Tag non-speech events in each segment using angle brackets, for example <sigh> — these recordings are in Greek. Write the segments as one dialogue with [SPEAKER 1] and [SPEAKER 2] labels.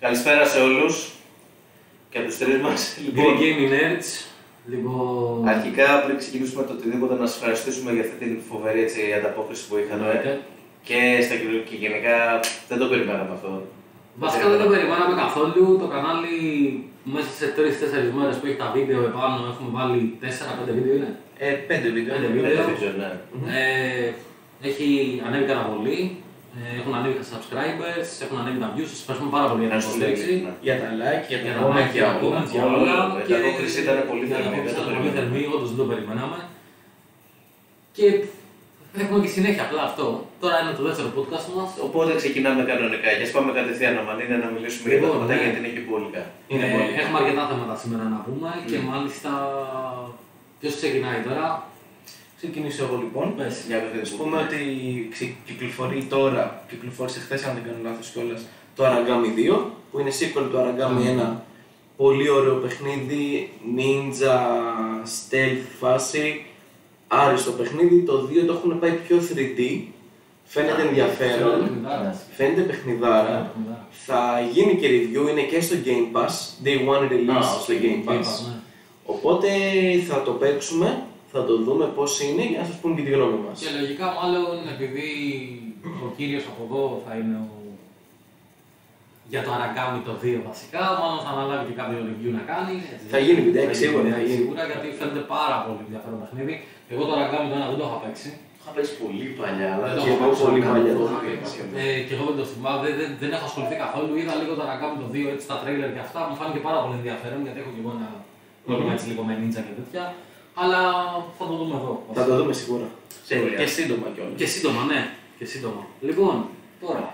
[SPEAKER 1] Καλησπέρα σε όλους και τους τρεις μας.
[SPEAKER 2] Green
[SPEAKER 1] Λοιπόν,
[SPEAKER 2] Gaming Nerds. Λοιπόν.
[SPEAKER 1] αρχικά πριν ξεκινήσουμε το οτιδήποτε να σας ευχαριστήσουμε για αυτή την φοβερή έτσι, ανταπόκριση που είχαμε
[SPEAKER 2] εννοείται.
[SPEAKER 1] και στα κοινό και γενικά δεν το περιμέναμε αυτό.
[SPEAKER 2] Βασικά δεν το περιμέναμε καθόλου. Το κανάλι μέσα σε 3-4 μέρες που έχει τα βίντεο επάνω έχουμε βάλει 4-5 βίντεο είναι.
[SPEAKER 3] Ε, πέντε βίντεο.
[SPEAKER 2] Πέντε
[SPEAKER 3] ναι.
[SPEAKER 2] βίντεο.
[SPEAKER 1] Δεν νομίζω, ναι.
[SPEAKER 2] Ε, έχει ανέβει καταβολή, ε, έχουν ανέβει τα subscribers, έχουν ανέβει τα views. Σας ευχαριστούμε πάρα πολύ για την
[SPEAKER 1] Ευχαριστούμε.
[SPEAKER 2] υποστήριξη.
[SPEAKER 1] Ναι.
[SPEAKER 3] Για τα like, για
[SPEAKER 2] Για
[SPEAKER 3] την
[SPEAKER 2] τα
[SPEAKER 3] αγώνα
[SPEAKER 2] like,
[SPEAKER 3] και
[SPEAKER 2] για τα
[SPEAKER 3] όλα.
[SPEAKER 2] comments, για
[SPEAKER 1] όλα.
[SPEAKER 2] όλα.
[SPEAKER 1] Η ανταπόκριση ήταν πολύ
[SPEAKER 2] η
[SPEAKER 1] θερμή,
[SPEAKER 2] ανταπόκριση
[SPEAKER 1] δεν το
[SPEAKER 2] ήταν πολύ
[SPEAKER 1] περιμέναμε.
[SPEAKER 2] θερμή, όντως δεν το περιμέναμε. Και έχουμε και συνέχεια απλά αυτό. Τώρα είναι το δεύτερο podcast μας.
[SPEAKER 1] Οπότε ξεκινάμε κανονικά και ας πάμε κατευθείαν άμα είναι να μιλήσουμε για τα
[SPEAKER 2] Λοιπόν,
[SPEAKER 1] θέματα
[SPEAKER 2] ναι.
[SPEAKER 1] γιατί είναι και υπόλοιπα.
[SPEAKER 3] Είναι
[SPEAKER 2] Ε,
[SPEAKER 3] πολύ. Ναι.
[SPEAKER 2] Έχουμε αρκετά θέματα σήμερα να πούμε και μάλιστα. Ποιος ξεκινάει τώρα,
[SPEAKER 3] Ξεκινήσω εγώ λοιπόν.
[SPEAKER 2] πες.
[SPEAKER 1] Για να
[SPEAKER 3] Να σου πούμε ότι ξε- κυκλοφορεί τώρα, κυκλοφόρησε χθες, αν δεν κάνω λάθος κιόλας, το Aragami 2, που είναι sequel του Aragami 1. Πολύ ωραίο παιχνίδι, ninja, stealth φάση. Άριστο παιχνίδι. Το 2 το έχουν πάει πιο 3D. Φαίνεται ενδιαφέρον. Φαίνεται
[SPEAKER 2] Ναι.
[SPEAKER 3] παιχνιδάρα. Θα γίνει και review, είναι και στο Game Pass. Day one release
[SPEAKER 1] Α,
[SPEAKER 3] στο
[SPEAKER 1] οκ,
[SPEAKER 3] Game Pass. ναι. Οπότε θα το παίξουμε, θα το δούμε πώς είναι για να σας πούμε και τη γνώμη μας.
[SPEAKER 2] Και λογικά μάλλον επειδή ο κύριος από εδώ θα είναι ο... για το Αραγκάμι το 2 βασικά, μάλλον θα αναλάβει και κάποιο review να κάνει. έτσι.
[SPEAKER 3] Θα γίνει βιντεάκι,
[SPEAKER 2] Θα
[SPEAKER 3] σίγουρα, θα
[SPEAKER 2] βιντεάκι,
[SPEAKER 3] γίνει.
[SPEAKER 2] Σίγουρα γιατί φαίνεται πάρα πολύ ενδιαφέρον παιχνίδι. Εγώ το Αραγκάμι το 1 δεν το είχα παίξει.
[SPEAKER 1] Είχα παίξει πολύ παλιά, αλλά
[SPEAKER 2] Δεν Ε, το
[SPEAKER 1] και
[SPEAKER 2] έχω
[SPEAKER 1] εγώ
[SPEAKER 2] παίξει
[SPEAKER 1] πολύ
[SPEAKER 2] κανένα.
[SPEAKER 1] παλιά.
[SPEAKER 2] Το είχα παίξει. Ε, και εγώ δεν το θυμάμαι, δεν, δεν, δεν έχω ασχοληθεί καθόλου. Είδα λίγο το Αραγκάμι το 2 έτσι τα τρέιλερ και αυτά. Μου φάνηκε πάρα πολύ ενδιαφέρον γιατί έχω και εγώ ένα πρόβλημα έτσι λίγο με νίντζα και τέτοια. Αλλά θα το δούμε εδώ.
[SPEAKER 3] Θα το δούμε σίγουρα.
[SPEAKER 1] Τέλεια.
[SPEAKER 3] Και σύντομα κιόλας.
[SPEAKER 2] Και σύντομα, ναι. Και σύντομα. Λοιπόν, τώρα.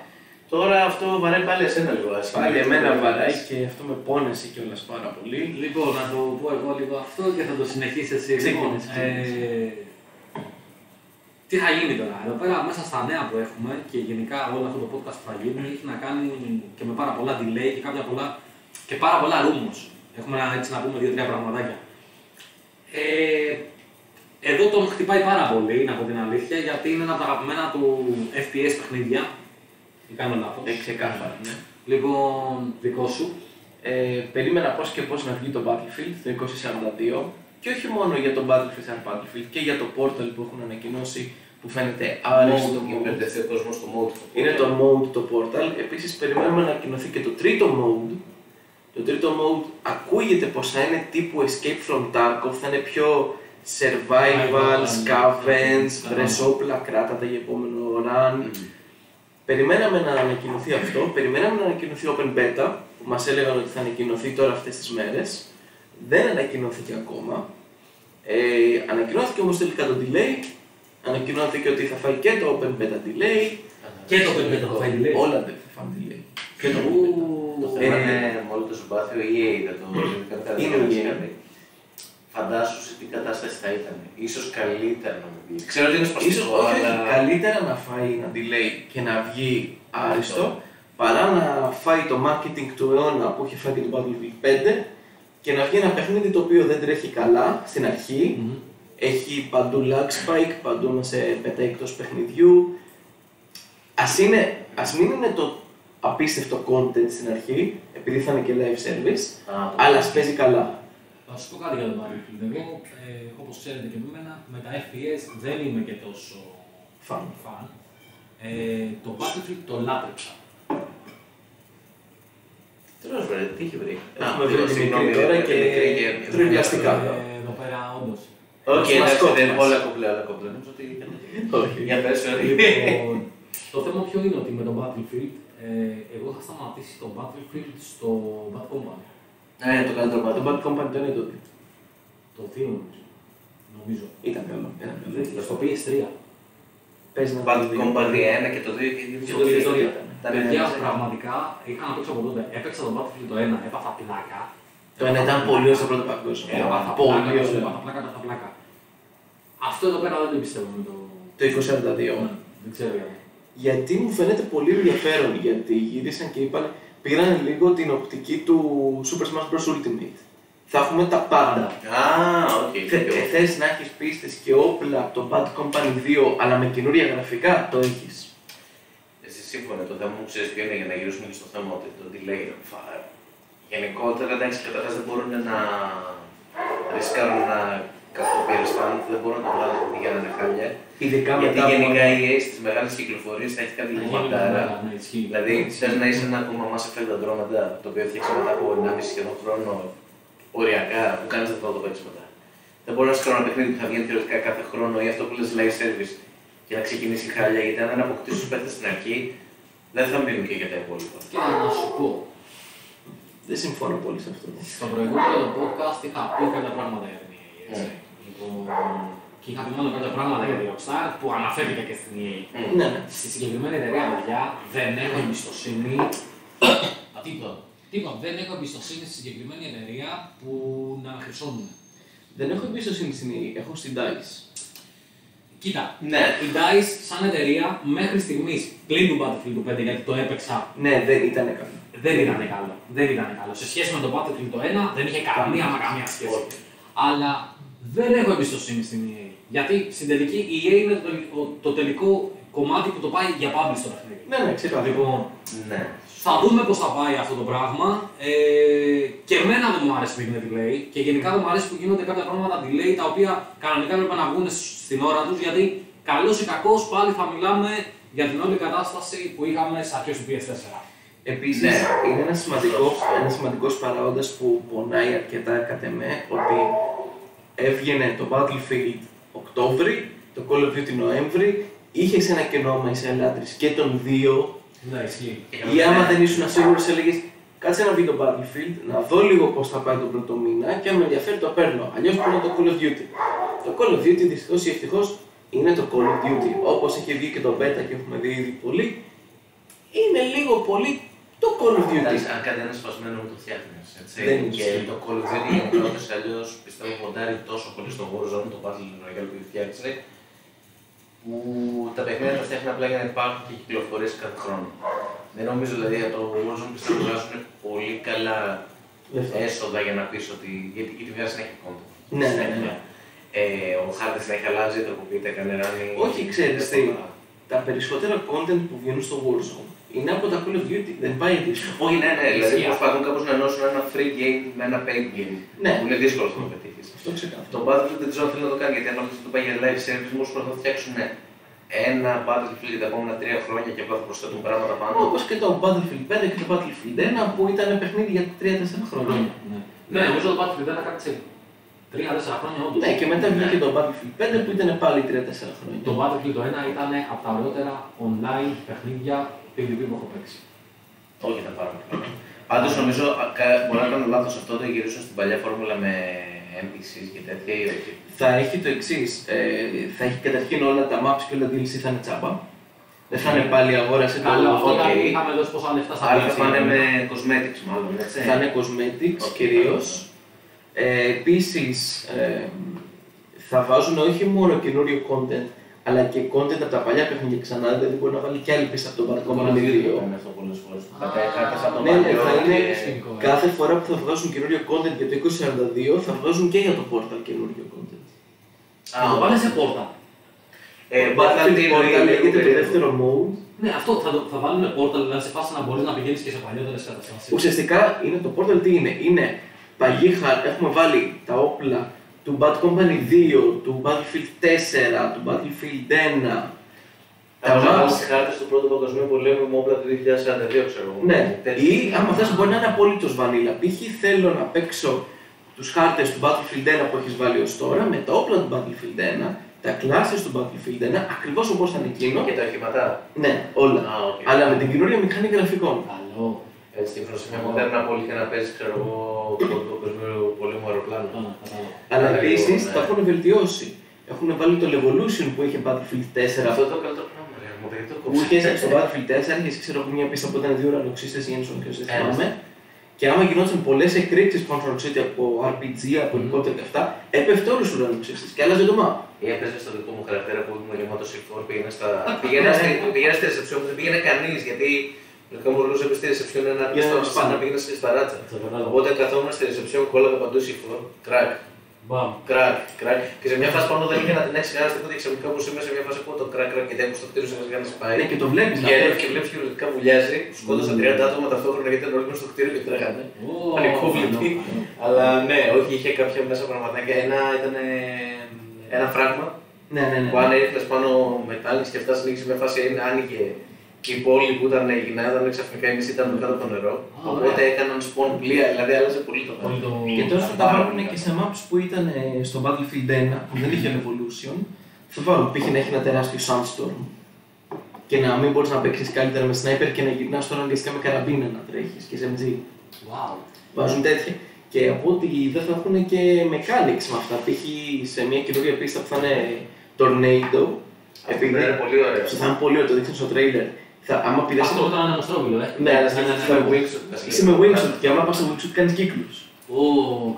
[SPEAKER 1] Τώρα αυτό βαράει πάλι εσένα λίγο. ας
[SPEAKER 3] Πάλι
[SPEAKER 1] πούμε,
[SPEAKER 3] εμένα
[SPEAKER 1] γιατί
[SPEAKER 3] βαράει και αυτό με πόνεσε κιόλας πάρα πολύ.
[SPEAKER 2] Λοιπόν, να το πω εγώ λίγο αυτό και θα το συνεχίσει εσύ.
[SPEAKER 3] Ξεκίνησε,
[SPEAKER 2] Λοιπόν, ε, τι θα γίνει τώρα. Εδώ πέρα μέσα στα νέα που έχουμε και γενικά όλο αυτό το podcast που θα γίνει έχει να κάνει και με πάρα πολλά delay και, κάποια πολλά, και πάρα πολλά rumors. Έχουμε να, έτσι να πούμε δύο-τρία πραγματάκια. Ε, εδώ τον χτυπάει πάρα πολύ, να πω την αλήθεια, γιατί είναι ένα από τα αγαπημένα του FPS παιχνίδια. Δεν κάνω λάθος.
[SPEAKER 3] Ε, ξεκάθαρα, ναι.
[SPEAKER 2] Λοιπόν, δικό σου.
[SPEAKER 3] Ε, περίμενα πώς και πώς να βγει το Battlefield το 2042 και όχι μόνο για το Battlefield σαν Battlefield και για το Portal που έχουν ανακοινώσει που φαίνεται άριστο
[SPEAKER 1] Mode,
[SPEAKER 3] mode.
[SPEAKER 1] μπερδευτεί ο κόσμο στο mode.
[SPEAKER 3] Είναι το mode το Portal. Επίσης περιμένουμε να ανακοινωθεί και το τρίτο mode. Το τρίτο mode ακούγεται πως θα είναι τύπου Escape from Tarkov, θα είναι πιο survival,
[SPEAKER 2] Survival,
[SPEAKER 3] scavenge,
[SPEAKER 2] ναι.
[SPEAKER 3] βρες όπλα, κράτα τα για επόμενο run. Περιμέναμε να ανακοινωθεί αυτό, περιμέναμε να ανακοινωθεί Open Beta, που μας έλεγαν ότι θα ανακοινωθεί τώρα αυτές τις μέρες. Δεν ανακοινώθηκε ακόμα. Ε, ανακοινώθηκε όμως τελικά το delay, ανακοινώθηκε ότι θα φάει και το Open Beta delay,
[SPEAKER 2] Και
[SPEAKER 1] Ε,
[SPEAKER 2] το παιδί το φαγητό.
[SPEAKER 3] Όλα δεν θα φάνε delay. Και το
[SPEAKER 1] Το
[SPEAKER 2] Ου,
[SPEAKER 1] θέμα
[SPEAKER 3] Ε,
[SPEAKER 1] είναι με όλο το συμπάθειο η EA <clears throat> θα το κατάλαβε.
[SPEAKER 3] Είναι η EA.
[SPEAKER 1] Φαντάσου σε τι κατάσταση θα ήταν. Ίσως καλύτερα να μην βγει. Ξέρω ότι είναι
[SPEAKER 3] Ίσως
[SPEAKER 1] σπαστικό,
[SPEAKER 3] όχι, όχι,
[SPEAKER 1] αλλά.
[SPEAKER 3] καλύτερα να φάει ένα delay και να βγει άριστο παρά να φάει το marketing του αιώνα που είχε φάει και το Battlefield 5 και να βγει ένα παιχνίδι το οποίο δεν τρέχει καλά στην αρχή.
[SPEAKER 2] Μμμ.
[SPEAKER 3] Έχει παντού lag spike, παντού να σε πετάει εκτός παιχνιδιού. Ας, είναι, ας μην είναι το απίστευτο content στην αρχή, επειδή θα είναι και live service,
[SPEAKER 1] Α,
[SPEAKER 3] αλλά ας παίζει καλά.
[SPEAKER 2] Θα σου πω κάτι για το Battlefield. Εγώ, ε, όπως ξέρετε και εμένα, με τα FPS δεν είμαι και τόσο
[SPEAKER 3] Φαν.
[SPEAKER 2] φαν. Ε, το Battlefield το λάτρεψα.
[SPEAKER 1] Τέλος βρε, τι έχει βρει.
[SPEAKER 3] Έχουμε
[SPEAKER 1] Α,
[SPEAKER 3] βρει τη
[SPEAKER 1] συγγνώμη,
[SPEAKER 3] μικρή τώρα
[SPEAKER 1] ρε,
[SPEAKER 3] και
[SPEAKER 1] μικρή γέννη.
[SPEAKER 3] τριπλαστικά.
[SPEAKER 2] Ε, εδώ πέρα, όντως.
[SPEAKER 1] Οκ, εντάξει,
[SPEAKER 3] Μας
[SPEAKER 1] δεν
[SPEAKER 3] κόβεις.
[SPEAKER 1] όλα κομπλέ, όλα κομπλέ. Νομίζω ότι ήταν.
[SPEAKER 3] Όχι.
[SPEAKER 1] <laughs> Για πες, ρε. <laughs>
[SPEAKER 2] Λοιπόν, το θέμα ποιο είναι ότι με το Battlefield, ε, εγώ είχα σταματήσει το Battlefield στο Bad Company.
[SPEAKER 1] Ναι, το καλύτερο
[SPEAKER 3] Το
[SPEAKER 1] πάντων.
[SPEAKER 3] Bad Company το είναι τότε.
[SPEAKER 2] Το 2 νομίζω. Νομίζω.
[SPEAKER 3] Ήταν καλό. Ήταν καλό.
[SPEAKER 2] Στο PS3.
[SPEAKER 3] Πες να
[SPEAKER 1] Bad
[SPEAKER 3] το δεις.
[SPEAKER 1] Company 1 και το 2 και
[SPEAKER 2] Και
[SPEAKER 1] το
[SPEAKER 2] το
[SPEAKER 1] 3.
[SPEAKER 2] δύο
[SPEAKER 3] ήταν.
[SPEAKER 1] Τα ναι.
[SPEAKER 2] Παιδιά,
[SPEAKER 1] νέα.
[SPEAKER 2] πραγματικά είχα να παίξω από τότε. Έπαιξα τον Battlefield το 1, έπαθα πλάκα.
[SPEAKER 3] Το ένα ήταν πολύ ωραίο στο πρώτο
[SPEAKER 2] Ε,
[SPEAKER 3] παγκόσμιο.
[SPEAKER 2] Έπαθα πλάκα,
[SPEAKER 3] πολύ
[SPEAKER 2] έπαθα
[SPEAKER 3] ωραίο.
[SPEAKER 2] πλάκα, έπαθα πλάκα. Αυτό εδώ πέρα δεν το πιστεύω με το.
[SPEAKER 3] Το 2042.
[SPEAKER 2] Ναι, Δεν ξέρω γιατί.
[SPEAKER 3] Γιατί μου φαίνεται πολύ ενδιαφέρον, γιατί γύρισαν και είπαν, πήραν λίγο την οπτική του Super Smash Bros. Ultimate. Θα έχουμε τα πάντα.
[SPEAKER 1] Α, οκ. δίκιο.
[SPEAKER 3] Θε να έχεις πίστες και όπλα από το Bad Company 2, αλλά με καινούρια γραφικά, το έχεις.
[SPEAKER 1] Εσύ σύμφωνα το θέμα μου, ξέρεις ποιο είναι για να γυρίσουμε και στο θέμα ότι το delay. ρε, φα- Γενικότερα, εντάξει, καταρχάς δεν μπορούν να ρισκάρουν να κακοπεριστάνουν, δεν μπορούν να βγάλουν ότι πηγαίνανε χάλια.
[SPEAKER 3] Ειδικά
[SPEAKER 1] Γιατί
[SPEAKER 3] μετά από-
[SPEAKER 1] γενικά η ΑΕ στι μεγάλε κυκλοφορίε θα έχει κάτι λίγο μαντάρα.
[SPEAKER 2] Ναι, ισχύει.
[SPEAKER 1] Ε, Δηλαδή, θες να είσαι ένα ακόμα Mass Effect Andromeda, το οποίο φτιάξαμε μετά από 1,5 σχεδόν χρόνο, οριακά, που κάνεις αυτό το παίξεις μετά. Δεν μπορεί να σου κάνω ένα παιχνίδι που θα βγαίνει θεωρητικά κάθε χρόνο ή αυτό που λες live service και να ξεκινήσει χάλια, γιατί αν δεν αποκτήσεις τους παίχτε στην αρχή, δεν θα μείνουν και για τα υπόλοιπα.
[SPEAKER 2] Και να σου πω,
[SPEAKER 3] Δεν συμφωνώ πολύ σε αυτό.
[SPEAKER 2] στο προηγούμενο podcast είχα πει κάποια πράγματα για την EA. έτσι.
[SPEAKER 1] Ναι.
[SPEAKER 2] Λοιπόν, και είχα πει μόνο κάποια πράγματα για τη Rockstar που αναφέρθηκα και στην EA.
[SPEAKER 3] Ναι, ναι.
[SPEAKER 2] Στη συγκεκριμένη εταιρεία, παιδιά, δεν έχω εμπιστοσύνη. <coughs> Α, Τίποτα. Τίποτα. Δεν έχω εμπιστοσύνη στη συγκεκριμένη εταιρεία που να με χρυσώνουν.
[SPEAKER 3] Δεν έχω εμπιστοσύνη στην ίδια, έχω στην τάξη.
[SPEAKER 2] Κοίτα,
[SPEAKER 1] Ναι.
[SPEAKER 2] η DICE σαν εταιρεία μέχρι στιγμής πλην του Battlefield του 5 γιατί το έπαιξα
[SPEAKER 3] Ναι, δεν ήταν καλό.
[SPEAKER 2] δεν ήταν καλό. Δεν ήταν καλό. Σε σχέση με το Battlefield το 1 δεν είχε καμία μα καμία σχέση.
[SPEAKER 1] Όχι.
[SPEAKER 2] Αλλά δεν έχω εμπιστοσύνη στην EA. Γιατί στην τελική η EA είναι το, τελικό- το τελικό κομμάτι που το πάει για publish στο παιχνίδι.
[SPEAKER 3] Ναι, ναι, ξεκάθαρα.
[SPEAKER 2] Λοιπόν,
[SPEAKER 1] Ναι.
[SPEAKER 2] θα δούμε πώς θα πάει αυτό το πράγμα. Ε, και εμένα δεν μου αρέσει που γίνεται delay. Και γενικά δεν μου αρέσει που γίνονται κάποια πράγματα delay τα οποία κανονικά πρέπει να βγουν σ- στην ώρα τους. Γιατί καλό ή κακό πάλι θα μιλάμε για την όλη κατάσταση που είχαμε σε αρχές του PS4.
[SPEAKER 3] Επίσης,
[SPEAKER 1] Ναι.
[SPEAKER 3] είναι ένα σημαντικός ένας σημαντικός παράγοντας που πονάει αρκετά κατ' εμέ ότι έβγαινε το Battlefield Οκτώβρη, το Call of Duty Νοέμβρη, είχες ένα κενό με ελάτρεις και των δύο
[SPEAKER 2] Ναι, ισχύει.
[SPEAKER 3] Ή άμα δεν ήσουν σίγουρο, έλεγες κάτσε να βγει το Battlefield, να δω λίγο πώς θα πάει τον πρώτο μήνα και αν με ενδιαφέρει το παίρνω. Αλλιώς παίρνω το Call of Duty. Το Call of Duty δυστυχώς ή ευτυχώς είναι το Call of Duty. Όπως έχει βγει και το Beta και έχουμε δει ήδη πολύ, είναι λίγο πολύ το Call of
[SPEAKER 1] Εντάξει,
[SPEAKER 3] Duty.
[SPEAKER 1] αν κάνει ένα σπασμένο μου το φτιάχνεις.
[SPEAKER 3] Δεν
[SPEAKER 1] Και
[SPEAKER 3] ισχύει.
[SPEAKER 1] το Call of Duty πρώτος αλλιώς πιστεύω ποντάρει τόσο πολύ στο Warzone, το Battle Royale που φτιάξανε, που τα παιχνίδια τα φτιάχνουν απλά για να υπάρχουν και κυκλοφορίες κάθε χρόνο. Δεν νομίζω δηλαδή για το Warzone πιστεύω ότι βγάζουν πολύ καλά
[SPEAKER 3] Δεν φτάνει.
[SPEAKER 1] έσοδα για να πεις ότι. Γιατί η δουλειά συνέχεια κόντρα.
[SPEAKER 3] Ναι, ναι, ναι.
[SPEAKER 1] Ε, ο χάρτη να έχει αλλάζει, τροποποιείται, κάνει ράνι.
[SPEAKER 3] Όχι, ξέρεις τι. Τα περισσότερα content που βγαίνουν στο Warzone είναι από τα Call of Duty, δεν πάει αντίστοιχα.
[SPEAKER 1] Όχι, ναι, ναι, δηλαδή
[SPEAKER 2] Ισχύει.
[SPEAKER 1] προσπαθούν κάπως να ενώσουν ένα free game με ένα paid game.
[SPEAKER 3] Ναι.
[SPEAKER 1] Που είναι δύσκολο αυτό να το πετύχεις.
[SPEAKER 3] Αυτό ξεκάθαρα.
[SPEAKER 1] Το Battlefield δεν ξέρω αν θέλει να το κάνει γιατί αν αυτό το πάει για live service, μόλι προσπαθούν να φτιάξουν ένα Battlefield για τα επόμενα τρία χρόνια και απλά θα προσθέτουν πράγματα πάνω.
[SPEAKER 3] Όπως και το Battlefield 5 και το Battlefield 1 που ήταν παιχνίδι για 3-4 χρόνια.
[SPEAKER 2] Ναι, νομίζω το Battlefield ήταν κάτι σε 3-4 χρόνια όντως.
[SPEAKER 3] Ναι, και μετά
[SPEAKER 1] Ναι.
[SPEAKER 3] βγήκε το Battlefield 5 που ήταν πάλι 3-4 χρόνια.
[SPEAKER 2] Το Battlefield το 1 ήταν από τα ωραιότερα online παιχνίδια PvP που έχω παίξει.
[SPEAKER 1] Όχι, θα πάρουμε. Πάντως νομίζω α, κα- μπορεί να κάνω λάθος αυτό το γυρίσουν στην παλιά φόρμουλα με NPCs και τέτοια ή όχι.
[SPEAKER 3] Θα έχει το εξής. θα έχει καταρχήν όλα τα maps και όλα τα DLC θα είναι τσάμπα. Δεν θα είναι πάλι αγόρασε το
[SPEAKER 2] Καλό αυτό
[SPEAKER 1] οκ.
[SPEAKER 2] ήταν που είχαμε δώσει πόσα λεφτά στα
[SPEAKER 1] Άλλοι θα
[SPEAKER 2] DLC.
[SPEAKER 1] πάνε με cosmetics μάλλον. Έτσι.
[SPEAKER 3] Θα είναι cosmetics
[SPEAKER 1] Οκ.
[SPEAKER 3] κυρίως. Ε, επίσης ε, θα βάζουν όχι μόνο καινούριο content αλλά και content από τα παλιά παιχνίδια ξανά, δηλαδή μπορεί να βάλει και άλλη πίστα από τον
[SPEAKER 1] Το
[SPEAKER 3] παρελθόν
[SPEAKER 1] μόνο
[SPEAKER 3] δύο.
[SPEAKER 1] είναι αυτό πολλές φορές. Θα τα κάρτε από το
[SPEAKER 3] Ναι, ναι, θα
[SPEAKER 1] παλιό
[SPEAKER 3] είναι
[SPEAKER 1] και-
[SPEAKER 2] σκηνικό.
[SPEAKER 3] Κάθε φορά που θα βγάζουν καινούριο content για το 2042 θα βγάζουν και για το Portal καινούριο content.
[SPEAKER 1] Α,
[SPEAKER 2] Θα το πάνε σε πόρτα.
[SPEAKER 1] Ε,
[SPEAKER 3] Battlefield
[SPEAKER 1] Battlefield είναι
[SPEAKER 3] Portal
[SPEAKER 1] λίγο
[SPEAKER 3] λέγεται το
[SPEAKER 1] περίεργο.
[SPEAKER 3] δεύτερο mode.
[SPEAKER 2] Ναι, αυτό θα, το- θα βάλουν πόρτα, δηλαδή σε φάση να μπορείς να πηγαίνεις και σε παλιότερες καταστάσεις.
[SPEAKER 3] Ουσιαστικά είναι το Portal τι είναι. Είναι παγί χάρτη, έχουμε βάλει τα όπλα του Bad Company 2, του Battlefield 4, του Battlefield 1.
[SPEAKER 1] Θα
[SPEAKER 3] Τα
[SPEAKER 1] μπορούσα να
[SPEAKER 3] maps.
[SPEAKER 1] βάλω στις χάρτες του πρώτου παγκοσμίου πολέμου με όπλα του 2042, ξέρω εγώ.
[SPEAKER 3] Ναι,
[SPEAKER 1] Τέτοιο.
[SPEAKER 3] ή άμα θες μπορεί να είναι απόλυτο βανίλα. Π.χ. θέλω να παίξω τους χάρτες του Battlefield 1 που έχεις βάλει ως τώρα με τα όπλα του Battlefield 1, τα κλάσει του Battlefield 1, ακριβώς όπως ήταν εκείνο.
[SPEAKER 1] Και τα οχηματά.
[SPEAKER 3] Ναι, όλα.
[SPEAKER 1] Α, οκ.
[SPEAKER 3] Αλλά με την καινούργια μηχανή γραφικών.
[SPEAKER 2] Καλό.
[SPEAKER 1] Έτσι, στην προσωπική μου τέρνα πολύ και να παίζει, ξέρω εγώ, το πρώτο παγκοσμίου πολέμου αεροπλάνο.
[SPEAKER 2] Α, κατάλαβα.
[SPEAKER 3] Αλλά
[SPEAKER 1] Ναι,
[SPEAKER 3] επίσης
[SPEAKER 1] ναι.
[SPEAKER 3] τα έχουν βελτιώσει. Έχουν βάλει το Revolution που είχε Battlefield 4
[SPEAKER 1] Αυτό το καλό το πράγμα, ρε, μου γιατί το
[SPEAKER 3] Μου
[SPEAKER 1] κόψε.
[SPEAKER 3] είχε στο Battlefield 4 και ξέρω εγώ μια πίστα που ήταν δύο ουρανοξύστε για να ποιο δεν θυμάμαι. Και άμα γινόταν πολλές εκρήξεις Control City από RPG, από ελικόπτερα και αυτά, έπεφτε όλους τους ουρανοξύστε και άλλαζε το map.
[SPEAKER 1] Ή έπαιζε στο δικό μου χαρακτήρα που ήμουν γεμάτος σιλφόρ, πήγαινα στα. Πήγαινα στη- πήγαινα στη ρεσεψιόν που δεν πήγαινε κανείς, γιατί λογικά μπορούσε να πει στη ρεσεψιόν ένα
[SPEAKER 3] Για
[SPEAKER 1] πίσω
[SPEAKER 3] να
[SPEAKER 1] από
[SPEAKER 3] σπάνε.
[SPEAKER 1] να πήγαινα στη σπαράτσα.
[SPEAKER 2] Το κατάλαβα.
[SPEAKER 1] Οπότε καθόμουν στη ρεσεψιόν, κόλλαγα παντού σιλφόρ, κράκ.
[SPEAKER 2] Μπαμ.
[SPEAKER 1] Κρακ, κρακ. Και σε μια φάση πάνω δεν είχε να την έχει κανένα τίποτα και ξαφνικά όπως είμαι σε μια φάση που το κρακ, κρακ και δεν ακούω στο κτίριο σε κάνει πάει.
[SPEAKER 3] Ναι, και το βλέπεις να
[SPEAKER 1] Γερεύει
[SPEAKER 3] πέφτει.
[SPEAKER 1] και βλέπεις και ουσιαστικά βουλιάζει.
[SPEAKER 2] Mm.
[SPEAKER 1] Σκότωσαν 30 άτομα ταυτόχρονα γιατί ήταν όλοι μέσα στο κτίριο και τρέχανε.
[SPEAKER 2] Ω,
[SPEAKER 1] Πανικόβλητοι.
[SPEAKER 2] πανό,
[SPEAKER 1] Αλλά ναι, όχι, είχε κάποια μέσα πραγματάκια. Ένα ήταν ένα φράγμα
[SPEAKER 3] Ναι, ναι, ναι.
[SPEAKER 1] που αν έριχνες πάνω μετάλλινε και φτάσει λίγο σε μια φάση είναι- άνοιγε και η πόλη που ήταν γυναίκα ήταν ξαφνικά εμεί ήταν κάτω από το νερό.
[SPEAKER 2] Α, ωραία.
[SPEAKER 1] Οπότε έκαναν σπον πλοία, δηλαδή άλλαζε πολύ το πράγμα.
[SPEAKER 2] Πολύ το-
[SPEAKER 3] Και τώρα θα τα
[SPEAKER 1] Πάρα
[SPEAKER 3] βάλουν
[SPEAKER 1] πολύ
[SPEAKER 3] και σε maps που ήταν ε, στο Battlefield 1 που δεν είχε Revolution. Θα βάλουν π.χ. να έχει ένα τεράστιο Sandstorm και να μην μπορείς να παίξεις καλύτερα με sniper και να γυρνάς τώρα αναγκαστικά με καραμπίνα να τρέχεις και σε MG.
[SPEAKER 2] Wow.
[SPEAKER 3] Βάζουν τέτοια. Και από ό,τι δεν θα έχουν και mechanics με αυτά. Π.χ. σε μια καινούργια πίστα που θα είναι Tornado.
[SPEAKER 1] Αυτό είναι πολύ ωραίο.
[SPEAKER 3] Αυτό θα είναι πολύ ωραίο, το δείχνεις στο trailer. Θα, άμα πηδάς
[SPEAKER 2] Αυτό ήταν ένα μοστρόβιλο, ε.
[SPEAKER 3] Ναι, αλλά
[SPEAKER 1] Ένα- ένα-
[SPEAKER 3] σκέφτεσαι με
[SPEAKER 1] ένα-
[SPEAKER 3] wingsuit. Είσαι με wingsuit και άμα πας στο wingsuit κάνεις κύκλους.
[SPEAKER 2] Ω,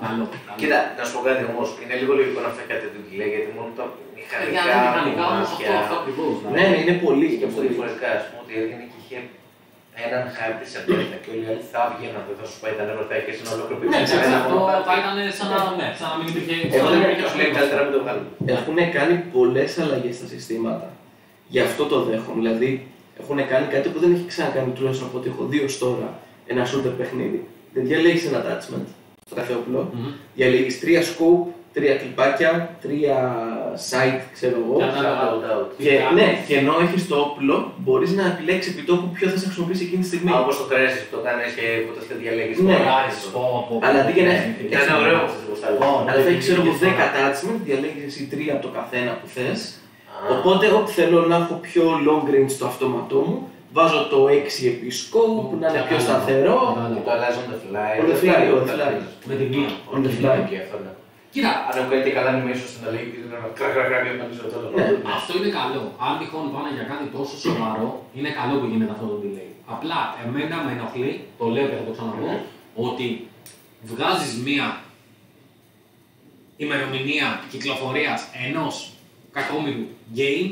[SPEAKER 2] καλό.
[SPEAKER 1] Κοίτα, να σου πω κάτι όμως. Είναι λίγο λογικό να φάει κάτι τέτοιο λέει, γιατί μόνο τα
[SPEAKER 2] Παιδιά,
[SPEAKER 1] μηχανικά.
[SPEAKER 2] δεν Ε, είναι μηχανικά, όμως αυτό,
[SPEAKER 1] κομμάτια-
[SPEAKER 2] αυτό ακριβώς.
[SPEAKER 3] Ναι, ναι, είναι πολύ.
[SPEAKER 1] Και
[SPEAKER 3] Και
[SPEAKER 1] αυτό
[SPEAKER 3] πολύ.
[SPEAKER 1] διαφορετικά, ας πούμε, ότι έβγαινε και είχε έναν χάρτη σε πόρτα και όλοι οι άλλοι θα βγαίναν, δεν θα σου πάει τα νεύρα, και σε ένα ολόκληρο
[SPEAKER 3] Ναι,
[SPEAKER 1] παιχνίδι.
[SPEAKER 2] Ξέρεις,
[SPEAKER 1] Ένα
[SPEAKER 2] αυτό
[SPEAKER 1] μόνο χάρτη.
[SPEAKER 2] θα ήταν σαν να, ναι, σαν να μην υπήρχε...
[SPEAKER 1] Εγώ
[SPEAKER 2] σαν να
[SPEAKER 1] δεν
[SPEAKER 2] μην
[SPEAKER 1] είμαι και σου λέει
[SPEAKER 2] υπήρχε
[SPEAKER 1] καλύτερα μην το βγάλουμε.
[SPEAKER 3] Έχουν κάνει πολλές αλλαγές στα συστήματα. Γι' αυτό το δέχομαι. Δηλαδή, έχουν κάνει κάτι που δεν έχει ξανακάνει τουλάχιστον από ό,τι έχω δει ως τώρα. Ένα shooter παιχνίδι. Δεν διαλέγεις ένα attachment στο κάθε όπλο.
[SPEAKER 2] Μμμ.
[SPEAKER 3] Διαλέγεις τρία scope, τρία κλιπάκια, τρία site, ξέρω εγώ.
[SPEAKER 2] Και ανάλογα-
[SPEAKER 1] Shout out.
[SPEAKER 3] Και, ναι, και ενώ έχεις το όπλο, μπορείς να επιλέξεις επί τόπου ποιο θα σε χρησιμοποιήσει εκείνη τη
[SPEAKER 2] Ναι.
[SPEAKER 3] στιγμή.
[SPEAKER 1] Μα όπως το κρέσεις που το κάνεις και που το θέλει διαλέγεις.
[SPEAKER 3] Ναι.
[SPEAKER 1] το
[SPEAKER 2] Ωραία,
[SPEAKER 1] κάνεις.
[SPEAKER 2] πω, πω, πω.
[SPEAKER 3] Αλλά τι και να έχεις.
[SPEAKER 1] Και
[SPEAKER 2] Ναι.
[SPEAKER 1] ήταν ωραίο αυτό που σας
[SPEAKER 2] Ω,
[SPEAKER 1] γουστάρω.
[SPEAKER 3] Αλλά θα έχει ξέρω εγώ 10
[SPEAKER 2] Επιλέγεις τώρα.
[SPEAKER 3] attachment, διαλέγεις εσύ τρία από το καθένα που θες.
[SPEAKER 1] Α.
[SPEAKER 3] Οπότε, εγώ που θέλω να έχω πιο long range στο αυτόματό μου, βάζω το 6 επί scope, να είναι πιο σταθερό.
[SPEAKER 1] Και το αλλάζει on the fly.
[SPEAKER 3] On the fly, on the fly.
[SPEAKER 2] Με την κλίμα.
[SPEAKER 1] On the fly. Και αυτό, ναι.
[SPEAKER 2] Κοίτα,
[SPEAKER 1] Αν έχω κάνει και καλά νημίσιο στην αλλαγή, και ήταν ένα κρακ, κρακ, κρακ, και εμφανίζω το όλο.
[SPEAKER 3] Ναι.
[SPEAKER 2] αυτό είναι καλό. Αν τυχόν πάνε για κάτι τόσο σοβαρό, είναι καλό που γίνεται αυτό το delay. Απλά εμένα με ενοχλεί, το λέω και θα το ξαναπώ, ότι βγάζεις μία ημερομηνία κυκλοφορίας ενός κακόμοιρου game,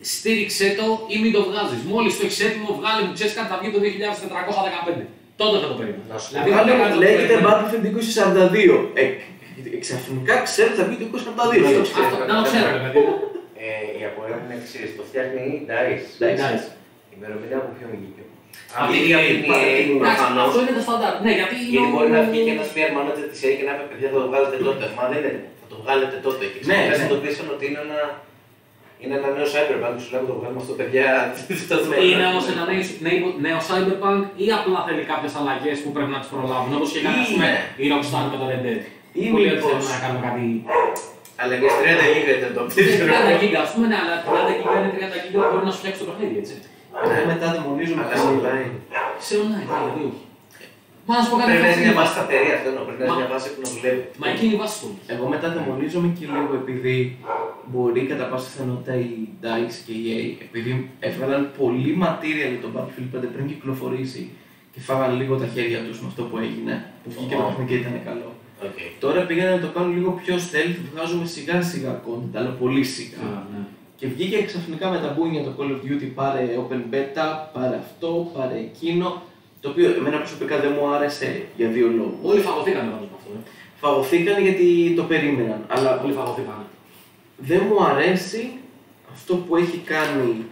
[SPEAKER 2] στήριξε το ή μην το βγάζεις. Μόλις το έχεις έτοιμο, βγάλε μου ξέρει κάτι θα βγει το 2415. Τότε θα το περίμενα.
[SPEAKER 1] Να σου
[SPEAKER 2] Δηλαδή,
[SPEAKER 1] πω,
[SPEAKER 2] δεν
[SPEAKER 3] Άλλο
[SPEAKER 2] έκανα το
[SPEAKER 3] λέγεται
[SPEAKER 2] περιεχόμενο.
[SPEAKER 3] Battlefield 2042. Ε, ε, Ξαφνικά ξέρω ότι θα βγει το 2042.
[SPEAKER 1] Ναι.
[SPEAKER 3] αυτό ξέρω.
[SPEAKER 2] Αυτό, να το ξέρω, ρε παιδί μου.
[SPEAKER 1] Ε, Η απορία μου είναι εξής, το φτιάχνει η DICE.
[SPEAKER 3] Εντάξει.
[SPEAKER 2] Εντάξει.
[SPEAKER 1] Η ημερομηνία που πιο βγήκε.
[SPEAKER 2] Απ'
[SPEAKER 1] Αν
[SPEAKER 2] την
[SPEAKER 1] βγήκε από την
[SPEAKER 3] παρατηρή.
[SPEAKER 1] EA,
[SPEAKER 2] Εντάξει,
[SPEAKER 1] προφανώς,
[SPEAKER 2] Αυτό είναι το στάνταρ. Ναι, γιατί είναι
[SPEAKER 1] γιατί
[SPEAKER 2] ο-
[SPEAKER 1] μπορεί να βγει και ένας player manager της EA και να πει παιδιά θα το βγάλετε τότε. Μα δεν είναι, θα το βγάλετε τότε. Και
[SPEAKER 3] Ναι,
[SPEAKER 1] ξαφνικά
[SPEAKER 3] ναι.
[SPEAKER 1] συνειδητοποίησαν ότι είναι ένα, είναι ένα νέο cyberpunk. Σου λέμε το βγάλουμε αυτό παιδιά. θα το βγάλουμε.
[SPEAKER 2] Ναι, Είναι όμως ένα νέο- νέο- νέο cyberpunk ή απλά θέλει κάποιες αλλαγές που πρέπει να τις προλάβουν. Όπως και κάνει ας πούμε,
[SPEAKER 1] Είναι.
[SPEAKER 2] η Rockstar με το Red Dead.
[SPEAKER 3] Ή
[SPEAKER 2] Που λέει ότι
[SPEAKER 3] μήπως-
[SPEAKER 2] θέλουν να κάνουν κάτι.
[SPEAKER 1] Αλλά και 30 γίγα ήταν το
[SPEAKER 2] 30
[SPEAKER 1] πίσω.
[SPEAKER 2] γίγκα, ας πούμε, ναι, αλλά 30 γίγκα είναι 30 γίγκα που μπορεί να σου φτιάξει το παιχνίδι, έτσι.
[SPEAKER 3] Εγώ Μετά δαιμονίζομαι
[SPEAKER 1] Αλλά
[SPEAKER 3] το
[SPEAKER 1] σε
[SPEAKER 3] online.
[SPEAKER 1] online.
[SPEAKER 2] Σε online, δηλαδή όχι. Μα να σου πω κάτι
[SPEAKER 1] Πρέπει να
[SPEAKER 2] αυτό
[SPEAKER 1] έχει μια
[SPEAKER 2] είναι-
[SPEAKER 1] βάση σταθερή αυτό εννοώ. Πρέπει να έχει
[SPEAKER 2] Μα-
[SPEAKER 1] μια βάση που να δουλεύει.
[SPEAKER 2] Μα εκείνη η βάση του.
[SPEAKER 3] Εγώ μετά δαιμονίζομαι και λίγο επειδή μπορεί κατά πάσα πιθανότητα η DICE και η EA επειδή έβγαλαν πολύ material για τον Battlefield 5 πριν κυκλοφορήσει και φάγαν λίγο τα χέρια τους με αυτό που έγινε που βγήκε το
[SPEAKER 1] Ω.
[SPEAKER 3] παιχνίδι και ήταν καλό.
[SPEAKER 1] Οκ.
[SPEAKER 3] Τώρα πήγανε να το κάνουν λίγο πιο stealth, βγάζουμε σιγά σιγά content, αλλά πολύ σιγά.
[SPEAKER 2] Ναι.
[SPEAKER 3] Και βγήκε ξαφνικά με τα μπούνια το Call of Duty, πάρε open beta, πάρε αυτό, πάρε εκείνο το οποίο εμένα προσωπικά δεν μου άρεσε για δύο λόγους.
[SPEAKER 2] Όλοι φαγωθήκανε πάντω με αυτό. ε.
[SPEAKER 3] Φαγωθήκαν γιατί το περίμεναν, αλλά
[SPEAKER 2] Όλοι φαγωθήκανε.
[SPEAKER 3] δεν μου αρέσει αυτό που έχει κάνει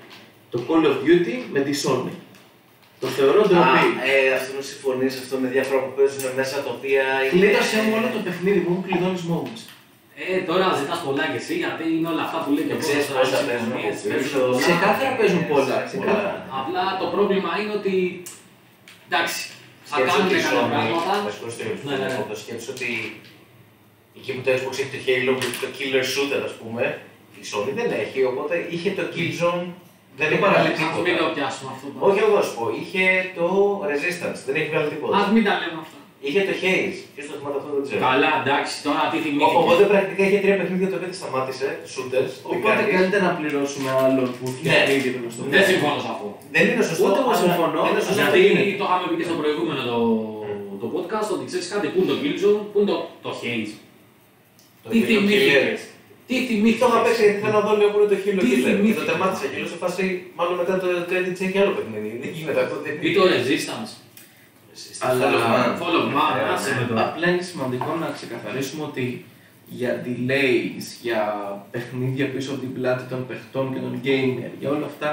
[SPEAKER 3] το Call of Duty με τη Sony. Το θεωρώ
[SPEAKER 1] Α,
[SPEAKER 3] ντροπή.
[SPEAKER 1] ε, αυτό μου συμφωνείς αυτό με διάφορα που παίζουν μέσα τα οποία. είναι-
[SPEAKER 3] Κλείδωσε
[SPEAKER 1] ε,
[SPEAKER 3] μου όλο το παιχνίδι, μου κλειδώνεις μόνος.
[SPEAKER 2] Ε, τώρα ζητάς πολλά κι εσύ γιατί είναι όλα αυτά που λέει και ο
[SPEAKER 1] Ξέρεις
[SPEAKER 2] Κώστας,
[SPEAKER 1] πόσα
[SPEAKER 2] οι
[SPEAKER 1] παίζουν από
[SPEAKER 2] συμφωνίες,
[SPEAKER 1] πίσω.
[SPEAKER 2] παίζουν πολλά.
[SPEAKER 3] Ξεκάθαρα παίζουν πολλά.
[SPEAKER 1] Πολλά.
[SPEAKER 2] Απλά το πρόβλημα είναι ότι. Εντάξει, θα
[SPEAKER 1] Σκέψου
[SPEAKER 2] κάνουν
[SPEAKER 1] ότι η
[SPEAKER 2] καλά
[SPEAKER 1] Sony-
[SPEAKER 2] πράγματα.
[SPEAKER 1] με συγχωρείς, το
[SPEAKER 2] Ναι, ναι, ναι.
[SPEAKER 1] το σκέψου ότι εκεί που το Xbox έχει το Halo που έχει το Killer Shooter, ας πούμε, η Sony δεν έχει, οπότε είχε το Killzone, δεν έχει βγάλει
[SPEAKER 2] Ας μην το
[SPEAKER 1] τίποτα.
[SPEAKER 2] πιάσουμε αυτό.
[SPEAKER 1] Όχι εγώ σου πω, είχε το Resistance, δεν έχει βγάλει
[SPEAKER 2] Α
[SPEAKER 1] τίποτα.
[SPEAKER 2] μην τα λέμε αυτά.
[SPEAKER 1] Είχε το Haze, ποιος το θυμάται αυτό δεν ξέρω.
[SPEAKER 2] Καλά, εντάξει, τώρα τι
[SPEAKER 1] Ναι. Ο-
[SPEAKER 2] θυμήθηκε.
[SPEAKER 1] Οπότε πρακτικά είχε τρία παιχνίδια τα οποία τη σταμάτησε, shooters,
[SPEAKER 3] Οπότε
[SPEAKER 1] δεκάρις.
[SPEAKER 3] καλύτερα να πληρώσουμε άλλον που φτιάχνει ήδη το στο
[SPEAKER 2] Δεν συμφωνώ σε αυτό.
[SPEAKER 1] Δεν είναι σωστό.
[SPEAKER 3] Ούτε εγώ
[SPEAKER 1] αλλά-
[SPEAKER 3] συμφωνώ,
[SPEAKER 1] δεν είναι σωστό.
[SPEAKER 2] Γιατί το είχαμε πει και στο προηγούμενο το, το podcast ότι ξέρεις κάτι, πού είναι το Killzone, πού είναι το, το Haze.
[SPEAKER 1] Το
[SPEAKER 2] Τι
[SPEAKER 1] Halo Killer.
[SPEAKER 2] θυμήθηκες. Τι
[SPEAKER 1] Μη το είχα παίξει
[SPEAKER 2] θυμήθηκε.
[SPEAKER 1] γιατί θέλω να δω λίγο πριν το χείλο
[SPEAKER 2] Τι
[SPEAKER 1] Killer. Και το
[SPEAKER 2] θυμήθηκες.
[SPEAKER 1] τερμάτισα και λέω σε φάση, μάλλον μετά το credit check και άλλο παιχνίδι. Δεν γίνεται αυτό. δεν-
[SPEAKER 2] Ή το Resistance.
[SPEAKER 1] Resistance
[SPEAKER 3] Αλλά
[SPEAKER 1] Follow man.
[SPEAKER 2] Follow man,
[SPEAKER 1] Ε,
[SPEAKER 2] άσε με τώρα.
[SPEAKER 3] απλά είναι σημαντικό να ξεκαθαρίσουμε ότι για delays, για παιχνίδια πίσω από την πλάτη των παιχτών και των gamer, για όλα αυτά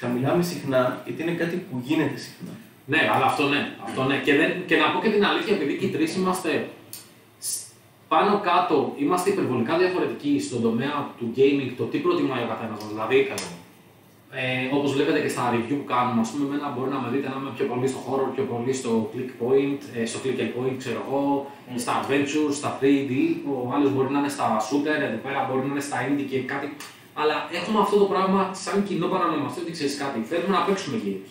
[SPEAKER 3] θα μιλάμε συχνά γιατί είναι κάτι που γίνεται συχνά.
[SPEAKER 2] Ναι, αλλά αυτό ναι. Αυτό ναι. Και, δεν, και να πω και την αλήθεια, επειδή και οι τρεις είμαστε σ- πάνω κάτω, είμαστε υπερβολικά διαφορετικοί στον τομέα του gaming, το τι προτιμάει ο καθένας μας. Δηλαδή, ε, όπως βλέπετε και στα review που κάνουμε, ας πούμε, εμένα μπορεί να με δείτε να είμαι πιο πολύ στο horror, πιο πολύ στο click point, ε, στο click and point, ξέρω εγώ, στα adventures, στα 3D. Ο άλλος μπορεί να είναι στα shooter, εδώ πέρα μπορεί να είναι στα indie και κάτι. Αλλά έχουμε αυτό το πράγμα σαν κοινό παρανομαστή ότι ξέρεις κάτι. Θέλουμε να παίξουμε games.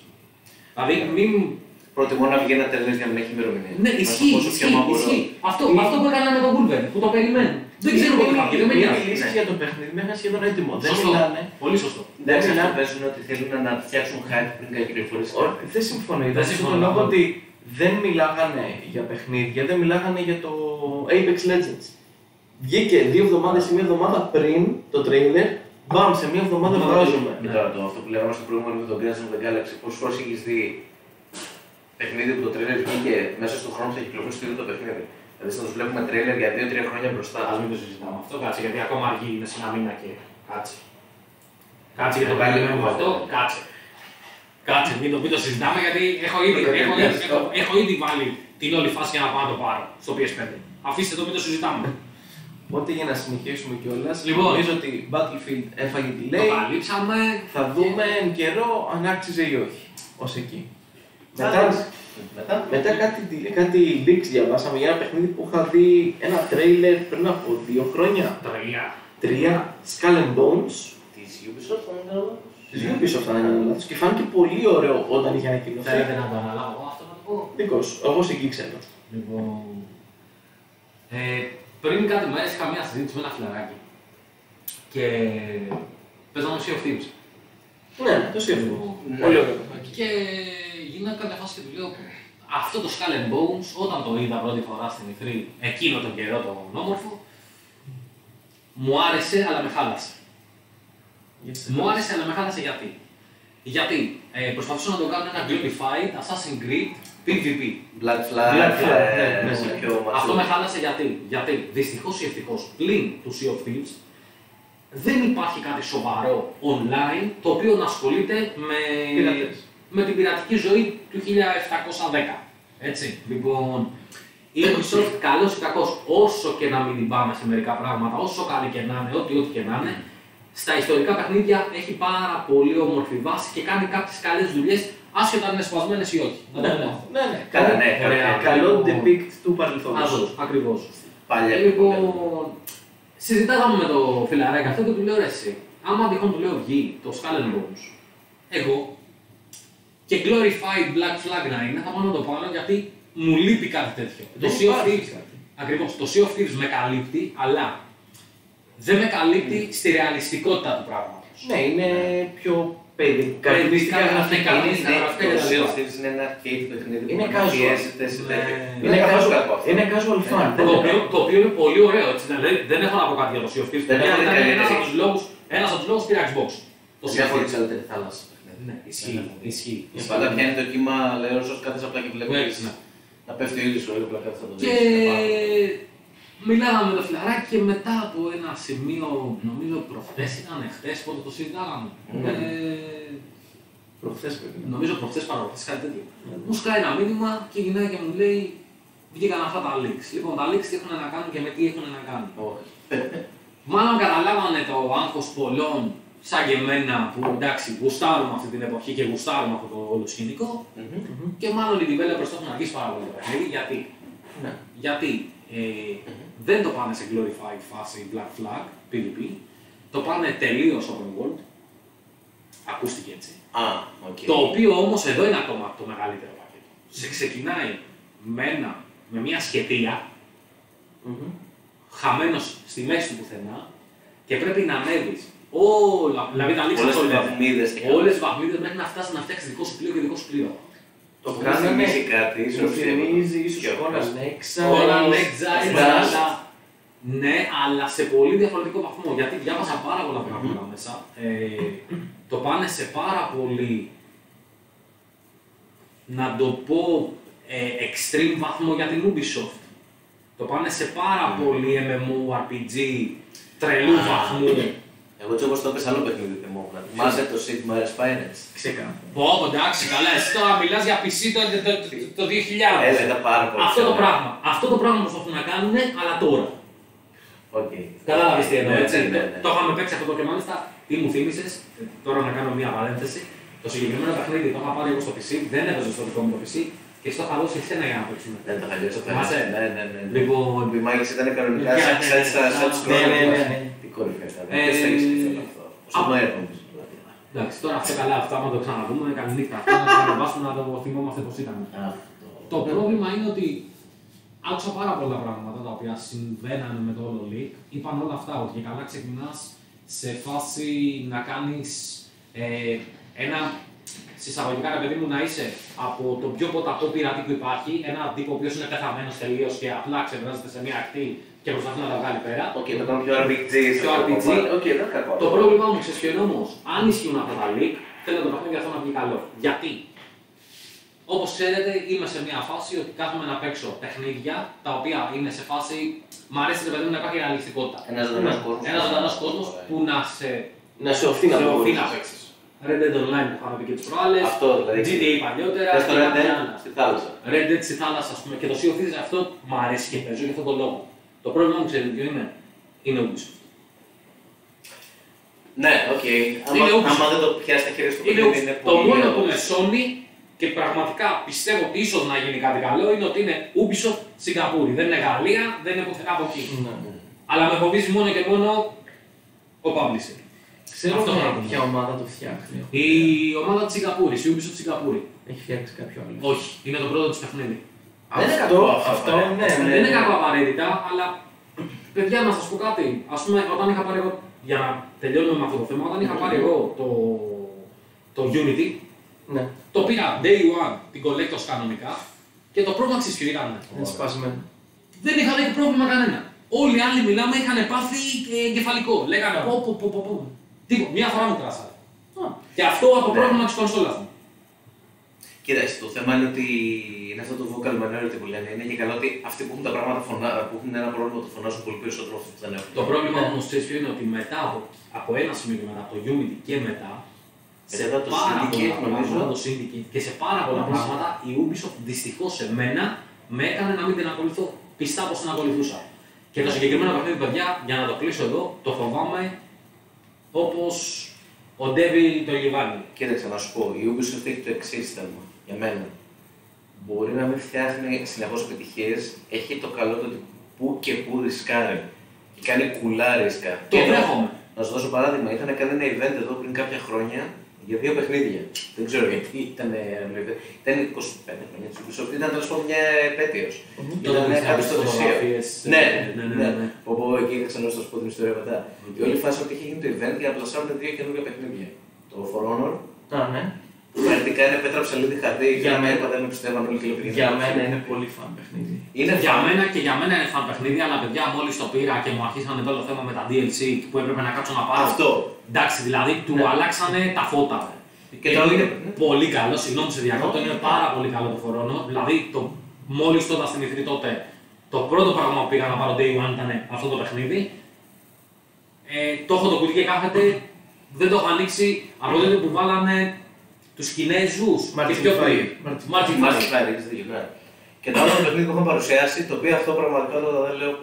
[SPEAKER 2] Δηλαδή, μην
[SPEAKER 1] Προτιμώ να βγαίνει ένα τελέ για να μην έχει ημερομηνία.
[SPEAKER 2] ναι,
[SPEAKER 1] Να το
[SPEAKER 2] ισχύει,
[SPEAKER 1] πω στο
[SPEAKER 2] ισχύει,
[SPEAKER 1] πιάμα μπορώ.
[SPEAKER 2] ισχύει. Αυτό, αυτό που έκανα με τον Wolver, που το περιμένουν. Δεν ξέρω πότε θα βγει, δεν με
[SPEAKER 3] Μην
[SPEAKER 2] νοιάζει.
[SPEAKER 3] μιλήσεις
[SPEAKER 1] ναι.
[SPEAKER 3] για το παιχνίδι μέχρι να είναι σχεδόν έτοιμο. Δεν
[SPEAKER 2] Σωστό.
[SPEAKER 3] μιλάνε.
[SPEAKER 2] Πολύ σωστό.
[SPEAKER 1] Εντάξει,
[SPEAKER 3] μιλάμε.
[SPEAKER 1] αυτά παίζουν ότι θέλουν να φτιάξουν hype πριν καν κυκλοφορήσει.
[SPEAKER 3] Ω, Δεν συμφωνώ.
[SPEAKER 2] Δεν
[SPEAKER 3] Δεν συμφωνώ.
[SPEAKER 2] συμφωνώ.
[SPEAKER 3] λόγω ότι δεν μιλάγανε για παιχνίδια, δεν μιλάγανε για το Apex Legends. Βγήκε δύο εβδομάδες ή μία εβδομάδα πριν το trailer. Μπαμ, σε μία εβδομάδα
[SPEAKER 2] Ναι.
[SPEAKER 3] βγάζουμε.
[SPEAKER 1] Και τώρα Ε, το αυτό που λέγαμε στο προηγούμενο με τον Guardians of the Galaxy, πόσε φορέ έχεις δει παιχνίδι που το τρέλερ βγήκε μέσα στον χρόνο που θα κυκλοφορήσει το ίδιο το παιχνίδι. Δηλαδή θα τους βλέπουμε τρέλερ για 2-3 χρόνια μπροστά.
[SPEAKER 2] Ας μην το συζητάμε αυτό, κάτσε γιατί ακόμα αργεί, είναι σε ένα μήνα και κάτσε. Κάτσε για το
[SPEAKER 1] Ε,
[SPEAKER 2] περιμένουμε
[SPEAKER 1] πάλι
[SPEAKER 2] αυτό,
[SPEAKER 1] κουβέντα.
[SPEAKER 2] κάτσε. Κάτσε, μην το, μην το συζητάμε γιατί έχω ήδη,
[SPEAKER 1] Το
[SPEAKER 2] έχω,
[SPEAKER 1] περιμένεις,
[SPEAKER 2] ήδη- έχω- έχω ήδη βάλει την όλη φάση για να πάω να το πάρω στο PS5. Αφήστε το, μην το συζητάμε.
[SPEAKER 3] Οπότε για να συνεχίσουμε κιόλας,
[SPEAKER 2] Λοιπόν.
[SPEAKER 3] νομίζω ότι Battlefield έφαγε
[SPEAKER 2] Το
[SPEAKER 3] delay.
[SPEAKER 2] καλύψαμε.
[SPEAKER 3] Θα δούμε εν καιρό αν άξιζε ή όχι. Ως εκεί.
[SPEAKER 1] Μετά-
[SPEAKER 3] Μετά,
[SPEAKER 1] Μετά.
[SPEAKER 3] μετά κάτι, κάτι leaks διαβάσαμε για ένα παιχνίδι που είχα δει ένα trailer πριν από δύο χρόνια.
[SPEAKER 2] Τρελιά.
[SPEAKER 3] Τρία Skull and Bones.
[SPEAKER 1] Τη Ubisoft θα ήταν εδώ.
[SPEAKER 3] Λίγο πίσω αυτά να κάνω λάθος και φάνηκε πολύ ωραίο όταν είχε ανακοινωθεί.
[SPEAKER 2] να το αναλάβω αυτό να το πω.
[SPEAKER 3] Δικός σου, εγώ σε εκεί ξέρω.
[SPEAKER 2] Λοιπόν. Ε, πριν κάτι μέρε είχα μια συζήτηση με ένα φιλαράκι. Και παίζαμε Sea of Thieves.
[SPEAKER 3] Ναι, το σύμφωνο.
[SPEAKER 1] Ναι.
[SPEAKER 3] Πολύ ωραίο.
[SPEAKER 2] Και γίνανε κάποια φάση και του λέω αυτό το Skull and Bones όταν το είδα πρώτη φορά στην E3 εκείνο τον καιρό τον όμορφο μου άρεσε αλλά με χάλασε. Μου άρεσε αλλά με χάλασε γιατί. Γιατί ε, προσπαθούσα να το κάνω ένα glorified Assassin's Creed PvP.
[SPEAKER 1] Black Flag.
[SPEAKER 3] Black Flag,
[SPEAKER 1] ε,
[SPEAKER 3] ναι, ναι,
[SPEAKER 1] σε
[SPEAKER 3] ναι.
[SPEAKER 1] πιο ματσό.
[SPEAKER 2] Αυτό με χάλασε γιατί, γιατί δυστυχώς ή ευτυχώς πλην του Sea of Thieves δεν υπάρχει κάτι σοβαρό online το οποίο να ασχολείται με,
[SPEAKER 3] Πειρατές.
[SPEAKER 2] με την πειρατική ζωή του 1710. Έτσι. Λοιπόν, η Ubisoft καλός ή κακός, όσο και να μην την πάμε σε μερικά πράγματα, όσο καλή και να είναι, ό,τι, ό,τι και να είναι, στα ιστορικά παιχνίδια έχει πάρα πολύ όμορφη βάση και κάνει κάποιες καλές δουλειές, άσχετα αν είναι σπασμένες ή όχι. Να το
[SPEAKER 3] Ναι,
[SPEAKER 2] πούμε αυτό.
[SPEAKER 3] ναι, ναι.
[SPEAKER 1] Καλά, ναι,
[SPEAKER 3] Καλό-
[SPEAKER 1] καλά.
[SPEAKER 3] Καλό
[SPEAKER 2] Λίγο-
[SPEAKER 3] depict του παρελθόντος.
[SPEAKER 2] Ακριβώς, ακριβώς.
[SPEAKER 1] Παλιά.
[SPEAKER 2] Λοιπόν, συζητάγαμε με το φιλαράκι αυτό και του λέω ρε εσύ, άμα τυχόν του λέω βγει το Skull and Bones, εγώ και Glorified Black Flag να είναι, θα πάω να το πάρω γιατί μου λείπει κάτι τέτοιο.
[SPEAKER 3] Δεν
[SPEAKER 2] το Sea of
[SPEAKER 3] υπάρχει
[SPEAKER 2] Thieves,
[SPEAKER 3] κάτι.
[SPEAKER 2] ακριβώς, το Sea of Thieves με καλύπτει, αλλά δεν με καλύπτει στη ρεαλιστικότητα του πράγματος.
[SPEAKER 3] Ναι, είναι πιο παιδικά.
[SPEAKER 2] Παιδικά, παιδικά,
[SPEAKER 3] γραφικά. Είναι-
[SPEAKER 2] παιδικά,
[SPEAKER 3] ναι,
[SPEAKER 1] Το
[SPEAKER 2] γραφικά.
[SPEAKER 1] Sea of Thieves είναι ένα arcade παιχνίδι
[SPEAKER 3] Είναι
[SPEAKER 1] που
[SPEAKER 3] casual. Ναι.
[SPEAKER 1] πιέζεται σε τέτοιο.
[SPEAKER 3] Είναι
[SPEAKER 1] καθόλου
[SPEAKER 3] casual-
[SPEAKER 1] κακό αυτό.
[SPEAKER 3] Είναι casual fan. Ναι.
[SPEAKER 2] Το οποίο, το οποίο είναι πολύ ωραίο, έτσι, δηλαδή δεν έχω να πω κάτι για το Sea of Thieves,
[SPEAKER 1] Δεν
[SPEAKER 2] παιδιά,
[SPEAKER 1] έχω
[SPEAKER 2] ήταν
[SPEAKER 1] δει
[SPEAKER 2] ένας
[SPEAKER 1] κανένα.
[SPEAKER 2] από τους λόγους, ένας από τους λόγους πήρα Xbox. Το Sea of Thieves.
[SPEAKER 1] διαφορετικό καλύτερη θάλασσα. παιχνίδι.
[SPEAKER 2] Ναι, ισχύει. ισχύει.
[SPEAKER 1] Και πάντα πιάνει το κύμα, λέει όσο κάθεσαι απλά και βλέπεις
[SPEAKER 2] Ναι.
[SPEAKER 1] να πέφτει ο ήλιος σου, απλά κάθεσαι να το
[SPEAKER 2] Και
[SPEAKER 1] βλέπεις, να πάμε.
[SPEAKER 2] μιλάγαμε με το φιλαράκι και μετά από ένα σημείο, νομίζω προχθές ήταν, χτες, πότε το συζητάγαμε.
[SPEAKER 1] Ναι.
[SPEAKER 2] Ε,
[SPEAKER 3] Προχθές παιδιά.
[SPEAKER 2] νομίζω προχθές παραπροχθές, κάτι τέτοιο.
[SPEAKER 3] Ναι.
[SPEAKER 2] Μου σκάει ένα μήνυμα και η γυναίκα μου λέει βγήκαν αυτά τα leaks. Λοιπόν, τα leaks τι έχουν να κάνουν και με τι έχουν να κάνουν.
[SPEAKER 1] Όχι.
[SPEAKER 2] Μάλλον καταλάβανε το άγχος πολλών σαν και εμένα που εντάξει γουστάρουμε αυτή την εποχή και γουστάρουμε αυτό το όλο σκηνικό
[SPEAKER 1] Μμμ.
[SPEAKER 3] Μμμ.
[SPEAKER 2] και μάλλον οι developers το έχουν αργήσει πάρα πολύ το παιχνίδι γιατί
[SPEAKER 3] Ναι.
[SPEAKER 2] Γιατί ε, δεν το πάνε σε glorified φάση Black Flag, PvP, το πάνε τελείως open world. Ακούστηκε έτσι.
[SPEAKER 1] Α, οκ.
[SPEAKER 2] Το οποίο όμως εδώ είναι ακόμα το μεγαλύτερο πακέτο. Σε ξεκινάει με, ένα, με μια σχετία,
[SPEAKER 3] Μμμ.
[SPEAKER 2] χαμένος στη μέση του πουθενά, και πρέπει να ανέβεις όλα. Δηλαδή να ανοίξει
[SPEAKER 1] Όλες
[SPEAKER 2] όλε
[SPEAKER 1] τις βαθμίδες και
[SPEAKER 2] Όλες τις βαθμίδες μέχρι να φτάσεις να φτιάξεις δικό σου πλοίο και δικό σου πλοίο.
[SPEAKER 3] Το
[SPEAKER 1] Μου
[SPEAKER 3] κάνανε.
[SPEAKER 1] θυμίζει κάτι, ίσως
[SPEAKER 3] Μου θυμίζει
[SPEAKER 1] και-
[SPEAKER 3] ίσως
[SPEAKER 1] και-
[SPEAKER 3] Conan
[SPEAKER 2] ναι.
[SPEAKER 3] Exiles.
[SPEAKER 2] Όλα Exiles,
[SPEAKER 3] Blast.
[SPEAKER 2] αλλά- Ναι, αλλά σε πολύ διαφορετικό βαθμό. Γιατί διάβασα πάρα πολλά πράγματα μέσα. Ε, το πάνε σε πάρα πολύ. Να το πω ε, extreme βαθμό για την Ubisoft. Το πάνε σε πάρα πολύ MMORPG τρελού βαθμού.
[SPEAKER 1] Εγώ έτσι όπως το έπαιξα άλλο παιχνίδι δεν μου έβγαλε.
[SPEAKER 2] Ναι.
[SPEAKER 1] Μάζε το Sigma Respinance.
[SPEAKER 3] Ξεκάθαρα.
[SPEAKER 2] Πω, εντάξει, καλά, εσύ τώρα μιλάς για PC το, το, το, το 2000.
[SPEAKER 1] Ε, ήταν πάρα πολύ
[SPEAKER 2] Αυτό το
[SPEAKER 1] ωραία.
[SPEAKER 2] πράγμα. Αυτό το πράγμα προσπαθούν να κάνουν, αλλά τώρα.
[SPEAKER 1] Οκ.
[SPEAKER 2] Κατάλαβε τι εννοώ,
[SPEAKER 1] Ναι,
[SPEAKER 2] έτσι.
[SPEAKER 1] ναι, ναι.
[SPEAKER 2] Το είχαμε παίξει αυτό το και μάλιστα τι μου θύμισες. Τώρα να κάνω μία παρένθεση. Το συγκεκριμένο παιχνίδι το είχα πάρει εγώ στο PC, δεν έπαιζε στο δικό μου το PC και στο είχα δώσει εσένα για να παίξουμε.
[SPEAKER 1] Δεν το χαλιώσω.
[SPEAKER 2] Θυμάσαι?
[SPEAKER 1] Ναι, ναι, ναι.
[SPEAKER 2] Λοιπόν,
[SPEAKER 1] Η μάγισσα ήταν κανονικά
[SPEAKER 2] Ναι,
[SPEAKER 1] σαν
[SPEAKER 2] ναι,
[SPEAKER 1] σαν-
[SPEAKER 2] ναι,
[SPEAKER 1] σαν- σαν τους
[SPEAKER 2] ναι, ναι,
[SPEAKER 1] χρόνους.
[SPEAKER 3] ναι, ναι.
[SPEAKER 1] Τι κόρυφα ήταν.
[SPEAKER 2] Ε,
[SPEAKER 1] Δεν στέγεις τι θέλω αυτό. Όσο
[SPEAKER 2] α-
[SPEAKER 1] το έρχομαι. δηλαδή.
[SPEAKER 2] εντάξει, τώρα αυτό καλά, αυτό άμα το ξαναδούμε, καλή νύχτα. Αυτό να το ανεβάσουμε να το θυμόμαστε πώς ήταν.
[SPEAKER 1] Αυτό.
[SPEAKER 2] Το πρόβλημα είναι ότι άκουσα πάρα πολλά πράγματα τα οποία συμβαίνανε με το όλο leak. Είπαν όλα αυτά ότι για καλά ξεκινάς σε φάση να κάνεις ε, ένα συσσαγωγικά ρε παιδί μου να είσαι από το πιο ποταπό πειρατή που υπάρχει, ένα τύπο ο οποίος είναι πεθαμένος τελείως και απλά ξεβράζεται σε μια ακτή και προσπαθεί να τα βγάλει πέρα.
[SPEAKER 1] Οκ, το κάνω πιο RPG.
[SPEAKER 2] Πιο RPG.
[SPEAKER 1] Οκ, δεν είναι κακό.
[SPEAKER 2] Το πρόβλημά μου ξεσχερεί όμως, αν ισχύουν αυτά τα leak, θέλω το παιχνίδι αυτό να βγει καλό. Γιατί. Όπως ξέρετε, είμαι σε μια φάση ότι κάθομαι να παίξω παιχνίδια τα οποία είναι σε φάση. Μ' αρέσει ρε παιδί μου να υπάρχει ρεαλιστικότητα.
[SPEAKER 1] Ένας ζωντανός
[SPEAKER 3] Ναι.
[SPEAKER 1] κόσμος.
[SPEAKER 2] Ένας ζωντανός κόσμος που να σε
[SPEAKER 3] Να σε οθεί να
[SPEAKER 2] προωθεί
[SPEAKER 3] μπορείς.
[SPEAKER 2] να παίξεις. Red Dead Online που είχαμε πει και τις προάλλες.
[SPEAKER 1] Αυτό δηλαδή.
[SPEAKER 2] GTA παλιότερα.
[SPEAKER 1] Θες το
[SPEAKER 2] και
[SPEAKER 1] Red
[SPEAKER 2] κάποια
[SPEAKER 1] Dead
[SPEAKER 2] άλλα.
[SPEAKER 1] στη θάλασσα.
[SPEAKER 2] Red Dead στη θάλασσα, ας πούμε, και το Sea of Thieves, αυτό μου αρέσει και παίζω για αυτόν τον λόγο. Το πρόβλημα μου ξέρετε ποιο είναι. Είναι Ubisoft.
[SPEAKER 1] Ναι, οκ. Άμα-
[SPEAKER 2] Είναι Ubisoft.
[SPEAKER 1] Άμα δεν το πιάσει τα χέρια στο
[SPEAKER 2] Είναι
[SPEAKER 1] παιχνίδι, είναι
[SPEAKER 2] το
[SPEAKER 1] πολύ
[SPEAKER 2] μόνο
[SPEAKER 1] ωραίο.
[SPEAKER 2] που είναι Sony και πραγματικά πιστεύω ότι ίσως να γίνει κάτι καλό είναι ότι είναι Ubisoft Σιγκαπούρη. Δεν είναι Γαλλία, δεν είναι πουθενά από εκεί.
[SPEAKER 3] Ναι.
[SPEAKER 2] Αλλά με φοβίζει μόνο και μόνο ο publisher.
[SPEAKER 3] Ξέρω
[SPEAKER 2] Αυτό
[SPEAKER 3] ποια-
[SPEAKER 2] να πούμε.
[SPEAKER 3] ποια ομάδα το φτιάχνει.
[SPEAKER 2] Η ομάδα της Σιγκαπούρης, η Ubisoft Σιγκαπούρη.
[SPEAKER 3] Έχει φτιάξει κάποιο άλλο.
[SPEAKER 2] Όχι, είναι το πρώτο της παιχνίδι.
[SPEAKER 1] Δεν είναι κακό αυτό,
[SPEAKER 3] αυτό,
[SPEAKER 1] ε.
[SPEAKER 3] ναι, ναι.
[SPEAKER 2] δεν είναι
[SPEAKER 3] ναι.
[SPEAKER 2] κακό απαραίτητα, αλλά παιδιά να σας πω κάτι. Ας πούμε, όταν είχα πάρει εγώ. Για να τελειώνουμε με αυτό το θέμα, όταν είχα πάρει εγώ το, το Unity,
[SPEAKER 3] Ναι,
[SPEAKER 2] το πήρα day one την Collectors κανονικά και το πρώτο αξιοσχηρή ήταν.
[SPEAKER 3] είναι σπασμένο.
[SPEAKER 2] Δεν είχαν έχει πρόβλημα κανένα. Όλοι οι άλλοι μιλάμε είχαν πάθει ε, εγκεφαλικό. Λέγανε πω πω πω πω πω. Τίποτα, μια φορά μου κράσανε. Και αυτό από
[SPEAKER 1] Ναι.
[SPEAKER 2] πρόβλημα της κονσόλας μου.
[SPEAKER 1] Κοίταξε, το θέμα είναι ότι είναι αυτό το vocal minority που λένε. Είναι και καλό ότι αυτοί που έχουν τα πράγματα φωνά, που έχουν ένα πρόβλημα το φωνάζουν πολύ περισσότερο από αυτοί που δεν έχουν.
[SPEAKER 2] Το πρόβλημα όμως ξέρεις ποιο είναι ότι μετά από, από ένα σημείο και μετά, από το Unity και μετά, σε
[SPEAKER 1] Μετά το
[SPEAKER 2] πάρα
[SPEAKER 1] Syndicate,
[SPEAKER 2] πολλά
[SPEAKER 1] νομίζω.
[SPEAKER 2] πράγματα, το Syndicate και σε πάρα πολλά
[SPEAKER 3] Νομίζω.
[SPEAKER 2] πράγματα η Ubisoft δυστυχώς σε μένα με έκανε να μην την ακολουθώ. Πιστά πως την ακολουθούσα. Και το συγκεκριμένο παιχνίδι, παιδιά, για να το κλείσω εδώ, το φοβάμαι όπως ο Ντέβι το Λιβάνι.
[SPEAKER 1] Κοίταξε να σου πω, η Ubisoft έχει το εξής θέμα για μένα. Μπορεί να μην φτιάχνει συνεχώς επιτυχίες, έχει το καλό του ότι που και που ρισκάρει. Και κάνει κουλά ρίσκα.
[SPEAKER 2] Το
[SPEAKER 1] Και εδώ-
[SPEAKER 2] δέχομαι.
[SPEAKER 1] Να σου δώσω παράδειγμα, είχαν κάνει ένα event εδώ πριν κάποια χρόνια για δύο παιχνίδια. Δεν ξέρω γιατί ήταν. ήταν 25 χρόνια της Ubisoft, ήταν τέλος πάντων μια επέτειος.
[SPEAKER 2] Τότε
[SPEAKER 1] Ήταν
[SPEAKER 2] είχαμε
[SPEAKER 1] κάποιο
[SPEAKER 2] τις
[SPEAKER 1] στο Δυσσείο.
[SPEAKER 2] φωτογραφίες, ε,
[SPEAKER 1] Ναι,
[SPEAKER 2] ναι, ναι,
[SPEAKER 1] ναι.
[SPEAKER 2] ναι.
[SPEAKER 1] Οπότε εκεί θα ξανά σα πω την ιστορία μετά. Η όλη φάση ότι είχε γίνει το event για να πλασάρουν δύο καινούργια παιχνίδια. Το For Honor,
[SPEAKER 3] Α, ναι.
[SPEAKER 1] που πρακτικά είναι πέτρα ψαλίδι χαρτί,
[SPEAKER 3] Για
[SPEAKER 1] για μένα
[SPEAKER 3] μένα.
[SPEAKER 1] δεν με πιστεύαν όλοι και λέγανε,
[SPEAKER 3] Για μένα είναι πολύ φαν παιχνίδι.
[SPEAKER 1] Είναι
[SPEAKER 2] Για
[SPEAKER 1] φαν.
[SPEAKER 2] μένα και για μένα είναι φαν παιχνίδι, αλλά παιδιά μόλις το πήρα και μου αρχίσανε το όλο θέμα με τα DLC που έπρεπε να κάτσω να πάρω.
[SPEAKER 1] Αυτό.
[SPEAKER 2] Εντάξει, δηλαδή του αλλάξανε τα φώτα.
[SPEAKER 1] Ναι. Και το άλλο
[SPEAKER 2] είναι
[SPEAKER 1] είναι. Ναι.
[SPEAKER 2] πολύ καλό, συγγνώμη σε διακόπτω, είναι πάρα πολύ καλό το φορόνο. Δηλαδή, το, μόλις το είδα στην ηθρή τότε, το πρώτο πράγμα που πήγα να πάρω day one ήταν αυτό το παιχνίδι. Ε, το έχω το κουτί και κάθεται, δεν το έχω ανοίξει από τότε που βάλανε τους Κινέζους και
[SPEAKER 3] Martin
[SPEAKER 2] πιο πριν.
[SPEAKER 3] Fire. Martin-
[SPEAKER 2] Martin
[SPEAKER 1] Μα
[SPEAKER 2] Fire.
[SPEAKER 1] χάρη, έχεις δίκιο, ναι. Και το άλλο παιχνίδι που είχαν παρουσιάσει, το οποίο αυτό πραγματικά τώρα δεν λέω,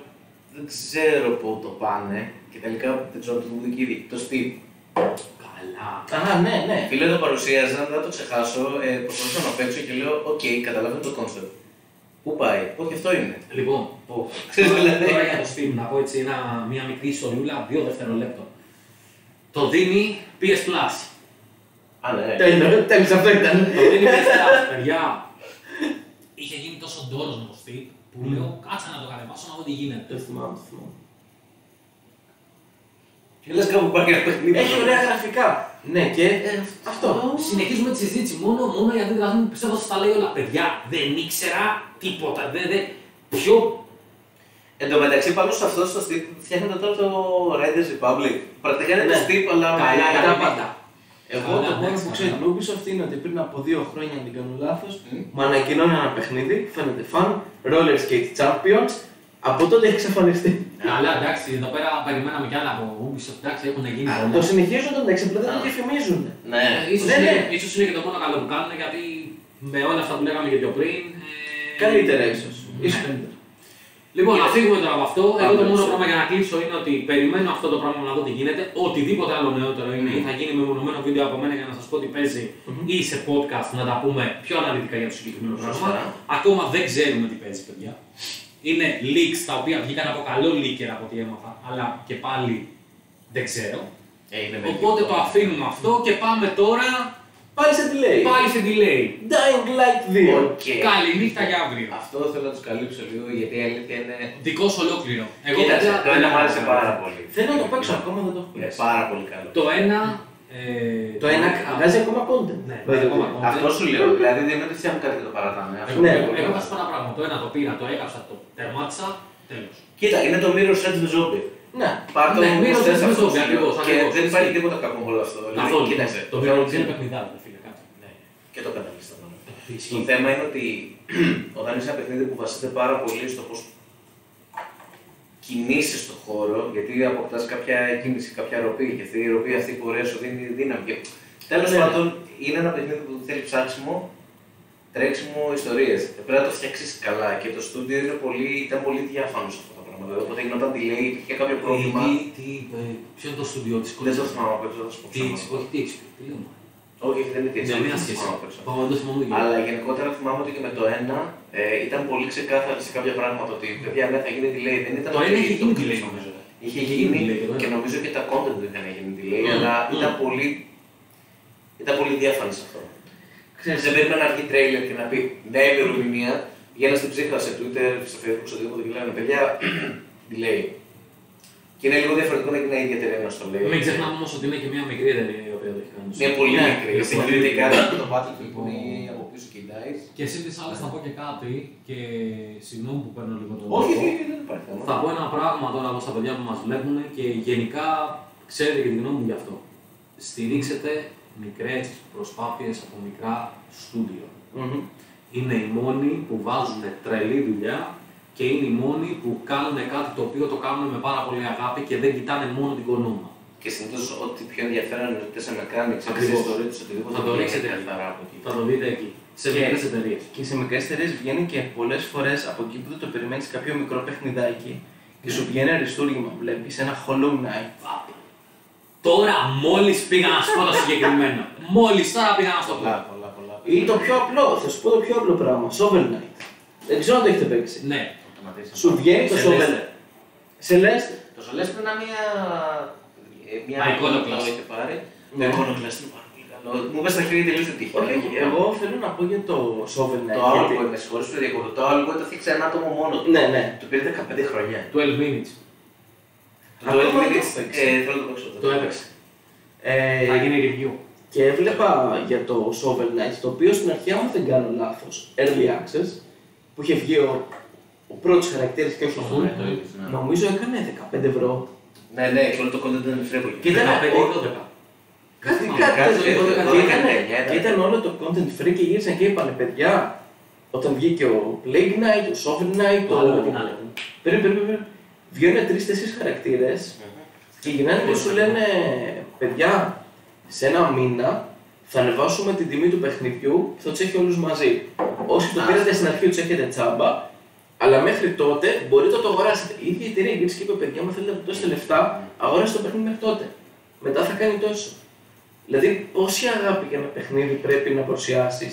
[SPEAKER 1] δεν ξέρω πού το πάνε και τελικά δεν ξέρω αν το έχουν δει και ήδη. Το Steam.
[SPEAKER 2] Καλά.
[SPEAKER 3] Α, ναι, ναι.
[SPEAKER 1] Φίλε, το παρουσίαζαν, δεν θα το ξεχάσω. Ε, προσπαθούσα να παίξω και λέω: Οκ, καταλαβαίνω το κόνσεπτ. Πού πάει, Όχι, αυτό είναι.
[SPEAKER 2] Λοιπόν,
[SPEAKER 1] Πω. Ξέρεις, δηλαδή.
[SPEAKER 2] Τώρα για το Steam, να πω έτσι ένα, μια μικρή ιστοριούλα, δύο δευτερολέπτων. Το δίνει PS Plus.
[SPEAKER 1] Α, ναι.
[SPEAKER 3] Τέλειο, τέλειο, αυτό ήταν.
[SPEAKER 2] Το δίνει PS Plus, παιδιά. Είχε γίνει τόσο ντόρος με το Steam που λέω κάτσα να το κατεβάσω να δω τι γίνεται.
[SPEAKER 3] Το θυμάμαι, το θυμάμαι.
[SPEAKER 1] Λες κάπου πάει ένα παιχνίδι.
[SPEAKER 3] Έχει ωραία γραφικά. Ναι, και ε, αυτό.
[SPEAKER 2] Συνεχίζουμε τη συζήτηση μόνο, μόνο γιατί δηλαδή πιστεύω ότι σας τα λέει όλα. Παιδιά, δεν ήξερα τίποτα. Δεν, δεν, ποιο.
[SPEAKER 1] Εν τω μεταξύ, πάνω σε αυτό στο Steam φτιάχνεται τώρα το Riders Republic. Πρακτικά είναι το
[SPEAKER 3] Ναι.
[SPEAKER 1] Steam, αλλά.
[SPEAKER 2] Καλά,
[SPEAKER 1] με-
[SPEAKER 2] τα
[SPEAKER 1] τα-
[SPEAKER 2] πάντα.
[SPEAKER 3] Ε, Εγώ
[SPEAKER 2] Καλά,
[SPEAKER 3] το μόνο
[SPEAKER 2] εντάξει,
[SPEAKER 3] που ξέρω
[SPEAKER 2] καλά.
[SPEAKER 3] την Ubisoft είναι ότι πριν από δύο χρόνια, αν δεν κάνω λάθος,
[SPEAKER 1] Μμ.
[SPEAKER 3] μου ανακοινώνει ένα παιχνίδι, φαίνεται φαν, Roller Skate Champions. Από τότε έχει εξαφανιστεί.
[SPEAKER 2] Αλλά εντάξει, εδώ πέρα περιμέναμε κι άλλα από Ubisoft. Εντάξει, έχουν γίνει
[SPEAKER 1] Α,
[SPEAKER 2] πολλά. Ε,
[SPEAKER 3] Το συνεχίζουν, το εντάξει, απλά δεν το διαφημίζουν.
[SPEAKER 1] Ναι.
[SPEAKER 2] Ίσως,
[SPEAKER 3] Ναι,
[SPEAKER 2] είναι,
[SPEAKER 3] ναι.
[SPEAKER 2] ίσως είναι και το μόνο καλό που κάνουν γιατί με όλα αυτά που λέγαμε και πιο πριν. ε,
[SPEAKER 3] Καλύτερα, ίσως.
[SPEAKER 2] Ναι.
[SPEAKER 3] Ίσως καλύτερα.
[SPEAKER 2] Λοιπόν, να φύγουμε τώρα από αυτό. Εγώ
[SPEAKER 1] Πάμε
[SPEAKER 2] το μόνο
[SPEAKER 1] στο-
[SPEAKER 2] πράγμα για να κλείσω είναι ότι περιμένω αυτό το πράγμα να δω τι γίνεται. Οτιδήποτε άλλο νεότερο είναι
[SPEAKER 1] Mm.
[SPEAKER 2] ή θα γίνει με μονομένο βίντεο από μένα για να σας πω τι παίζει
[SPEAKER 3] Μμμ.
[SPEAKER 2] ή σε podcast να τα πούμε πιο αναλυτικά για το συγκεκριμένο
[SPEAKER 1] Mm-hmm. Σωστά.
[SPEAKER 2] πράγμα. Ακόμα δεν ξέρουμε τι παίζει, παιδιά. Είναι leaks τα οποία βγήκαν από καλό leaker από ό,τι έμαθα, αλλά και πάλι δεν ξέρω.
[SPEAKER 1] Ε, είναι
[SPEAKER 2] Οπότε το αφήνουμε αυτό και πάμε τώρα
[SPEAKER 3] Πάλι σε τι λέει.
[SPEAKER 2] πάλι σε delay.
[SPEAKER 3] Dying Light 2.
[SPEAKER 1] Οκ.
[SPEAKER 2] Καληνύχτα για αύριο.
[SPEAKER 1] Αυτό θέλω να τους καλύψω λίγο γιατί η αλήθεια είναι.
[SPEAKER 2] Δικό σου ολόκληρο.
[SPEAKER 1] Κοίταξε,
[SPEAKER 2] παιδιά,
[SPEAKER 1] το ένα
[SPEAKER 2] δεν
[SPEAKER 1] μου άρεσε
[SPEAKER 2] έχω
[SPEAKER 1] πάρα πολύ.
[SPEAKER 3] Θέλω να το παίξω ακόμα, δεν το
[SPEAKER 2] Ε,
[SPEAKER 3] έχω
[SPEAKER 1] Είναι
[SPEAKER 3] παίξει.
[SPEAKER 1] πάρα πολύ καλό.
[SPEAKER 2] Το ένα. Ε,
[SPEAKER 3] Το ένα
[SPEAKER 2] α,
[SPEAKER 3] βγάζει ακόμα content.
[SPEAKER 2] Ναι,
[SPEAKER 3] by the way.
[SPEAKER 2] ακόμα content.
[SPEAKER 1] Αυτό σου λέω, δηλαδή δεν είναι ότι φτιάχνουν κάτι και το παρατάμε. Αυτό
[SPEAKER 3] Ναι,
[SPEAKER 1] είναι
[SPEAKER 2] Εγώ,
[SPEAKER 1] πολύ
[SPEAKER 2] εγώ
[SPEAKER 1] καλό.
[SPEAKER 2] θα σου πω ένα πράγμα. Το ένα το πήρα, το έκαψα, το τερμάτισα. Τέλος.
[SPEAKER 1] Κοίτα, είναι το Mirror Edge the Zombie.
[SPEAKER 3] Ναι.
[SPEAKER 1] Πάρ' το
[SPEAKER 2] Ναι, Mirror's
[SPEAKER 1] όπως θες
[SPEAKER 2] Edge
[SPEAKER 1] αυτό
[SPEAKER 2] Zombie,
[SPEAKER 1] σου λέω.
[SPEAKER 2] ακριβώς,
[SPEAKER 1] Και
[SPEAKER 2] ακριβώς.
[SPEAKER 1] δεν υπάρχει τίποτα κακό με όλο αυτό. Δηλαδή,
[SPEAKER 2] Καθόλου.
[SPEAKER 1] Κοίταξε,
[SPEAKER 2] Το
[SPEAKER 1] θέμα
[SPEAKER 2] βίντεο είναι
[SPEAKER 1] είναι-
[SPEAKER 2] παιχνιδάκι, δεν φίλε κάτι. Ναι.
[SPEAKER 1] Και το καταλήξεις τα πάντα. Το
[SPEAKER 2] Ισχύει.
[SPEAKER 1] θέμα είναι ότι <clears throat> όταν είσαι ένα παιχνίδι που βασίζεται πάρα πολύ στο πώς κινήσεις το χώρο, γιατί αποκτάς κάποια κίνηση, κάποια ροπή, και αυτή η ροπή αυτή που ωραία σου δίνει δύναμη. Τέλος
[SPEAKER 3] Ναι.
[SPEAKER 1] πάντων, είναι ένα παιχνίδι που θέλει ψάξιμο, τρέξιμο ιστορίες. Πρέπει να το φτιάξεις καλά και το στούντιο είναι πολύ, ήταν πολύ διάφανο σε αυτά τα πράγματα. Δηλαδή, Οπότε γινόταν delay, υπήρχε κάποιο πρόβλημα.
[SPEAKER 2] Τι- τι- ε, Ποιο είναι το στούντιο τη
[SPEAKER 1] Δεν το θυμάμαι απ' έξω, θα σου πω
[SPEAKER 2] Τι
[SPEAKER 1] ξανά.
[SPEAKER 2] Xbox, όχι τι Xbox, τι λέμε.
[SPEAKER 1] Όχι, δεν είναι
[SPEAKER 2] Δεν
[SPEAKER 1] τέτοιο.
[SPEAKER 2] έχει
[SPEAKER 1] δεν
[SPEAKER 2] καμία
[SPEAKER 1] το
[SPEAKER 2] σχέση.
[SPEAKER 1] θυμάμαι απ' έξω.
[SPEAKER 2] Πάμε να το θυμάμαι και.
[SPEAKER 1] Αλλά γενικότερα θυμάμαι ότι και με το 1 ε, ήταν πολύ ξεκάθαρο σε κάποια πράγματα ότι παιδιά ναι, θα γίνει delay. Δεν ήταν
[SPEAKER 2] Το
[SPEAKER 1] ότι
[SPEAKER 2] ένα είχε γίνει
[SPEAKER 1] το
[SPEAKER 2] delay,
[SPEAKER 1] κλείσαμε.
[SPEAKER 2] νομίζω.
[SPEAKER 1] Είχε
[SPEAKER 2] Είχε
[SPEAKER 1] γίνει
[SPEAKER 2] γίνει delay, ναι. το
[SPEAKER 1] και
[SPEAKER 2] ένα.
[SPEAKER 1] νομίζω και τα content δεν είχαν γίνει delay,
[SPEAKER 2] Mm.
[SPEAKER 1] αλλά
[SPEAKER 2] Mm.
[SPEAKER 1] ήταν πολύ, ήταν πολύ διάφανη σε αυτό.
[SPEAKER 3] Ξέρεις,
[SPEAKER 1] Δεν πρέπει να βγει trailer και να πει ναι, η ημερομηνία. Βγαίνα στην ψύχα σε Twitter, στο Facebook, σε οτιδήποτε και λένε παιδιά, <clears throat> delay. Και είναι λίγο διαφορετικό να είναι η ίδια εταιρεία να στο λέει.
[SPEAKER 2] Μην ξεχνάμε όμως ότι είναι και μια μικρή εταιρεία η οποία το έχει κάνει.
[SPEAKER 1] Είναι πολύ
[SPEAKER 3] Ναι,
[SPEAKER 1] μικρή.
[SPEAKER 2] πολύ
[SPEAKER 1] Συγκριτικά
[SPEAKER 2] μικρή.
[SPEAKER 1] με το Battlefield που είναι από πίσω και η Dice.
[SPEAKER 2] Και εσύ τι άλλε θα πω και κάτι και συγγνώμη που παίρνω λίγο το
[SPEAKER 1] Όχι,
[SPEAKER 2] λόγο.
[SPEAKER 1] δεν δεν υπάρχει θέμα.
[SPEAKER 2] Θα πω ένα πράγμα τώρα εδώ στα παιδιά που μας βλέπουν και γενικά ξέρετε και τη γνώμη μου γι' αυτό. Στηρίξετε μικρές προσπάθειες από μικρά στούντιο.
[SPEAKER 3] Μμμ.
[SPEAKER 2] Είναι οι μόνοι που βάζουν τρελή δουλειά και είναι οι μόνοι που κάνουν κάτι το οποίο το κάνουν με πάρα πολύ αγάπη και δεν κοιτάνε μόνο την κονόμα.
[SPEAKER 1] Και συνήθως ό,τι πιο ενδιαφέρον ρωτήτε σε μεκάνη, ξέρει
[SPEAKER 2] Ακριβώς.
[SPEAKER 1] την ιστορία τους, οτιδήποτε.
[SPEAKER 2] Θα το
[SPEAKER 1] δεν
[SPEAKER 2] ρίξετε
[SPEAKER 1] είναι
[SPEAKER 2] εκεί.
[SPEAKER 1] καθαρά από εκεί.
[SPEAKER 2] Θα το δείτε εκεί, σε
[SPEAKER 3] Και-
[SPEAKER 2] μικρές εταιρείες.
[SPEAKER 3] Και σε μικρές εταιρείες βγαίνει και πολλές φορές από εκεί που δεν το περιμένεις κάποιο μικρό παιχνιδάκι και σου βγαίνει αριστούργημα. Βλέπεις ένα Hollow Knight.
[SPEAKER 2] Τώρα μόλις πήγα να σου πω το συγκεκριμένο. μόλις τώρα πήγα να σου το πω.
[SPEAKER 1] πολλά, πολλά.
[SPEAKER 3] Ή το πιο απλό, θα σου πω το πιο απλό πράγμα. Shovel Knight. Δεν ξέρω αν το έχετε παίξει.
[SPEAKER 2] Ναι.
[SPEAKER 3] Σου βγαίνει το
[SPEAKER 2] Σε
[SPEAKER 3] Shovel
[SPEAKER 2] Leicester.
[SPEAKER 3] Knight. Σε λες,
[SPEAKER 1] Το Σολέ πρέπει να είναι μια. ε, Μια
[SPEAKER 2] Μα
[SPEAKER 1] που
[SPEAKER 2] Iconoclast.
[SPEAKER 1] είχε πάρει.
[SPEAKER 3] Ναι.
[SPEAKER 1] Το Iconoclast είναι πάρα πολύ καλό. Μου είπες στα χέρια τελείως την Ναι, τύχη.
[SPEAKER 3] όχι, εγώ θέλω να πω για το Shovel Knight.
[SPEAKER 1] Το άλλο
[SPEAKER 3] γιατί-
[SPEAKER 1] που με συγχωρείτε που το διακόπτω, το άλλο που το θίξε ένα άτομο μόνος του.
[SPEAKER 3] Ναι, ναι.
[SPEAKER 1] Του πήρε 15 χρόνια.
[SPEAKER 2] 12 minutes.
[SPEAKER 1] Το
[SPEAKER 3] Ακόμα δεν το
[SPEAKER 1] Elden Ring,
[SPEAKER 3] έχω παίξει.
[SPEAKER 1] ε, Θέλω να το παίξω.
[SPEAKER 2] Το έπαιξε.
[SPEAKER 3] Ε,
[SPEAKER 2] Θα γίνει review.
[SPEAKER 3] Και έβλεπα για το Shovel Knight, το οποίο στην αρχή, αν δεν κάνω λάθος, early access, που είχε βγει ο, ο πρώτος χαρακτήρας και όχι ο
[SPEAKER 2] Ναι,
[SPEAKER 3] full,
[SPEAKER 1] το είδες, ναι.
[SPEAKER 3] νομίζω έκανε 15 ευρώ.
[SPEAKER 1] Ναι, ναι, και όλο το content ήταν free.
[SPEAKER 3] Και ήταν
[SPEAKER 2] 15 ή
[SPEAKER 3] ο-
[SPEAKER 2] 12.
[SPEAKER 3] Κάτι,
[SPEAKER 2] Μα,
[SPEAKER 3] κάτι
[SPEAKER 1] κάτι
[SPEAKER 3] τέτοιο.
[SPEAKER 1] τέτοιο,
[SPEAKER 3] Και
[SPEAKER 1] δώδεκα,
[SPEAKER 3] ήταν-
[SPEAKER 1] εννιά ήταν.
[SPEAKER 3] Και ήταν όλο το content free και γύρισαν και είπανε παιδιά, όταν βγήκε ο Plague Knight, ο Sovereign Knight,
[SPEAKER 2] Το
[SPEAKER 3] το.
[SPEAKER 2] άλλο με την άλλη.
[SPEAKER 3] Περίμενε, περίμενε, περίμενε. Βγαίνουν τρει-τέσσερι χαρακτήρε
[SPEAKER 1] Ναι.
[SPEAKER 3] και γυρνάνε και σου λένε παιδιά, σε ένα μήνα θα ανεβάσουμε την τιμή του παιχνιδιού και θα του έχει όλους μαζί. Όσοι το
[SPEAKER 1] Α.
[SPEAKER 3] πήρατε στην αρχή του έχετε τσάμπα, αλλά μέχρι τότε μπορείτε να το αγοράσετε. Η ίδια η εταιρεία γύρισε και είπε: Παιδιά, αν θέλετε να μου δώσετε λεφτά, αγοράστε το παιχνίδι μέχρι τότε. Μετά θα κάνει τόσο. Δηλαδή, πόση αγάπη για ένα παιχνίδι πρέπει να παρουσιάσεις,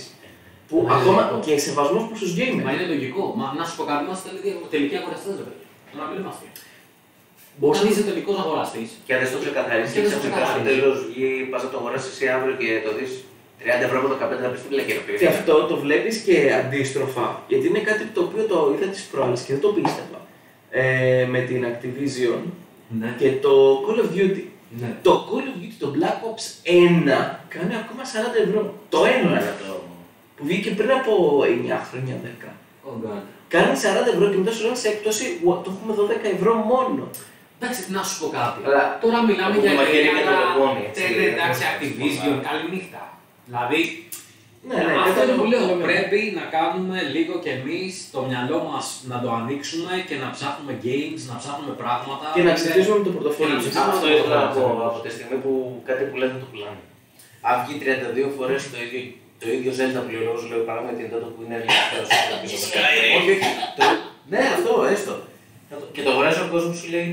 [SPEAKER 3] που
[SPEAKER 2] Ναι,
[SPEAKER 3] ακόμα
[SPEAKER 2] λογικό.
[SPEAKER 3] και σεβασμός προς
[SPEAKER 2] Ε,
[SPEAKER 3] τους
[SPEAKER 2] Μα
[SPEAKER 3] gamers.
[SPEAKER 2] είναι λογικό. Μα να σου πω κάτι, είμαστε τελικοί- τελικοί αγοραστές, ρε παιδιά. Τώρα μην είμαστε.
[SPEAKER 3] Μπορείς
[SPEAKER 2] Όταν
[SPEAKER 3] να-
[SPEAKER 2] είσαι τελικός αγοραστής,
[SPEAKER 1] Και αν δεν στο ξεκαθαρίσει
[SPEAKER 2] Και
[SPEAKER 1] και
[SPEAKER 2] δεν
[SPEAKER 1] ξαφνικά στο
[SPEAKER 2] ξεκαθαρίζεις.
[SPEAKER 1] τέλο βγει, πας να το αγοράσεις εσύ αύριο και το δεις 30 ευρώ από το 15 να πεις τι λέει και το πήρε.
[SPEAKER 3] Και αυτό το βλέπεις και αντίστροφα, γιατί είναι κάτι το οποίο το είδα τι προάλλε και δεν το πίστευα. Ε, με την Activision
[SPEAKER 2] Ναι.
[SPEAKER 3] και το Call of Duty.
[SPEAKER 2] Ναι.
[SPEAKER 3] Το Call of Duty, το Black Ops 1, κάνει ακόμα 40 ευρώ. Το
[SPEAKER 1] Ωραία,
[SPEAKER 3] 1
[SPEAKER 1] το-
[SPEAKER 3] που βγήκε πριν από 9 χρόνια, 10.
[SPEAKER 2] Oh God.
[SPEAKER 3] Κάνει 40 ευρώ και μετά σου λένε σε έκπτωση, «Ουα, το έχουμε 12 ευρώ μόνο.
[SPEAKER 2] Εντάξει, να σου πω κάτι.
[SPEAKER 1] Καλά.
[SPEAKER 2] Τώρα μιλάμε
[SPEAKER 1] Το
[SPEAKER 2] για
[SPEAKER 1] μαχαίρι
[SPEAKER 2] εταιρεία,
[SPEAKER 1] και το λεμόνι, έτσι,
[SPEAKER 2] τε-
[SPEAKER 1] δεν
[SPEAKER 2] Εντάξει,
[SPEAKER 1] θα
[SPEAKER 2] Activision,
[SPEAKER 1] συμφωνώ.
[SPEAKER 2] καλή νύχτα. Δηλαδή,
[SPEAKER 3] Ναι, ναι,
[SPEAKER 2] αυτό είναι
[SPEAKER 3] κατάλαβα,
[SPEAKER 2] που λέω.
[SPEAKER 3] κατάλαβα.
[SPEAKER 2] Πρέπει να κάνουμε λίγο κι εμείς το μυαλό μας να το ανοίξουμε και να ψάχνουμε games, να ψάχνουμε πράγματα.
[SPEAKER 3] Και να ξεφύγουμε το πορτοφόλι
[SPEAKER 2] Και να
[SPEAKER 3] τους.
[SPEAKER 2] ψάχνουμε
[SPEAKER 1] Αυτό
[SPEAKER 2] το
[SPEAKER 1] ήθελα να
[SPEAKER 2] πορτοφόλι
[SPEAKER 1] πω
[SPEAKER 2] τους.
[SPEAKER 1] από τη στιγμή που κάτι που λένε το πουλάνε. Αν βγει 32 φορές το ίδιο, το ίδιο Zelda πληρώνω, σου λέω παράδειγμα την τότε που είναι ελεύθερο. Όχι, όχι. το- Ναι, αυτό έστω. Και το αγοράζει ο κόσμος σου λέει.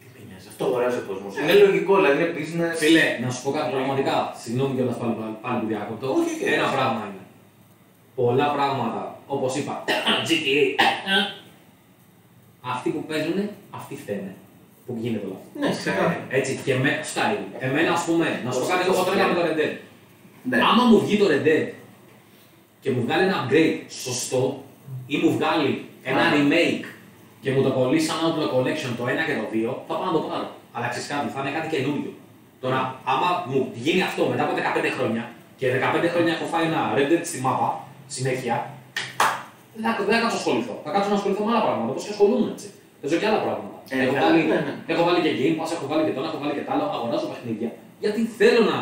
[SPEAKER 1] Τι με νοιάζει, αυτό αγοράζει ο κόσμος. Είναι λογικό, δηλαδή είναι business.
[SPEAKER 2] Φίλε, να σου πω κάτι πραγματικά. Συγγνώμη κιόλας πάλι, πάλι που διακόπτω.
[SPEAKER 1] Όχι, όχι.
[SPEAKER 2] Ένα πράγμα είναι. Πολλά πράγματα, όπως είπα, <coughs> GTA.
[SPEAKER 1] Ε.
[SPEAKER 2] αυτοί που παίζουν, αυτοί φταίνε. Που γίνεται όλα αυτό.
[SPEAKER 3] Ναι, ξεκάθαρα.
[SPEAKER 2] Έτσι, και με, αυτά είναι. Εμένα, ας πούμε, να σου πω κάτι, εγώ έχω τρέλα με το Red Dead.
[SPEAKER 1] Ναι.
[SPEAKER 2] Άμα μου βγει το Red Dead και μου βγάλει ένα upgrade σωστό ή μου βγάλει ένα
[SPEAKER 1] Α.
[SPEAKER 2] remake και μου το κολλεί σαν Outlaw Collection το 1 και το 2, θα πάω να το πάρω. Αλλά ξέρεις κάτι, θα είναι κάτι καινούριο. Τώρα, άμα μου γίνει αυτό μετά από 15 χρόνια και 15 χρόνια έχω φάει ένα Red Dead στη μάπα συνέχεια, δεν θα, δεν θα κάτσω να ασχοληθώ. Θα κάτσω να ασχοληθώ με άλλα πράγματα, όπως και ασχολούμαι έτσι. Παίζω και άλλα πράγματα.
[SPEAKER 1] Ε,
[SPEAKER 2] έχω,
[SPEAKER 1] ναι,
[SPEAKER 2] βάλει,
[SPEAKER 3] ναι, ναι.
[SPEAKER 2] έχω βάλει και Game Pass, έχω βάλει και το ένα, έχω βάλει και το άλλο, αγοράζω παιχνίδια. Γιατί θέλω να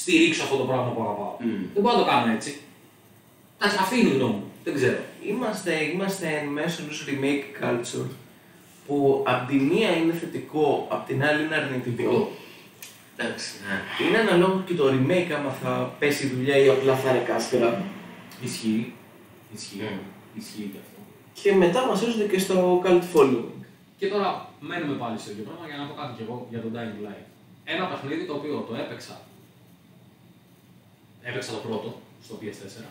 [SPEAKER 2] στηρίξω αυτό το πράγμα που αγαπάω.
[SPEAKER 1] Μμμ.
[SPEAKER 2] Δεν μπορώ να το κάνω έτσι. Εντάξει, αυτή είναι η γνώμη μου. Δεν ξέρω.
[SPEAKER 3] Είμαστε, είμαστε εν μέσω ενός remake culture που απ' τη μία είναι θετικό, απ' την άλλη είναι αρνητικό.
[SPEAKER 1] Εντάξει, ναι.
[SPEAKER 3] Είναι αναλόγω και το remake άμα θα πέσει η δουλειά ή απλά θα είναι κάστρα.
[SPEAKER 2] Ισχύει. Ισχύει.
[SPEAKER 1] Μμμ.
[SPEAKER 2] Ισχύει και αυτό.
[SPEAKER 3] Και μετά μας έρχονται και στο cult following.
[SPEAKER 2] Και τώρα μένουμε πάλι στο ίδιο πράγμα για να πω κάτι κι εγώ για τον Dying Light. Ένα παιχνίδι το οποίο το έπαιξα. Έπαιξα το πρώτο στο PS4.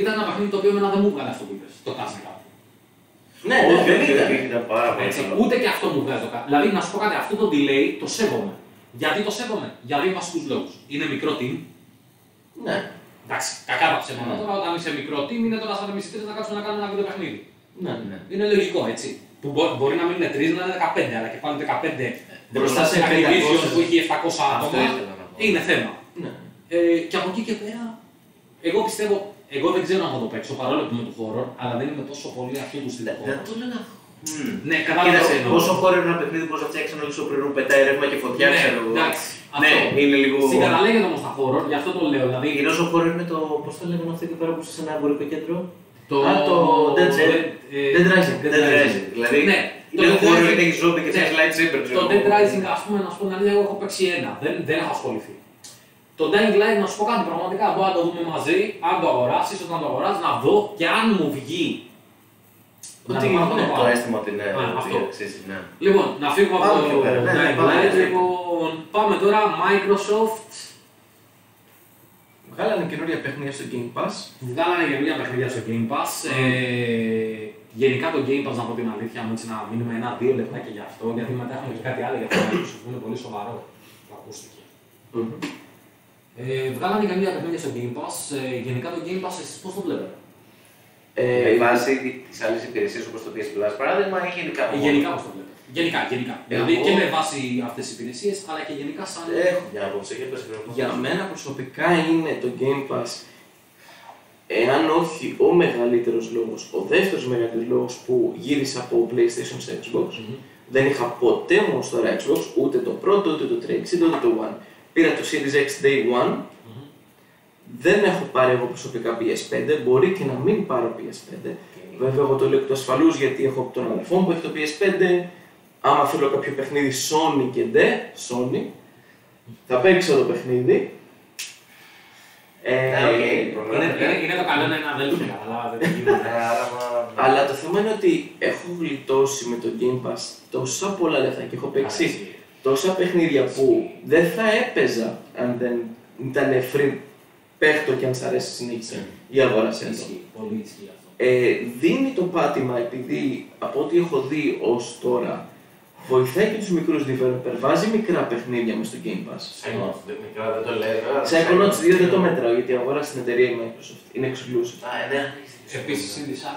[SPEAKER 2] Ήταν ένα παιχνίδι το οποίο εμένα δεν μου βγάλε αυτό που είπες, το κάσε κάπου.
[SPEAKER 3] Ναι, ναι,
[SPEAKER 1] Όχι,
[SPEAKER 3] δεν
[SPEAKER 1] όχι,
[SPEAKER 3] ήταν.
[SPEAKER 1] όχι, ήταν πάρα πολύ
[SPEAKER 2] Έτσι,
[SPEAKER 1] καλό.
[SPEAKER 2] ούτε και αυτό μου βγάζει το κα- Δηλαδή, να σου πω κάτι, αυτό το delay το σέβομαι. Γιατί το σέβομαι, για δύο βασικού λόγους. Είναι μικρό team,
[SPEAKER 3] Ναι,
[SPEAKER 2] εντάξει, κακά τα ψέματα τώρα, όταν είσαι μικρό team είναι τώρα σαν εμεί οι τρει να κάτσουμε να κάνουμε ένα βίντεο παιχνίδι.
[SPEAKER 3] ναι, ναι.
[SPEAKER 2] Είναι λογικό, έτσι. Που μπο- μπορεί να μην είναι 3, να είναι 15, αλλά και πάλι 15 μπροστά σε
[SPEAKER 3] σε
[SPEAKER 2] ένα division
[SPEAKER 3] 500.
[SPEAKER 2] που έχει 700
[SPEAKER 1] Αυτό
[SPEAKER 2] άτομα.
[SPEAKER 1] ήθελα να πω.
[SPEAKER 2] Είναι θέμα.
[SPEAKER 3] ναι.
[SPEAKER 2] Ε, και από εκεί και πέρα, εγώ πιστεύω, εγώ δεν ξέρω αν θα το παίξω παρόλο που είμαι του χώρο, αλλά δεν είμαι τόσο πολύ αυτού του στυλ
[SPEAKER 1] Δεν
[SPEAKER 2] χώρο.
[SPEAKER 1] το λένε αυτό. Μμμ.
[SPEAKER 2] Ναι, κατάλαβα
[SPEAKER 1] Ναι. Κοίταξε,
[SPEAKER 2] τι εννοώ.
[SPEAKER 1] πόσο χώρο είναι ένα παιχνίδι που θα φτιάξεις ένα λίξο πριν πετάει ρεύμα και φωτιά,
[SPEAKER 2] Ναι,
[SPEAKER 1] ξέρω εγώ.
[SPEAKER 2] εντάξει, αυτό.
[SPEAKER 1] Ναι, είναι λίγο.
[SPEAKER 2] Συγκαταλέγεται όμως τα χώρο, γι' αυτό το λέω. Δηλαδή,
[SPEAKER 1] Εκείνο ο χώρο είναι το. Πώς το λέγαμε αυτό εκεί πέρα που είσαι σε ένα εμπορικό κέντρο.
[SPEAKER 2] το.
[SPEAKER 3] Α, το Dead Rising.
[SPEAKER 2] ε,
[SPEAKER 3] Dead Rising,
[SPEAKER 2] Dead
[SPEAKER 1] Δεν
[SPEAKER 2] Rising.
[SPEAKER 1] τρέζει. Δηλαδή
[SPEAKER 2] Ναι,
[SPEAKER 1] είναι
[SPEAKER 2] το
[SPEAKER 1] ο
[SPEAKER 2] Dead
[SPEAKER 1] χώρο,
[SPEAKER 2] Rising-
[SPEAKER 1] είναι έχει ζόμπι και
[SPEAKER 2] Ναι.
[SPEAKER 1] θέλει lightsaber. ξέρω
[SPEAKER 2] Το
[SPEAKER 1] εγώ.
[SPEAKER 2] Dead Rising, ας πούμε, να σου πω την αλήθεια, εγώ έχω παίξει ένα. Δεν, δεν έχω ασχοληθεί. Το Dying Light, να σου πω κάτι πραγματικά, μπορώ να το δούμε μαζί, αν το αγοράσεις, όταν το αγοράσεις, να δω και αν μου βγει. Να
[SPEAKER 1] Ότι
[SPEAKER 2] το πάρω, να
[SPEAKER 1] είναι
[SPEAKER 2] το
[SPEAKER 1] το
[SPEAKER 2] πάρω.
[SPEAKER 1] αίσθημα ότι είναι.
[SPEAKER 2] Α, αυτό.
[SPEAKER 1] αξίζει, ναι.
[SPEAKER 2] Λοιπόν, να φύγουμε από
[SPEAKER 1] Πάμε
[SPEAKER 2] το
[SPEAKER 1] πιο πέρα. Ναι,
[SPEAKER 2] Dying
[SPEAKER 1] πάμε,
[SPEAKER 2] Light.
[SPEAKER 1] ναι.
[SPEAKER 2] Λοιπόν, πάμε τώρα Microsoft.
[SPEAKER 3] Βγάλανε καινούρια παιχνίδια στο Game Pass.
[SPEAKER 2] Βγάλανε καινούργια παιχνίδια στο Game Pass. Ε, γενικά το Game Pass, να πω την αλήθεια μου, έτσι να μείνουμε ένα-δύο λεπτά και γι' αυτό, γιατί μετά έχουμε και κάτι άλλο για το Microsoft που είναι πολύ σοβαρό που ακούστηκε. Ε, βγάλανε καμία παιχνίδια στο Game Pass. Ε, γενικά το Game Pass, εσείς πώς το βλέπετε.
[SPEAKER 3] Ε,
[SPEAKER 1] Με βάση τι άλλε υπηρεσίε όπως το PS Plus παράδειγμα ή γενικά.
[SPEAKER 2] Ε, γενικά πώς το βλέπετε. Γενικά, γενικά. δηλαδή
[SPEAKER 1] εγώ-
[SPEAKER 2] και με βάση αυτές τις υπηρεσίες, αλλά και γενικά σαν...
[SPEAKER 3] Ε, Έχω
[SPEAKER 1] Για απόψε, για πες πριν.
[SPEAKER 3] Για μένα προσωπικά είναι το Game Pass εάν όχι ο μεγαλύτερος λόγος, ο δεύτερος μεγαλύτερος λόγος που γύρισα από PlayStation σε Xbox. Δεν είχα ποτέ μου ως τώρα Xbox, ούτε το πρώτο, ούτε το 360, ούτε το One. Πήρα το Series X Day One. Δεν έχω πάρει εγώ προσωπικά PS5, μπορεί και να μην πάρω PS5. Βέβαια, εγώ το λέω εκ του ασφαλούς γιατί έχω τον αδελφό μου που έχει το PS5. Άμα θέλω κάποιο παιχνίδι Sony και ντε, Sony, θα παίξω το παιχνίδι. Ε,
[SPEAKER 1] Ναι, οκ,
[SPEAKER 2] Είναι,
[SPEAKER 1] προλάβαμε.
[SPEAKER 2] είναι, ε, είναι το καλό να είναι αδέλφια, αλλά δεν
[SPEAKER 1] Ναι,
[SPEAKER 2] γίνεται.
[SPEAKER 1] άρα, μα-
[SPEAKER 3] Αλλά το θέμα είναι ότι έχω γλιτώσει με το Game Pass τόσα πολλά λεφτά και έχω παίξει
[SPEAKER 2] Εσύ.
[SPEAKER 3] τόσα παιχνίδια που δεν θα έπαιζα αν δεν ήταν free παίχτο και αν σ' αρέσει συνέχισε ή αγόρασε το.
[SPEAKER 2] Ισχύει, πολύ ισχύει αυτό.
[SPEAKER 3] Ε, δίνει το πάτημα επειδή από ό,τι έχω δει ως τώρα βοηθάει και τους μικρούς developer, βάζει μικρά παιχνίδια μες στο Game Pass.
[SPEAKER 1] Psychonauts, δεν- μικρά, δεν το λέω, αλλά-
[SPEAKER 3] Psychonauts 2 δεν το μετράω γιατί αγόρασε την εταιρεία η Microsoft, είναι exclusive.
[SPEAKER 1] Α, ναι.
[SPEAKER 2] Επίσης, είδησα...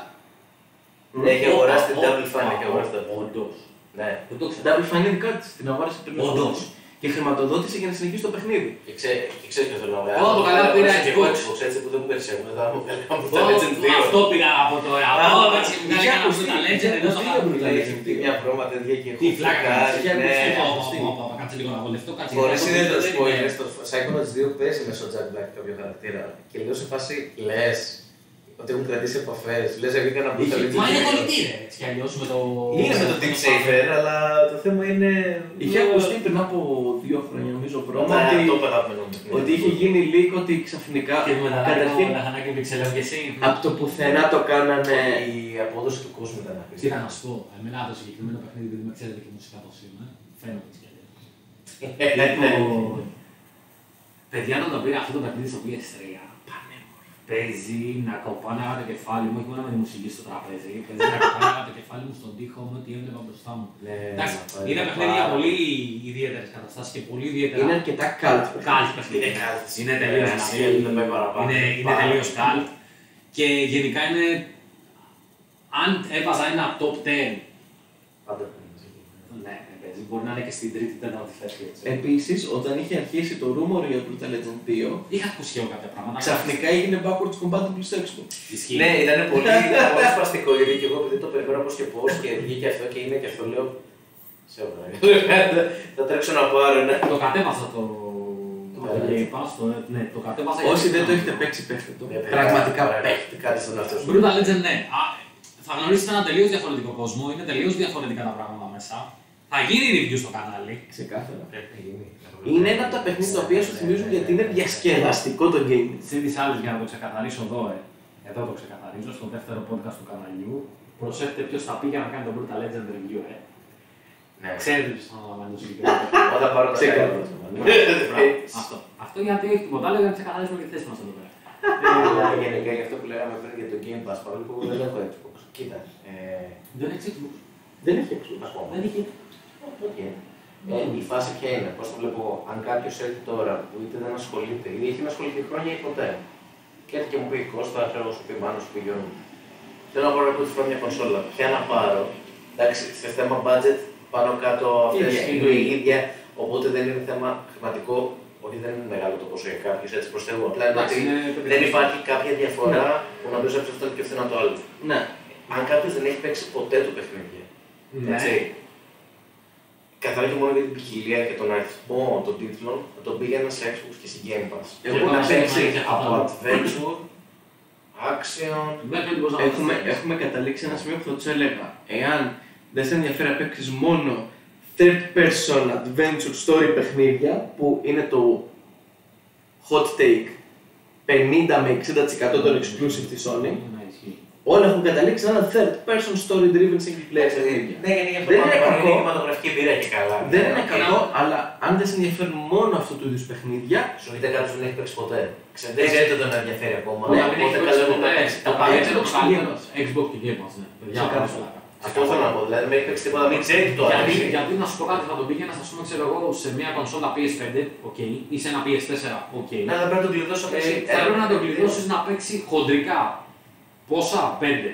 [SPEAKER 3] Ναι. Ε,
[SPEAKER 1] Έχει αγοράσει την
[SPEAKER 2] Όπα,
[SPEAKER 1] Double Fine,
[SPEAKER 2] όπα,
[SPEAKER 1] έχει αγοράσει την Double Fine.
[SPEAKER 2] Όντως.
[SPEAKER 1] Ναι.
[SPEAKER 2] Δεν το
[SPEAKER 3] Η
[SPEAKER 2] ξέρω.
[SPEAKER 3] Double Fine είναι δικά της, την αγόρασε πριν.
[SPEAKER 2] Όντως.
[SPEAKER 3] από λίγο. Και χρηματοδότησε για να συνεχίσει το παιχνίδι.
[SPEAKER 1] Και ξέ- και ξέρεις ποιος θέλω να βγάλω.
[SPEAKER 2] Ω, το καλά
[SPEAKER 1] Θέλω να
[SPEAKER 2] πήρα
[SPEAKER 1] αγοράσω και εγώ
[SPEAKER 2] Xbox.
[SPEAKER 1] Xbox, έτσι που δεν μου περισσεύουν. Θα μου βγάλω από το
[SPEAKER 2] Ω,
[SPEAKER 1] Legend 2.
[SPEAKER 2] Αυτό πήγα από το
[SPEAKER 1] Μπράβο,
[SPEAKER 2] από το φάση που κάνει κανένα που τα legend ενώ στο χάρτη.
[SPEAKER 1] Έχει μια βρώμα τέτοια και
[SPEAKER 2] Τι φλάκα,
[SPEAKER 1] ναι.
[SPEAKER 2] κάτσε λίγο να βολευτώ, κάτσε λίγο να
[SPEAKER 1] Χωρίς είναι το
[SPEAKER 2] βολευτώ, ναι.
[SPEAKER 1] spoiler, στο Psychonauts 2 παίζει μέσα ο Jack Black κάποιο χαρακτήρα και λέω σε φάση λες ότι έχουν κρατήσει επαφές, λες επειδή έκανα
[SPEAKER 3] Είχε-
[SPEAKER 1] brutal
[SPEAKER 2] Μα είναι
[SPEAKER 1] interview.
[SPEAKER 2] κολλητή ρε, έτσι κι αλλιώς με το...
[SPEAKER 1] Είναι με το Dick Safer, αλλά το θέμα είναι...
[SPEAKER 3] Είχε ακουστεί πριν από δύο χρόνια, νομίζω, βρώμα
[SPEAKER 1] Ναι,
[SPEAKER 3] ότι-
[SPEAKER 1] το πετάμε
[SPEAKER 3] ότι είχε γίνει leak ότι ξαφνικά.
[SPEAKER 2] Και με τα
[SPEAKER 3] Καταρχήν,
[SPEAKER 2] λαχανάκια, λαχανάκια πιξελέων και εσύ.
[SPEAKER 3] από το πουθενά το
[SPEAKER 2] Ναι.
[SPEAKER 3] κάνανε.
[SPEAKER 1] Η απόδοση του κόσμου ήταν
[SPEAKER 2] Τι
[SPEAKER 1] απίστευτη.
[SPEAKER 2] να σου πω, εμένα το συγκεκριμένο παιχνίδι, επειδή με ξέρετε και μουσικά πώς είμαι, φαίνομαι έτσι κι αλλιώς.
[SPEAKER 1] Ε, ναι, ναι.
[SPEAKER 2] Λοιπόν, Παιδιά, όταν το πήρα αυτό το παιχνίδι στο PS3, πανέμορφο. Παίζει να κοπάναγα το κεφάλι μου, όχι μόνο με τη μουσική στο τραπέζι, παίζει να κοπάναγα το κεφάλι μου στον τοίχο μου, ότι έβλεπα μπροστά μου.
[SPEAKER 1] Ναι,
[SPEAKER 2] Εντάξει,
[SPEAKER 1] πάει
[SPEAKER 2] είναι
[SPEAKER 1] πάρα
[SPEAKER 2] παιχνίδι για
[SPEAKER 1] πολύ.
[SPEAKER 2] πολύ ιδιαίτερες καταστάσεις και πολύ ιδιαίτερα.
[SPEAKER 3] Είναι αρκετά cult.
[SPEAKER 2] Κάλτ παιχνίδι.
[SPEAKER 1] Είναι cult.
[SPEAKER 2] Είναι τελείως
[SPEAKER 1] Ε,
[SPEAKER 2] cult.
[SPEAKER 1] σχέδιο δεν πάει παραπάνω.
[SPEAKER 2] Είναι, είναι
[SPEAKER 1] Πάρα
[SPEAKER 2] τελείως
[SPEAKER 1] πολύ.
[SPEAKER 2] cult. Και γενικά είναι. Αν έβαζα ένα top 10.
[SPEAKER 1] Πάντα παίζει.
[SPEAKER 2] Ναι, ναι, παίζει. Μπορεί να είναι και στην τρίτη, τέταρτη θέση. έτσι.
[SPEAKER 3] Επίσης, όταν είχε αρχίσει το rumor για Brutal Legend 2,
[SPEAKER 2] Είχα ακούσει και εγώ κάποια πράγματα.
[SPEAKER 3] ξαφνικά έγινε backwards compatible στο Xbox.
[SPEAKER 2] Ισχύει.
[SPEAKER 1] Ναι, ήταν πολύ, <laughs> ήταν πολύ σπαστικό γιατί και εγώ επειδή το περιμένω πώς και πώς και βγήκε αυτό και είναι και αυτό λέω. Σε ωραία. Θα τρέξω να πάρω ένα.
[SPEAKER 2] Το κατέβασα το.
[SPEAKER 1] Το
[SPEAKER 2] Το
[SPEAKER 1] κατέβασα.
[SPEAKER 2] Game Pass, το- ναι, το κατέβασα.
[SPEAKER 3] Όσοι
[SPEAKER 2] γιατί-
[SPEAKER 3] δεν το έχετε παίξει, παίξτε το.
[SPEAKER 1] Ναι, παιδιά,
[SPEAKER 3] Πραγματικά
[SPEAKER 1] ωραία,
[SPEAKER 3] παίχτε.
[SPEAKER 1] Κάτι στον αυτό σου.
[SPEAKER 2] Brutal Legend, ναι. Α, θα γνωρίσετε ένα τελείως διαφορετικό κόσμο. Είναι τελείως διαφορετικά τα πράγματα μέσα. Θα γίνει review στο κανάλι.
[SPEAKER 3] Ξεκάθαρα.
[SPEAKER 1] Πρέπει να γίνει.
[SPEAKER 3] Είναι ένα από τα παιχνίδια τα οποία σου θυμίζουν γιατί είναι διασκεδαστικό το game.
[SPEAKER 2] Συν τι άλλες για να το ξεκαθαρίσω εδώ, ε. Εδώ το ξεκαθαρίζω, στο δεύτερο podcast του καναλιού. Προσέχετε ποιος θα πει για να κάνει το Brutal Legend review, ε.
[SPEAKER 1] Ναι.
[SPEAKER 2] Ξέρετε ποιο θα αναλαμβάνει το συγκεκριμένο.
[SPEAKER 1] Όταν πάρω τα
[SPEAKER 3] Ξεκάθαρα.
[SPEAKER 1] κάρτα.
[SPEAKER 2] Ε, Μπράβο. ναι, Αυτό. Αυτό γιατί έχει τίποτα άλλο για να ξεκαθαρίσουμε τη θέση μας εδώ πέρα.
[SPEAKER 1] Γενικά για αυτό που λέγαμε πριν για το Game Pass, παρόλο που εγώ δεν έχω Xbox. Κοίτα. ε,
[SPEAKER 2] Δεν έχει τίποτα.
[SPEAKER 3] Δεν έχει εξούδα.
[SPEAKER 1] Ακόμα.
[SPEAKER 2] Δεν έχει.
[SPEAKER 1] Οκ. Ε, η φάση ποια είναι, πώς το βλέπω εγώ. Αν κάποιος έρθει τώρα που είτε δεν ασχολείται, ή έχει να ασχοληθεί χρόνια ή ποτέ, και έρθει και μου πει Κώστα, ξέρω εγώ, σου πει Μάνο, σου πει Γιώργο. Θέλω να πάρω από τη φορά μια κονσόλα. Ποια να πάρω. Εντάξει, σε θέμα budget πάνω κάτω αυτές
[SPEAKER 3] Ίδια,
[SPEAKER 1] είναι η ίδια. Οπότε δεν είναι θέμα χρηματικό. Όχι, δεν είναι μεγάλο το ποσό για κάποιους, έτσι προσθέτω. Απλά είναι ότι
[SPEAKER 2] Ε, Εντάξει, είναι-
[SPEAKER 1] δεν υπάρχει κάποια διαφορά που να πει ότι αυτό είναι πιο φθηνό από το άλλο.
[SPEAKER 3] Ναι.
[SPEAKER 1] Αν κάποιος δεν έχει παίξει ποτέ το παιχνίδι,
[SPEAKER 2] Ναι.
[SPEAKER 1] έτσι. Καθαρά και μόνο για την ποικιλία και τον αριθμό των τίτλων, θα τον πήγαινα σε Xbox και σε Game Pass.
[SPEAKER 3] Εγώ
[SPEAKER 1] Εγώ να
[SPEAKER 2] να
[SPEAKER 1] παίξει
[SPEAKER 2] παίξω και
[SPEAKER 1] από
[SPEAKER 2] αυτό.
[SPEAKER 1] Adventure, Action.
[SPEAKER 2] Μέχρι λίγο να
[SPEAKER 3] Έχουμε,
[SPEAKER 2] βρεθείς.
[SPEAKER 3] έχουμε καταλήξει σε ένα σημείο που θα τους έλεγα. Εάν δεν σε ενδιαφέρει να παίξεις μόνο third person adventure story παιχνίδια, που είναι το hot take 50 με 60% των exclusive της Sony,
[SPEAKER 2] Ναι, ισχύει.
[SPEAKER 3] όλα έχουν καταλήξει σε ένα third person story driven single player παιχνίδια.
[SPEAKER 1] Ναι, γιατί για αυτό πάνω
[SPEAKER 3] Δεν είναι
[SPEAKER 1] πάνω
[SPEAKER 3] κακό.
[SPEAKER 1] Είναι κινηματογραφική εμπειρία και καλά. Ναι,
[SPEAKER 3] Δεν είναι καλό, αλλά αν δεν σε ενδιαφέρουν μόνο αυτού του είδους παιχνίδια,
[SPEAKER 1] Σου είτε κάποιος δεν έχει παίξει ποτέ. Ξέρετε, δεν ξέρετε τον ενδιαφέρει ακόμα.
[SPEAKER 2] Ναι,
[SPEAKER 1] οπότε
[SPEAKER 2] έχει
[SPEAKER 1] καλό
[SPEAKER 2] παίξει
[SPEAKER 1] είναι να
[SPEAKER 2] ποτέ.
[SPEAKER 1] παίξει.
[SPEAKER 2] Τα
[SPEAKER 1] το
[SPEAKER 2] παλιότερα
[SPEAKER 1] παλιό.
[SPEAKER 2] το καλύτερο. Xbox και Game Pass, ναι. Παιδιά,
[SPEAKER 3] Ξεκάθαρα.
[SPEAKER 2] πάρα πολλά.
[SPEAKER 1] Αυτό θέλω να πω. Δηλαδή, μην έχει παίξει τίποτα, μην ξέρει το
[SPEAKER 2] Γιατί,
[SPEAKER 1] άρεσε.
[SPEAKER 2] γιατί να σου πω κάτι, θα το πήγαινα, ας πούμε, ξέρω εγώ, σε μια κονσόλα PS5, οκ, ή σε ένα PS4, οκ.
[SPEAKER 1] Ναι, αλλά πρέπει να τον κλειδώσω
[SPEAKER 2] Ε, θα πρέπει να το κλειδώσεις να παίξει χοντρικά. Πόσα, πέντε.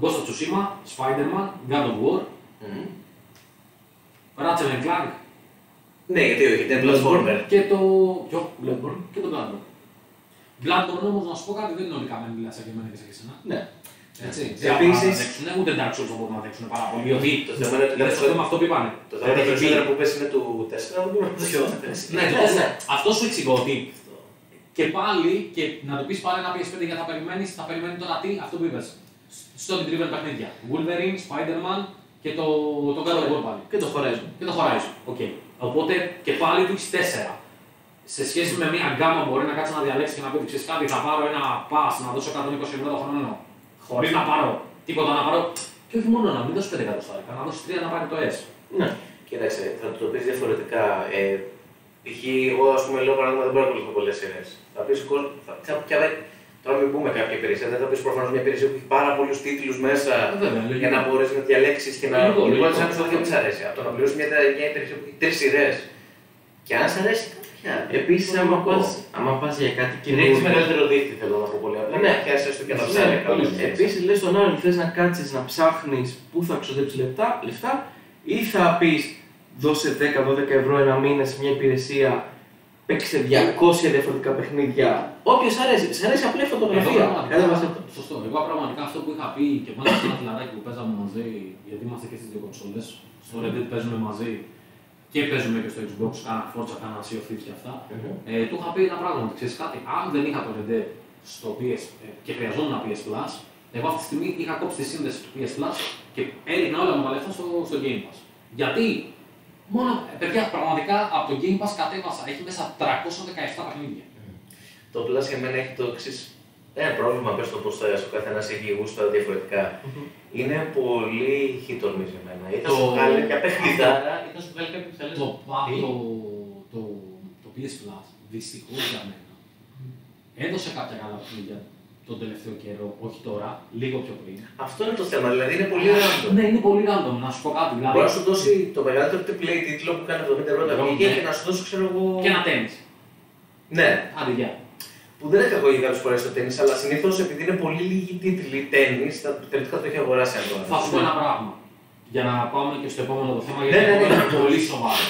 [SPEAKER 2] Ghost of Tsushima, Spider-Man, God of War,
[SPEAKER 1] Μμμ.
[SPEAKER 2] Ratchet and Clank
[SPEAKER 1] Ναι, γιατί όχι, είναι platformer.
[SPEAKER 2] και το... Ποιο? Bloodborne. Και το Bloodborne. Bloodborne όμως, να σου πω κάτι, δεν είναι όλοι καμένοι μιλάς για μένα και σε εσένα.
[SPEAKER 3] ναι.
[SPEAKER 2] Έτσι.
[SPEAKER 3] Επίσης-
[SPEAKER 2] Δεν μπορούν να αντέξουν, ούτε Dark Souls δεν μπορούν να αντέξουν πάρα πολύ. Ότι
[SPEAKER 1] Το θέμα είναι ότι
[SPEAKER 2] είναι στο θέμα αυτό που είπανε.
[SPEAKER 1] Το θέμα είναι περισσότερο που πες είναι του 4, δεν μπορούμε να το
[SPEAKER 2] Ναι,
[SPEAKER 1] σκεφτούμε.
[SPEAKER 2] το τέσσερα. Αυτό σου εξηγώ ότι και πάλι, και να του πεις πάλι ένα PS5 για θα περιμένεις, θα περιμένει τώρα τι, αυτό που είπες. Στο driven παιχνίδια. Wolverine, Spider-Man και το, το God of War πάλι.
[SPEAKER 3] Και το Horizon.
[SPEAKER 2] Και το Horizon. Οκ. Οπότε και πάλι του έχει τέσσερα. Σε σχέση με μια γκάμα μπορεί να κάτσει να διαλέξει και να πει ότι ξέρεις κάτι, θα πάρω ένα pass να δώσω 120 ευρώ το χρόνο. Χωρίς να πάρω τίποτα να πάρω. Και όχι μόνο να μην δώσει 5 εκατοστάρικα, να δώσει 3 να πάρει το S.
[SPEAKER 3] Ναι.
[SPEAKER 1] Κοίταξε, θα το πεις διαφορετικά. Ε, π.χ. εγώ, ας πούμε, λέω παράδειγμα, δεν μπορώ να ακολουθώ πολλές σειρές. Θα πεις κόσμο. Θα, θα, πια, δεν- τώρα μην πούμε κάποια υπηρεσία, δεν θα πεις προφανώς μια υπηρεσία που έχει πάρα πολλούς τίτλους μέσα
[SPEAKER 2] Ε, βέβαια, λογικό.
[SPEAKER 1] για να μπορέσει να διαλέξεις και να.
[SPEAKER 2] Λογικό,
[SPEAKER 1] Λοιπόν,
[SPEAKER 2] λογικό.
[SPEAKER 1] σαν αυτό δεν τη αρέσει. Από το να πληρώσεις μια, μια υπηρεσία που έχει τρεις σειρές. Και αν σ' αρέσει κάποια. Λοιπόν,
[SPEAKER 3] Επίση, άμα
[SPEAKER 1] λογικό.
[SPEAKER 3] πας άμα πας για κάτι
[SPEAKER 1] Και δεν έχεις
[SPEAKER 3] καινούργιο.
[SPEAKER 1] μεγαλύτερο δίκτυο, θέλω να πω πολύ απλά.
[SPEAKER 3] Ναι.
[SPEAKER 1] Ναι, πιάσει έστω και να ψάρει κάποιος.
[SPEAKER 3] Επίσης, λες τον άλλον, θες να κάτσεις να ψάχνεις πού θα ξοδέψεις λεπτά, λεφτά ή θα πεις δώσε 10-12 ευρώ ένα μήνα σε μια υπηρεσία παίξει 200 διαφορετικά παιχνίδια. Όποιος σ' αρέσει, σ' αρέσει απλή φωτογραφία. Κάνε μας αυτό.
[SPEAKER 2] Εγώ, σωστό. Εγώ πραγματικά αυτό που είχα πει και μάλιστα σε ένα φιλαράκι που παίζαμε μαζί, γιατί είμαστε και στις δύο κονσόλες. Στο Red Dead παίζουμε μαζί και παίζουμε και στο Xbox, κάνα Forza, κάνα Sea of Thieves και αυτά. Ε, του είχα πει ένα πράγμα, ότι ξέρεις κάτι, αν δεν είχα το Red Dead στο PS ε, και χρειαζόμουν ένα PS Plus, εγώ αυτή τη στιγμή είχα κόψει τη σύνδεση του PS Plus και έριχνα όλα μου τα λεφτά στο, στο Game Pass. Γιατί, μόνο, ε, παιδιά, πραγματικά από το Game Pass κατέβασα, έχει μέσα 317 παιχνίδια.
[SPEAKER 1] Το Plus για μένα έχει το εξής. Ένα πρόβλημα, πες το πώς θα σου καθένα έχει γούστα διαφορετικά. Είναι πολύ χιτορμιζεμένα. Ή θα
[SPEAKER 2] Mm-hmm. Το-
[SPEAKER 1] σου βγάλει μια παιχνιδάρα, ή θα σου βγάλει κάποια που θα λες,
[SPEAKER 2] Το, πα-
[SPEAKER 1] «Τι, ε.
[SPEAKER 2] το, το, το PS Plus, δυστυχώς για μένα, έδωσε κάποια καλά παιχνίδια τον τελευταίο καιρό, όχι τώρα, λίγο πιο πριν.
[SPEAKER 1] Αυτό είναι το θέμα, δηλαδή είναι πολύ random.
[SPEAKER 2] Ναι, είναι πολύ random, να σου πω κάτι. Δηλαδή,
[SPEAKER 1] Μπορεί να σου δώσει το μεγαλύτερο play τίτλο που κάνει 70 ευρώ τα
[SPEAKER 2] Ναι.
[SPEAKER 1] βγήκε και να σου δώσει, ξέρω εγώ.
[SPEAKER 2] και ένα τέννη.
[SPEAKER 1] Ναι,
[SPEAKER 2] Άντε, γεια.
[SPEAKER 1] που δεν είναι κακό για κάποιες φορές το τέννη, αλλά συνήθως επειδή είναι πολύ λίγοι τίτλοι τέννη, θα- τελικά το έχει αγοράσει ακόμα.
[SPEAKER 2] Θα σου πω ένα πράγμα. Για να πάμε και στο επόμενο το θέμα, γιατί
[SPEAKER 1] Ναι, ναι, ναι.
[SPEAKER 2] είναι πολύ σοβαρό.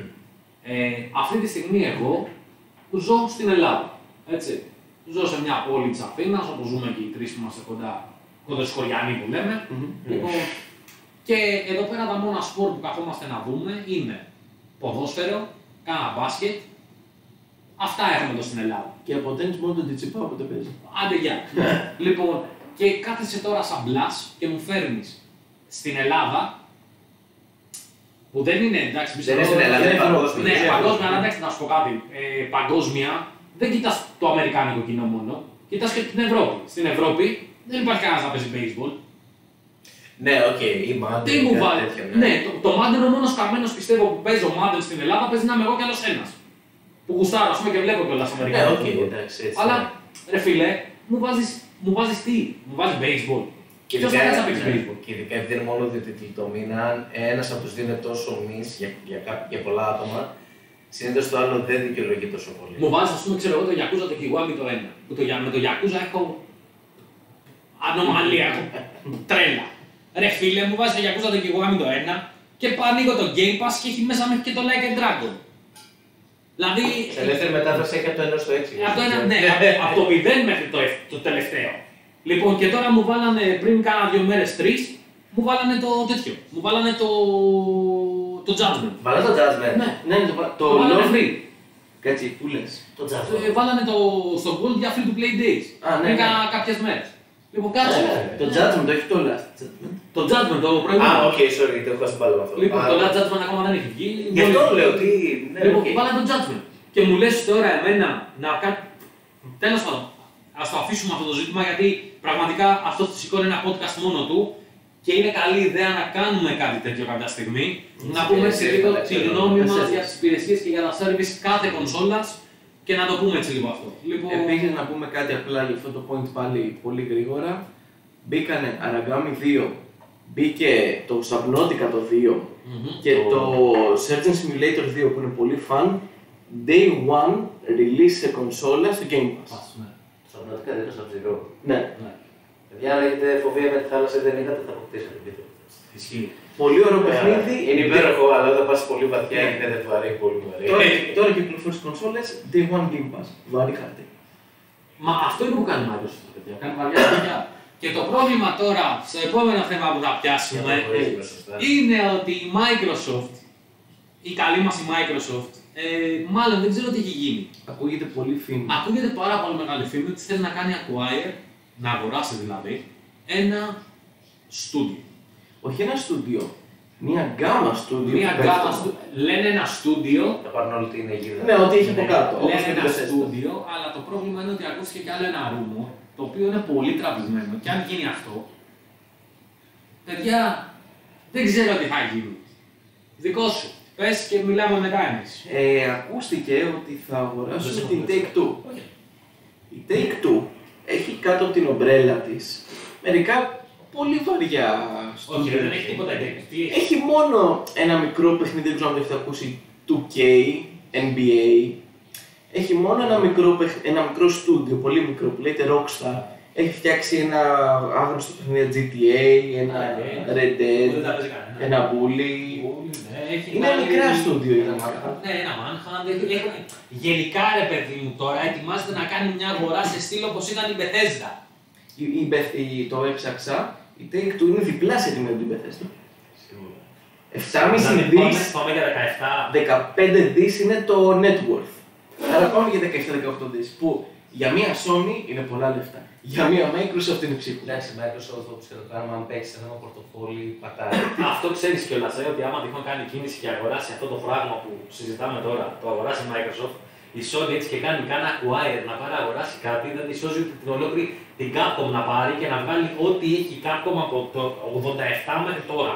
[SPEAKER 1] Μμ.
[SPEAKER 2] Ε, αυτή τη στιγμή εγώ ζω στην Ελλάδα. Έτσι. Ζω σε μια πόλη της Αθήνας, όπου ζούμε και οι τρεις που είμαστε κοντά, κοντά στους Χωριανοί που λέμε. Λοιπόν, και εδώ πέρα τα μόνα σπορ που καθόμαστε να δούμε είναι ποδόσφαιρο, κάνα μπάσκετ. Αυτά έχουμε εδώ στην Ελλάδα.
[SPEAKER 3] Και από τένις μόνο τον Τιτσιπά που το παίζει.
[SPEAKER 2] Άντε γεια.
[SPEAKER 1] Ναι.
[SPEAKER 2] λοιπόν, και κάθεσαι τώρα σαν μπλας και μου φέρνεις στην Ελλάδα. Που δεν είναι εντάξει, μη σε
[SPEAKER 1] Δεν είναι στην
[SPEAKER 2] ρωτώ,
[SPEAKER 1] Ελλάδα,
[SPEAKER 2] δεν
[SPEAKER 1] είναι παγκόσμια.
[SPEAKER 2] Ναι,
[SPEAKER 1] Ξέρω.
[SPEAKER 2] παγκόσμια, αλλά εντάξει, να σου πω κάτι. Ε, παγκόσμια, δεν κοιτάς το αμερικάνικο κοινό μόνο. Κοιτάς και την Ευρώπη. Στην Ευρώπη δεν υπάρχει κανένας να παίζει baseball.
[SPEAKER 1] Ναι, οκ, η Madden,
[SPEAKER 2] Τι μου
[SPEAKER 1] κάτι
[SPEAKER 2] βάλει.
[SPEAKER 1] τέτοιο,
[SPEAKER 2] Ναι, το, το Madden ο μόνος καμένο πιστεύω που παίζει ο Madden στην Ελλάδα παίζει να είμαι εγώ κι άλλος ένας. Που γουστάρω, ας πούμε, και βλέπω κιόλας
[SPEAKER 1] Ναι,
[SPEAKER 2] Αμερικάνικο.
[SPEAKER 1] οκ, εντάξει, έτσι. ναι.
[SPEAKER 2] Αλλά ρε φίλε, μου βάζεις μου βάζεις τι, μου βάζεις baseball. Και ποιος θα κάνει να παίξει
[SPEAKER 1] ναι,
[SPEAKER 2] baseball.
[SPEAKER 1] Και ειδικά επειδή είναι μόνο δύο τίτλοι το μήνα, αν ένας από τους δύο είναι τόσο μη για, για, κά- για πολλά άτομα, συνήθως το άλλο δεν δικαιολογεί τόσο πολύ.
[SPEAKER 2] Μου βάζεις, ας πούμε, ξέρω εγώ το Yakuza το Kiwami το ένα. Που το, για- με το Yakuza έχω ανομαλία, έχω τρέλα. Ρε φίλε, μου βάζεις το Yakuza το Kiwami το ένα και πα- ανοίγω το Game Pass και έχει μέσα μέχρι και το Like a Dragon. Δηλαδή,
[SPEAKER 1] Σε ελεύθερη μετάφραση έχει από το 1 στο 6.
[SPEAKER 2] από το, ένα, ναι, από- από το 0 μέχρι το, εφ- το τελευταίο. Λοιπόν, και τώρα μου βάλανε πριν κάνα δύο μέρες, τρεις, μου βάλανε το τέτοιο. Μου βάλανε το. το Judgment.
[SPEAKER 1] Βάλα το Judgment.
[SPEAKER 2] Ναι.
[SPEAKER 3] Ναι, είναι το, πα- το
[SPEAKER 2] Το βάλανε
[SPEAKER 3] Love-
[SPEAKER 2] free.
[SPEAKER 3] Κάτσε, πού λες.
[SPEAKER 1] Το
[SPEAKER 2] Ε, Βάλανε το στο Gold για free to play days.
[SPEAKER 3] Α, ναι,
[SPEAKER 2] πριν
[SPEAKER 3] ναι.
[SPEAKER 2] κάνα κάποιες μέρες. Λοιπόν, κάτσε.
[SPEAKER 1] Ναι.
[SPEAKER 3] Ε, Το Judgment, όχι το Last Judgment.
[SPEAKER 2] Το Judgment, το
[SPEAKER 1] Α,
[SPEAKER 2] προηγούμενο.
[SPEAKER 1] οκ, sorry, γιατί έχω χάσει πάλι με αυτό.
[SPEAKER 2] Λοιπόν,
[SPEAKER 1] Α,
[SPEAKER 2] το Last Judgment ακόμα δεν έχει βγει.
[SPEAKER 1] Γι' αυτό λέω ότι. Ναι,
[SPEAKER 2] Λοιπόν,
[SPEAKER 1] οκ.
[SPEAKER 2] βάλε το judgment. Και μου λες τώρα εμένα να κάνει. Τέλος πάντων, ας το αφήσουμε αυτό το ζήτημα γιατί πραγματικά αυτό τη σηκώνει ένα podcast μόνο του και είναι καλή ιδέα να κάνουμε κάτι τέτοιο κάποια στιγμή. να πούμε έτσι
[SPEAKER 1] υπηρεσίες,
[SPEAKER 2] λίγο
[SPEAKER 1] καλά,
[SPEAKER 2] τη
[SPEAKER 1] ξέρω,
[SPEAKER 2] γνώμη μα
[SPEAKER 3] υπηρεσίες.
[SPEAKER 2] για τις υπηρεσίες και για τα service κάθε κονσόλας και να το πούμε έτσι λίγο αυτό. Λοιπόν,
[SPEAKER 3] Επίσης Ε, να πούμε κάτι απλά για αυτό το point πάλι πολύ γρήγορα. Μπήκανε Αραγάμι 2, μπήκε το Subnautica το 2
[SPEAKER 2] μμμ.
[SPEAKER 3] και
[SPEAKER 1] Το-
[SPEAKER 3] το Surgeon Simulator 2 που είναι πολύ fun. Day 1 release σε κονσόλα στο Game Pass.
[SPEAKER 2] Ας, ναι.
[SPEAKER 1] Στα πνευματικά δεν είναι σαν ψυχρό.
[SPEAKER 3] Ναι.
[SPEAKER 2] Ναι.
[SPEAKER 1] Παιδιά, αν έχετε φοβία με τη θάλασσα, δεν είχατε, θα αποκτήσετε. πείτε.
[SPEAKER 2] Ισχύει.
[SPEAKER 3] Πολύ
[SPEAKER 1] Ε,
[SPEAKER 3] ωραίο παιχνίδι.
[SPEAKER 1] Είναι υπέροχο, αλλά όταν πας πολύ βαθιά γίνεται βαρύ, πολύ βαρύ.
[SPEAKER 3] Τώρα, τώρα κυκλοφορούν στις κονσόλες Day 1 Game Pass. Βαρύ χαρτί.
[SPEAKER 2] Μα αυτό είναι που κάνει η Microsoft, τα παιδιά. Κάνει βαριά <coughs> δουλειά. Και το πρόβλημα τώρα, στο επόμενο θέμα που θα πιάσουμε,
[SPEAKER 1] Για να προχωρήσουμε σωστά.
[SPEAKER 2] είναι ότι η Microsoft, η καλή μας η Microsoft, ε, μάλλον δεν ξέρω τι έχει γίνει.
[SPEAKER 3] Ακούγεται πολύ φήμη.
[SPEAKER 2] Ακούγεται πάρα πολύ μεγάλη φήμη ότι θέλει να κάνει acquire, να αγοράσει δηλαδή, ένα στούντιο.
[SPEAKER 3] Όχι ένα στούντιο. Μία γκάμα στούντιο.
[SPEAKER 2] Μία
[SPEAKER 3] που
[SPEAKER 2] γκάτα
[SPEAKER 3] παίζουν.
[SPEAKER 2] στου... Λένε ένα στούντιο,
[SPEAKER 1] Θα πάρουν όλη την αιγύδα.
[SPEAKER 3] Ναι, ό,τι έχει από κάτω. όπως
[SPEAKER 2] λένε
[SPEAKER 3] και
[SPEAKER 2] ένα
[SPEAKER 3] το Bethesda.
[SPEAKER 2] στούντιο, αλλά το πρόβλημα είναι ότι ακούστηκε κι άλλο ένα ρούμο, το οποίο είναι πολύ τραβηγμένο. Και αν γίνει αυτό, παιδιά, δεν ξέρω τι θα γίνει. Δικό σου. Πες και μιλάμε μετά εμείς.
[SPEAKER 3] Ε, ακούστηκε ότι θα αγοράσουν
[SPEAKER 1] Δεν
[SPEAKER 3] την
[SPEAKER 1] έχω
[SPEAKER 3] Take Two.
[SPEAKER 1] Όχι.
[SPEAKER 3] Η Take Two έχει κάτω από την ομπρέλα της μερικά πολύ βαριά στούντιο.
[SPEAKER 2] Όχι, δεν έχει τίποτα τέτοιο.
[SPEAKER 3] Έχει μόνο ένα μικρό παιχνίδι, δεν ξέρω αν το έχετε ακούσει, 2K, NBA. Έχει μόνο ένα μικρό, παιχ- ένα μικρό στούντιο, πολύ μικρό, που λέγεται Rockstar. έχει φτιάξει ένα άγνωστο παιχνίδι GTA, ένα
[SPEAKER 2] Ναι, ναι.
[SPEAKER 3] Red
[SPEAKER 2] Δεν τα
[SPEAKER 3] Dead,
[SPEAKER 2] παίζει κανένα.
[SPEAKER 3] Ε, ένα Bully.
[SPEAKER 2] Ναι, έχει
[SPEAKER 3] Είναι
[SPEAKER 2] κάνει-
[SPEAKER 3] μικρά στούντιο η
[SPEAKER 2] Ναι,
[SPEAKER 3] Yamaha.
[SPEAKER 2] Ναι, ένα Manhunt. έχει- έχουν- Γενικά ρε παιδί μου τώρα ετοιμάζεται να κάνει μια αγορά σε στυλ όπως ήταν η Bethesda.
[SPEAKER 3] Η, η Beth- η- το έψαξα, η Take του είναι διπλά σε τιμή από την Bethesda.
[SPEAKER 1] Σίγουρα.
[SPEAKER 2] Να
[SPEAKER 3] 7,5
[SPEAKER 2] πάμε-
[SPEAKER 3] δις,
[SPEAKER 2] Πάμε για 17.
[SPEAKER 3] 15 δις είναι το net worth. Άρα πάμε για 17-18 δις, που για μία Sony είναι πολλά λεφτά. Για μία Microsoft είναι ψήφο.
[SPEAKER 2] Ναι.
[SPEAKER 4] Εντάξει, η Microsoft όπως και το κάνουμε, αν παίξεις ένα πορτοφόλι, πατάει.
[SPEAKER 2] Αυτό ξέρεις κιόλας, ε, ότι άμα τυχόν κάνει κίνηση και αγοράσει αυτό το πράγμα που συζητάμε τώρα, το αγοράσει η Microsoft, η Sony έτσι και κάνει κάνα acquire να πάρει να αγοράσει κάτι, δηλαδή σώζει την ολόκληρη την Capcom να πάρει και να βγάλει ό,τι έχει η Capcom από το 87 μέχρι τώρα.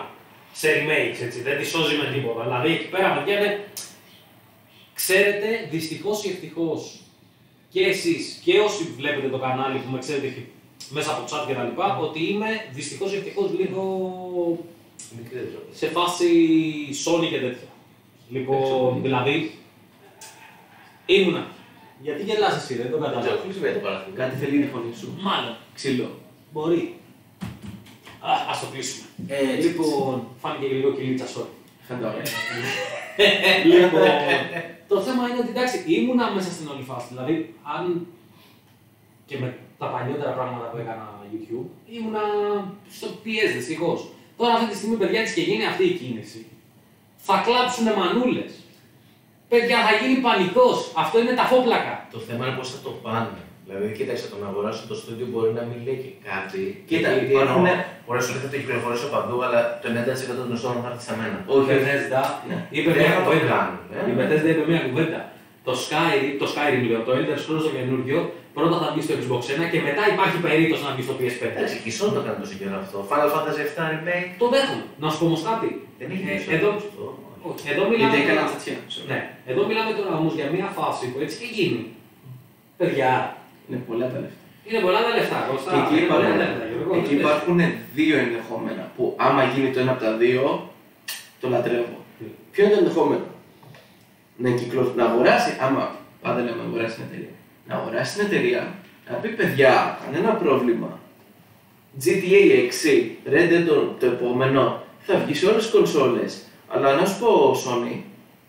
[SPEAKER 2] Σε remakes, έτσι, δεν τη σώζει με τίποτα. Δηλαδή εκεί πέρα μου βγαίνει. Ξέρετε, δυστυχώς ή ευτυχώς και εσείς και όσοι βλέπετε το κανάλι που με ξέρετε χι- μέσα από chat και τα λοιπά, ότι είμαι δυστυχώς ή ευτυχώς λίγο
[SPEAKER 4] Μικρή τρόπο.
[SPEAKER 2] σε φάση Sony και τέτοια. Λοιπόν, δηλαδή, ήμουνα. Γιατί γελάς εσύ, δεν το
[SPEAKER 1] Θα
[SPEAKER 2] κατάλαβα.
[SPEAKER 1] κλείσουμε για το παράθυρο.
[SPEAKER 3] Κάτι θέλει η φωνή σου.
[SPEAKER 2] Μάλλον,
[SPEAKER 3] Ξύλο.
[SPEAKER 2] μπορεί. Α, ας το κλείσουμε.
[SPEAKER 1] Ε,
[SPEAKER 2] Λοιπόν, φάνηκε και λίγο κυλίτσα, sorry.
[SPEAKER 3] Φαντάζομαι.
[SPEAKER 2] λοιπόν, το θέμα είναι ότι εντάξει, ήμουνα μέσα στην όλη φάση. Δηλαδή, αν και με τα παλιότερα πράγματα που έκανα YouTube, ήμουνα στο πιέζ δυστυχώ. Τώρα αυτή τη στιγμή, παιδιά, της και γίνει αυτή η κίνηση, θα κλάψουν μανούλες. Παιδιά, θα γίνει πανικός. Αυτό είναι τα φόπλακα.
[SPEAKER 1] Το θέμα είναι πώς θα το πάνε. Δηλαδή, κοίταξε το να αγοράσω το στούντιο μπορεί να μην λέει και κάτι.
[SPEAKER 3] Κοίτα,
[SPEAKER 1] γιατί
[SPEAKER 3] υπάρχουν-
[SPEAKER 1] εννοώ, Μπορεί να σου λέει θα το κυκλοφορήσω παντού, αλλά το 90% των ιστών θα έρθει σε μένα.
[SPEAKER 2] Η Bethesda είπε
[SPEAKER 1] Δεν
[SPEAKER 2] μια
[SPEAKER 1] θα το
[SPEAKER 2] κουβέντα.
[SPEAKER 1] κάνουν, ε.
[SPEAKER 2] Η Bethesda είπε μια κουβέντα. Το Skyrim, το Skyrim λέω, το Elder Scrolls το καινούργιο, πρώτα θα μπει στο Xbox 1 και μετά υπάρχει περίπτωση να μπει στο PS5.
[SPEAKER 1] Εντάξει, και η Sony το κάνει τόσο καιρό αυτό. Final Fantasy 7 remake
[SPEAKER 2] Το δέχομαι. Να σου πω όμως κάτι.
[SPEAKER 1] δεν έχει
[SPEAKER 2] Ε,
[SPEAKER 1] γίνει
[SPEAKER 2] εδώ-
[SPEAKER 1] αυτό.
[SPEAKER 2] Όχι, Εδώ
[SPEAKER 3] Γιατί
[SPEAKER 2] μιλάμε,
[SPEAKER 3] έκανα τσατσιά. sorry.
[SPEAKER 2] ναι, εδώ μιλάμε τώρα όμως για μια φάση που έτσι και γίνει. Παιδιά,
[SPEAKER 3] Είναι πολλά τα λεφτά.
[SPEAKER 2] είναι πολλά τα λεφτά. Κώστα. Ναι,
[SPEAKER 3] Και εκεί
[SPEAKER 2] Είναι πολλά
[SPEAKER 3] υπάρχουν,
[SPEAKER 2] τα λεφτά, Γιώργο.
[SPEAKER 3] εκεί υπάρχουν δύο ενδεχόμενα που άμα γίνει το ένα από τα δύο, το λατρεύω.
[SPEAKER 2] Τι.
[SPEAKER 3] Ποιο είναι το ενδεχόμενο. Να, κυκλο... να αγοράσει, άμα πάντα λέμε να αγοράσει την εταιρεία. Να αγοράσει την εταιρεία, να πει παιδιά, κανένα πρόβλημα. GTA 6, Red Dead το, το επόμενο, θα βγει σε όλες τις κονσόλες. Αλλά να σου πω, Sony,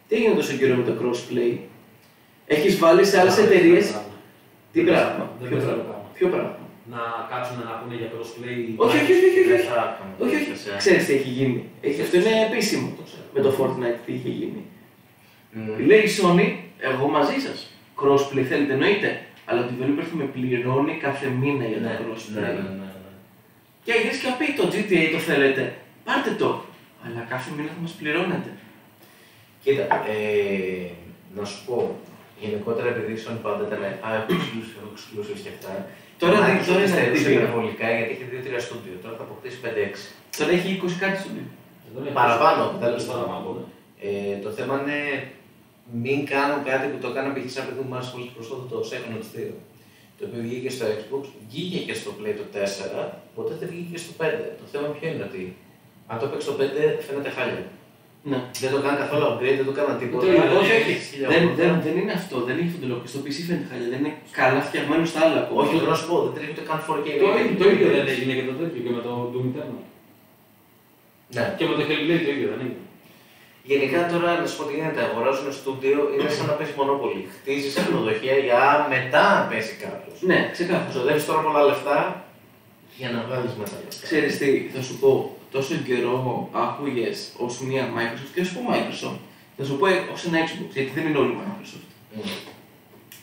[SPEAKER 3] τι έγινε τόσο καιρό με το crossplay. Έχεις βάλει σε άλλες εταιρείες τι πράγμα,
[SPEAKER 2] Δεν
[SPEAKER 3] ποιο
[SPEAKER 2] πες το
[SPEAKER 3] πράγμα,
[SPEAKER 2] πράγμα.
[SPEAKER 3] ποιο πράγμα.
[SPEAKER 2] Να κάτσουν να πούνε για crossplay.
[SPEAKER 3] Όχι, όχι, όχι, όχι,
[SPEAKER 1] Δεν
[SPEAKER 3] όχι.
[SPEAKER 1] θα έκανα.
[SPEAKER 3] Όχι,
[SPEAKER 1] Δεν
[SPEAKER 3] όχι.
[SPEAKER 1] θα-
[SPEAKER 3] Ξέρεις τι έχει γίνει. Έχει, αυτό είναι επίσημο
[SPEAKER 1] Το ξέρω.
[SPEAKER 3] με το Fortnite τι έχει γίνει.
[SPEAKER 1] Μμμ.
[SPEAKER 3] Λέει η Sony, εγώ μαζί σας. Crossplay θέλετε, εννοείται. Αλλά το developer θα με πληρώνει κάθε μήνα για το
[SPEAKER 1] Ναι, ναι, ναι,
[SPEAKER 3] crossplay.
[SPEAKER 1] ναι, ναι.
[SPEAKER 3] Και γυρίσει και πει το GTA το θέλετε. Πάρτε το. Αλλά κάθε μήνα θα μας πληρώνετε.
[SPEAKER 1] Κοίτα, ε, να σου πω, γενικότερα επειδή ήσουν πάντα τα λεφτά, έχω exclusive και αυτά.
[SPEAKER 3] Τώρα
[SPEAKER 1] Microsoft
[SPEAKER 3] δεν- τώρα είναι
[SPEAKER 1] υστερούσε
[SPEAKER 3] αντίπειρα.
[SPEAKER 1] υπερβολικά γιατί έχει 2-3 στούντιο, τώρα θα αποκτήσει 5-6.
[SPEAKER 3] Τώρα έχει 20 κάτι στον πίσω.
[SPEAKER 2] Ναι,
[SPEAKER 1] Παραπάνω, τέλο πάντων. Ε, το θέμα είναι μην κάνουν κάτι που το έκανα π.χ. σαν παιδί μου άρεσε πολύ προσθέτω το Psychonauts 2. Το οποίο βγήκε στο Xbox, βγήκε και στο Play το 4, ποτέ δεν βγήκε και στο 5. Το θέμα ποιο είναι ότι αν το παίξει το 5 φαίνεται χάλια.
[SPEAKER 3] Ναι.
[SPEAKER 1] Δεν το κάνει καθόλου upgrade, δεν το κάνει τίποτα. Ε,
[SPEAKER 2] Το είδα,
[SPEAKER 3] όχι,
[SPEAKER 2] όχι.
[SPEAKER 1] Χίλια
[SPEAKER 3] Δεν,
[SPEAKER 1] ονόματα.
[SPEAKER 3] δεν, δεν είναι αυτό, δεν έχει αυτό το λόγο. Και Στο PC φαίνεται χαλιά, δεν είναι καλά φτιαγμένο στα άλλα ακόμα.
[SPEAKER 1] Όχι, θέλω να σου πω, δεν τρέχει ούτε καν 4K.
[SPEAKER 3] Ε,
[SPEAKER 2] Το ίδιο- Το ίδιο δεν έγινε και το τέτοιο και με το Doom Eternal.
[SPEAKER 1] Ναι.
[SPEAKER 2] Και με το Hellblade το ίδιο δεν έγινε.
[SPEAKER 1] Γενικά τώρα να σου πω τι γίνεται, αγοράζουν στούντιο, είναι σαν να παίζεις μονόπολη. Χτίζεις ξενοδοχεία για μετά να παίζει κάποιος.
[SPEAKER 3] Ναι, ξεκάθαρα.
[SPEAKER 1] Ξοδεύεις τώρα πολλά λεφτά για να βγάλεις μετά λεφτά.
[SPEAKER 3] Ξέρεις τι, θα σου πω, τόσο καιρό άκουγες ως μια Microsoft και θα σου πω Microsoft. Θα σου πω ε, ως ένα Xbox, γιατί δεν είναι όλοι Microsoft.
[SPEAKER 1] Mm.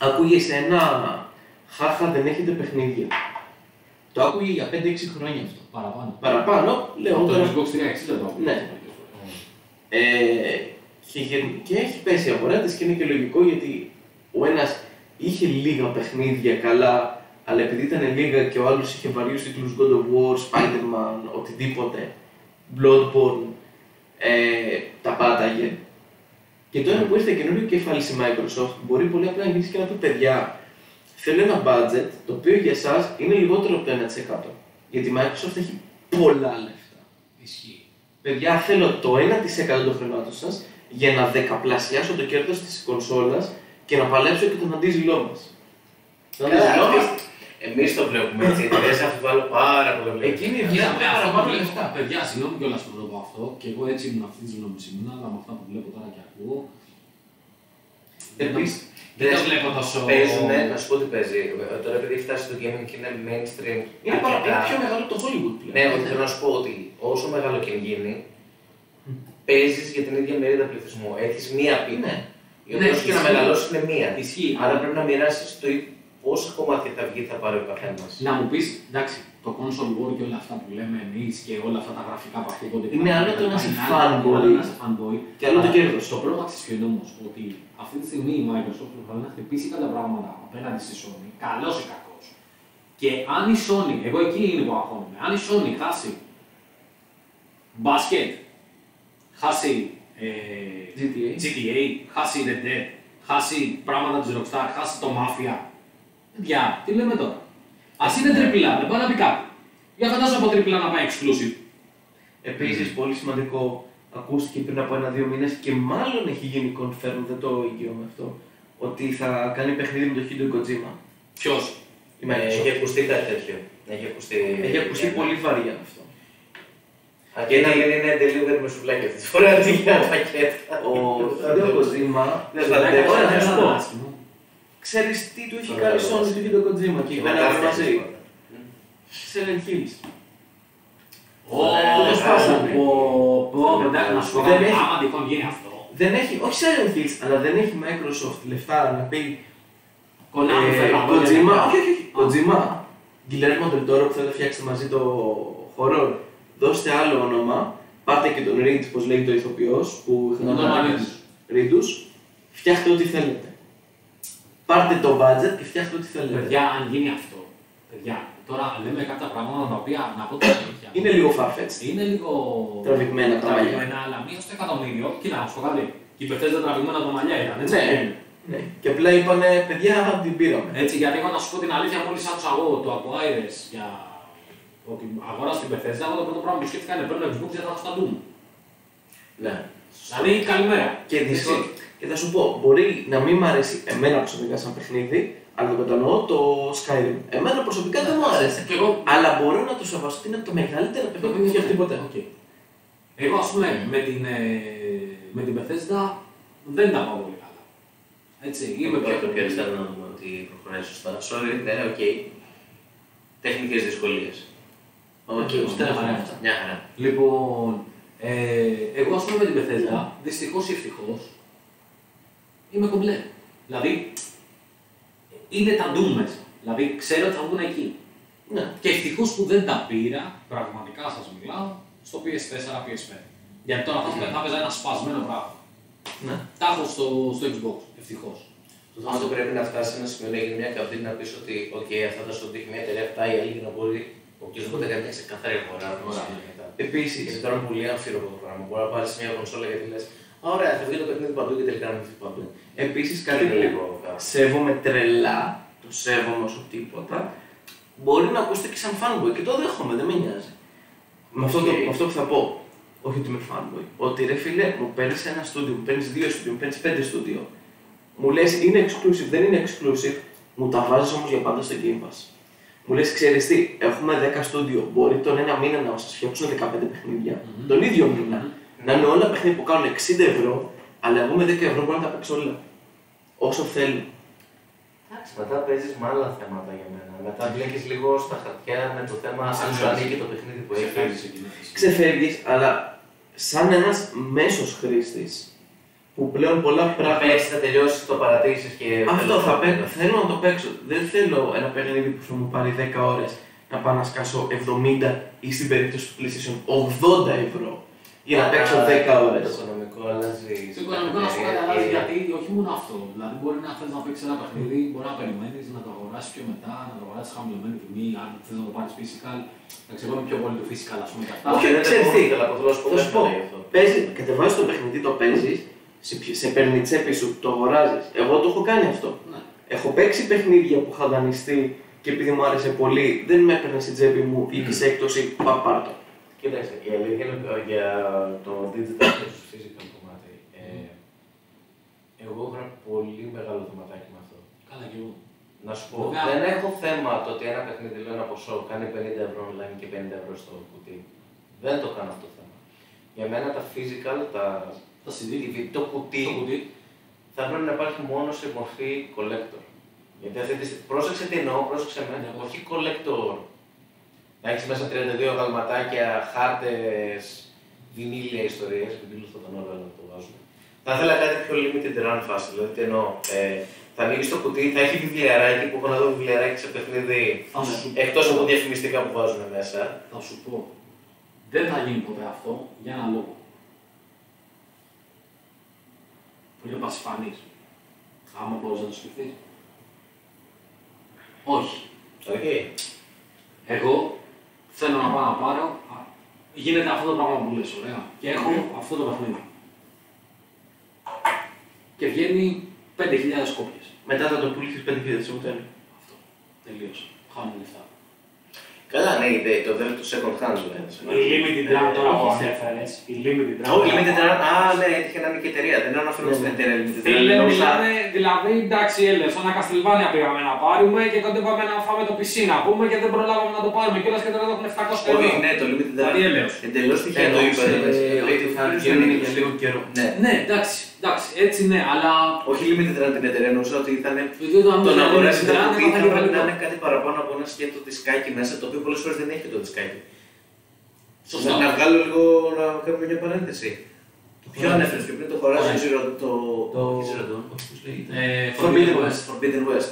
[SPEAKER 3] Άκουγες ένα χάχα δεν έχετε παιχνίδια. Το άκουγε για 5-6 χρόνια αυτό.
[SPEAKER 2] Παραπάνω.
[SPEAKER 3] Παραπάνω, λέω
[SPEAKER 5] Το
[SPEAKER 3] τώρα.
[SPEAKER 5] Xbox 360 το έχω.
[SPEAKER 3] Ναι. Ε, και, γεν- και έχει πέσει η αγορά της και είναι και λογικό γιατί ο ένας είχε λίγα παιχνίδια καλά, αλλά επειδή ήταν λίγα και ο άλλος είχε βαριούς τίτλους God of War, Spider-Man, οτιδήποτε, Bloodborne, ε, τα πάταγε. Και τώρα που ήρθε καινούριο κεφάλι στη Microsoft, μπορεί πολύ απλά να γυρίσει και να πει παιδιά, θέλω ένα budget το οποίο για εσάς είναι λιγότερο από το 1%. Γιατί η Microsoft έχει πολλά λεφτά.
[SPEAKER 4] Ισχύει.
[SPEAKER 3] Παιδιά, θέλω το 1% των χρημάτων σας για να δεκαπλασιάσω το κέρδος της κονσόλας και να παλέψω και τον αντίζηλό μας. Τον
[SPEAKER 1] Καλά,
[SPEAKER 3] αντίζηλό μα
[SPEAKER 1] αυτή- Εμείς το βλέπουμε έτσι. Γιατί δεν σε αφιβάλλω πάρα πολύ.
[SPEAKER 6] Εκείνη βγήκαν
[SPEAKER 2] Κοίτα, με αυτό
[SPEAKER 6] πάρα
[SPEAKER 2] που
[SPEAKER 6] πολλά
[SPEAKER 2] βλέπω,
[SPEAKER 6] λεφτά.
[SPEAKER 2] παιδιά, συγγνώμη κιόλας που το πω αυτό, και εγώ έτσι ήμουν αυτή τη γνώμη ήμουν, αλλά με αυτά που βλέπω τώρα και ακούω. δεν τα-
[SPEAKER 1] Επίσης,
[SPEAKER 2] δεν τα βλέπω τόσο.
[SPEAKER 1] Παίζουν, να
[SPEAKER 2] ναι,
[SPEAKER 1] σου πω τι παίζει. Ε, Τώρα επειδή έχει φτάσει στο gaming και είναι mainstream.
[SPEAKER 3] Είναι πάρα
[SPEAKER 1] αρκετά-
[SPEAKER 3] είναι πιο μεγάλο από το Hollywood πλέον.
[SPEAKER 1] Ναι, ότι θέλω να σου πω ότι όσο μεγάλο και αν γίνει, παίζεις για την ίδια μερίδα πληθυσμού. Έχεις μία πίνα. Η οποία
[SPEAKER 2] Ναι,
[SPEAKER 1] όσο και να
[SPEAKER 2] ισχύει.
[SPEAKER 1] μεγαλώσει είναι μία.
[SPEAKER 2] Ισχύει.
[SPEAKER 1] Άρα πρέπει να μοιράσεις το ή- πόσα κομμάτια θα βγει θα πάρει ο καθένας.
[SPEAKER 2] Να μου πεις, εντάξει, το console war και όλα αυτά που λέμε εμείς και όλα αυτά τα γραφικά που ακούγονται.
[SPEAKER 3] Είναι άλλο το να είσαι fanboy.
[SPEAKER 2] άλλο να είσαι fanboy.
[SPEAKER 3] Και άλλο το κέρδος.
[SPEAKER 2] Το πρώτο αξιοποιεί όμως ότι αυτή τη στιγμή η Microsoft προσπαθεί να χτυπήσει κάποια πράγματα απέναντι στη Sony, καλός ή κακός. Και αν η Sony, εγώ εκεί είναι που αγχώνομαι, αν η Sony χάσει μπάσκετ, χάσει ε,
[SPEAKER 3] GTA.
[SPEAKER 2] GTA, χάσει Red Dead, χάσει πράγματα της Rockstar, χάσει το Mafia. Παιδιά, τι λέμε τώρα. Ας είναι τριπλά, δεν πάει να πει κάτι. Για φαντάζομαι από τριπλά να πάει exclusive.
[SPEAKER 3] Επίσης, πολύ σημαντικό, ακούστηκε πριν από ένα-δύο μήνες και μάλλον έχει γίνει confirm, δεν το εγγυώμαι αυτό, ότι θα κάνει παιχνίδι με τον Hideo Kojima.
[SPEAKER 2] Ποιος.
[SPEAKER 3] Η
[SPEAKER 1] Ε,
[SPEAKER 3] Microsoft.
[SPEAKER 1] Έχει ακουστεί κάτι τέτοιο. Έχει ακουστεί.
[SPEAKER 3] Ναι. Έχει ακουστεί
[SPEAKER 1] Ναι.
[SPEAKER 3] πολύ βαριά αυτό.
[SPEAKER 1] Αρκεί να μην είναι delivery με σουβλάκι αυτή τη φορά, αντί για πακέτα.
[SPEAKER 3] Ο Hideo Kojima.
[SPEAKER 1] Δεν Ναι, θα αντέξω.
[SPEAKER 3] Ωραία, θα
[SPEAKER 2] Ένα
[SPEAKER 3] σου πω.
[SPEAKER 2] άσχημο.
[SPEAKER 3] Ξέρεις τι του έχει
[SPEAKER 1] Ωραία,
[SPEAKER 3] κάνει
[SPEAKER 1] ωραία.
[SPEAKER 3] Sony του Hideo Kojima
[SPEAKER 1] Και
[SPEAKER 3] και η
[SPEAKER 1] μετά
[SPEAKER 3] Βένα
[SPEAKER 1] φτιάχνεις
[SPEAKER 3] μαζί.
[SPEAKER 1] πάντα.
[SPEAKER 3] Silent Hills.
[SPEAKER 2] Ω,
[SPEAKER 1] Ε,
[SPEAKER 2] το σπάσαμε.
[SPEAKER 1] ε,
[SPEAKER 2] Πω, πω, εντάξει, να σου πω
[SPEAKER 3] Δεν
[SPEAKER 2] κάτι.
[SPEAKER 3] έχει.
[SPEAKER 2] Άμα τυχόν γίνει αυτό.
[SPEAKER 3] Δεν έχει, όχι Silent Hills, αλλά δεν έχει Microsoft λεφτά να πει Ε,
[SPEAKER 2] Κονάμι θα
[SPEAKER 3] Κοτζίμα,
[SPEAKER 2] ναι.
[SPEAKER 3] όχι, όχι, όχι. Κοτζίμα, Γκυλέρμο Τελτόρο που θέλετε να φτιάξετε μαζί το horror, δώστε άλλο όνομα, πάτε και τον Ριντ, πως λέγεται ο ηθοποιός, που είχαν
[SPEAKER 2] Τον
[SPEAKER 3] ανάγκες.
[SPEAKER 2] Ριντ.
[SPEAKER 3] Ριντους, φτιάχτε ό,τι θέλετε. Πάρτε το budget και φτιάχτε ό,τι θέλετε.
[SPEAKER 2] Παιδιά, αν γίνει αυτό. Παιδιά, τώρα λέμε κάποια πράγματα τα οποία να πω τα αλήθεια.
[SPEAKER 3] Είναι λίγο farfetched.
[SPEAKER 2] Είναι λίγο.
[SPEAKER 3] Τραβηγμένα τα μαλλιά.
[SPEAKER 2] τραβηγμένα, αλλά μία στο εκατομμύριο. Κοίτα, να σου πω κάτι. Και οι παιχτέ δεν τραβηγμένα τα μαλλιά ήταν, έτσι.
[SPEAKER 3] Ναι, ναι. Και απλά είπανε, παιδιά, την πήραμε.
[SPEAKER 2] Έτσι, γιατί εγώ να σου πω την αλήθεια, μόλις άκουσα εγώ το από Άιρε για ότι αγοράσει την Bethesda, εγώ το πρώτο πράγμα που σκέφτηκα είναι παίρνω Xbox και θα έχω στα Doom.
[SPEAKER 1] Ναι.
[SPEAKER 2] Δηλαδή, καλημέρα.
[SPEAKER 3] Και,
[SPEAKER 2] Έτσι.
[SPEAKER 3] δυστυχώς, και θα σου πω, μπορεί να μην μ' αρέσει εμένα προσωπικά σαν παιχνίδι, αλλά το κατανοώ το Skyrim. Εμένα προσωπικά δεν μου άρεσε.
[SPEAKER 2] Και εγώ
[SPEAKER 3] Αλλά μπορώ να το σεβαστώ ότι είναι από τα μεγαλύτερα παιχνίδια που έχει φτιαχτεί ποτέ.
[SPEAKER 2] Οκ. Εγώ ας πούμε με την, ε, με την Bethesda δεν τα πάω πολύ καλά. Έτσι, είμαι
[SPEAKER 1] Είμαι
[SPEAKER 2] πιο
[SPEAKER 1] το πιο αριστερό να δούμε ότι προχωράει σωστά. Sorry, ναι, οκ. Τεχνικές δυσκολίες.
[SPEAKER 2] Οκ,
[SPEAKER 3] ώστε να
[SPEAKER 2] μια χαρά.
[SPEAKER 3] αυτά.
[SPEAKER 1] Μια χαρά.
[SPEAKER 2] Λοιπόν, ε, εγώ ας πούμε με την Bethesda, δυστυχώς ή ευτυχώς, είμαι κομπλέ. Δηλαδή, είναι τα ντουμ μέσα. Δηλαδή, ξέρω ότι θα βγουν εκεί.
[SPEAKER 3] Ναι.
[SPEAKER 2] Και ευτυχώς που δεν τα πήρα, πραγματικά σας μιλάω, στο PS4, PS5. Γιατί τώρα θα θα έπαιζα ένα σπασμένο πράγμα.
[SPEAKER 3] ναι.
[SPEAKER 2] Τα έχω στο, στο Xbox, ευτυχώς.
[SPEAKER 1] Αυτό πρέπει να φτάσει σε ένα σημείο να γίνει μια καυδίνα να πεις ότι οκ, αυτά τα σου δείχνει μια εταιρεία, αυτά η άλλη να μπορεί οποιοδήποτε να κάνει μια ξεκάθαρη αγορά. να
[SPEAKER 2] Ωραία.
[SPEAKER 1] κάνει μετά. Γιατί
[SPEAKER 3] Επίση,
[SPEAKER 1] τώρα είναι πολύ αμφίροπο το πράγμα. Μπορεί να πάρεις μια κονσόλα γιατί λες, ωραία, θα βγει το παιχνίδι παντού και τελικά να μην βγει παντού.
[SPEAKER 3] επίσης κάτι
[SPEAKER 1] Είναι
[SPEAKER 3] που
[SPEAKER 1] λίγο κάπως.
[SPEAKER 3] σέβομαι τρελά, το σέβομαι όσο τίποτα, μπορεί να ακούστε και σαν fanboy και το δέχομαι, δεν με νοιάζει. Με αυτό, το,
[SPEAKER 1] Οκ.
[SPEAKER 3] με αυτό που θα πω, όχι ότι είμαι fanboy, ότι ρε φίλε μου παίρνεις ένα στούντιο, μου παίρνεις δύο στούντιο, μου παίρνεις πέντε στούντιο. Μου λες είναι exclusive, δεν είναι exclusive, μου τα βάζεις όμως για πάντα στο Game Pass. Μου λες, ξέρεις τι, έχουμε 10 στούντιο. Μπορεί τον ένα μήνα να σας φτιάξουν 15 παιχνιδια Τον ίδιο μήνα. Να είναι όλα παιχνίδια που κάνουν 60 ευρώ, αλλά εγώ με 10 ευρώ μπορώ να τα παίξω όλα. Όσο θέλω.
[SPEAKER 1] Εντάξει, μετά παίζεις με άλλα θέματα για μένα. Μετά μπλέκεις λίγο στα χαρτιά με το θέμα αν σου ανήκει το παιχνίδι που έχεις.
[SPEAKER 3] Ξεφεύγεις, αλλά σαν ένας μέσος χρήστης που πλέον πολλά
[SPEAKER 1] Να
[SPEAKER 3] πράγματα.
[SPEAKER 1] παίξεις, θα τελειώσεις, το παρατήσεις και.
[SPEAKER 3] Αυτό θα παίξω. Θέλω να το παίξω. Δεν θέλω ένα παιχνίδι που θα μου πάρει 10 ώρες να πάω να σκάσω 70 ή στην περίπτωση του PlayStation 80 ευρώ για να παίξω 10 ώρε.
[SPEAKER 1] Το οικονομικό αλλάζει.
[SPEAKER 2] Το οικονομικό να σου καταλάβεις γιατί όχι μόνο αυτό. Δηλαδή, μπορεί να θέλει να παίξεις ένα παιχνίδι, μπορεί να περιμένεις να το αγοράσεις πιο μετά, να το αγοράσεις χαμηλωμένη τιμή, αν θες να το πάρεις physical. Εντάξει, εγώ είμαι πιο πολύ του physical, ας πούμε και αυτά.
[SPEAKER 3] Όχι,
[SPEAKER 1] δεν
[SPEAKER 3] ξέρεις
[SPEAKER 1] το
[SPEAKER 3] τι,
[SPEAKER 1] ήθελα, από θέλω να σου πω
[SPEAKER 3] Θα σου
[SPEAKER 1] κάτι
[SPEAKER 3] πω,
[SPEAKER 1] γι' αυτό.
[SPEAKER 3] παίζεις, κατεβάζεις το παιχνίδι, το παίζεις, σε, πι- σε παίρνει τσέπη σου, το αγοράζεις. Εγώ το έχω κάνει αυτό.
[SPEAKER 2] Ναι.
[SPEAKER 3] Έχω παίξει παιχνίδια που είχα δανειστεί και επειδή μου άρεσε πολύ, δεν με έπαιρνε στην τσέπη μου ή τη έκπτωση, πα πάρτο.
[SPEAKER 1] Κοίταξε, η αλήθεια είναι ότι για το digital <coughs> versus physical κομμάτι. ε, εγώ έχω ένα πολύ μεγάλο θεματάκι με αυτό.
[SPEAKER 2] Καλά κι εγώ.
[SPEAKER 1] Να σου πω,
[SPEAKER 2] Βέβαια.
[SPEAKER 1] δεν έχω θέμα το ότι ένα παιχνίδι λέει ένα ποσό κάνει 50 ευρώ online και 50 ευρώ στο κουτί. Δεν το κάνω αυτό το θέμα. Για μένα τα physical, τα...
[SPEAKER 2] Τα CD.
[SPEAKER 1] DVD, το κουτί,
[SPEAKER 2] Το κουτί.
[SPEAKER 1] θα πρέπει να υπάρχει μόνο σε μορφή collector. Γιατί αυτή τη στιγμή, πρόσεξε τι εννοώ, πρόσεξε με, όχι collector. Να έχεις μέσα 32 γαλματάκια, χάρτες, βινίλια ιστορίες. Βινίλιο θα τον όλα να το βάζουμε. Θα ήθελα κάτι πιο limited run fast, δηλαδή τι εννοώ. Ε, θα ανοίξεις το κουτί, θα έχει βιβλιαράκι που έχω να δω βιβλιαράκι σε παιχνίδι.
[SPEAKER 2] Θα σου-
[SPEAKER 1] Εκτός από διαφημιστικά που βάζουν μέσα.
[SPEAKER 2] Θα σου πω. Δεν θα γίνει ποτέ αυτό για ένα λόγο. Που είναι πασιφανής. Άμα μπορείς να το σκεφτείς. Όχι.
[SPEAKER 1] Οκ.
[SPEAKER 2] Εγώ θέλω να πάω να πάρω. α, Γίνεται αυτό το πράγμα που λες, ωραία. Και έχω αυτό το παιχνίδι. Και βγαίνει 5.000 κόπιες.
[SPEAKER 3] Μετά θα το πουλήσεις 5.000 στο τέλο.
[SPEAKER 2] Αυτό. Τελείωσε. Χάνουν λεφτά.
[SPEAKER 1] Καλά, ναι, ιδέα, το δεύτερο second hand
[SPEAKER 7] Η
[SPEAKER 1] δηλαδή.
[SPEAKER 7] limited run τώρα
[SPEAKER 1] όχι.
[SPEAKER 7] που έφερες, η limited run.
[SPEAKER 1] Όχι, limited run. Α, ναι, έτυχε να είναι και εταιρεία. Δεν
[SPEAKER 3] Ναι,
[SPEAKER 1] αναφέρομαι στην εταιρεία limited run.
[SPEAKER 7] Φίλε,
[SPEAKER 1] εννοούσα-
[SPEAKER 7] μιλάμε, δηλαδή, εντάξει, έλε, σαν Καστιλβάνια πήγαμε να πάρουμε και κοντεύαμε να φάμε το πισί να πούμε και δεν προλάβαμε να το πάρουμε κιόλας και τώρα το έχουν 700
[SPEAKER 1] Όχι,
[SPEAKER 7] ευρώ.
[SPEAKER 1] ναι, το limited
[SPEAKER 7] Δηλαδή,
[SPEAKER 1] run.
[SPEAKER 7] έλεος.
[SPEAKER 1] Εντελώς τυχαία το είπα.
[SPEAKER 3] Εννοούσε,
[SPEAKER 1] ρε,
[SPEAKER 3] ε,
[SPEAKER 1] λέει,
[SPEAKER 3] ότι
[SPEAKER 1] του
[SPEAKER 3] θα
[SPEAKER 1] φίλου
[SPEAKER 3] βγαίνουν
[SPEAKER 1] δεν
[SPEAKER 3] για
[SPEAKER 1] είναι.
[SPEAKER 3] λίγο καιρό.
[SPEAKER 1] Ναι.
[SPEAKER 2] Ναι, εντάξει, εντάξει, έτσι ναι, αλλά.
[SPEAKER 1] Όχι limited run την εταιρεία, εννοούσα ότι ήταν.
[SPEAKER 2] Επειδή το
[SPEAKER 1] Το να αγοράσει
[SPEAKER 2] δεν
[SPEAKER 1] ένα
[SPEAKER 2] θα
[SPEAKER 1] κουτί θα πρέπει να
[SPEAKER 2] γίνει
[SPEAKER 1] είναι κάτι παραπάνω από ένα σκέτο δισκάκι μέσα, το οποίο πολλές φορές δεν έχει και το δισκάκι.
[SPEAKER 2] Σωστά.
[SPEAKER 1] Να- Να βγάλω λίγο να κάνουμε μια παρένθεση. Ποιο
[SPEAKER 3] Horizon.
[SPEAKER 1] ανέφερες και πριν το Horizon
[SPEAKER 2] Horizon.
[SPEAKER 1] Zero το.
[SPEAKER 3] Ναι. Το.
[SPEAKER 1] όχι Zero Dawn.
[SPEAKER 3] Πώς λέγεται.
[SPEAKER 2] Ε,
[SPEAKER 1] Forbidden
[SPEAKER 2] Forbidden
[SPEAKER 1] West.
[SPEAKER 2] West.
[SPEAKER 1] Forbidden West.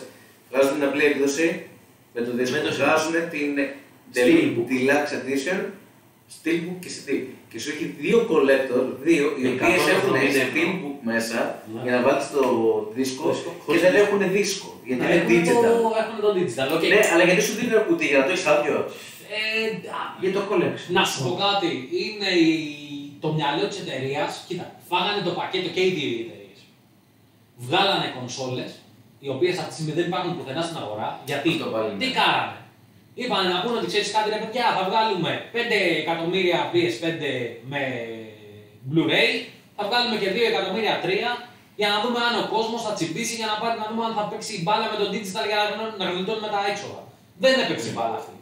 [SPEAKER 1] Βγάζουν την απλή έκδοση με το δεσμό.
[SPEAKER 3] το
[SPEAKER 1] Βγάζουν την
[SPEAKER 3] Steelbook.
[SPEAKER 1] Deluxe Edition, Steelbook και CD. Και σου έχει δύο collector, δύο, οι οποίε
[SPEAKER 3] 170
[SPEAKER 1] έχουν
[SPEAKER 3] ευρώ.
[SPEAKER 1] Steelbook μέσα
[SPEAKER 2] Ναι.
[SPEAKER 1] για να βάλεις το δίσκο
[SPEAKER 3] Δίσκο,
[SPEAKER 1] και
[SPEAKER 3] χωρίς
[SPEAKER 1] δεν
[SPEAKER 3] δίσκο.
[SPEAKER 1] έχουν δίσκο. Γιατί
[SPEAKER 2] Ναι,
[SPEAKER 1] είναι
[SPEAKER 2] έχουμε
[SPEAKER 1] digital.
[SPEAKER 2] το- Έχουμε το digital, οκ.
[SPEAKER 1] Ναι, αλλά γιατί σου δίνει ένα κουτί για να το έχεις άδειο.
[SPEAKER 2] Ε, α,
[SPEAKER 3] Για το collection.
[SPEAKER 7] Να σου πω κάτι, είναι η- το μυαλό της εταιρείας. Κοίτα, φάγανε το πακέτο και οι δύο οι εταιρείες. Βγάλανε κονσόλες, οι οποίες αυτή τη στιγμή δεν υπάρχουν πουθενά στην αγορά. Γιατί
[SPEAKER 1] Αυτό πάλι
[SPEAKER 7] τι
[SPEAKER 1] ναι.
[SPEAKER 7] κάνανε. Είπανε να πούνε ότι ξέρεις κάτι ρε παιδιά, θα βγάλουμε 5 εκατομμύρια PS5 με Blu-ray, θα βγάλουμε και 2 εκατομμύρια 3 για να δούμε αν ο κόσμος θα τσιμπήσει για να πάρει να δούμε αν θα παίξει η μπάλα με το digital για να γνω- να γλιτώνουμε τα έξοδα. Δεν έπαιξε η μπάλα αυτή.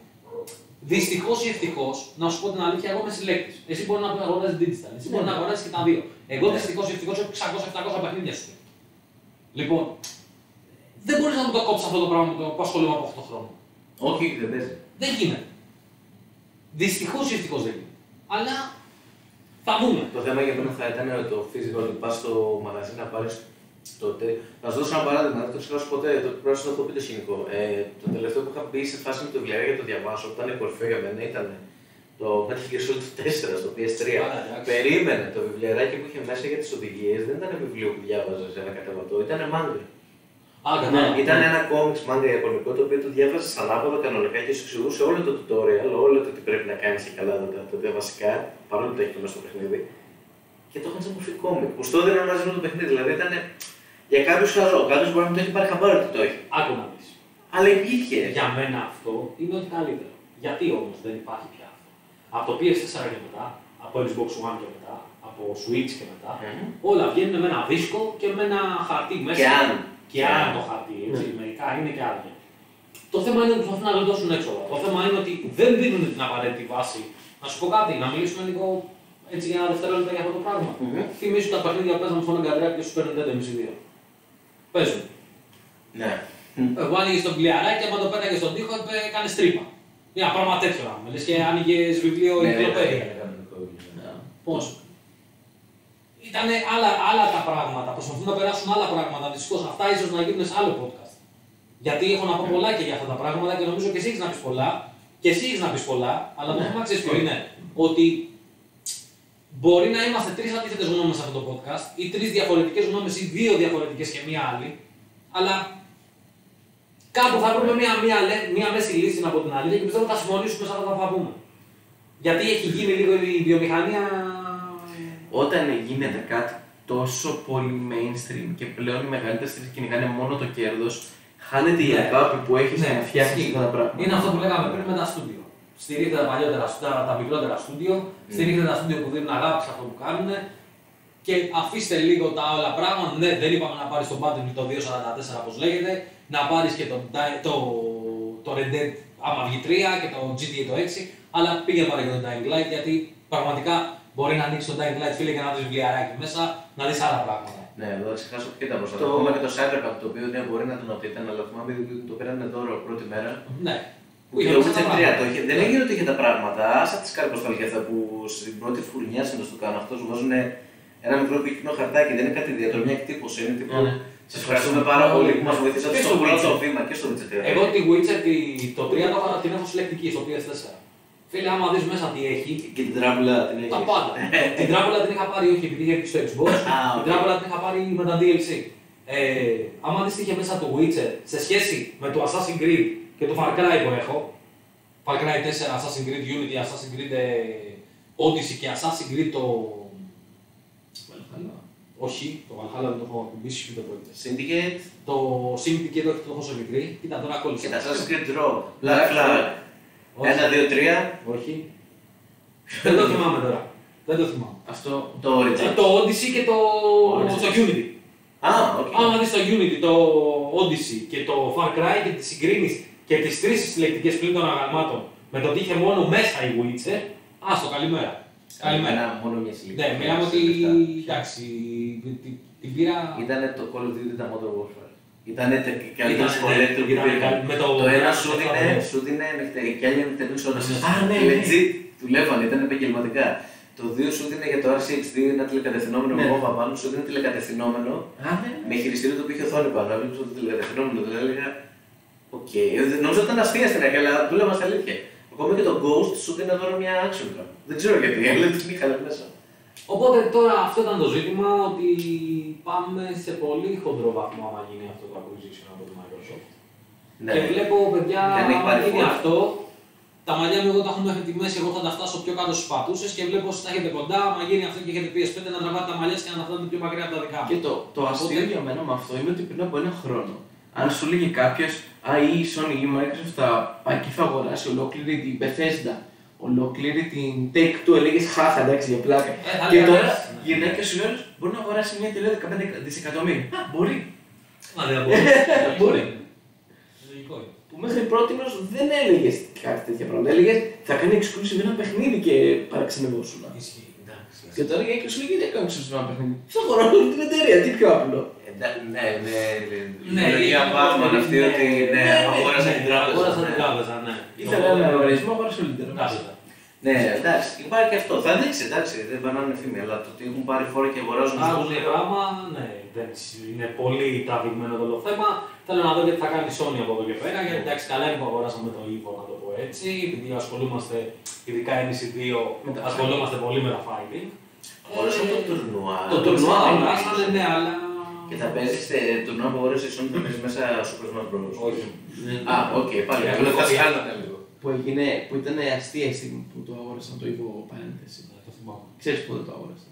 [SPEAKER 7] Δυστυχώς ή ευτυχώς, να σου πω την αλήθεια, εγώ είμαι συλλέκτης. Εσύ μπορείς να αγοράζεις digital, εσύ
[SPEAKER 1] Ναι.
[SPEAKER 7] μπορείς να αγοράζεις και τα δύο. Εγώ δυστυχώ ή ευτυχώς έχω 600-700 παιχνίδια σου. Λοιπόν, δεν μπορείς να μου το κόψεις αυτό το πράγμα που το- που ασχολούμαι από 8 χρόνια.
[SPEAKER 1] Όχι, δεν παίζει.
[SPEAKER 7] Δεν γίνεται. Δυστυχώς ή ευτυχώς δεν γίνεται. Αλλά θα δούμε.
[SPEAKER 1] Το θέμα για μένα θα ήταν το physical ότι πας στο μαγαζί να πάρεις το τε... Να σου δώσω ένα παράδειγμα, δεν το ξεχάσω ποτέ, το πρέπει να το έχω πει το σκηνικό. Ε, το τελευταίο που είχα μπει σε φάση με το βιβλίο για το διαβάσω, που ήταν κορυφαίο για μένα, ήταν το Metal Gear Solid 4 στο PS3.
[SPEAKER 7] Άρα, εντάξει.
[SPEAKER 1] Περίμενε το βιβλιαράκι που είχε μέσα για τις οδηγίες, δεν ήταν βιβλίο που διάβαζες ένα κατεβατό, ήταν μάγκα.
[SPEAKER 7] Άρα,
[SPEAKER 1] Ναι, ήταν ένα κόμιξ μάγκα ιαπωνικό το οποίο το διάβαζε ανάποδα κανονικά και σου εξηγούσε όλο το tutorial, όλο το τι πρέπει να κάνεις και καλά τα, τα, τα, βασικά, παρόλο που τα έχει το μέσα στο παιχνίδι. Και το είχαν σαν μορφή κόμικ. Που στο έδιναν μαζί με το παιχνίδι. Δηλαδή ήταν για κάποιους χαζό. Κάποιο μπορεί να μην το έχει πάρει χαμπάρι ότι το έχει.
[SPEAKER 7] Άκου να δεις.
[SPEAKER 1] Αλλά υπήρχε.
[SPEAKER 7] Για μένα αυτό είναι ότι καλύτερο. Γιατί όμως δεν υπάρχει πια αυτό. Από το PS4 και μετά, από Xbox One και μετά, από Switch και μετά,
[SPEAKER 1] Μμμ.
[SPEAKER 7] όλα βγαίνουν με ένα δίσκο και με ένα χαρτί μέσα.
[SPEAKER 1] Και αν.
[SPEAKER 7] Και Ναι. αν το χαρτί, έτσι, μερικά είναι και άδεια. Το θέμα είναι ότι προσπαθούν να γλιτώσουν έξω. Το θέμα είναι ότι δεν δίνουν την απαραίτητη βάση. Να σου πω κάτι, να μιλήσουμε λίγο έτσι για ένα δευτερόλεπτο για αυτό το πραγμα
[SPEAKER 1] Μμμ.
[SPEAKER 7] Θυμήσου τα παιχνίδια που παίζαμε στον Αγκαντρέα και Super Nintendo εμείς οι δύο. Παίζουν.
[SPEAKER 1] Ναι.
[SPEAKER 7] Εγώ Ε, άνοιγε τον πλιαράκι, άμα το πέταγε στον τοίχο, ε, έκανε τρύπα. Ή ένα πράγμα τέτοιο να μου λες και άνοιγες βιβλίο ή
[SPEAKER 1] Ναι,
[SPEAKER 7] κλοπέδια.
[SPEAKER 1] ήταν κανονικό βιβλίο, ναι.
[SPEAKER 7] Πώ. Ήταν άλλα, άλλα τα πράγματα. Προσπαθούν να περάσουν άλλα πράγματα. Δυστυχώς αυτά ίσως να γίνουν σε άλλο podcast. Γιατί έχω να πω πολλά και για αυτά τα πράγματα και νομίζω και εσύ έχεις να πεις πολλά. Και εσύ έχεις να πεις πολλά. Αλλά το θέμα ξέρεις ποιο είναι. Ότι μπορεί να είμαστε τρεις αντίθετες γνώμες σε αυτό το podcast ή τρεις διαφορετικές γνώμες ή δύο διαφορετικές και μία άλλη. Αλλά κάπου θα βρούμε μία, μία, λέ- μία μέση λύση από την αλήθεια και πιστεύω θα συμφωνήσουμε σε αυτά που θα πούμε. Γιατί έχει γίνει λίγο η βιομηχανία.
[SPEAKER 3] Όταν γίνεται κάτι τόσο πολύ mainstream και πλέον οι μεγαλύτερες εταιρείε κυνηγάνε μόνο το κέρδος, χάνεται η
[SPEAKER 7] Ναι.
[SPEAKER 3] αγάπη που έχεις για να φτιάξει
[SPEAKER 7] ισχύει.
[SPEAKER 3] αυτά τα πράγματα.
[SPEAKER 7] Είναι αυτό που λέγαμε πριν με τα στούντιο.
[SPEAKER 3] Ναι.
[SPEAKER 7] Στηρίχτε τα παλιότερα, τα, τα μικρότερα στούντιο, στηρίχτε τα στούντιο που δίνουν αγάπη σε αυτό που κάνουν. και αφήστε λίγο τα άλλα πράγματα. Ναι, δεν είπαμε να πάρεις τον Battlefield το 2.44 όπως λέγεται, να πάρεις και το, Di- το, το Red Dead άμα βγει 3 και το GTA το 6, αλλά πήγαινε πάρε και το Dying Light γιατί πραγματικά μπορεί να ανοίξει το Dying Light φίλε και να δεις βιβλιαράκι μέσα, να δεις άλλα πράγματα.
[SPEAKER 1] Ναι, εδώ θα ξεχάσω ποιο ήταν μπροστά.
[SPEAKER 8] Το-
[SPEAKER 1] Ακόμα και το Cyberpunk το οποίο ναι, μπορεί να τον απίτανε, αλλά θυμάμαι ότι το πήραν δώρο πρώτη μέρα.
[SPEAKER 7] Ναι.
[SPEAKER 1] Που και το Witcher 3 το είχε. Δεν έγινε ότι είχε τα πράγματα. Άσε τις κάρτε τα αυτά που στην πρώτη φουρνιά συνήθως το κάνουν. Αυτό σου βάζουν ένα μικρό πυκνό χαρτάκι. Δεν είναι κάτι ιδιαίτερο, μια εκτύπωση. Είναι τύπο.
[SPEAKER 3] Ναι.
[SPEAKER 1] Σας ευχαριστούμε πάρα πολύ που μας βοηθήσατε
[SPEAKER 7] Και
[SPEAKER 1] στο
[SPEAKER 7] στο
[SPEAKER 1] πρώτο
[SPEAKER 7] Witcher.
[SPEAKER 1] βήμα και στο Witcher 3.
[SPEAKER 7] Εγώ τη Witcher τη- το 3 το έκανα την έχω συλλεκτική στο PS4. Φίλε, άμα δεις μέσα τι έχει,
[SPEAKER 1] Και την τράμπλα την έχεις.
[SPEAKER 7] τα πάντα. την τράπουλα την είχα πάρει όχι επειδή είχε έρθει στο Xbox,
[SPEAKER 1] Α, οκ.
[SPEAKER 7] την τράπουλα την είχα πάρει με τα DLC. Ε, άμα δεις τι είχε μέσα το Witcher σε σχέση με το Assassin's Creed και το Far Cry που έχω, Far Cry 4, Assassin's Creed Unity, Assassin's Creed ε, Odyssey και Assassin's Creed το... Όχι, το Valhalla δεν το έχω ακουμπήσει και το πρόκειται.
[SPEAKER 1] <laughs> Syndicate
[SPEAKER 7] Το Syndicate όχι, το έχω σε μικρή, κοίτα τώρα κόλλησε.
[SPEAKER 1] και τα Assassin's Creed Raw.
[SPEAKER 7] Black
[SPEAKER 1] Black Flag.
[SPEAKER 7] Όχι.
[SPEAKER 1] 1, 2, 3.
[SPEAKER 7] Όχι. Δεν το θυμάμαι τώρα. Δεν το θυμάμαι.
[SPEAKER 3] Αυτό
[SPEAKER 1] Το
[SPEAKER 7] Ε,
[SPEAKER 1] Origin.
[SPEAKER 7] Το Odyssey και το,
[SPEAKER 8] Odyssey.
[SPEAKER 7] το Unity.
[SPEAKER 1] Α, οκ.
[SPEAKER 7] Άμα δεις το Unity, το Odyssey και το Far Cry και τις συγκρίνεις και τις τρεις συλλεκτικές πλήν των αγαλμάτων με το ότι είχε μόνο μέσα η Witcher, άστο καλημέρα. Καλημέρα.
[SPEAKER 1] Ένα- Μόνο μια συλλογή.
[SPEAKER 7] Ναι, μιλάμε ότι εντάξει, την- την πήρα
[SPEAKER 1] Ήταν το Call of Duty, ήταν Modern Warfare. Ήταν καλύτερο
[SPEAKER 7] Ήτανε, ναι,
[SPEAKER 1] σχολείο που
[SPEAKER 7] ήτανε
[SPEAKER 1] υπήρχαν.
[SPEAKER 7] καλ- με το-
[SPEAKER 1] το, ένα σου
[SPEAKER 7] με το-
[SPEAKER 1] δίνε, σου δίνε νυχτερή και άλλη νυχτερή ώρα.
[SPEAKER 7] Α, ναι, ναι.
[SPEAKER 1] Legit δουλεύανε, ήταν επαγγελματικά. Το δύο σου δίνε για το RCX2 ένα τηλεκατευθυνόμενο
[SPEAKER 3] Ναι.
[SPEAKER 1] μόβα πάνω, σου δίνε τηλεκατευθυνόμενο
[SPEAKER 7] ναι,
[SPEAKER 1] με χειριστήριο το οποίο είχε οθόνη πάνω. Έβλεπε το τηλεκατευθυνόμενο, δηλαδή έλεγα. Οκ, Ε, νομίζω ότι ήταν αστεία στην αρχή, αλλά δούλευα στα αλήθεια. Ακόμα και το Ghost σου δίνε τώρα μια action cam. Δεν ξέρω γιατί, αλλά την είχα μέσα.
[SPEAKER 7] Οπότε τώρα αυτό ήταν το ζήτημα ότι πάμε σε πολύ χοντρό βαθμό άμα γίνει αυτό το acquisition από τη Microsoft. Και βλέπω παιδιά,
[SPEAKER 1] Ναι. Δεν έχει πάρει
[SPEAKER 7] άμα γίνει
[SPEAKER 1] φόρμα.
[SPEAKER 7] αυτό, τα μαλλιά μου εγώ τα έχω μέχρι τη μέση, εγώ θα τα φτάσω πιο κάτω στου πατούσες και βλέπω όσοι τα έχετε κοντά, άμα γίνει αυτό και έχετε PS5 να τραβάτε τα μαλλιά σας και να τα φτάνετε πιο μακριά από τα δικά
[SPEAKER 3] Και
[SPEAKER 7] μου.
[SPEAKER 3] το, το αστείο
[SPEAKER 7] Οπότε-
[SPEAKER 3] για μένα με αυτό είναι ότι πριν από ένα χρόνο, αν σου λέγε κάποιος, Α, ή η Sony ή η Microsoft θα πάει και θα αγοράσει ολόκληρη την Bethesda, ολόκληρη την Take Two, έλεγε Χάχα, εντάξει για πλάκα.
[SPEAKER 7] Ε, θα
[SPEAKER 3] και
[SPEAKER 7] λέγαμε,
[SPEAKER 3] τώρα
[SPEAKER 7] ναι.
[SPEAKER 3] γυρνάει και σου λέει, «Όλος, Μπορεί να αγοράσει μια εταιρεία 15 δισεκατομμύρια. Α, μπορεί.
[SPEAKER 7] Μα δεν <laughs> μπορεί.
[SPEAKER 3] Μπορεί.
[SPEAKER 7] Λογικό είναι.
[SPEAKER 3] Που μέχρι πρώτη δεν έλεγες κάτι τέτοια πράγματα. Έλεγες θα κάνει exclusive ένα παιχνίδι και παραξενευόσουν.
[SPEAKER 7] Ισχύει. Εντάξει.
[SPEAKER 3] Και τώρα η Microsoft λέει, «Γιατί δεν κάνεις exclusive ένα παιχνίδι. Θα αγοράσω όλη την εταιρεία, τι πιο απλό.
[SPEAKER 1] Εντάξει, ναι, ναι.
[SPEAKER 7] Ναι,
[SPEAKER 1] Η λογική
[SPEAKER 7] είναι
[SPEAKER 1] Batman
[SPEAKER 7] πολύ-
[SPEAKER 1] αυτή
[SPEAKER 7] ναι,
[SPEAKER 1] ότι
[SPEAKER 7] ναι,
[SPEAKER 1] ναι,
[SPEAKER 3] ναι,
[SPEAKER 1] αγόρασα την τράπεζα.
[SPEAKER 7] Αγόρασα
[SPEAKER 1] ναι.
[SPEAKER 7] την τράπεζα, ναι.
[SPEAKER 3] Ήθελα ένα λογαριασμό, αγόρασε όλη την εταιρεία.
[SPEAKER 7] Τράπεζα.
[SPEAKER 1] Ναι, εντάξει, υπάρχει και αυτό. Θα δείξει, εντάξει, δεν πάνε να είναι φήμη, αλλά το ότι έχουν πάρει φόρα και αγοράζουν
[SPEAKER 7] Άλλο
[SPEAKER 3] ε,
[SPEAKER 1] τους-
[SPEAKER 7] πράγμα, ναι, δεν είναι πολύ τραβηγμένο το θέμα. Θέλω να δω γιατί θα κάνει η Sony από εδώ και πέρα. Γιατί εντάξει, καλά είναι που αγοράσαμε το Evo, να το πω έτσι. Επειδή ασχολούμαστε, ειδικά εμεί οι δύο,
[SPEAKER 3] Με τα
[SPEAKER 7] ασχολούμαστε πολύ με τα fighting.
[SPEAKER 1] Αγόρασαν
[SPEAKER 7] Ε,
[SPEAKER 1] το τουρνουά.
[SPEAKER 7] Το τουρνουά
[SPEAKER 1] Ναι,
[SPEAKER 7] αγοράσαμε, ναι, αλλά.
[SPEAKER 1] Και θα παίζεις ε, τουρνουά που αγόρασε η Sony, θα παίζεις μέσα Super Smash Bros.
[SPEAKER 7] Όχι. Ναι,
[SPEAKER 1] Α, οκ, πάλι.
[SPEAKER 7] Ε,
[SPEAKER 1] αλλά θα
[SPEAKER 7] ε,
[SPEAKER 1] σκάλανε λίγο.
[SPEAKER 3] Ναι. που, έγινε, που ήταν αστεία η στιγμή που το αγόρασαν το Evo παρένθεση.
[SPEAKER 7] Ναι, το θυμάμαι.
[SPEAKER 3] Ξέρεις πότε το αγόρασαν.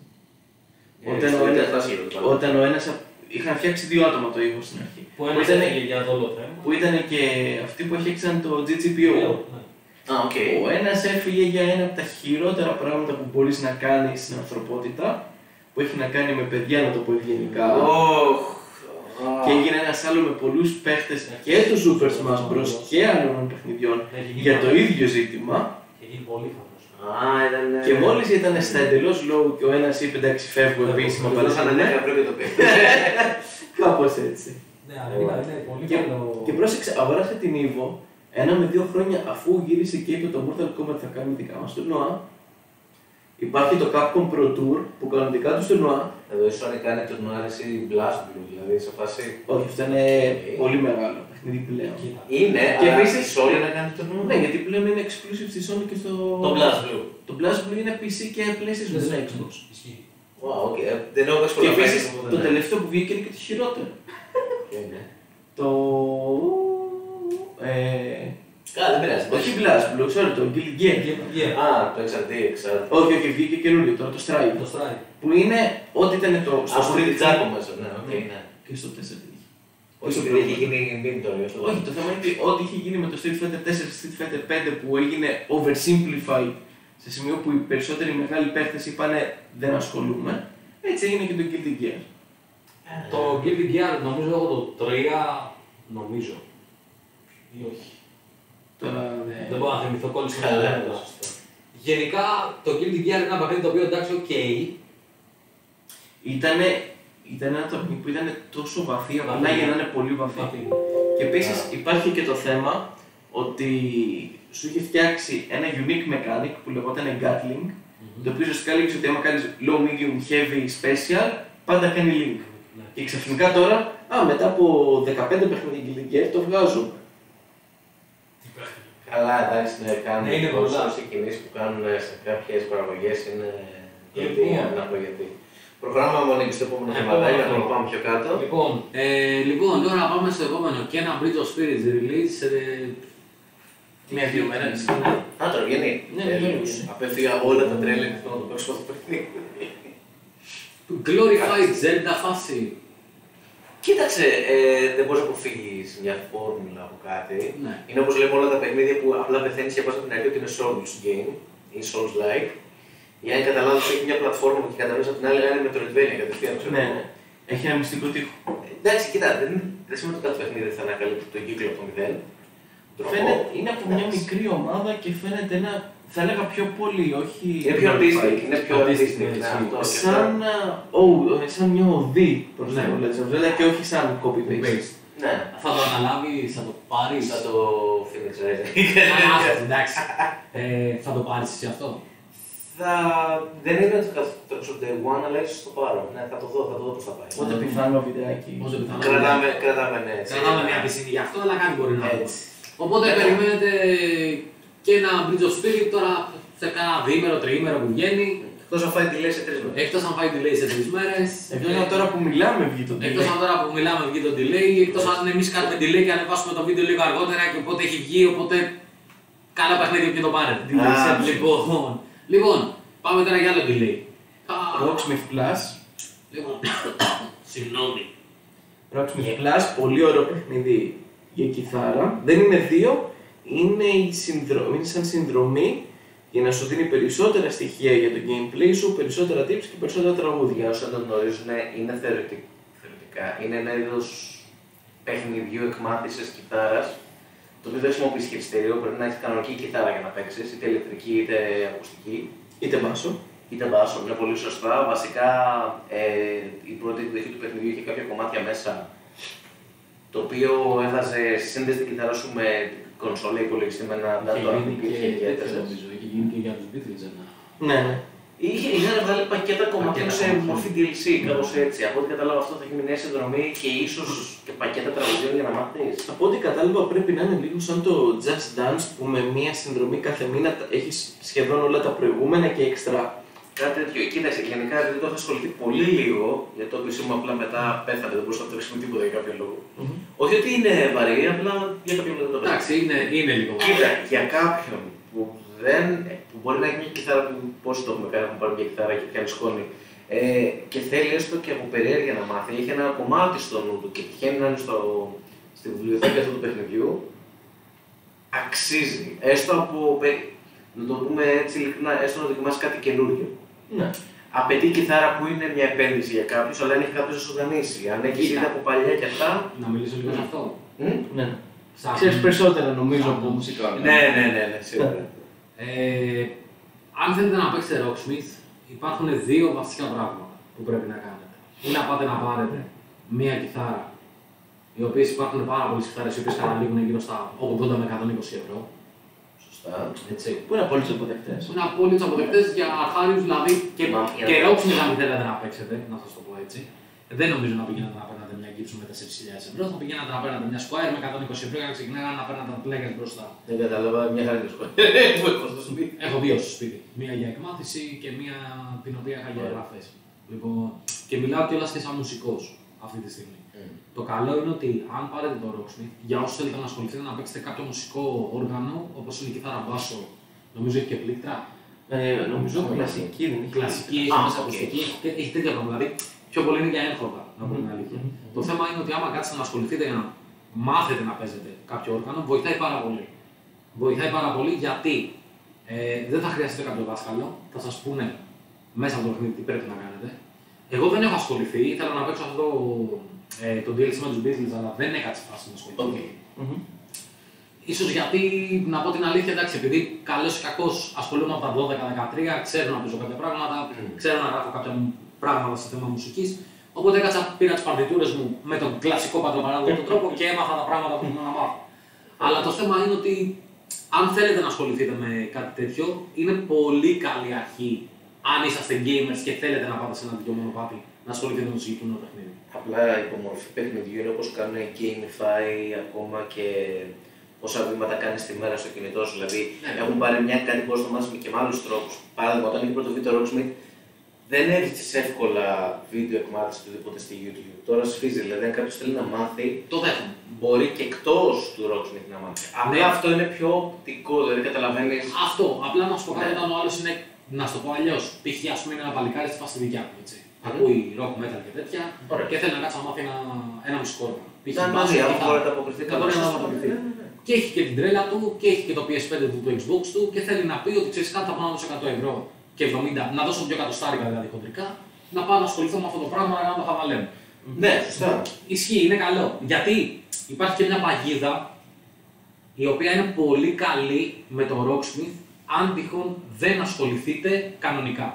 [SPEAKER 1] Ε,
[SPEAKER 3] Όταν
[SPEAKER 1] στο
[SPEAKER 3] ο ένας-
[SPEAKER 1] Ιντερνετ, άσχετο, πάλι.
[SPEAKER 3] Όταν ο ένας απ- Είχαν φτιάξει δύο άτομα το Evo στην αρχή.
[SPEAKER 7] Που ένα
[SPEAKER 3] ήταν,
[SPEAKER 7] έφυγε για το όλο θέμα.
[SPEAKER 3] που ήταν και αυτοί που έφτιαξαν το
[SPEAKER 7] Ναι,
[SPEAKER 3] GGPO.
[SPEAKER 7] ναι.
[SPEAKER 1] Α, οκ.
[SPEAKER 3] Ο ένας έφυγε για ένα από τα χειρότερα πράγματα που μπορείς να κάνεις στην ανθρωπότητα, που έχει να κάνει με παιδιά, να το πω ευγενικά.
[SPEAKER 1] Οχ,
[SPEAKER 3] Και έγινε ένας άλλος με πολλούς παίχτες και τους Super Smash Bros. και άλλων παιχνιδιών
[SPEAKER 7] ναι. Έχει γίνει
[SPEAKER 3] για το
[SPEAKER 7] χαμός.
[SPEAKER 3] ίδιο ζήτημα.
[SPEAKER 7] Έχει γίνει πολύ χαμός.
[SPEAKER 1] Α, ήταν... ε,
[SPEAKER 3] Και μόλις ήταν στα εντελώς low και ο ένας είπε εντάξει φεύγω επίσημα
[SPEAKER 1] Σαν να είναι
[SPEAKER 3] παρέσανε.
[SPEAKER 1] καπρό και το παιδί.
[SPEAKER 3] Κάπως έτσι.
[SPEAKER 7] Ναι, αλλά ήταν ναι, πολύ
[SPEAKER 3] Και,
[SPEAKER 7] καλό.
[SPEAKER 3] και πρόσεξε, αγοράσε την Evo ένα με δύο χρόνια αφού γύρισε και είπε το Mortal Kombat θα κάνουμε δικά μας τουρνουά. Υπάρχει το Capcom Pro Tour που κανονικά τους τουρνουά.
[SPEAKER 1] <laughs> Εδώ η Sony κάνει τουρνουά ρε, εσύ Blast Blue, δηλαδή σε φάση...
[SPEAKER 3] Όχι, αυτό είναι πολύ μεγάλο παιχνίδι πλέον.
[SPEAKER 7] Κοίτα.
[SPEAKER 1] Είναι,
[SPEAKER 3] Και
[SPEAKER 1] αλλά
[SPEAKER 3] επίσης-
[SPEAKER 1] σε όλοι να κάνει το νου.
[SPEAKER 3] Ναι, γιατί πλέον είναι exclusive στη Sony και στο.
[SPEAKER 1] Το Blast Blue.
[SPEAKER 3] Το Blast Blue είναι PC και PlayStation, δεν είναι Xbox.
[SPEAKER 7] Ισχύει.
[SPEAKER 1] Wow, okay. ε, Δεν έχω παίξει
[SPEAKER 3] Και
[SPEAKER 1] πολλά
[SPEAKER 3] επίση
[SPEAKER 1] παιχνίδια,
[SPEAKER 3] το
[SPEAKER 1] οπότε, ναι.
[SPEAKER 3] τελευταίο που βγήκε είναι και το χειρότερο.
[SPEAKER 1] Ποιο είναι?
[SPEAKER 3] Το. Ε,
[SPEAKER 1] Α, δεν πειράζει.
[SPEAKER 3] όχι Blast Blue, sorry, το Guild Gear.
[SPEAKER 7] Βγήκε- βγήκε.
[SPEAKER 1] Α, το XRD, XR.
[SPEAKER 3] Όχι, όχι, βγήκε καινούριο τώρα, το Stripe.
[SPEAKER 7] Το strike.
[SPEAKER 3] Που είναι ό,τι ήταν το.
[SPEAKER 1] Στο Street
[SPEAKER 3] Jack
[SPEAKER 1] Jack μέσα, ναι, οκ, ναι.
[SPEAKER 3] Και στο 4 είχε.
[SPEAKER 1] Όχι,
[SPEAKER 3] στο
[SPEAKER 1] δεν
[SPEAKER 3] προηγούμενο.
[SPEAKER 1] έχει γίνει meme τώρα, γι' αυτό.
[SPEAKER 3] Όχι, το θέμα είναι ότι ό,τι είχε γίνει με το Street Fighter 4 Street Fighter 5 που έγινε oversimplified σε σημείο που οι περισσότεροι μεγάλοι παίχτε είπαν δεν ασχολούμαι. Έτσι έγινε και το Guilty Gear.
[SPEAKER 7] Το Guilty Gear νομίζω έχω το 3, νομίζω. Ή όχι.
[SPEAKER 3] Τώρα
[SPEAKER 1] Ναι.
[SPEAKER 3] δεν...
[SPEAKER 7] Ε, Δεν μπορώ να θυμηθώ κόλληση με
[SPEAKER 1] Καλά,
[SPEAKER 7] το
[SPEAKER 1] εντάξει.
[SPEAKER 7] Γενικά το Guilty Gear είναι ένα παιχνίδι το οποίο εντάξει, οκ.
[SPEAKER 3] Ήτανε, ήταν ένα τωρινή που ήταν τόσο βαθύ, απλά
[SPEAKER 7] Βαθύ.
[SPEAKER 3] για
[SPEAKER 1] ναι.
[SPEAKER 3] να είναι πολύ βαθύ.
[SPEAKER 7] Βαθύ.
[SPEAKER 3] Και επίσης υπάρχει και το θέμα ότι σου είχε φτιάξει ένα unique mechanic που λεγόταν Gatling, το οποίο ουσιαστικά λέγει ότι άμα κάνεις low, medium, heavy, special, πάντα κάνει link.
[SPEAKER 7] Ναι.
[SPEAKER 3] Και ξαφνικά τώρα, α, μετά από 15 παιχνίδια Guilty Gear το βγάζω.
[SPEAKER 1] Καλά, εντάξει, ναι, κάνουν
[SPEAKER 7] Ναι, είναι
[SPEAKER 1] τόσες
[SPEAKER 7] πολλά.
[SPEAKER 1] οι κινήσεις που κάνουν ε, σε κάποιες παραγωγές είναι γιατί, Ε,
[SPEAKER 7] Λοιπόν.
[SPEAKER 1] να πω γιατί. Προχωράμε μόνο και στο επόμενο
[SPEAKER 9] Ναι,
[SPEAKER 1] θεματάκι,
[SPEAKER 9] επόμενο
[SPEAKER 1] να το
[SPEAKER 9] θέμα.
[SPEAKER 1] πάμε πιο κάτω.
[SPEAKER 7] Λοιπόν, ε, λοιπόν, τώρα πάμε στο επόμενο και ένα Bridge of Spirits release. Ε,
[SPEAKER 3] Μια-δύο μέρες.
[SPEAKER 1] Α, τώρα βγαίνει.
[SPEAKER 3] Ναι,
[SPEAKER 1] Ε,
[SPEAKER 3] τελείωσε.
[SPEAKER 1] Απέφυγα όλα τα τρέλια και θέλω να το παίξω αυτό το παιχνίδι.
[SPEAKER 7] Glorified Zelda φάση.
[SPEAKER 1] Κοίταξε, ε, δεν μπορείς να αποφύγεις μια φόρμουλα από κάτι.
[SPEAKER 7] Ναι.
[SPEAKER 1] Είναι όπως λέμε όλα τα παιχνίδια που απλά πεθαίνεις και πας από την αρχή ότι είναι Souls game ή Souls like. Ή αν καταλάβεις ότι έχει μια πλατφόρμα και καταλάβεις από την άλλη είναι Metroidvania κατευθείαν. ξέρω
[SPEAKER 3] Ναι,
[SPEAKER 1] εγώ.
[SPEAKER 3] ναι. Έχει ένα μυστικό τείχο.
[SPEAKER 1] Εντάξει, κοιτά, δεν, δεν σημαίνει ότι κάθε παιχνίδι θα ανακαλύπτει τον κύκλο από το μηδέν. Τον τρόπο.
[SPEAKER 3] Φαίνεται, είναι από μια
[SPEAKER 1] Εντάξει.
[SPEAKER 3] μικρή ομάδα και φαίνεται ένα, θα έλεγα πιο πολύ, όχι...
[SPEAKER 1] Είναι πιο artistic,
[SPEAKER 3] glorified.
[SPEAKER 1] είναι πιο
[SPEAKER 7] Artistic,
[SPEAKER 1] artistic.
[SPEAKER 7] ναι,
[SPEAKER 1] ναι, αυτό και αυτά.
[SPEAKER 3] σαν, α, ο, σαν μια οδή προς
[SPEAKER 7] Ναι.
[SPEAKER 3] το Legend of Zelda και όχι σαν copy-paste.
[SPEAKER 7] Based.
[SPEAKER 1] Ναι,
[SPEAKER 7] Θα το αναλάβεις, θα το πάρεις.
[SPEAKER 1] σαν το Phoenix Rising.
[SPEAKER 7] εντάξει. Ε, θα το πάρεις εσύ αυτό.
[SPEAKER 1] Θα... Δεν είναι ότι θα το παίξω day one, αλλά ίσως το πάρω. Ναι, θα το δω, θα το δω πώς θα πάει.
[SPEAKER 3] Οπότε
[SPEAKER 7] Ναι.
[SPEAKER 3] πιθανό βιντεάκι.
[SPEAKER 7] Όσο πιθανό.
[SPEAKER 1] Κρατάμε, κρατάμε ναι, έτσι.
[SPEAKER 7] Κρατάμε μια πισίνη για αυτό, αλλά κάτι μπορεί να πει.
[SPEAKER 1] Έτσι.
[SPEAKER 7] Οπότε περιμένετε και ένα Bridge of Spirit τώρα σε κάνα διήμερο, τριήμερο που βγαίνει.
[SPEAKER 1] Εκτός αν φάει τη λέει σε τρεις μέρες.
[SPEAKER 7] Εκτός αν φάει delay σε Ε, τρεις μέρες.
[SPEAKER 3] Επειδή Ε, τώρα που μιλάμε βγει το
[SPEAKER 7] Εκτός
[SPEAKER 3] τέλος.
[SPEAKER 7] αν τώρα που μιλάμε βγει το delay, εκτός αν εμείς κάνουμε delay και ανεβάσουμε το βίντεο λίγο αργότερα και οπότε έχει βγει, οπότε καλά παιχνίδι και το πάρετε.
[SPEAKER 1] Α,
[SPEAKER 7] Λοιπόν, λοιπόν, πάμε τώρα για άλλο delay. Α,
[SPEAKER 3] Rocksmith Plus.
[SPEAKER 7] Λοιπόν, συγγνώμη.
[SPEAKER 3] Rocksmith Plus, πολύ ωραίο παιχνίδι για κιθάρα. Δεν είναι δύο, είναι, η συνδρο... είναι σαν συνδρομή για να σου δίνει περισσότερα στοιχεία για το gameplay σου, περισσότερα tips και περισσότερα τραγούδια.
[SPEAKER 1] Για όσοι δεν το γνωρίζουν, είναι θεωρητικ- θεωρητικά. Είναι ένα είδος παιχνιδιού εκμάθησης κιθάρας, το οποίο δεν χρησιμοποιείς χειριστήριο. Πρέπει να έχεις κανονική κιθάρα για να παίξεις, είτε ηλεκτρική είτε ακουστική.
[SPEAKER 3] Είτε μάσο.
[SPEAKER 1] Είτε μπάσο, είναι πολύ σωστά. Βασικά ε, η πρώτη εκδοχή του παιχνιδιού είχε κάποια κομμάτια μέσα το οποίο έβαζε σύνδεση την κιθάρα σου με κονσόλα υπολογιστή με ένα
[SPEAKER 7] Είχε
[SPEAKER 1] ντάτο αν
[SPEAKER 7] γίνει
[SPEAKER 1] υπήρχε
[SPEAKER 7] και
[SPEAKER 1] και
[SPEAKER 7] τέτοιο
[SPEAKER 1] έτρεχε.
[SPEAKER 7] νομίζω, είχε γίνει και για τους Beatles ένα.
[SPEAKER 3] Ναι, ναι.
[SPEAKER 1] Είχε, είχε να βγάλει πακέτα κομματιών σε
[SPEAKER 7] κομματιών.
[SPEAKER 1] μορφή DLC, κάπως έτσι. Από ό,τι κατάλαβα, αυτό θα γίνει νέα συνδρομή και ίσως και πακέτα τραγουδιών για να μάθεις.
[SPEAKER 3] Από ό,τι κατάλαβα πρέπει να είναι λίγο σαν το Just Dance που με μία συνδρομή κάθε μήνα έχεις σχεδόν όλα τα προηγούμενα και έξτρα.
[SPEAKER 1] Κάτι τέτοιο. Κοίταξε, γενικά δεν το είχα ασχοληθεί πολύ λίγο, γιατί το PC μου απλά μετά πέθανε, δεν μπορούσα να το ρίξω με τίποτα για κάποιο λόγο. Όχι ότι είναι βαρύ, απλά για κάποιο λόγο δεν το πέτυχα.
[SPEAKER 7] Εντάξει, είναι, είναι λίγο
[SPEAKER 1] Κοίτα, για κάποιον που, δεν, που μπορεί να έχει μια κιθάρα που πώς το έχουμε κάνει, έχουμε πάρει μια κιθάρα και κάνει σκόνη ε, και θέλει έστω και από περιέργεια να μάθει, έχει ένα κομμάτι στο νου του και τυχαίνει να είναι στο, στη βιβλιοθήκη αυτού του παιχνιδιού, αξίζει. Έστω από, πε- να το πούμε έτσι ειλικρινά, έστω να δοκιμάσει κάτι καινούργιο.
[SPEAKER 3] Ναι.
[SPEAKER 1] Απαιτεί κιθάρα που είναι μια επένδυση για κάποιους, αλλά αν έχει κάποιος να σου δανείσει. Αν έχει
[SPEAKER 7] Κοίτα.
[SPEAKER 1] ήδη από παλιά και αυτά.
[SPEAKER 7] Να μιλήσω λίγο σε αυτό.
[SPEAKER 1] μ?
[SPEAKER 3] ναι. ναι.
[SPEAKER 7] Σαν-
[SPEAKER 3] Ξέρεις περισσότερα νομίζω
[SPEAKER 7] Σαν-
[SPEAKER 3] από μουσικά.
[SPEAKER 1] Ναι, ναι, ναι, ναι, σίγουρα.
[SPEAKER 7] Ε, αν θέλετε να παίξετε Rocksmith, υπάρχουν δύο βασικά πράγματα που πρέπει να κάνετε. Ή να πάτε να πάρετε μία κιθάρα, οι οποίες υπάρχουν πάρα πολλές κιθάρες οι οποίες καταλήγουν γύρω στα 80 με 120 ευρώ.
[SPEAKER 1] Σωστά.
[SPEAKER 7] Έτσι.
[SPEAKER 3] Πού είναι απόλυτος αποδεκτές.
[SPEAKER 7] Είναι απόλυτος αποδεκτές για αρχάριου, δηλαδή και,
[SPEAKER 1] Μα,
[SPEAKER 7] και
[SPEAKER 1] για-
[SPEAKER 7] ρόξιμο αν θέλετε να παίξετε, να σας το πω έτσι. Δεν νομίζω να πηγαίνατε να παίρνατε μια γύψη με 4.000 ευρώ, θα πηγαίνατε να παίρνατε μια Squire με 120 ευρώ και να ξεκινάγατε να παίρνατε πλέγες μπροστά.
[SPEAKER 1] Δεν κατάλαβα μια χαρά τη σχολή. Που έχω στο σπίτι.
[SPEAKER 7] Έχω δύο στο σπίτι. Μία για εκμάθηση και μία την οποία είχα για
[SPEAKER 1] Ωραία.
[SPEAKER 7] εγγραφές. Λοιπόν, και μιλάω κιόλας και σαν μουσικός αυτή τη στιγμή.
[SPEAKER 1] Ε.
[SPEAKER 7] Το καλό είναι ότι αν πάρετε το Rocksmith, για όσους θέλετε να ασχοληθείτε να παίξετε κάποιο μουσικό όργανο, όπως είναι η κιθάρα μπάσο, νομίζω έχει και πλήκτρα.
[SPEAKER 3] Ε, νομίζω κλασική δεν
[SPEAKER 7] Η
[SPEAKER 3] έχει.
[SPEAKER 7] κλασική έχει
[SPEAKER 1] Α,
[SPEAKER 7] μέσα
[SPEAKER 1] οκ.
[SPEAKER 7] ακουστική, έχει- έχει τέτοια πράγματα. Δηλαδή, πιο πολύ είναι για έγχορδα, να πούμε την αλήθεια. Το θέμα είναι ότι άμα κάτσετε να ασχοληθείτε για να μάθετε να παίζετε κάποιο όργανο, βοηθάει πάρα πολύ. Βοηθάει πάρα πολύ γιατί ε, δεν θα χρειαστείτε κάποιο δάσκαλο, θα σας πούνε μέσα από το παιχνίδι τι πρέπει να κάνετε. Εγώ δεν έχω ασχοληθεί. Ήθελα να παίξω αυτό ε, το DLC με του Beatles, αλλά δεν έκατσε φάση να ασχοληθώ.
[SPEAKER 1] Οκ.
[SPEAKER 7] Ίσως γιατί, να πω την αλήθεια, εντάξει, επειδή καλός ή κακός ασχολούμαι από τα 12-13, ξέρω να παίζω κάποια πράγματα, ξέρω να γράφω κάποια πράγματα σε θέμα μουσικής. Οπότε έκατσα, πήρα τις παρτιτούρες μου με τον κλασικό παντοπαράδοτο τρόπο και έμαθα τα πράγματα που ήμουν να μάθω. Αλλά το θέμα είναι ότι αν θέλετε να ασχοληθείτε με κάτι τέτοιο, είναι πολύ καλή αρχή αν είσαστε gamers και θέλετε να πάτε σε ένα τέτοιο μονοπάτι να ασχοληθείτε με το συγκεκριμένο παιχνίδι.
[SPEAKER 1] Απλά υπομορφή παιχνιδιού είναι όπως κάνουν οι gamify ακόμα και πόσα βήματα κάνει τη μέρα στο κινητό σου. Δηλαδή
[SPEAKER 7] Ναι.
[SPEAKER 1] έχουν πάρει μια κάτι πώ το μάθουμε και με άλλους τρόπους. Παράδειγμα, όταν είχε πρώτο βίντεο Rocksmith, δεν έβρισκε εύκολα βίντεο εκμάθησης οτιδήποτε στη YouTube. Τώρα σφίζει, δηλαδή αν κάποιος θέλει να μάθει,
[SPEAKER 7] Το δέχομαι.
[SPEAKER 1] μπορεί και εκτός του Rocksmith να μάθει.
[SPEAKER 7] Ναι.
[SPEAKER 1] Απλά αυτό είναι πιο οπτικό, δηλαδή καταλαβαίνεις.
[SPEAKER 7] Αυτό. Απλά να σου πω κάτι
[SPEAKER 1] Ναι.
[SPEAKER 7] όταν ο άλλος είναι. Να σου το πω αλλιώς. Π.χ. ας πούμε είναι ένα παλικάρι στη φάση τη δικιά μου. Έτσι.
[SPEAKER 1] Ναι.
[SPEAKER 7] Ακούει rock metal και τέτοια
[SPEAKER 1] Ωραία.
[SPEAKER 7] και θέλει να κάτσει να μάθει ένα, ένα μουσικό όργανο. Π.χ.
[SPEAKER 1] Ήταν
[SPEAKER 7] μπάσο
[SPEAKER 1] μαζί,
[SPEAKER 7] και
[SPEAKER 1] αν
[SPEAKER 7] κιθάρα.
[SPEAKER 1] ναι, μπορεί να αποκριθεί
[SPEAKER 7] Δεν μπορεί να ανταποκριθεί. Και έχει και την τρέλα του και έχει και το PS5 του, το Xbox του και θέλει να πει ότι ξέρεις κάτι θα πάω να δώσω 100 ευρώ και 70, να δώσω πιο κατοστάρικα δηλαδή χοντρικά, να πάω να ασχοληθώ με αυτό το πράγμα να το χαβαλένω.
[SPEAKER 1] Ναι, σωστά.
[SPEAKER 7] Ισχύει, είναι καλό. Γιατί υπάρχει και μια παγίδα η οποία είναι πολύ καλή με το Rocksmith αν τυχόν δεν ασχοληθείτε κανονικά.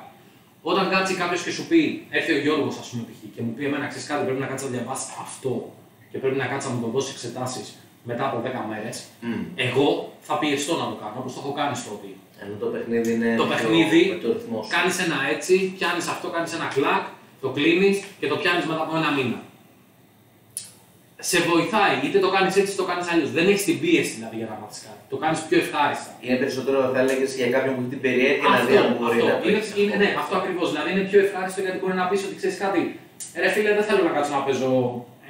[SPEAKER 7] Όταν κάτσει κάποιος και σου πει, έρθει ο Γιώργος, ας πούμε, π.χ. και μου πει: Εμένα ξέρεις κάτι, πρέπει να κάτσει να διαβάσει αυτό και πρέπει να κάτσει να μου το δώσει εξετάσεις μετά από 10 μέρες.
[SPEAKER 1] Μμμ.
[SPEAKER 7] Εγώ θα πιεστώ να το κάνω, όπως το έχω κάνει στο ότι
[SPEAKER 1] Ενώ το παιχνίδι είναι.
[SPEAKER 7] Το
[SPEAKER 1] πιο-
[SPEAKER 7] παιχνίδι
[SPEAKER 1] με το ρυθμό σου.
[SPEAKER 7] Κάνεις ένα έτσι, πιάνεις αυτό, κάνεις ένα κλακ, το κλείνεις και το πιάνεις μετά από ένα μήνα. Σε βοηθάει, είτε το κάνεις έτσι, είτε το κάνεις αλλιώς. Δεν έχεις την πίεση δηλαδή για να μάθει κάτι. Το κάνεις πιο ευχάριστα.
[SPEAKER 1] Είναι περισσότερο, θα έλεγες, για κάποιον που έχει την περιέργεια να δει αν μπορεί να
[SPEAKER 7] είναι,
[SPEAKER 1] παίξει.
[SPEAKER 7] είναι, ναι, αυτό ακριβώς. Δηλαδή είναι πιο ευχάριστο γιατί μπορεί να πεις ότι ξέρεις κάτι. Ρε φίλε, δεν θέλω να κάτσω να παίζω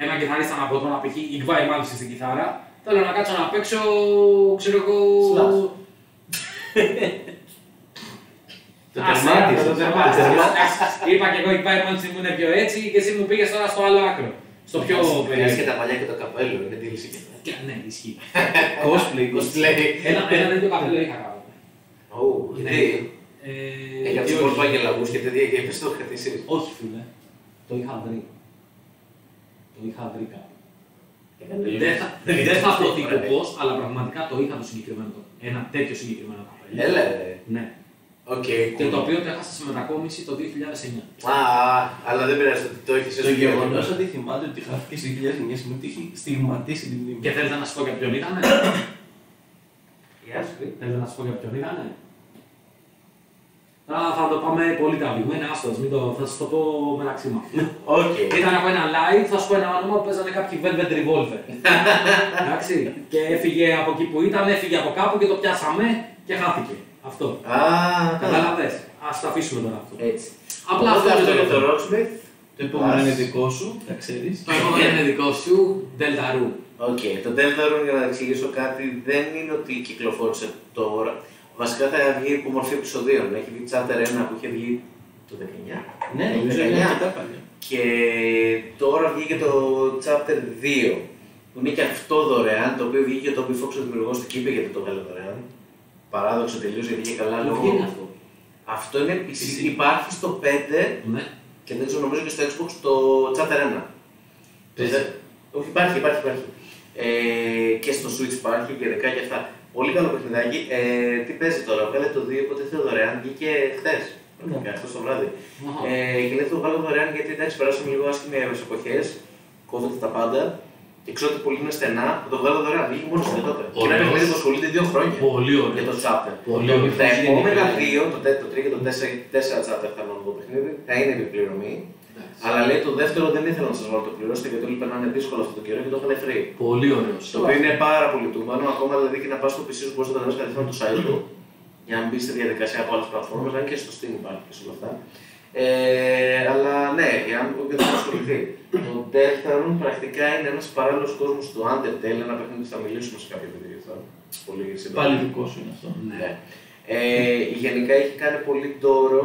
[SPEAKER 7] ένα κιθαρίστα να πω να π.χ. Ιγκβάη μάλιστα στην κιθάρα. Θέλω να κάτσω να παίξω, ξέρω εγώ. <laughs>
[SPEAKER 3] Slash. Το
[SPEAKER 7] Άσε,
[SPEAKER 3] τερμάτισες.
[SPEAKER 7] το τερμάτισες.
[SPEAKER 3] Το τερμάτισες.
[SPEAKER 7] Είπα και εγώ, η Πάιμαν μου είναι πιο έτσι και εσύ μου πήγες τώρα στο άλλο άκρο. Στο πιο
[SPEAKER 1] Έχει και
[SPEAKER 7] περίεργο.
[SPEAKER 1] τα παλιά και το καπέλο, είναι τίληση και αυτά.
[SPEAKER 7] Και- Ναι, ισχύει.
[SPEAKER 3] Cosplay, cosplay.
[SPEAKER 7] Ένα ένα τέτοιο καπέλο είχα κάποτε.
[SPEAKER 1] Ω, γιατί.
[SPEAKER 7] Ε,
[SPEAKER 1] Έχει
[SPEAKER 7] και
[SPEAKER 1] αυτούς
[SPEAKER 7] όχι.
[SPEAKER 1] τους παγκελαγούς και τέτοια και πες το κρατήσεις.
[SPEAKER 7] Όχι, φίλε. Το είχα βρει. Το είχα βρει κάπου.
[SPEAKER 1] Ναι.
[SPEAKER 7] Δεν θα- Δεν θα πω τι πώ, αλλά πραγματικά το είχα το συγκεκριμένο. το- Ένα τέτοιο συγκεκριμένο καπέλο.
[SPEAKER 1] Έλα ρε.
[SPEAKER 7] Ναι.
[SPEAKER 1] Οκ.
[SPEAKER 7] Και το οποίο το έχασα σε μετακόμιση το 2009.
[SPEAKER 1] Α, αλλά δεν πειράζει ότι το έχεις
[SPEAKER 3] Το
[SPEAKER 1] εσύ.
[SPEAKER 3] γεγονός ότι θυμάται ότι χάθηκε σε 2009 σημαίνει ότι έχει στιγματίσει την μνήμη.
[SPEAKER 7] Και θέλετε να σας πω για ποιον ήταν.
[SPEAKER 1] Γεια σου.
[SPEAKER 7] Θέλετε να σας πω για ποιον ήταν. Τώρα θα το πάμε πολύ τραβηγμένα, άστος, μην το, θα σας το πω μεταξύ μας.
[SPEAKER 1] Οκ.
[SPEAKER 7] Ήταν από ένα live, θα σου πω ένα όνομα που παίζανε κάποιοι Velvet <laughs> Revolver. Εντάξει. Και έφυγε από εκεί που ήταν, έφυγε από κάπου και το πιάσαμε και χάθηκε. Αυτό.
[SPEAKER 1] Α,
[SPEAKER 7] Καταλαβες. Ας το αφήσουμε τώρα αυτό.
[SPEAKER 1] έτσι.
[SPEAKER 7] Απλά
[SPEAKER 1] Οπότε
[SPEAKER 7] αυτό είναι το
[SPEAKER 1] είναι το
[SPEAKER 7] επόμενο.
[SPEAKER 1] Rocksmith.
[SPEAKER 3] Το επόμενο είναι
[SPEAKER 1] Ας.
[SPEAKER 3] δικό σου, τα ξέρεις.
[SPEAKER 7] Το επόμενο είναι δικό σου, Delta Roo.
[SPEAKER 1] Οκ, το Delta Rune για να εξηγήσω κάτι δεν είναι ότι κυκλοφόρησε τώρα. Βασικά θα βγει υπό μορφή επεισοδίων. Έχει βγει Chapter 1 που είχε βγει το 19.
[SPEAKER 3] Ναι,
[SPEAKER 1] το
[SPEAKER 3] νομίζω είναι
[SPEAKER 1] 19.
[SPEAKER 3] αρκετά παλιά.
[SPEAKER 1] Και τώρα βγήκε το Chapter 2 που είναι και αυτό δωρεάν, το οποίο βγήκε το Fox ο δημιουργός του Κύπη γιατί το βγάλε δωρεάν. Παράδοξο τελείως γιατί βγήκε καλά
[SPEAKER 7] Πού
[SPEAKER 1] λόγω.
[SPEAKER 7] βγαίνει αυτό.
[SPEAKER 1] Αυτό είναι PC. Υπάρχει στο 5
[SPEAKER 7] Ναι.
[SPEAKER 1] και δεν ξέρω νομίζω και στο Xbox το Chapter 1.
[SPEAKER 3] Παίζει.
[SPEAKER 1] Δεν- Όχι, υπάρχει, υπάρχει, υπάρχει. Ε, και στο Switch υπάρχει και δεκά και αυτά. Πολύ καλό παιχνιδάκι. Ε, τι παίζει τώρα, βγάλε το 2 ποτέ ήρθε δωρεάν, βγήκε χθες.
[SPEAKER 3] Ναι.
[SPEAKER 1] Αυτό το βράδυ.
[SPEAKER 7] Αχα.
[SPEAKER 1] Ε, και λέει θα το βάλω δωρεάν γιατί εντάξει, περάσαμε λίγο άσχημες εποχές. Κόβονται τα πάντα. Και ξέρω ότι πολλοί είναι στενά. Θα το βγάλω δωρεάν. Βγήκε μόνος στην τότε. Και είναι
[SPEAKER 2] Ωραίος.
[SPEAKER 1] παιχνίδι που ασχολείται δύο χρόνια
[SPEAKER 7] Πολύ
[SPEAKER 1] για
[SPEAKER 7] ωραίο.
[SPEAKER 1] το chapter.
[SPEAKER 7] Πολύ ωραίος.
[SPEAKER 1] Τα επόμενα δύο, το 3 και το 4 chapter θα βγάλουν το παιχνίδι, θα είναι επιπληρωμή.
[SPEAKER 7] Εντάξει.
[SPEAKER 1] Αλλά λέει το δεύτερο δεν ήθελα να σας βάλω το πληρώσετε γιατί όλοι περνάνε δύσκολο αυτό το καιρό και το είχαν free.
[SPEAKER 7] Πολύ ωραίος.
[SPEAKER 1] Το οποίο είναι πάρα πολύ τούμπανο, ακόμα δηλαδή και να πας στο PC σου μπορείς να το κατεβάσει κατευθείαν από το site του για να μπεις στη διαδικασία από άλλες πλατφόρμες, αν και στο Steam υπάρχει και σε όλα αυτά. Ε, αλλά ναι, για να μην δεν θα ασχοληθεί. το Delta Rune πρακτικά είναι ένας παράλληλος κόσμος του Undertale, ένα παιχνίδι που θα μιλήσουμε σε κάποιο βίντεο γι' αυτό. Πολύ σύντομα.
[SPEAKER 3] Πάλι δικό σου είναι αυτό.
[SPEAKER 1] Ναι. Ε, γενικά έχει κάνει πολύ τόρο.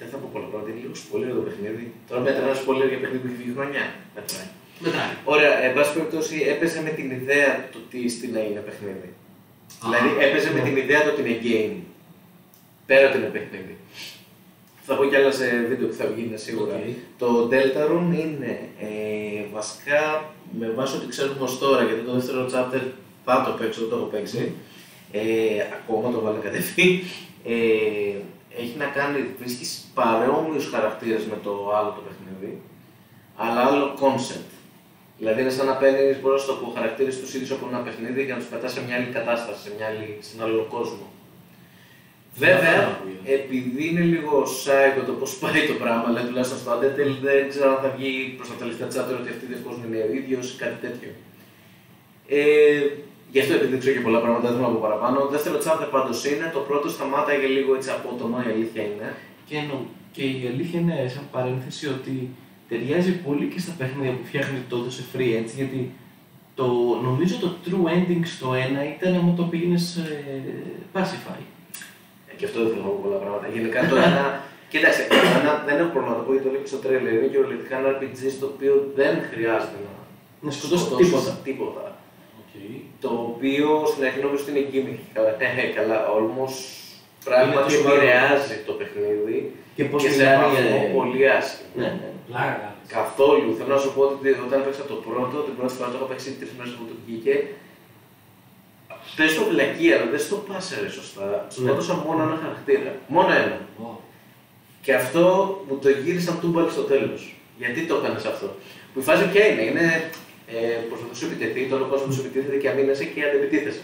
[SPEAKER 1] Δεν θα πω πολλά πράγματα, είναι λίγο spoiler το παιχνίδι. Τώρα μετράει ένα spoiler για παιχνίδι που έχει βγει χρονιά. Μετράει.
[SPEAKER 7] Μετράει.
[SPEAKER 1] Ωραία, εν πάση περιπτώσει έπαιζε με την ιδέα του τι στην είναι παιχνίδι. Δηλαδή έπαιζε με την ιδέα του ότι είναι game. Πέρα ότι είναι παιχνίδι. Θα πω κι άλλα σε βίντεο που θα βγουν σίγουρα.
[SPEAKER 7] Οκ.
[SPEAKER 1] Το Deltarune είναι ε, βασικά με βάση ό,τι ξέρουμε ως τώρα, γιατί το δεύτερο chapter θα το παίξω, δεν το έχω παίξει. Ε, ακόμα το βάλα κατευθείαν. Ε, έχει να κάνει, βρίσκεις παρόμοιους χαρακτήρες με το άλλο το παιχνίδι, αλλά άλλο concept. Δηλαδή είναι σαν να παίρνεις μπροστά στο που χαρακτήρες του ίδιου από ένα παιχνίδι για να τους πετάς σε μια άλλη κατάσταση, σε μια άλλη, σε έναν άλλο κόσμο. Βέβαια, επειδή είναι λίγο σάικο το πώς πάει το πράγμα, δηλαδή τουλάχιστον στο Undertale δεν ξέρω αν θα βγει προς τα τελευταία chapter ότι αυτή δεν κόσμο είναι ίδιο ή κάτι τέτοιο. Ε, γι' αυτό επειδή δεν ξέρω και πολλά πράγματα, δεν θέλω να πω παραπάνω. Δεύτερο chapter πάντως είναι, το πρώτο σταμάταγε λίγο έτσι απότομα, η αλήθεια είναι.
[SPEAKER 3] Και, νο- και η αλήθεια είναι, σαν παρένθεση, ότι ταιριάζει πολύ και στα παιχνίδια που φτιάχνει τότε σε free έτσι, γιατί το, νομίζω το true ending στο ένα ήταν άμα το πήγαινες σε pacify.
[SPEAKER 1] Ε, Και αυτό δεν θέλω να πω πολλά πράγματα. Γενικά το ένα. Κοίταξε, το ένα δεν έχω πρόβλημα να το πω γιατί το λέω και στο τρέλερ. Είναι κυριολεκτικά ένα RPG στο οποίο δεν χρειάζεται να
[SPEAKER 3] Να σκοτώσεις
[SPEAKER 1] σκοτώσεις
[SPEAKER 3] τίποτα.
[SPEAKER 1] τίποτα. Το οποίο στην αρχή νόμιζα ότι είναι gimmick. Καλά, <laughs> ε, καλά, almost πράγματι
[SPEAKER 3] τόσο βαρύ.
[SPEAKER 1] επηρεάζει το παιχνίδι
[SPEAKER 3] Και πώς
[SPEAKER 1] και σε ένα
[SPEAKER 3] μιλάει.
[SPEAKER 1] βαθμό
[SPEAKER 3] ε,
[SPEAKER 1] πολύ άσχημα.
[SPEAKER 3] Ναι, ναι.
[SPEAKER 8] Πλάκα. κάνεις.
[SPEAKER 1] Καθόλου. Θέλω να σου πω ότι όταν παίξα το πρώτο, την πρώτη φορά το είχα παίξει τρεις μέρες που το βγήκε. Δεν στο βλακεία, αλλά δεν στο πάσερε σωστά. Σκότωσα μόνο ένα χαρακτήρα. Μόνο ένα.
[SPEAKER 2] Wow.
[SPEAKER 1] Και αυτό μου το γύρισαν τούμπαλ στο τέλος. Γιατί το έκανε αυτό. Που η φάση ποια είναι, είναι ε, προσπαθεί να σου επιτεθεί, τον κόσμο σου επιτίθεται και αμήνεσαι και αντεπιτίθεσαι.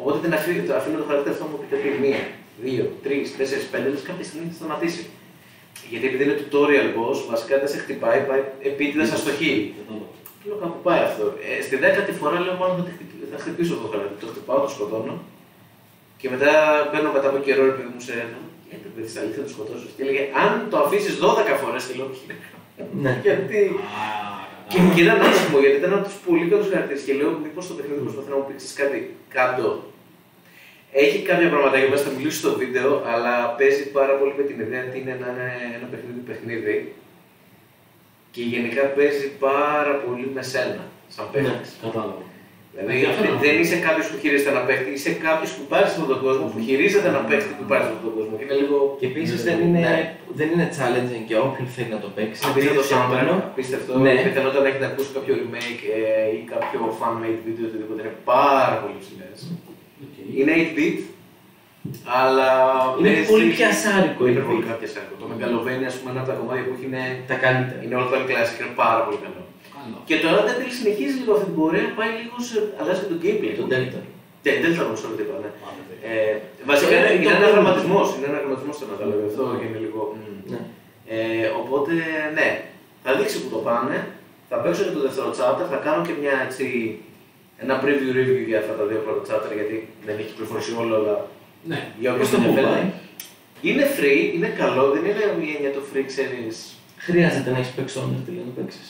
[SPEAKER 1] Οπότε την αφή- το αφήνω το χαρακτήρα αυτό να μου επιτεθεί μία, δύο, τρεις, τέσσερις, πέντε, λες κάποια στιγμή θα σταματήσει. Γιατί επειδή είναι tutorial boss, βασικά δεν σε χτυπάει, πάει επίτηδες αστοχή. Λέω κάπου πάει αυτό. Ε, στη δέκατη φορά λέω μάλλον θα, τη χτυπ- θα χτυπήσω το χαρακτήρα. Το χτυπάω, το σκοτώνω. Και μετά μπαίνω μετά από καιρό, ρε παιδί μου, σε ένα. Ε, το παιδί, στα αλήθεια θα το σκοτώσω. Και έλεγε, αν το αφήσεις 12 φορέ, τη λέω, «Όχι».
[SPEAKER 3] ναι.
[SPEAKER 1] Γιατί. Και, και ήταν άσχημο, γιατί ήταν από τους πολύ καλούς χαρακτήρες. Και λέω, μήπως το παιχνίδι προσπαθεί να μου πήξεις κάτι κάτω. Έχει κάποια πραγματάκια μέσα, θα μιλήσω στο βίντεο, αλλά παίζει πάρα πολύ με την ιδέα ότι είναι να είναι ένα παιχνίδι παιχνίδι. Και γενικά παίζει πάρα πολύ με σένα, σαν παίχτη.
[SPEAKER 2] Κατάλαβα.
[SPEAKER 1] Δηλαδή δεν είσαι κάποιος που χειρίζεται ένα παίχτη, είσαι κάποιος που πάρει αυτόν τον κόσμο, που χειρίζεται ένα παίχτη που πάρει αυτόν τον κόσμο. Είναι λίγο.
[SPEAKER 3] Και επίσης δεν, είναι,
[SPEAKER 1] Ναι.
[SPEAKER 3] δεν είναι challenging για όποιον θέλει να το παίξει.
[SPEAKER 1] Απίστευτο
[SPEAKER 3] είναι
[SPEAKER 1] soundtrack,
[SPEAKER 3] σκεπτόμενο.
[SPEAKER 1] απίστευτο.
[SPEAKER 3] Ναι.
[SPEAKER 1] Πιθανότατα έχετε ακούσει κάποιο remake ε, ή κάποιο fan-made video οτιδήποτε. Είναι πάρα πολύ ψηλές. Είναι 8-bit, αλλά.
[SPEAKER 3] Είναι
[SPEAKER 1] παίζει-
[SPEAKER 3] πολύ πιασάρικο.
[SPEAKER 1] Είναι
[SPEAKER 3] Είναι
[SPEAKER 1] πολύ πιασάρικο. Το μεγαλοβαίνει, ας πούμε, ένα από τα κομμάτια που έχει είναι.
[SPEAKER 3] τα καλύτερα.
[SPEAKER 1] Είναι all-time classic, είναι πάρα πολύ καλό.
[SPEAKER 2] Καλό.
[SPEAKER 1] Και το Undertale συνεχίζεις λίγο αυτή την πορεία, πάει λίγο σε. αλλάζει και το gameplay.
[SPEAKER 3] Ε, Το Delta.
[SPEAKER 1] Ναι, δεν θα γνωρίσω τίποτα, ναι. Ε, βασικά είναι, είναι ένα γραμματισμό. Είναι ένα γραμματισμό το Νατάλαβε. Αυτό είναι λίγο. μμ.
[SPEAKER 3] Ναι.
[SPEAKER 1] Ε, οπότε, ναι, θα δείξει που το πάνε. Θα παίξω και το δεύτερο chapter. Θα κάνω και μια, έτσι, ένα preview review για αυτά τα δύο πρώτα chapter γιατί δεν έχει κυκλοφορήσει όλο, αλλά
[SPEAKER 2] Ναι.
[SPEAKER 1] για όποιον
[SPEAKER 3] Πώς το
[SPEAKER 1] δεν
[SPEAKER 3] κουβάει.
[SPEAKER 1] Είναι free, είναι καλό, δεν είναι μια έννοια το free, ξέρεις.
[SPEAKER 3] Χρειάζεται να έχεις παίξεις όνειρο για να το παίξει.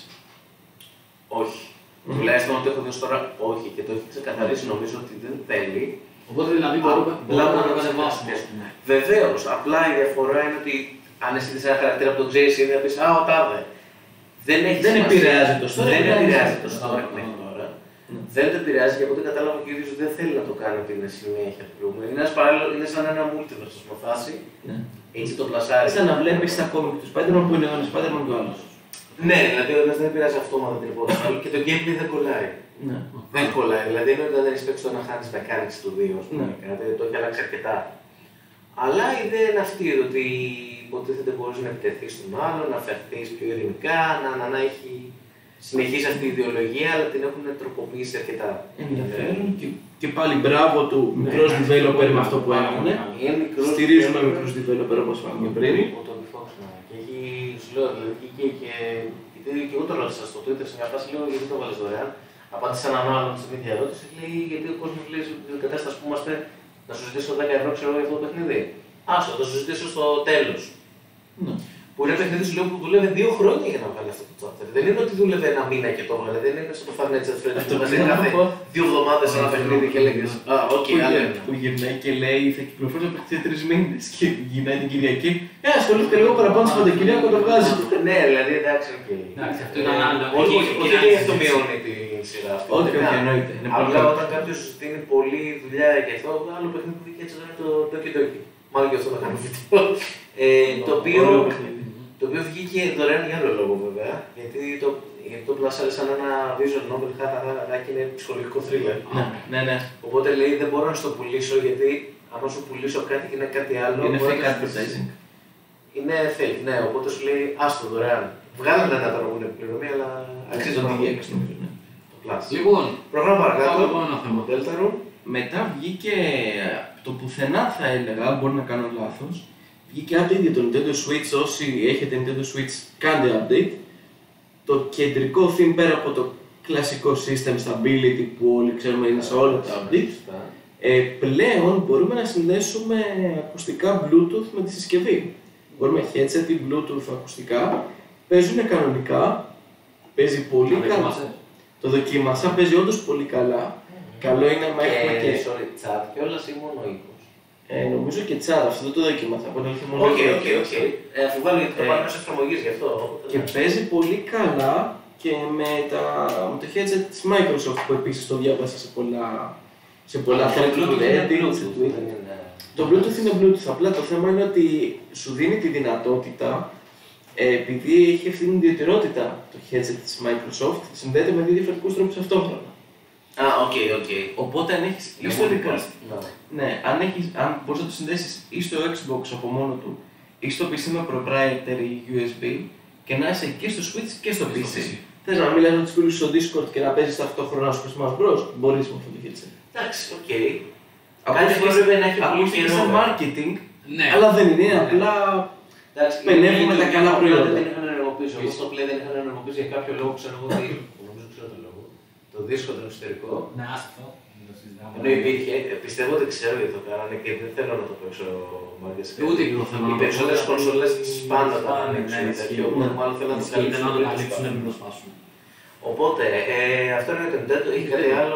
[SPEAKER 1] Όχι.
[SPEAKER 3] Μμμ.
[SPEAKER 1] Τουλάχιστον ό,τι έχω δει ως τώρα, όχι. Και το έχει ξεκαθαρίσει νομίζω ότι δεν θέλει.
[SPEAKER 2] Οπότε δηλαδή μπορούμε, μπορούμε να το κατεβάσουμε. Ναι.
[SPEAKER 1] Βεβαίως. Απλά η διαφορά είναι ότι αν εσύ δεις ένα χαρακτήρα από τον Τζέισι, θα πεις Α, ο Τάδε. Δεν, έχει
[SPEAKER 3] Δεν
[SPEAKER 1] σημασία.
[SPEAKER 3] επηρεάζει το Ναι. story.
[SPEAKER 1] Δεν
[SPEAKER 3] επηρεάζει
[SPEAKER 1] επηρεάζει
[SPEAKER 3] το
[SPEAKER 1] το
[SPEAKER 3] story.
[SPEAKER 1] story μέχρι τώρα. Δεν το επηρεάζει και από ό,τι κατάλαβα και ο ίδιος δεν θέλει να το κάνει ότι είναι συνέχεια του προηγούμενου. Είναι, ένας παράλληλο- είναι σαν ένα multiverse, ας πούμε. φάση.
[SPEAKER 3] Ναι.
[SPEAKER 1] Έτσι το πλασάρι.
[SPEAKER 3] Σαν να βλέπεις τα κόμικ του Spider-Man που είναι ο ένας Spider-Man και ο άλλος.
[SPEAKER 1] Ναι, δηλαδή ο ένας δεν επηρεάζει αυτόματα την υπόθεση του άλλου και το gameplay δεν κολλάει.
[SPEAKER 3] Ναι.
[SPEAKER 1] Δεν κολλάει. Δηλαδή ενώ όταν έχει παίξει το ένα χάνει mechanics του 2, ας πούμε,
[SPEAKER 3] Ναι.
[SPEAKER 1] κάτι, το έχει αλλάξει αρκετά. Αλλά η ιδέα είναι αυτή, ότι υποτίθεται μπορείς να επιτεθείς στον άλλον, να φερθεί πιο ειρηνικά, να, να, να έχει συνεχίσει αυτή η ιδεολογία, αλλά την έχουν τροποποιήσει αρκετά.
[SPEAKER 3] Ε, ναι. Ενδιαφέρον. Και, και πάλι μπράβο του μικρός developer με αυτό που έκανε.
[SPEAKER 1] Είναι μικρός,
[SPEAKER 3] Στηρίζουμε μικρούς developer όπως είπαμε και πριν.
[SPEAKER 1] Ο Τόνι Φόξ, ναι. Και έχει, σου λέω, δηλαδή βγήκε και. Γιατί και εγώ το ρώτησα στο Twitter σε μια φάση, λέω γιατί το βάλες δωρεάν. Απάντησε έναν άλλον στην ίδια ερώτηση, λέει γιατί ο κόσμος λέει στην κατάσταση που είμαστε να σου ζητήσω 10 ευρώ, ξέρω εγώ, για αυτό το παιχνίδι. Άστο, θα σου ζητήσω στο τέλος.
[SPEAKER 3] Ναι.
[SPEAKER 1] Που είναι ένα παιχνίδι σου λέω που δούλευε δύο χρόνια για να βγάλει αυτό το chapter. Δεν είναι ότι δούλευε ένα μήνα και το έβγαλε. Δεν είναι στο Final Fantasy Friends
[SPEAKER 3] Αυτό
[SPEAKER 1] που βάζει
[SPEAKER 3] πήγα να
[SPEAKER 1] κάθε
[SPEAKER 3] πω.
[SPEAKER 1] δύο εβδομάδες ένα παιχνίδι και λέγε. Α, οκ,
[SPEAKER 3] Που γυρνάει-
[SPEAKER 1] άλλο ένα.
[SPEAKER 3] Που γυρνάει και λέει θα κυκλοφορήσει από σε τρεις μήνες και γυρνάει την Κυριακή. Ε, ασχολείται λίγο παραπάνω στο Παντεκυριακό το βγάζει.
[SPEAKER 1] Ναι, δηλαδή εντάξει, οκ. Ε,
[SPEAKER 2] Εντάξει, αυτό ήταν άλλο.
[SPEAKER 1] Όχι,
[SPEAKER 2] Εκεί-
[SPEAKER 1] όχι,
[SPEAKER 2] εκεί
[SPEAKER 1] λέει
[SPEAKER 2] να
[SPEAKER 1] αυτό
[SPEAKER 2] συζητήσουμε.
[SPEAKER 1] μειώνει την σειρά αυτή.
[SPEAKER 3] Ό,τι και
[SPEAKER 1] Ναι.
[SPEAKER 3] εννοείται. Είναι πολύ
[SPEAKER 1] Απλά
[SPEAKER 3] καλό.
[SPEAKER 1] όταν κάποιος σου δίνει πολλή δουλειά και αυτό, άλλο παιχνίδι που δίκαιο έτσι δεν είναι το Doki Doki. Μάλλον και αυτό θα κάνω βίντεο. Ε, το,
[SPEAKER 3] Ωραίο
[SPEAKER 1] οποίο,
[SPEAKER 3] παιχνίδι.
[SPEAKER 1] το οποίο βγήκε δωρεάν για άλλο λόγο βέβαια. Γιατί το, γιατί το Plus σαν ένα Vision Novel χάτα και είναι ψυχολογικό thriller.
[SPEAKER 3] Ναι, ναι, ναι.
[SPEAKER 1] Οπότε λέει δεν μπορώ να σου το πουλήσω γιατί άμα σου πουλήσω κάτι και είναι κάτι άλλο.
[SPEAKER 3] Είναι
[SPEAKER 1] μπορεί
[SPEAKER 3] fake
[SPEAKER 1] να σου πεις-
[SPEAKER 3] advertising.
[SPEAKER 1] Είναι fake, ναι. Οπότε σου λέει άστο δωρεάν. Βγάλανε ένα τώρα που είναι πληρωμή, αλλά αξίζει
[SPEAKER 3] Αξίζει
[SPEAKER 1] τον
[SPEAKER 3] το
[SPEAKER 1] τίγιο.
[SPEAKER 3] διέξω νομίζω. ναι.
[SPEAKER 1] Το Plus.
[SPEAKER 7] Λοιπόν,
[SPEAKER 1] Πρόγραμμα
[SPEAKER 7] πάμε
[SPEAKER 1] παρακάτω.
[SPEAKER 7] από ένα θέμα.
[SPEAKER 1] Το Delta Room.
[SPEAKER 3] Μετά βγήκε από το πουθενά θα έλεγα, μπορεί να κάνω λάθος, βγήκε update για το Nintendo Switch, όσοι έχετε Nintendo Switch κάντε update. Το κεντρικό theme πέρα από το κλασικό system stability που όλοι ξέρουμε είναι σε όλα τα updates,
[SPEAKER 1] Σωστά.
[SPEAKER 3] ε, πλέον μπορούμε να συνδέσουμε ακουστικά Bluetooth με τη συσκευή. Μπορούμε headset ή Bluetooth ακουστικά, παίζουν κανονικά, παίζει πολύ
[SPEAKER 7] Να
[SPEAKER 3] καλά.
[SPEAKER 7] δοκιμάσαι.
[SPEAKER 3] Το δοκίμασα, παίζει όντως πολύ καλά.
[SPEAKER 1] Mm.
[SPEAKER 3] Καλό είναι να έχουμε και
[SPEAKER 1] Και sorry, chat κιόλας ή μόνο ήχος.
[SPEAKER 3] ε, νομίζω και τσάρα, αυτό δεν το δοκίμαθα. Από την αρχή μου
[SPEAKER 1] Οκ,
[SPEAKER 3] λέει,
[SPEAKER 1] οκ, οκ. Ε, Αφιβάλλω γιατί το
[SPEAKER 3] Ε.
[SPEAKER 1] πάρει μέσα εφαρμογής γι' αυτό. οπότε,
[SPEAKER 3] Και
[SPEAKER 1] ναι.
[SPEAKER 3] παίζει πολύ καλά και με, τα, με το headset της Microsoft που επίσης το διάβασα σε πολλά σε πολλά
[SPEAKER 1] Αλλά το
[SPEAKER 3] thread του
[SPEAKER 1] Bluetooth είναι
[SPEAKER 3] Reddit, σε
[SPEAKER 1] Bluetooth, ναι.
[SPEAKER 3] Twitter.
[SPEAKER 1] δεν είναι-
[SPEAKER 3] Το Bluetooth είναι Bluetooth. Απλά το θέμα είναι ότι σου δίνει τη δυνατότητα ε, επειδή έχει αυτή την ιδιαιτερότητα το headset της Microsoft, συνδέεται με δύο διαφορετικούς τρόπους ταυτόχρονα.
[SPEAKER 1] Α, οκ, οκ.
[SPEAKER 3] Οπότε αν έχεις ή στο δικό σου- ναι, αν, έχεις, αν μπορείς να το συνδέσεις ή στο Xbox από μόνο του ή στο PC με proprietary USB και να είσαι και στο Switch και στο
[SPEAKER 10] Και
[SPEAKER 3] PC.
[SPEAKER 10] στο PC.
[SPEAKER 3] Θες να μιλάς με τους φίλους σου στο Discord και να παίζεις ταυτόχρονα στο Smash Bros. Μπορείς με αυτό το headset.
[SPEAKER 1] Εντάξει, οκ.
[SPEAKER 3] Από
[SPEAKER 1] Κάτι
[SPEAKER 3] ό,τι
[SPEAKER 1] που
[SPEAKER 3] φαίνεται-
[SPEAKER 1] έπρεπε να έχει
[SPEAKER 3] από
[SPEAKER 1] πολύ
[SPEAKER 3] ό,τι φαίνεται
[SPEAKER 1] καιρό,
[SPEAKER 3] στο
[SPEAKER 1] βέβαια.
[SPEAKER 3] marketing,
[SPEAKER 7] Ναι,
[SPEAKER 3] αλλά δεν είναι, απλά
[SPEAKER 1] Εντάξει,
[SPEAKER 3] Πενεύουμε
[SPEAKER 1] είναι
[SPEAKER 3] τα καλά
[SPEAKER 1] το
[SPEAKER 3] προϊόντα.
[SPEAKER 1] Play Δεν είχαν ενεργοποιήσει. Εγώ στο Play δεν είχαν ενεργοποιήσει για κάποιο λόγο, <coughs> ξέρω εγώ τι. Νομίζω ξέρω το λόγο. Το δίσκο το εξωτερικό.
[SPEAKER 2] Ναι, άστο. μην
[SPEAKER 1] Ενώ
[SPEAKER 2] το συζητάμε.
[SPEAKER 1] υπήρχε, ε, πιστεύω ότι ξέρω γιατί το κάνανε και δεν θέλω να το παίξω μάγκες.
[SPEAKER 7] ούτε και εγώ θέλω να
[SPEAKER 1] Οι
[SPEAKER 7] το
[SPEAKER 1] περισσότερες
[SPEAKER 7] πω.
[SPEAKER 1] κονσόλε πάντα τα
[SPEAKER 7] Σπάνε,
[SPEAKER 1] ανοίξουν
[SPEAKER 7] ναι,
[SPEAKER 1] τέτοιο.
[SPEAKER 7] ισχύει.
[SPEAKER 1] Οπότε μάλλον θέλω να το
[SPEAKER 7] Ισχύει,
[SPEAKER 1] καλύψουν
[SPEAKER 7] θέλω να το
[SPEAKER 1] πριν το
[SPEAKER 7] καλύψουν,
[SPEAKER 1] σπάσουν.
[SPEAKER 7] μην το σπάσουν.
[SPEAKER 1] Οπότε, ε, αυτό είναι το Nintendo. Είχε κάτι άλλο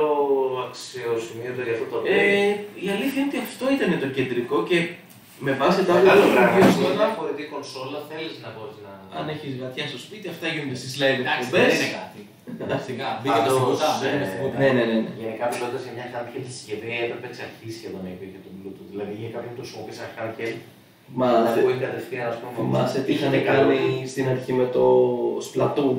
[SPEAKER 1] αξιοσημείωτο για αυτό το update.
[SPEAKER 3] Ε, η αλήθεια είναι ότι αυτό ήταν το κεντρικό και με βάση τα άλλα
[SPEAKER 1] Μεγάλο
[SPEAKER 3] που
[SPEAKER 1] πράγμα.
[SPEAKER 3] έχουν βγει
[SPEAKER 1] Είναι
[SPEAKER 3] ως
[SPEAKER 1] μια
[SPEAKER 3] τώρα,
[SPEAKER 1] φορητή κονσόλα, θέλεις να μπορείς να.
[SPEAKER 3] αν έχεις γατιά στο σπίτι, αυτά γίνονται στις live
[SPEAKER 7] Εντάξει, δεν είναι
[SPEAKER 3] εκπομπές.
[SPEAKER 7] κάτι. Φυσικά, μπήκε το
[SPEAKER 1] Πάντως,
[SPEAKER 7] στην κουτά,
[SPEAKER 1] ε,
[SPEAKER 7] δεν είναι στην κουτά.
[SPEAKER 3] Ναι, ναι, ναι. ναι.
[SPEAKER 1] Γενικά μιλώντας για μια handheld συσκευή έπρεπε εξ αρχής σχεδόν να υπήρχε το Bluetooth. Δηλαδή για κάποιον που το χρησιμοποιεί σαν handheld
[SPEAKER 3] Μα
[SPEAKER 1] να
[SPEAKER 3] θε-
[SPEAKER 1] ακούει κατευθείαν ας πούμε.
[SPEAKER 3] Θυμάσαι τι
[SPEAKER 1] είχε
[SPEAKER 3] είχαν
[SPEAKER 1] καλό.
[SPEAKER 3] κάνει στην αρχή με το Splatoon.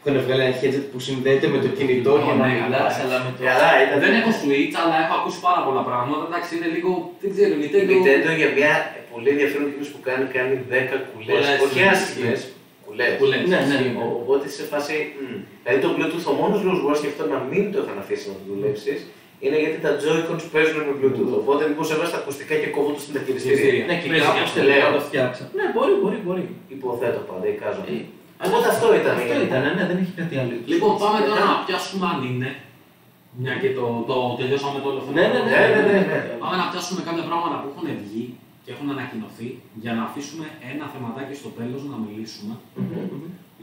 [SPEAKER 3] Που είχαν βγάλει ένα headset που συνδέεται με το κινητό
[SPEAKER 7] Ναι,
[SPEAKER 3] για να
[SPEAKER 7] ναι,
[SPEAKER 3] μιλάς,
[SPEAKER 7] ναι.
[SPEAKER 3] αλλά με το.
[SPEAKER 1] Καλά ήταν.
[SPEAKER 7] Δεν έχω Switch, αλλά έχω ακούσει πάρα πολλά πράγματα. Εντάξει, είναι λίγο. Δεν ξέρω,
[SPEAKER 1] Η
[SPEAKER 7] Nintendo.
[SPEAKER 1] Nintendo για μια πολύ ενδιαφέρον κυρίως που κάνει, κάνει 10 κουλές,
[SPEAKER 7] Πολλές,
[SPEAKER 1] όχι
[SPEAKER 7] ναι.
[SPEAKER 1] άσχημες, κουλές.
[SPEAKER 7] Που λες.
[SPEAKER 3] Ναι, ναι.
[SPEAKER 1] Ο- Οπότε σε φάση, μμ. δηλαδή το Bluetooth, ο μόνος λόγος που μπορώ να σκεφτώ να μην το είχαν αφήσει να το δουλέψεις, είναι γιατί τα Joy-Cons παίζουν με Bluetooth. Οπότε μήπως έβαζε τα ακουστικά και κόβω το συντακυριστήριο.
[SPEAKER 7] Χειριστήρια.
[SPEAKER 3] Ναι, και
[SPEAKER 7] Παίζει
[SPEAKER 3] κάπως
[SPEAKER 7] αυτό,
[SPEAKER 3] τελικά
[SPEAKER 1] λέω.
[SPEAKER 3] το φτιάξα. Ναι, μπορεί, μπορεί, μπορεί.
[SPEAKER 1] Υποθέτω πάντα, εικάζομαι.
[SPEAKER 3] Ε,
[SPEAKER 1] Οπότε αυτό ήταν.
[SPEAKER 3] Αυτό ήταν, ναι, δεν έχει κάτι άλλο.
[SPEAKER 7] Λοιπόν, πάμε τώρα να πιάσουμε αν είναι. Μια και το, το τελειώσαμε το όλο αυτό.
[SPEAKER 3] Ναι, ναι, ναι, ναι, ναι, ναι.
[SPEAKER 7] Πάμε να πιάσουμε κάποια πράγματα που έχουν βγει και έχουν ανακοινωθεί για να αφήσουμε ένα θεματάκι στο τέλος να μιλήσουμε.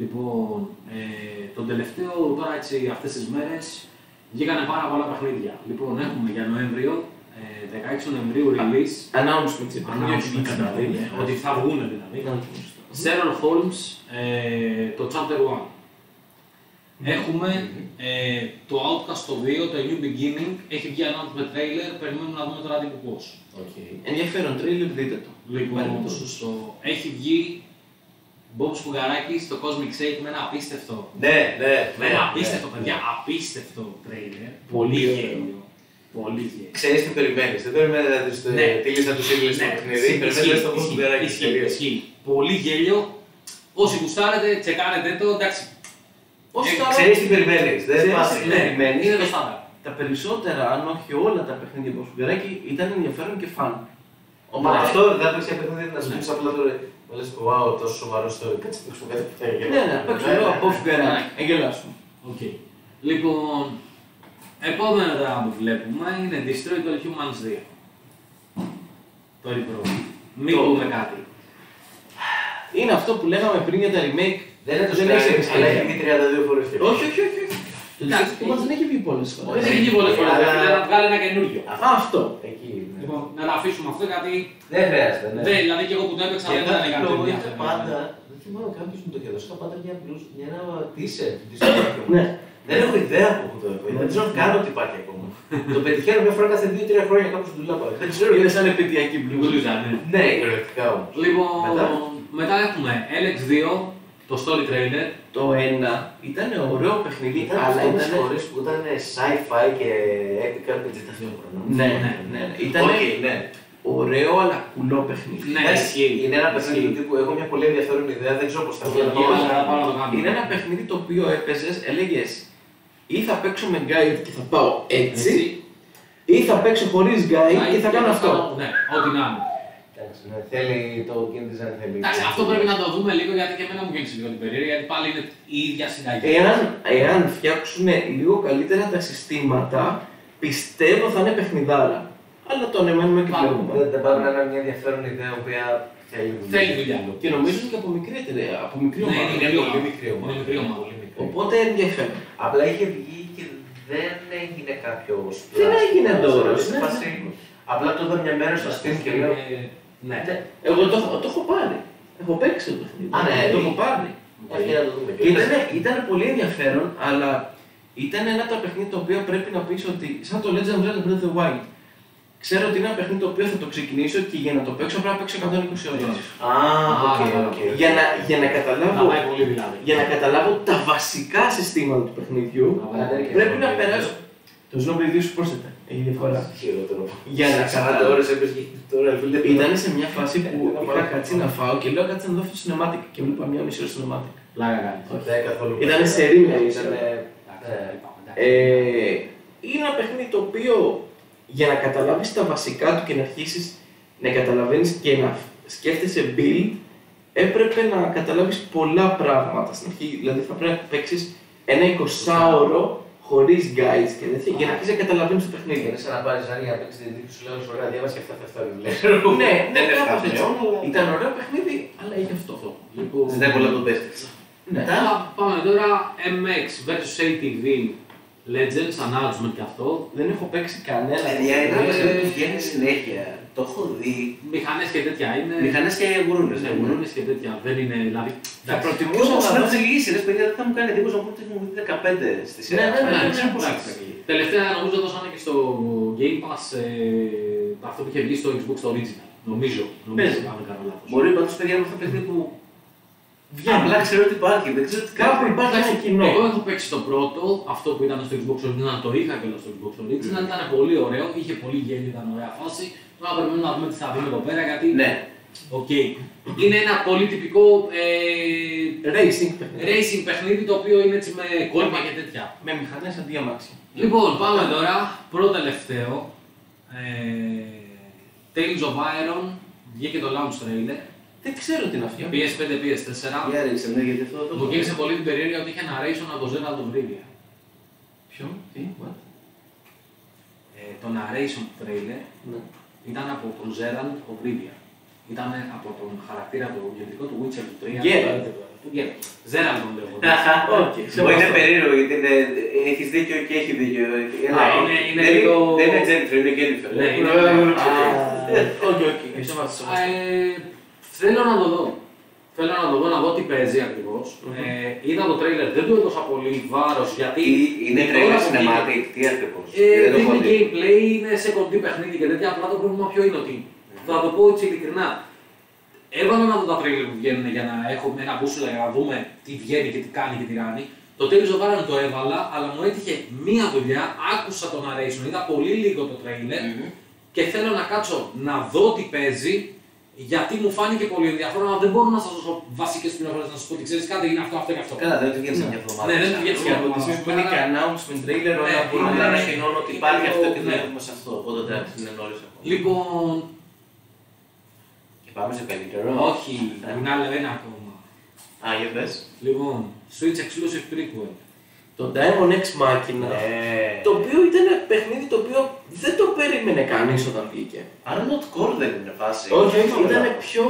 [SPEAKER 7] Λοιπόν, ε, τον τελευταίο, τώρα έτσι αυτές τις μέρες, βγήκανε πάρα πολλά παιχνίδια. Λοιπόν, έχουμε για Νοέμβριο, ε, 16 Νοεμβρίου release,
[SPEAKER 3] Announcement σε
[SPEAKER 7] ανάγκη
[SPEAKER 1] ναι,
[SPEAKER 7] δηλαδή, ότι θα βγουν δηλαδή. Sharon Holmes, ε, το Chapter 1. Έχουμε ε, το Outcast το 2, το New Beginning, έχει βγει announcement trailer, περιμένουμε να δούμε τώρα τι κουκός.
[SPEAKER 3] Ενδιαφέρον τρίλερ, δείτε το.
[SPEAKER 7] Λοιπόν, σωστό. Έχει βγει Μπομπ Σπουγγαράκη στο Cosmic Shake με ένα απίστευτο
[SPEAKER 1] Ναι, ναι,
[SPEAKER 7] με ένα απίστευτο, παιδιά, απίστευτο τρέιλερ. Πολύ γέλιο. Πολύ γέλιο.
[SPEAKER 1] Ξέρεις τι περιμένεις. Δεν περιμένεις να δεις το-
[SPEAKER 7] Ναι.
[SPEAKER 1] τη λίστα του σύγκλι στο παιχνίδι. Περιμένεις να δεις το πώ του
[SPEAKER 7] ισχύει, ισχύει, ισχύει. Πολύ γέλιο. Όσοι γουστάρετε, τσεκάρετε το, εντάξει.
[SPEAKER 3] Όσο τα
[SPEAKER 1] Ξέρεις τι περιμένεις. Δεν
[SPEAKER 3] Ξέρεις
[SPEAKER 1] πας.
[SPEAKER 3] τι
[SPEAKER 7] Ναι,
[SPEAKER 3] περιμένεις.
[SPEAKER 7] είναι το στάνταρ.
[SPEAKER 3] τα περισσότερα, αν όχι όλα τα παιχνίδια που Σουγκαράκη ήταν ενδιαφέρον και φαν.
[SPEAKER 1] Μα
[SPEAKER 3] Οπότε-
[SPEAKER 1] αυτό δεν παίξει παιχνίδι να σου πει απλά τώρα. Μου λες, wow, τόσο σοβαρό story. Κάτσε να παίξουμε κάτι που θα
[SPEAKER 3] Ναι,
[SPEAKER 1] γελάσει.
[SPEAKER 3] ναι, παίξω
[SPEAKER 1] Ναι,
[SPEAKER 3] εγώ
[SPEAKER 1] ναι.
[SPEAKER 3] από Σουγκαράκη. Εγγελάσουμε.
[SPEAKER 7] Οκ. Λοιπόν, επόμενα τα που βλέπουμε είναι Destroy All Humans 2. Το repro. Μην
[SPEAKER 1] Το-
[SPEAKER 7] πούμε κάτι.
[SPEAKER 3] Είναι αυτό που λέγαμε πριν για τα remake.
[SPEAKER 1] Δεν είναι το
[SPEAKER 3] Δεν έχεις
[SPEAKER 1] Skyrim, αλλά
[SPEAKER 3] επιστήμη.
[SPEAKER 1] έχει βγει 32 φορέ.
[SPEAKER 3] Όχι, όχι, όχι. όχι. Το
[SPEAKER 7] Εντάξει,
[SPEAKER 3] Detective Command δεν έχει βγει πολλές φορές.
[SPEAKER 7] Δεν έχει πολλές φορές.
[SPEAKER 1] Αλλά-
[SPEAKER 7] Να βγάλει ένα καινούριο.
[SPEAKER 3] Αυτό.
[SPEAKER 1] Εκεί. ναι.
[SPEAKER 7] Λοιπόν, να τα αφήσουμε αυτό γιατί.
[SPEAKER 1] Δεν χρειάζεται. ναι.
[SPEAKER 7] Δε, δηλαδή και εγώ που το έπαιξα
[SPEAKER 1] Και
[SPEAKER 7] δεν ήταν
[SPEAKER 1] κάποιο
[SPEAKER 7] κάτι
[SPEAKER 1] λόγο
[SPEAKER 7] τέτοιο.
[SPEAKER 1] ήταν πάντα. Δεν θυμάμαι κάποιος μου το είχε δώσει. Ήταν πάντα μια blues, μια ένα teaser. της Skyrim.
[SPEAKER 3] Ναι.
[SPEAKER 1] Δεν έχω ιδέα από πού το έχω. Δεν ξέρω καν ότι υπάρχει <laughs> ακόμα. το πετυχαίνω μια φορά κάθε 2-3 χρόνια κάπου στην τουλάπα. Δεν ξέρω.
[SPEAKER 3] Είναι σαν επαιτειακή μπλούζα.
[SPEAKER 7] Μπλούζα, ναι.
[SPEAKER 1] Ναι, κυριολεκτικά όμως.
[SPEAKER 7] Λοιπόν, μετά,
[SPEAKER 1] Μετά.
[SPEAKER 7] έχουμε LX2, το story trailer.
[SPEAKER 3] Το ένα ήταν ωραίο παιχνίδι,
[SPEAKER 1] Ήταν
[SPEAKER 3] αλλά
[SPEAKER 1] αυτός με
[SPEAKER 3] ήταν.
[SPEAKER 1] συγχωρείς που ήταν sci-fi και epic RPG ταυτόχρονα.
[SPEAKER 3] Ναι,
[SPEAKER 7] Ναι.
[SPEAKER 3] ναι, ναι. Ήταν
[SPEAKER 1] Οκ, ναι.
[SPEAKER 3] ωραίο αλλά κουλό παιχνίδι.
[SPEAKER 7] Ναι,
[SPEAKER 1] Εντάξει, είναι ένα
[SPEAKER 3] Ισχύει.
[SPEAKER 1] παιχνίδι του τύπου. Έχω μια πολύ ενδιαφέρον ιδέα, δεν ξέρω πώς θα βγει.
[SPEAKER 7] Το
[SPEAKER 1] αλλά-
[SPEAKER 7] βγάλαμε, θα πάμε να το κάνουμε.
[SPEAKER 3] Είναι ένα παιχνίδι το οποίο έπαιζες, έλεγες ή θα παίξω με guide και θα πάω έτσι, ή θα παίξω χωρίς guide Ε, και θα κάνω αυτό.
[SPEAKER 7] Ναι, ό,τι να είναι.
[SPEAKER 1] Εντάξει, ναι, Θέλει το game design. θέλει.
[SPEAKER 7] Εντάξει, αυτό πρέπει να το δούμε λίγο γιατί και εμένα μου γέμισε λίγο την περίεργη, γιατί πάλι είναι η ίδια συνταγή.
[SPEAKER 3] Εάν, εάν φτιάξουν λίγο καλύτερα τα συστήματα, πιστεύω θα είναι παιχνιδάρα. Αλλά το ανεμένουμε και
[SPEAKER 7] Πάμε.
[SPEAKER 3] βλέπουμε.
[SPEAKER 1] Δεν- Δεν πάμε να είναι μια ενδιαφέρον ιδέα η οποία θέλει.
[SPEAKER 7] Θέλει δουλειά.
[SPEAKER 3] Και νομίζω είναι και από μικρή εταιρεία, από μικρή
[SPEAKER 7] Ναι,
[SPEAKER 3] ομάδα.
[SPEAKER 7] είναι
[SPEAKER 1] πολύ μικρή ομάδα.
[SPEAKER 7] Είναι μικρή ομάδα.
[SPEAKER 3] Οπότε ενδιαφέρον.
[SPEAKER 1] Απλά είχε βγει και δεν έγινε κάποιος.
[SPEAKER 3] Δεν έγινε τώρα,
[SPEAKER 1] Σε
[SPEAKER 3] ναι.
[SPEAKER 1] φάση- Απλά το είδα μια μέρα στο Steam και λέω. Ναι,
[SPEAKER 3] Εγώ το, έχω- το έχω πάρει. Έχω παίξει το παιχνίδι.
[SPEAKER 1] Α, ναι,
[SPEAKER 3] το
[SPEAKER 1] ε,
[SPEAKER 3] έχω πάρει.
[SPEAKER 1] αρκεί να το δούμε.
[SPEAKER 3] Και Ήταν, ήταν πολύ ενδιαφέρον, αλλά ήταν ένα από τα παιχνίδια τα οποία πρέπει να πεις ότι. σαν το Legend of Zelda Breath of the Wild. Ξέρω ότι είναι ένα παιχνίδι το οποίο θα το ξεκινήσω και για να το παίξω πρέπει να παίξω 120 ώρες.
[SPEAKER 1] Α,
[SPEAKER 7] Α,
[SPEAKER 1] οκ, οκ.
[SPEAKER 3] Για να, για Ναι. να
[SPEAKER 7] Θα
[SPEAKER 3] καταλάβω,
[SPEAKER 7] πάει πολύ δηλαδή.
[SPEAKER 3] για να καταλάβω τα βασικά συστήματα του παιχνιδιού,
[SPEAKER 7] Να πάει.
[SPEAKER 3] πρέπει να περάσω. Το Snowblade 2 σου πρόσθετα, έχει διαφορά.
[SPEAKER 1] Χειρότερο.
[SPEAKER 3] Για να
[SPEAKER 1] 40
[SPEAKER 3] καταλάβω.
[SPEAKER 1] ώρες έπαιζε τώρα, φίλε.
[SPEAKER 3] Ήταν σε μια φάση που
[SPEAKER 1] Ένα
[SPEAKER 3] είχα
[SPEAKER 1] παράδειγμα.
[SPEAKER 3] κάτσει να φάω και λέω κάτσε να δω αυτό το cinematic και βλέπα μια μισή ώρα cinematic.
[SPEAKER 7] Πλάκα κάνει.
[SPEAKER 1] Δεν καθόλου.
[SPEAKER 3] Ήτανε σε ρήμια,
[SPEAKER 1] Ήτανε-
[SPEAKER 7] Εντάξει,
[SPEAKER 1] ε,
[SPEAKER 7] είπαμε, εντάξει.
[SPEAKER 3] Ε, είναι ένα παιχνίδι το οποίο για να καταλάβεις τα βασικά του και να αρχίσεις να καταλαβαίνεις και να σκέφτεσαι build, έπρεπε να καταλάβεις πολλά πράγματα στην αρχή. Δηλαδή θα πρέπει να παίξεις ένα 20ωρο χωρίς guides και τέτοια για να αρχίσεις να καταλαβαίνεις το παιχνίδι.
[SPEAKER 1] Είναι σαν να πάρεις ζάρι για να παίξεις την δική σου λέω ωραία διάβασε και αυτά τα αυτά βιβλία.
[SPEAKER 3] ναι, ναι,
[SPEAKER 1] Δεν είναι
[SPEAKER 3] κάπως
[SPEAKER 1] φτάνει,
[SPEAKER 3] έτσι.
[SPEAKER 1] αλλά-
[SPEAKER 3] Ήταν ωραίο παιχνίδι, αλλά είχε αυτό.
[SPEAKER 7] Λοιπόν,
[SPEAKER 1] Ζητάει πολλά το παίξεις.
[SPEAKER 3] Ναι.
[SPEAKER 7] Μετά πάμε τώρα MX vs ATV Legends, announcement κι αυτό.
[SPEAKER 3] Δεν έχω παίξει κανένα.
[SPEAKER 1] Παιδιά, είναι ένα
[SPEAKER 3] Ε,
[SPEAKER 1] παιχνίδι που βγαίνει συνέχεια. Το έχω δει.
[SPEAKER 7] Μηχανές και τέτοια είναι.
[SPEAKER 1] Μηχανές και γουρούνες.
[SPEAKER 7] Ναι, γουρούνες και τέτοια. Δεν είναι δηλαδή.
[SPEAKER 3] Θα
[SPEAKER 7] εντάξει.
[SPEAKER 3] προτιμούσα
[SPEAKER 1] Πόσο
[SPEAKER 3] να
[SPEAKER 1] να
[SPEAKER 3] δω-
[SPEAKER 1] ψηλήσει, ρε παιδιά, δεν θα μου κάνει τίποτα να μου πει 15 στη σειρά.
[SPEAKER 3] Ναι, ναι, ναι,
[SPEAKER 7] Ναι,
[SPEAKER 1] Δεν
[SPEAKER 7] ναι,
[SPEAKER 1] ξέρω πώς
[SPEAKER 7] εντάξει.
[SPEAKER 1] θα βγει.
[SPEAKER 7] Τελευταία νομίζω δώσανε και στο Game Pass ε, αυτό που είχε βγει στο Xbox το Original. Νομίζω. Νομίζω,
[SPEAKER 3] Παίζει.
[SPEAKER 7] αν δεν κάνω λάθος.
[SPEAKER 1] Μπορεί πάντως παιδιά μου αυτό το παιχνίδι που
[SPEAKER 3] Βγαίνει.
[SPEAKER 1] απλά ξέρω ότι υπάρχει, δεν ξέρω τι
[SPEAKER 3] Κάπου
[SPEAKER 1] κάνει.
[SPEAKER 3] υπάρχει ένα κοινό.
[SPEAKER 7] Εγώ έχω παίξει το πρώτο, αυτό που ήταν στο Xbox Original, το είχα και στο Xbox Original, ήταν πολύ ωραίο, είχε πολύ γέλιο, ήταν ωραία φάση. Τώρα περιμένουμε να δούμε τι θα βρούμε εδώ πέρα, γιατί
[SPEAKER 1] Ναι,
[SPEAKER 7] Οκ. Είναι ένα πολύ τυπικό ε,
[SPEAKER 3] Racing παιχνίδι.
[SPEAKER 7] racing παιχνίδι το οποίο είναι έτσι με κόλπα και τέτοια.
[SPEAKER 3] Με μηχανές αντί για αμάξια.
[SPEAKER 7] Λοιπόν, πάμε τώρα. Πρώτο τελευταίο. Ε, Tales of Iron. Βγήκε το launch trailer.
[SPEAKER 3] Δεν ξέρω τι είναι αυτό.
[SPEAKER 7] PS5, PS4.
[SPEAKER 1] για ρίξε με γιατί αυτό το
[SPEAKER 7] Μου κίνησε πολύ την περίεργεια ότι είχε ένα narration από το Zelda του Βρύβια.
[SPEAKER 3] Ποιο, τι, what.
[SPEAKER 7] Ε, το narration του trailer
[SPEAKER 3] Ναι.
[SPEAKER 7] ήταν από τον Zelda του Βρύβια. Ήταν από τον χαρακτήρα του γενικό του Witcher του 3.
[SPEAKER 3] Geralt.
[SPEAKER 7] Ζέραν τον λέγω.
[SPEAKER 3] Οκ,
[SPEAKER 1] Μου είναι
[SPEAKER 3] σεβαστό.
[SPEAKER 1] περίεργο γιατί έχεις δίκιο και έχει δίκιο.
[SPEAKER 7] Α, είναι- είναι
[SPEAKER 1] δεν,
[SPEAKER 7] λίγο-
[SPEAKER 1] δεν είναι Τζένιφερ, είναι Γκένιφερ.
[SPEAKER 7] Ναι, είναι-
[SPEAKER 3] Όχι, όχι, σεβαστό.
[SPEAKER 7] Ε, θέλω να το δω. Θέλω να το δω, να δω τι παίζει ακριβώς. Ε, είδα το τρέιλερ, δεν του έδωσα πολύ βάρος γιατί.
[SPEAKER 1] Είναι
[SPEAKER 7] η
[SPEAKER 1] τρέλα
[SPEAKER 7] ώρα που βγήκε-
[SPEAKER 1] cinematic, τι ακριβώς.
[SPEAKER 7] Ε, δεν είναι gameplay, είναι σε κοντή παιχνίδι και τέτοια. Απλά το πρόβλημα ποιο είναι ότι. Θα το πω έτσι ειλικρινά. Έβαλα να δω τα τρέιλερ που βγαίνουν για να έχω ένα μπούσουλα για να δούμε τι βγαίνει και τι κάνει και τι ράνει. Το Tales of Iron το έβαλα, αλλά μου έτυχε μία δουλειά. Άκουσα το narration, είδα πολύ λίγο το τρέιλερ και θέλω να κάτσω να δω τι παίζει, γιατί μου φάνηκε πολύ ενδιαφέρον, αλλά δεν μπορώ να σας δώσω βασικές πληροφορίες να σας πω ότι ξέρεις κάτι, είναι αυτό, αυτό και αυτό.
[SPEAKER 1] Καλά, δεν του βγαίνει σε μια εβδομάδα.
[SPEAKER 7] Ναι, δεν του βγαίνει σε
[SPEAKER 3] Και από τη στιγμή που είναι και announcement trailer, όλα
[SPEAKER 7] Ναι,
[SPEAKER 3] μπορούν
[SPEAKER 1] να
[SPEAKER 3] να είναι.
[SPEAKER 1] ανακοινώνω ότι υπάρχει
[SPEAKER 7] είναι
[SPEAKER 1] αυτό
[SPEAKER 7] λίγο-
[SPEAKER 1] και
[SPEAKER 7] ναι.
[SPEAKER 1] δεν έχουμε σε αυτό. Οπότε εντάξει, είναι νωρί ακόμα.
[SPEAKER 7] Λοιπόν,
[SPEAKER 1] Και πάμε σε καλύτερο.
[SPEAKER 7] όχι, μην άλλο ένα ακόμα.
[SPEAKER 1] Α, για πες.
[SPEAKER 7] Λοιπόν, Switch Exclusive Prequel.
[SPEAKER 3] Το Diamond X Machina,
[SPEAKER 1] Ε,
[SPEAKER 3] το οποίο ήταν ένα παιχνίδι το οποίο δεν το περίμενε κανείς όταν βγήκε.
[SPEAKER 1] Άρα not core δεν είναι βάση.
[SPEAKER 3] Όχι, όχι, ήταν πιο...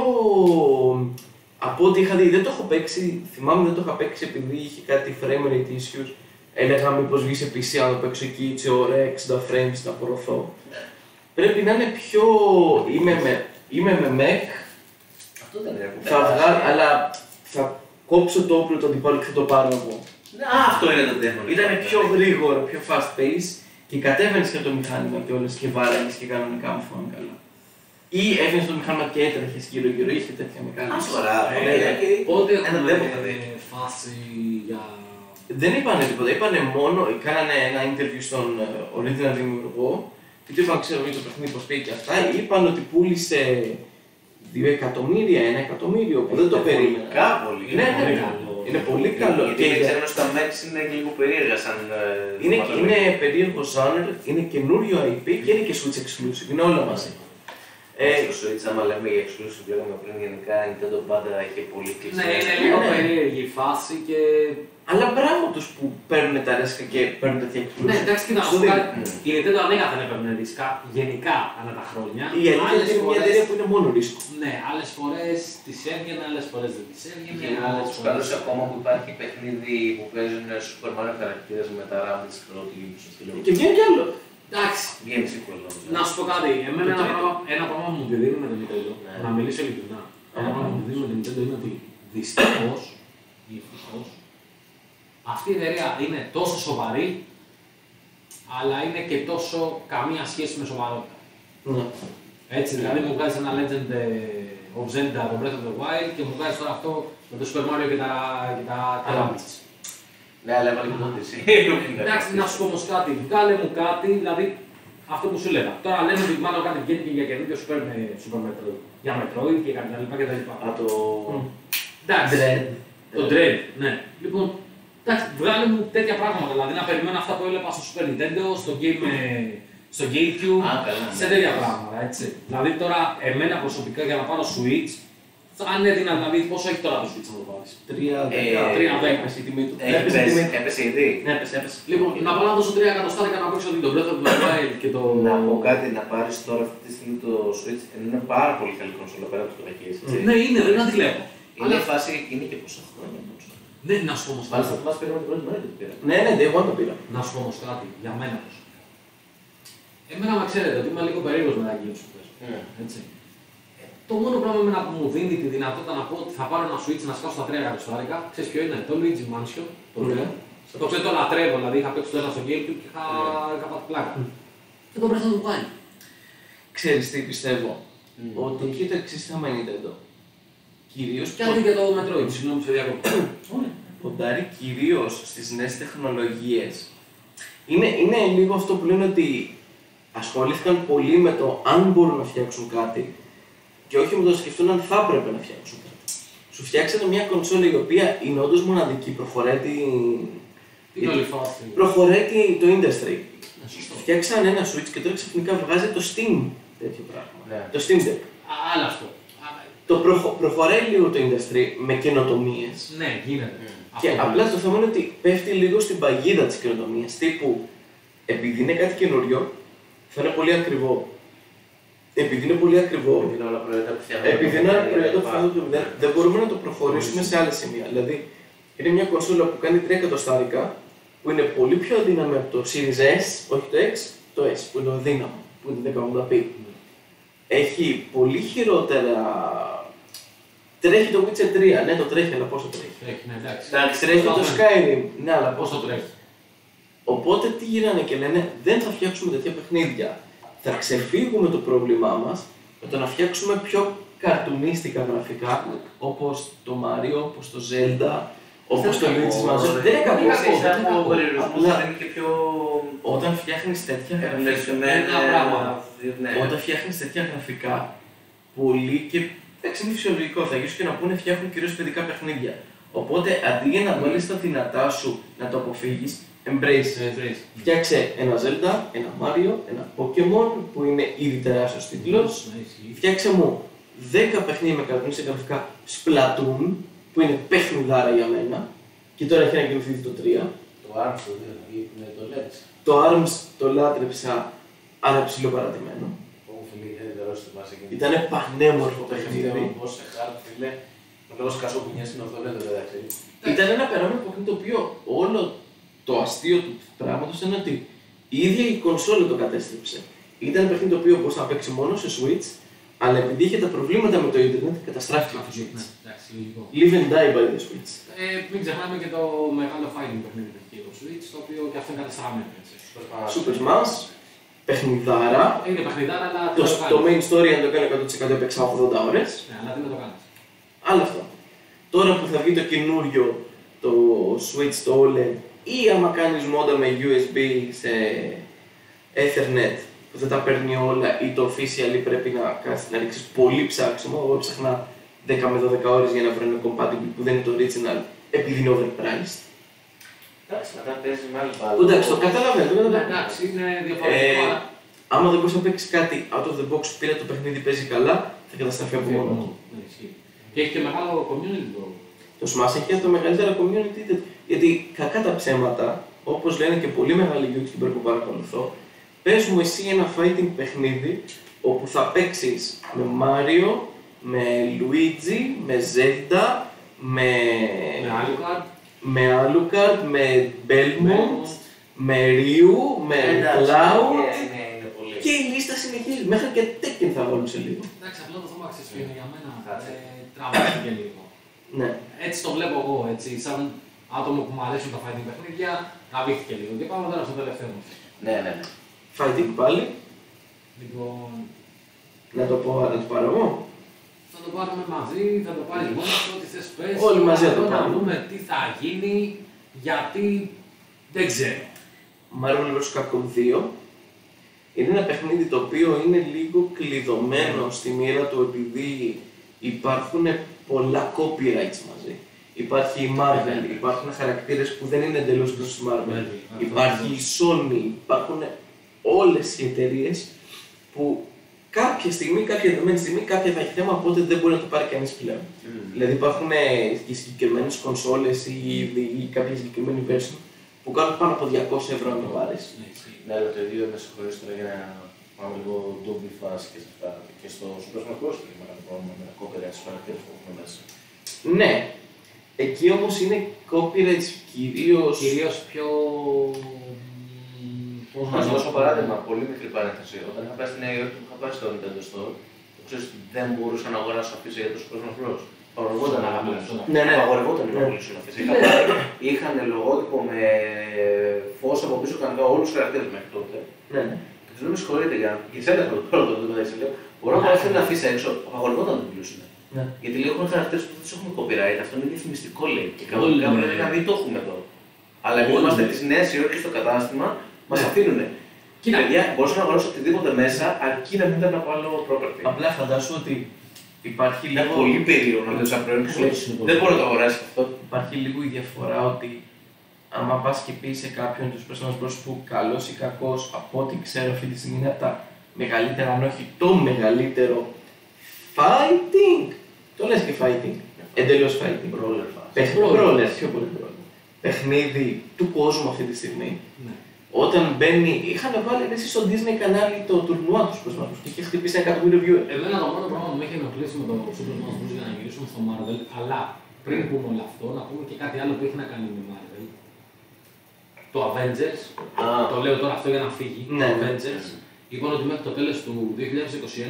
[SPEAKER 3] Από ό,τι είχα δει, δεν το έχω παίξει, θυμάμαι δεν το είχα παίξει επειδή είχε κάτι frame rate issues. Έλεγα μήπως βγει σε PC, αν το παίξω εκεί, έτσι ωραία, 60 frames θα απορροφώ. Πρέπει να είναι πιο... Είμαι με, είμαι με mech,
[SPEAKER 1] Αυτό δεν είναι.
[SPEAKER 3] Θα βγάλω, αλλά θα κόψω το όπλο του αντιπάλου και θα το πάρω εγώ.
[SPEAKER 1] Α, αυτό είναι το θέμα.
[SPEAKER 3] Ήταν πιο γρήγορο, πιο fast pace και κατέβαινες και από το μηχάνημα κιόλα και βάραγε και κανονικά μου φάνηκε καλά. Ή έβγαινε στο μηχάνημα και έτρεχες γύρω-γύρω, είχε τέτοια μεγάλη.
[SPEAKER 1] Α, σοβαρά.
[SPEAKER 7] Ε,
[SPEAKER 1] ωραία, οκ.
[SPEAKER 7] Πότε
[SPEAKER 1] Ένα δηλαδή.
[SPEAKER 7] έχουμε
[SPEAKER 1] βλέπω, θα δει.
[SPEAKER 7] φάση για.
[SPEAKER 3] Δεν είπανε τίποτα, είπανε μόνο, κάνανε ένα interview στον ε, original δημιουργό και του είπαν ξέρω για το παιχνίδι πως πήγε και αυτά, είπαν ότι πούλησε 2 εκατομμύρια, 1 εκατομμύριο που δεν το περίμενα.
[SPEAKER 1] Κάπου πολύ. Ε,
[SPEAKER 3] Ναι,
[SPEAKER 2] πολύ
[SPEAKER 3] ναι,
[SPEAKER 2] καλό.
[SPEAKER 3] είναι πολύ καλό.
[SPEAKER 1] Γιατί
[SPEAKER 3] Και
[SPEAKER 1] δεν ξέρω, στα Max είναι και λίγο περίεργα σαν. ε,
[SPEAKER 3] είναι,
[SPEAKER 1] θεματολογία.
[SPEAKER 3] είναι περίεργο genre, είναι καινούριο IP και είναι και Switch exclusive, είναι όλα μαζί. Ε,
[SPEAKER 1] Στο Switch, άμα λέμε για exclusive, λέγαμε πριν γενικά, η Nintendo πάντα είχε πολύ
[SPEAKER 7] Ναι,
[SPEAKER 1] κλειστά.
[SPEAKER 7] είναι λίγο
[SPEAKER 3] ναι.
[SPEAKER 7] περίεργη Ναι, η φάση και.
[SPEAKER 3] αλλά μπράβο τους που παίρνουν τα ρέσκα και παίρνουν τέτοια exclusive.
[SPEAKER 7] Ναι, εντάξει, κοίτα, να
[SPEAKER 3] Σου
[SPEAKER 7] σου πω
[SPEAKER 3] δίνει.
[SPEAKER 7] κάτι. Η Nintendo ανέκαθεν έπαιρνε ρίσκα γενικά ανά τα χρόνια.
[SPEAKER 3] Η αλήθεια
[SPEAKER 7] ναι. Άλλες
[SPEAKER 3] είναι ότι είναι μια
[SPEAKER 7] φορές-
[SPEAKER 3] εταιρεία που είναι μόνο ρίσκο.
[SPEAKER 7] Ναι, άλλες φορές τις έβγαινε, άλλες φορές δεν τις έβγαινε. άλλες
[SPEAKER 1] Τους
[SPEAKER 7] φορές-
[SPEAKER 1] καλού ακόμα που υπάρχει παιχνίδι που παίζουν Super Mario χαρακτήρες με τα Rabbids και ό,τι γίνει στο στυλό.
[SPEAKER 3] Και βγαίνει κι άλλο.
[SPEAKER 7] Εντάξει,
[SPEAKER 1] Βγαίνει sequel.
[SPEAKER 7] να σου πω κάτι. Εμένα
[SPEAKER 3] Το
[SPEAKER 7] ένα
[SPEAKER 3] τρίτο.
[SPEAKER 7] πράγμα, ένα πράγμα που μου τη δίνει με το Nintendo,
[SPEAKER 1] Ναι.
[SPEAKER 7] να μιλήσω ειλικρινά. Ένα
[SPEAKER 3] Ναι.
[SPEAKER 7] πράγμα που μου δίνει με το Nintendo είναι ότι δυστυχώς ή ευτυχώς αυτή η εταιρεία είναι τόσο σοβαρή, αλλά είναι και τόσο καμία σχέση με σοβαρότητα.
[SPEAKER 3] Ναι.
[SPEAKER 7] Έτσι, δηλαδή μου βγάζει ένα Legend ε, of Zelda το Breath of the Wild και μου βγάζει τώρα αυτό με το Super Mario και τα, και τα, τα Rabbids.
[SPEAKER 1] Ναι, αλλά έβαλε και το DC.
[SPEAKER 7] Εντάξει, να σου πω όμως κάτι, βγάλε μου κάτι, δηλαδή αυτό που σου λέγα. Τώρα λέμε ότι μάλλον κάτι βγαίνει και για καινούργιο Super, με- Super Metroid. Για Metroid και κάτι τα λοιπά και τα λοιπά.
[SPEAKER 1] Α, το.
[SPEAKER 3] Μμ.
[SPEAKER 7] Εντάξει.
[SPEAKER 3] Dread.
[SPEAKER 7] Το Dread, ναι. Λοιπόν, εντάξει, βγάλε μου τέτοια πράγματα. Δηλαδή να περιμένω αυτά που έλεπα στο Super Nintendo, στο, game, ε, στο GameCube,
[SPEAKER 1] Α, καλά, ναι.
[SPEAKER 7] σε τέτοια πράγματα. Έτσι. Δηλαδή τώρα, εμένα προσωπικά για να πάρω Switch, αν έδινα δηλαδή πόσο έχει τώρα το Switch να το πάρεις.
[SPEAKER 3] Τρία
[SPEAKER 1] Ε,
[SPEAKER 3] δέκα.
[SPEAKER 7] τρία δέκα.
[SPEAKER 3] Έπεσε η τιμή του.
[SPEAKER 1] Έχει
[SPEAKER 3] Έπεσε η τιμή
[SPEAKER 1] πέσει,
[SPEAKER 3] του.
[SPEAKER 1] έπεσε ήδη.
[SPEAKER 3] Ναι, έπεσε, έπεσε.
[SPEAKER 7] Λοιπόν, να πάω να δώσω 3 εκατοστάρικα να παίξω την Breath of the Wild και το.
[SPEAKER 1] Να πω κάτι, να πάρεις τώρα αυτή τη στιγμή το Switch ενώ είναι πάρα πολύ καλή κονσόλα πέρα από το κακέ.
[SPEAKER 7] Ναι, είναι, δεν αντιλέγω.
[SPEAKER 1] Είναι
[SPEAKER 7] Αλλά
[SPEAKER 1] φάση, είναι και πόσα χρόνια. κονσόλα.
[SPEAKER 7] ναι, να σου πω όμως
[SPEAKER 1] ε, Μάλιστα,
[SPEAKER 7] κάτι.
[SPEAKER 1] θυμάσαι πήραμε την πρώτη μέρα και την πήρα.
[SPEAKER 3] Ναι, ναι, day one το πήρα.
[SPEAKER 7] Να σου πω όμως κάτι, για μένα προσωπικά. Εμένα με ξέρετε ότι είμαι λίγο περίεργος με τα games που παίζω.
[SPEAKER 1] Ναι.
[SPEAKER 7] Έτσι. Ε, Το μόνο πράγμα εμένα που μου δίνει τη δυνατότητα να πω ότι θα πάρω ένα switch να σκάσω τα τρία εκατοστάρικα, ξέρεις ποιο είναι, το Luigi Mansion, το
[SPEAKER 3] Ναι.
[SPEAKER 7] τρία. Το ξέρω το λατρεύω, δηλαδή είχα παίξει το ένα στο Gamecube και είχα είχα πάθει πλάκα. Και το Breath of the Wild.
[SPEAKER 3] Ξέρεις τι πιστεύω.
[SPEAKER 1] Μμ.
[SPEAKER 3] Ότι έχει το εξής θέμα η Nintendo. Κυρίως
[SPEAKER 7] Και αν και το Metroid, συγγνώμη σε διακόπτω.
[SPEAKER 3] ποντάρει κυρίως στις νέες τεχνολογίες. Είναι, είναι λίγο αυτό που λένε ότι ασχολήθηκαν πολύ με το αν μπορούν να φτιάξουν κάτι και όχι με το να σκεφτούν αν θα έπρεπε να φτιάξουν κάτι. Σου φτιάξατε μια κονσόλα η οποία είναι όντως μοναδική, προχωράει την...
[SPEAKER 7] Τι όλη φάση.
[SPEAKER 3] προχωράει τη- το industry.
[SPEAKER 7] Ναι, σωστό.
[SPEAKER 3] Φτιάξαν ένα switch και τώρα ξαφνικά βγάζει το Steam τέτοιο πράγμα.
[SPEAKER 1] Ναι.
[SPEAKER 3] Το Steam Deck.
[SPEAKER 7] Α- Άλλο αυτό. Α,
[SPEAKER 3] Το προχω- προχωράει λίγο το industry με καινοτομίες.
[SPEAKER 7] Ναι, γίνεται. Αυτό
[SPEAKER 3] Και
[SPEAKER 7] που
[SPEAKER 3] απλά το θέμα είναι ότι πέφτει λίγο στην παγίδα της καινοτομίας. Τύπου, επειδή είναι κάτι καινούριο, θα είναι πολύ ακριβό. Επειδή είναι πολύ ακριβό,
[SPEAKER 1] Επειδή είναι όλα προϊόντα που φτιάχνουν.
[SPEAKER 3] επειδή είναι ένα προϊόντο που φτιάχνει το μηδέν, δεν μπορούμε να το προχωρήσουμε σε άλλα σημεία. Δηλαδή, είναι μια κονσόλα που κάνει 3 εκατοστάρικα, που είναι πολύ πιο αδύναμη από το Series S, όχι το X, το S που είναι ο δύναμο, που είναι το 1080p. Έχει πολύ χειρότερα. Τρέχει το Witcher 3, ναι, το τρέχει, αλλά πόσο τρέχει.
[SPEAKER 7] Τρέχει, ναι, εντάξει.
[SPEAKER 1] Εντάξει,
[SPEAKER 3] Τρέχει το Skyrim, ναι, αλλά
[SPEAKER 7] Πώ
[SPEAKER 3] πόσο
[SPEAKER 7] το τρέχει.
[SPEAKER 3] Οπότε τι γίνανε και λένε, δεν θα φτιάξουμε τέτοια παιχνίδια. Θα ξεφύγουμε το πρόβλημά μας με το να φτιάξουμε πιο καρτουνίστικα γραφικά, όπως το Mario, όπως το Zelda, όπως το Luigi's Mansion. Δεν είναι κακό.
[SPEAKER 1] Είχα
[SPEAKER 3] δεν είναι κακό. Απλά
[SPEAKER 1] είναι και πιο
[SPEAKER 3] όταν φτιάχνεις
[SPEAKER 1] Ε,
[SPEAKER 3] τέτοια γραφικά,
[SPEAKER 1] εμπνευσμένα
[SPEAKER 7] πράγματα.
[SPEAKER 1] Ναι.
[SPEAKER 3] όταν φτιάχνεις τέτοια γραφικά, πολλοί και εντάξει είναι φυσιολογικό, θα γυρίσουν και να πούνε φτιάχνουν κυρίως παιδικά παιχνίδια. Οπότε αντί για να βάλεις τα δυνατά σου να το αποφύγεις, Ναι, embrace. Φτιάξε ένα Zelda, ένα Mario, ένα Pokemon που είναι ήδη τεράστιος τίτλος. Φτιάξε μου 10 παιχνίδια με καρτούν σε γραφικά Splatoon, που είναι παιχνιδάρα για μένα. Και τώρα έχει ανακοινωθεί το 3.
[SPEAKER 11] Το
[SPEAKER 1] ναι,
[SPEAKER 11] άρθρο δηλαδή με το λέξι.
[SPEAKER 3] Το ARMS το λάτρεψα, αλλά ψηλοπαρατημένο.
[SPEAKER 11] Όπου φίλε
[SPEAKER 1] ναι,
[SPEAKER 11] ήταν τερό στη βάση εκείνη.
[SPEAKER 3] Ήταν πανέμορφο
[SPEAKER 11] Ήταν
[SPEAKER 3] παιχνίδι.
[SPEAKER 11] πώ σε χάρτη, φίλε. Το λόγο σκάσο που νιώσει είναι αυτό, δεν το μεταξύ.
[SPEAKER 3] Ήταν ένα περάμενο παιχνίδι το οποίο όλο το αστείο του πράγματος ήταν ότι η ίδια η κονσόλα το κατέστρεψε. Ήταν ένα παιχνίδι το οποίο μπορούσε να παίξει μόνο σε Switch, Αλλά επειδή είχε τα προβλήματα με το Ιντερνετ, καταστράφηκε το
[SPEAKER 7] Καθώς,
[SPEAKER 3] Switch.
[SPEAKER 7] ναι, εντάξει, λογικό.
[SPEAKER 3] Live and die by the Switch.
[SPEAKER 7] Ε, μην ξεχνάμε και το μεγάλο fighting παιχνίδι που έχει το Switch, το οποίο και αυτό είναι κατεστραμμένο. έτσι.
[SPEAKER 3] Super Smash, παιχνιδάρα.
[SPEAKER 7] Είναι παιχνιδάρα, αλλά
[SPEAKER 3] Το,
[SPEAKER 7] τι να το
[SPEAKER 3] το
[SPEAKER 7] κάνεις.
[SPEAKER 3] main story, αν το κάνω 100% έπαιξα 80 ώρες.
[SPEAKER 7] Ναι, αλλά τι να το κάνεις.
[SPEAKER 3] Άλλο αυτό. Τώρα που θα βγει το καινούριο το Switch το OLED ή άμα κάνεις μόντα με USB σε Ethernet που δεν τα παίρνει όλα ή το official ή πρέπει να, κάτσεις να ρίξεις πολύ ψάξιμο. Εγώ ψάχνα 10 με 12 ώρες για να βρω ένα compatible που δεν είναι το original επειδή είναι overpriced.
[SPEAKER 1] Εντάξει, μετά παίζει με άλλη μπάλα.
[SPEAKER 3] Εντάξει, το καταλαβαίνω, το
[SPEAKER 7] Ναι,
[SPEAKER 3] καταλαβαίνω.
[SPEAKER 7] Εντάξει, είναι διαφορετικό,
[SPEAKER 3] Ε,
[SPEAKER 7] αλλά
[SPEAKER 3] άμα δεν μπορείς να παίξεις κάτι out of the box που πήρε το παιχνίδι παίζει καλά, θα καταστραφεί από μόνο του.
[SPEAKER 7] Ναι, ισχύει. Και έχει και μεγάλο community το
[SPEAKER 3] Το Smash έχει το μεγαλύτερο community. τέτοιο. Γιατί κακά τα ψέματα, όπως λένε και πολύ μεγάλοι YouTuber που παρακολουθώ, πες μου εσύ ένα fighting παιχνίδι όπου θα παίξεις με Mario, με Luigi, με Zelda, με, Ε, ναι.
[SPEAKER 7] με Alucard,
[SPEAKER 3] με Alucard, με Belmont, με Ryu, με Cloud.
[SPEAKER 1] Ναι, ναι, είναι πολύ.
[SPEAKER 3] Και η λίστα συνεχίζει. Μέχρι και Tekken θα βάλουν σε λίγο.
[SPEAKER 7] Εντάξει, απλά το θέμα ξέρεις ποιο είναι για μένα.
[SPEAKER 1] Κάτσε.
[SPEAKER 7] ε, Τραβήθηκε λίγο.
[SPEAKER 3] Ναι.
[SPEAKER 7] Έτσι το βλέπω εγώ, έτσι, σαν άτομο που μου αρέσουν τα fighting παιχνίδια, τραβήθηκε λίγο. Και πάμε τώρα στο τελευταίο μου.
[SPEAKER 1] Ναι, ναι, ναι.
[SPEAKER 3] Fighting πάλι.
[SPEAKER 7] Λοιπόν,
[SPEAKER 3] Να το πω, να το πάρω εγώ.
[SPEAKER 7] θα το πάρουμε μαζί, θα το πάρει μόνος σου, ό,τι θες πες.
[SPEAKER 3] Όλοι μαζί θα το
[SPEAKER 7] Εδώ Να
[SPEAKER 3] πάρουμε.
[SPEAKER 7] δούμε τι θα γίνει, γιατί δεν ξέρω.
[SPEAKER 3] Marvel vs. Capcom 2 είναι ένα παιχνίδι το οποίο είναι λίγο κλειδωμένο στη μοίρα του επειδή υπάρχουν πολλά copyrights μαζί. Υπάρχει η Marvel, υπάρχουν χαρακτήρες που δεν είναι εντελώς προς τη Marvel,
[SPEAKER 7] Marvel,
[SPEAKER 3] υπάρχει η Sony, υπάρχουν όλες οι εταιρείες που κάποια στιγμή, κάποια δεδομένη στιγμή, κάποια θα έχει θέμα, οπότε δεν μπορεί να το πάρει κανείς πλέον. Δηλαδή υπάρχουν ε, και συγκεκριμένες κονσόλες ή, ή κάποια συγκεκριμένη version που κάνουν πάνω από 200 ευρώ αν το πάρει.
[SPEAKER 7] Ναι, ισχύει.
[SPEAKER 1] Ναι, αλλά το ίδιο με συγχωρείς τώρα για να πάμε λίγο ντόμπι φάση και σε αυτά. Και στο Super Smash Bros. είναι μεγάλο πρόβλημα με τα κόπερα στους χαρακτήρες που έχουμε μέσα.
[SPEAKER 3] Ναι. Εκεί όμως είναι copyrights κυρίως.
[SPEAKER 7] Κυρίως πιο... μ, πώς
[SPEAKER 1] Να
[SPEAKER 7] να
[SPEAKER 1] σου
[SPEAKER 7] το
[SPEAKER 1] δώσω παράδειγμα, πολύ μικρή παρένθεση. Όταν είχα πάει στη Νέα Υόρκη, που είχα πάει στο Nintendo Store, το ξέρεις, δεν μπορούσα να αγοράσω αφήσει για το Super Smash Bros. Παγορευόταν να αγοράσω.
[SPEAKER 3] Ναι, ναι.
[SPEAKER 1] Απαγορευόταν να
[SPEAKER 3] Ναι.
[SPEAKER 1] πουλήσουν αφήσει. Είχαν λογότυπο με φως από πίσω κανένα όλους τους χαρακτήρες μέχρι τότε.
[SPEAKER 3] Ναι, ναι.
[SPEAKER 1] Και τους λέω, με συγχωρείτε για και σε έλεγχο το πρώτο το μεταξύ. Λέω, μπορώ να πάω αυτή την αφήσα έξω. Απαγορευόταν να την πλούσουν.
[SPEAKER 3] Ναι.
[SPEAKER 1] Γιατί λέει, έχουν χαρακτήρες που δεν τους έχουμε copyright. Αυτό είναι διαφημιστικό λέει. Και
[SPEAKER 7] Όλοι,
[SPEAKER 1] κανονικά
[SPEAKER 7] ναι.
[SPEAKER 1] πρέπει να δει το έχουμε εδώ. Αλλά επειδή
[SPEAKER 7] Όλοι,
[SPEAKER 1] είμαστε
[SPEAKER 7] ναι.
[SPEAKER 1] τη Νέα Υόρκη στο κατάστημα, μας
[SPEAKER 7] Ναι.
[SPEAKER 1] αφήνουν.
[SPEAKER 7] Κοίτα,
[SPEAKER 1] Παιδιά, μπορούσα να αγοράσω οτιδήποτε μέσα αρκεί να μην ήταν από άλλο property.
[SPEAKER 3] Απλά φαντάσου ότι υπάρχει
[SPEAKER 1] Είναι
[SPEAKER 3] λίγο,
[SPEAKER 1] πολύ περίεργο να δει σαν προϊόν και σου λέει,
[SPEAKER 7] Πολύ συνεπώς.
[SPEAKER 1] Δεν μπορώ να το αγοράσει αυτό.
[SPEAKER 3] υπάρχει λίγο η διαφορά ότι άμα πας και πεις σε κάποιον τους Personal Bros που καλός ή κακός από ό,τι ξέρω αυτή τη στιγμή είναι από τα μεγαλύτερα, αν όχι το μεγαλύτερο fighting. Το λες και fighting. Εντελώς fighting.
[SPEAKER 1] Brawler
[SPEAKER 3] Παιχνίδι,
[SPEAKER 7] Brawler.
[SPEAKER 3] brawler, πιο πολύ brawler. Παιχνίδι του κόσμου αυτή τη στιγμή.
[SPEAKER 7] ναι.
[SPEAKER 3] Όταν μπαίνει, είχαν βάλει εσύ στο Disney κανάλι το τουρνουά τους προσπαθούς και είχε χτυπήσει ένα εκατομμύριο viewer.
[SPEAKER 7] Εμένα το μόνο πράγμα που με έχει ενοχλήσει με το Super Smash Bros. για να γυρίσουμε στο Marvel, αλλά πριν πούμε όλο αυτό, να πούμε και κάτι άλλο που έχει να κάνει με Marvel. Το Avengers, το λέω τώρα αυτό για να φύγει.
[SPEAKER 3] Ναι,
[SPEAKER 7] το
[SPEAKER 3] ναι.
[SPEAKER 7] Avengers. Λοιπόν, ότι μέχρι το τέλος του 2021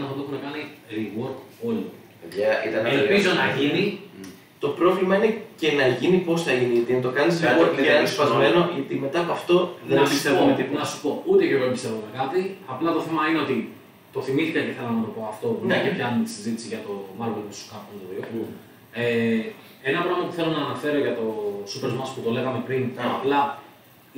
[SPEAKER 7] θα το έχουν κάνει rework όλο.
[SPEAKER 1] Παιδιά, ήταν ένα
[SPEAKER 7] Ελπίζω
[SPEAKER 1] τελείωμα.
[SPEAKER 7] να γίνει.
[SPEAKER 3] Το πρόβλημα είναι και να γίνει πώς θα γίνει, γιατί να το κάνεις
[SPEAKER 1] Κάτι
[SPEAKER 3] λίγο
[SPEAKER 1] που
[SPEAKER 3] και να είναι
[SPEAKER 1] δεν
[SPEAKER 3] σπασμένο, γιατί μετά από αυτό δεν
[SPEAKER 7] να, σου
[SPEAKER 3] πιστεύω με
[SPEAKER 7] πω, να
[SPEAKER 3] τίποτα.
[SPEAKER 7] σου πω, ούτε και εγώ εμπιστεύομαι κάτι. Απλά το θέμα είναι ότι το θυμήθηκα και θέλω να το πω αυτό.
[SPEAKER 3] Ναι.
[SPEAKER 7] Ναι, και πιάνουμε τη συζήτηση για το Marvel vs. Capcom το 2. Ε, ένα πράγμα που θέλω να αναφέρω για το Super Smash που το λέγαμε πριν,
[SPEAKER 1] Ναι.
[SPEAKER 7] απλά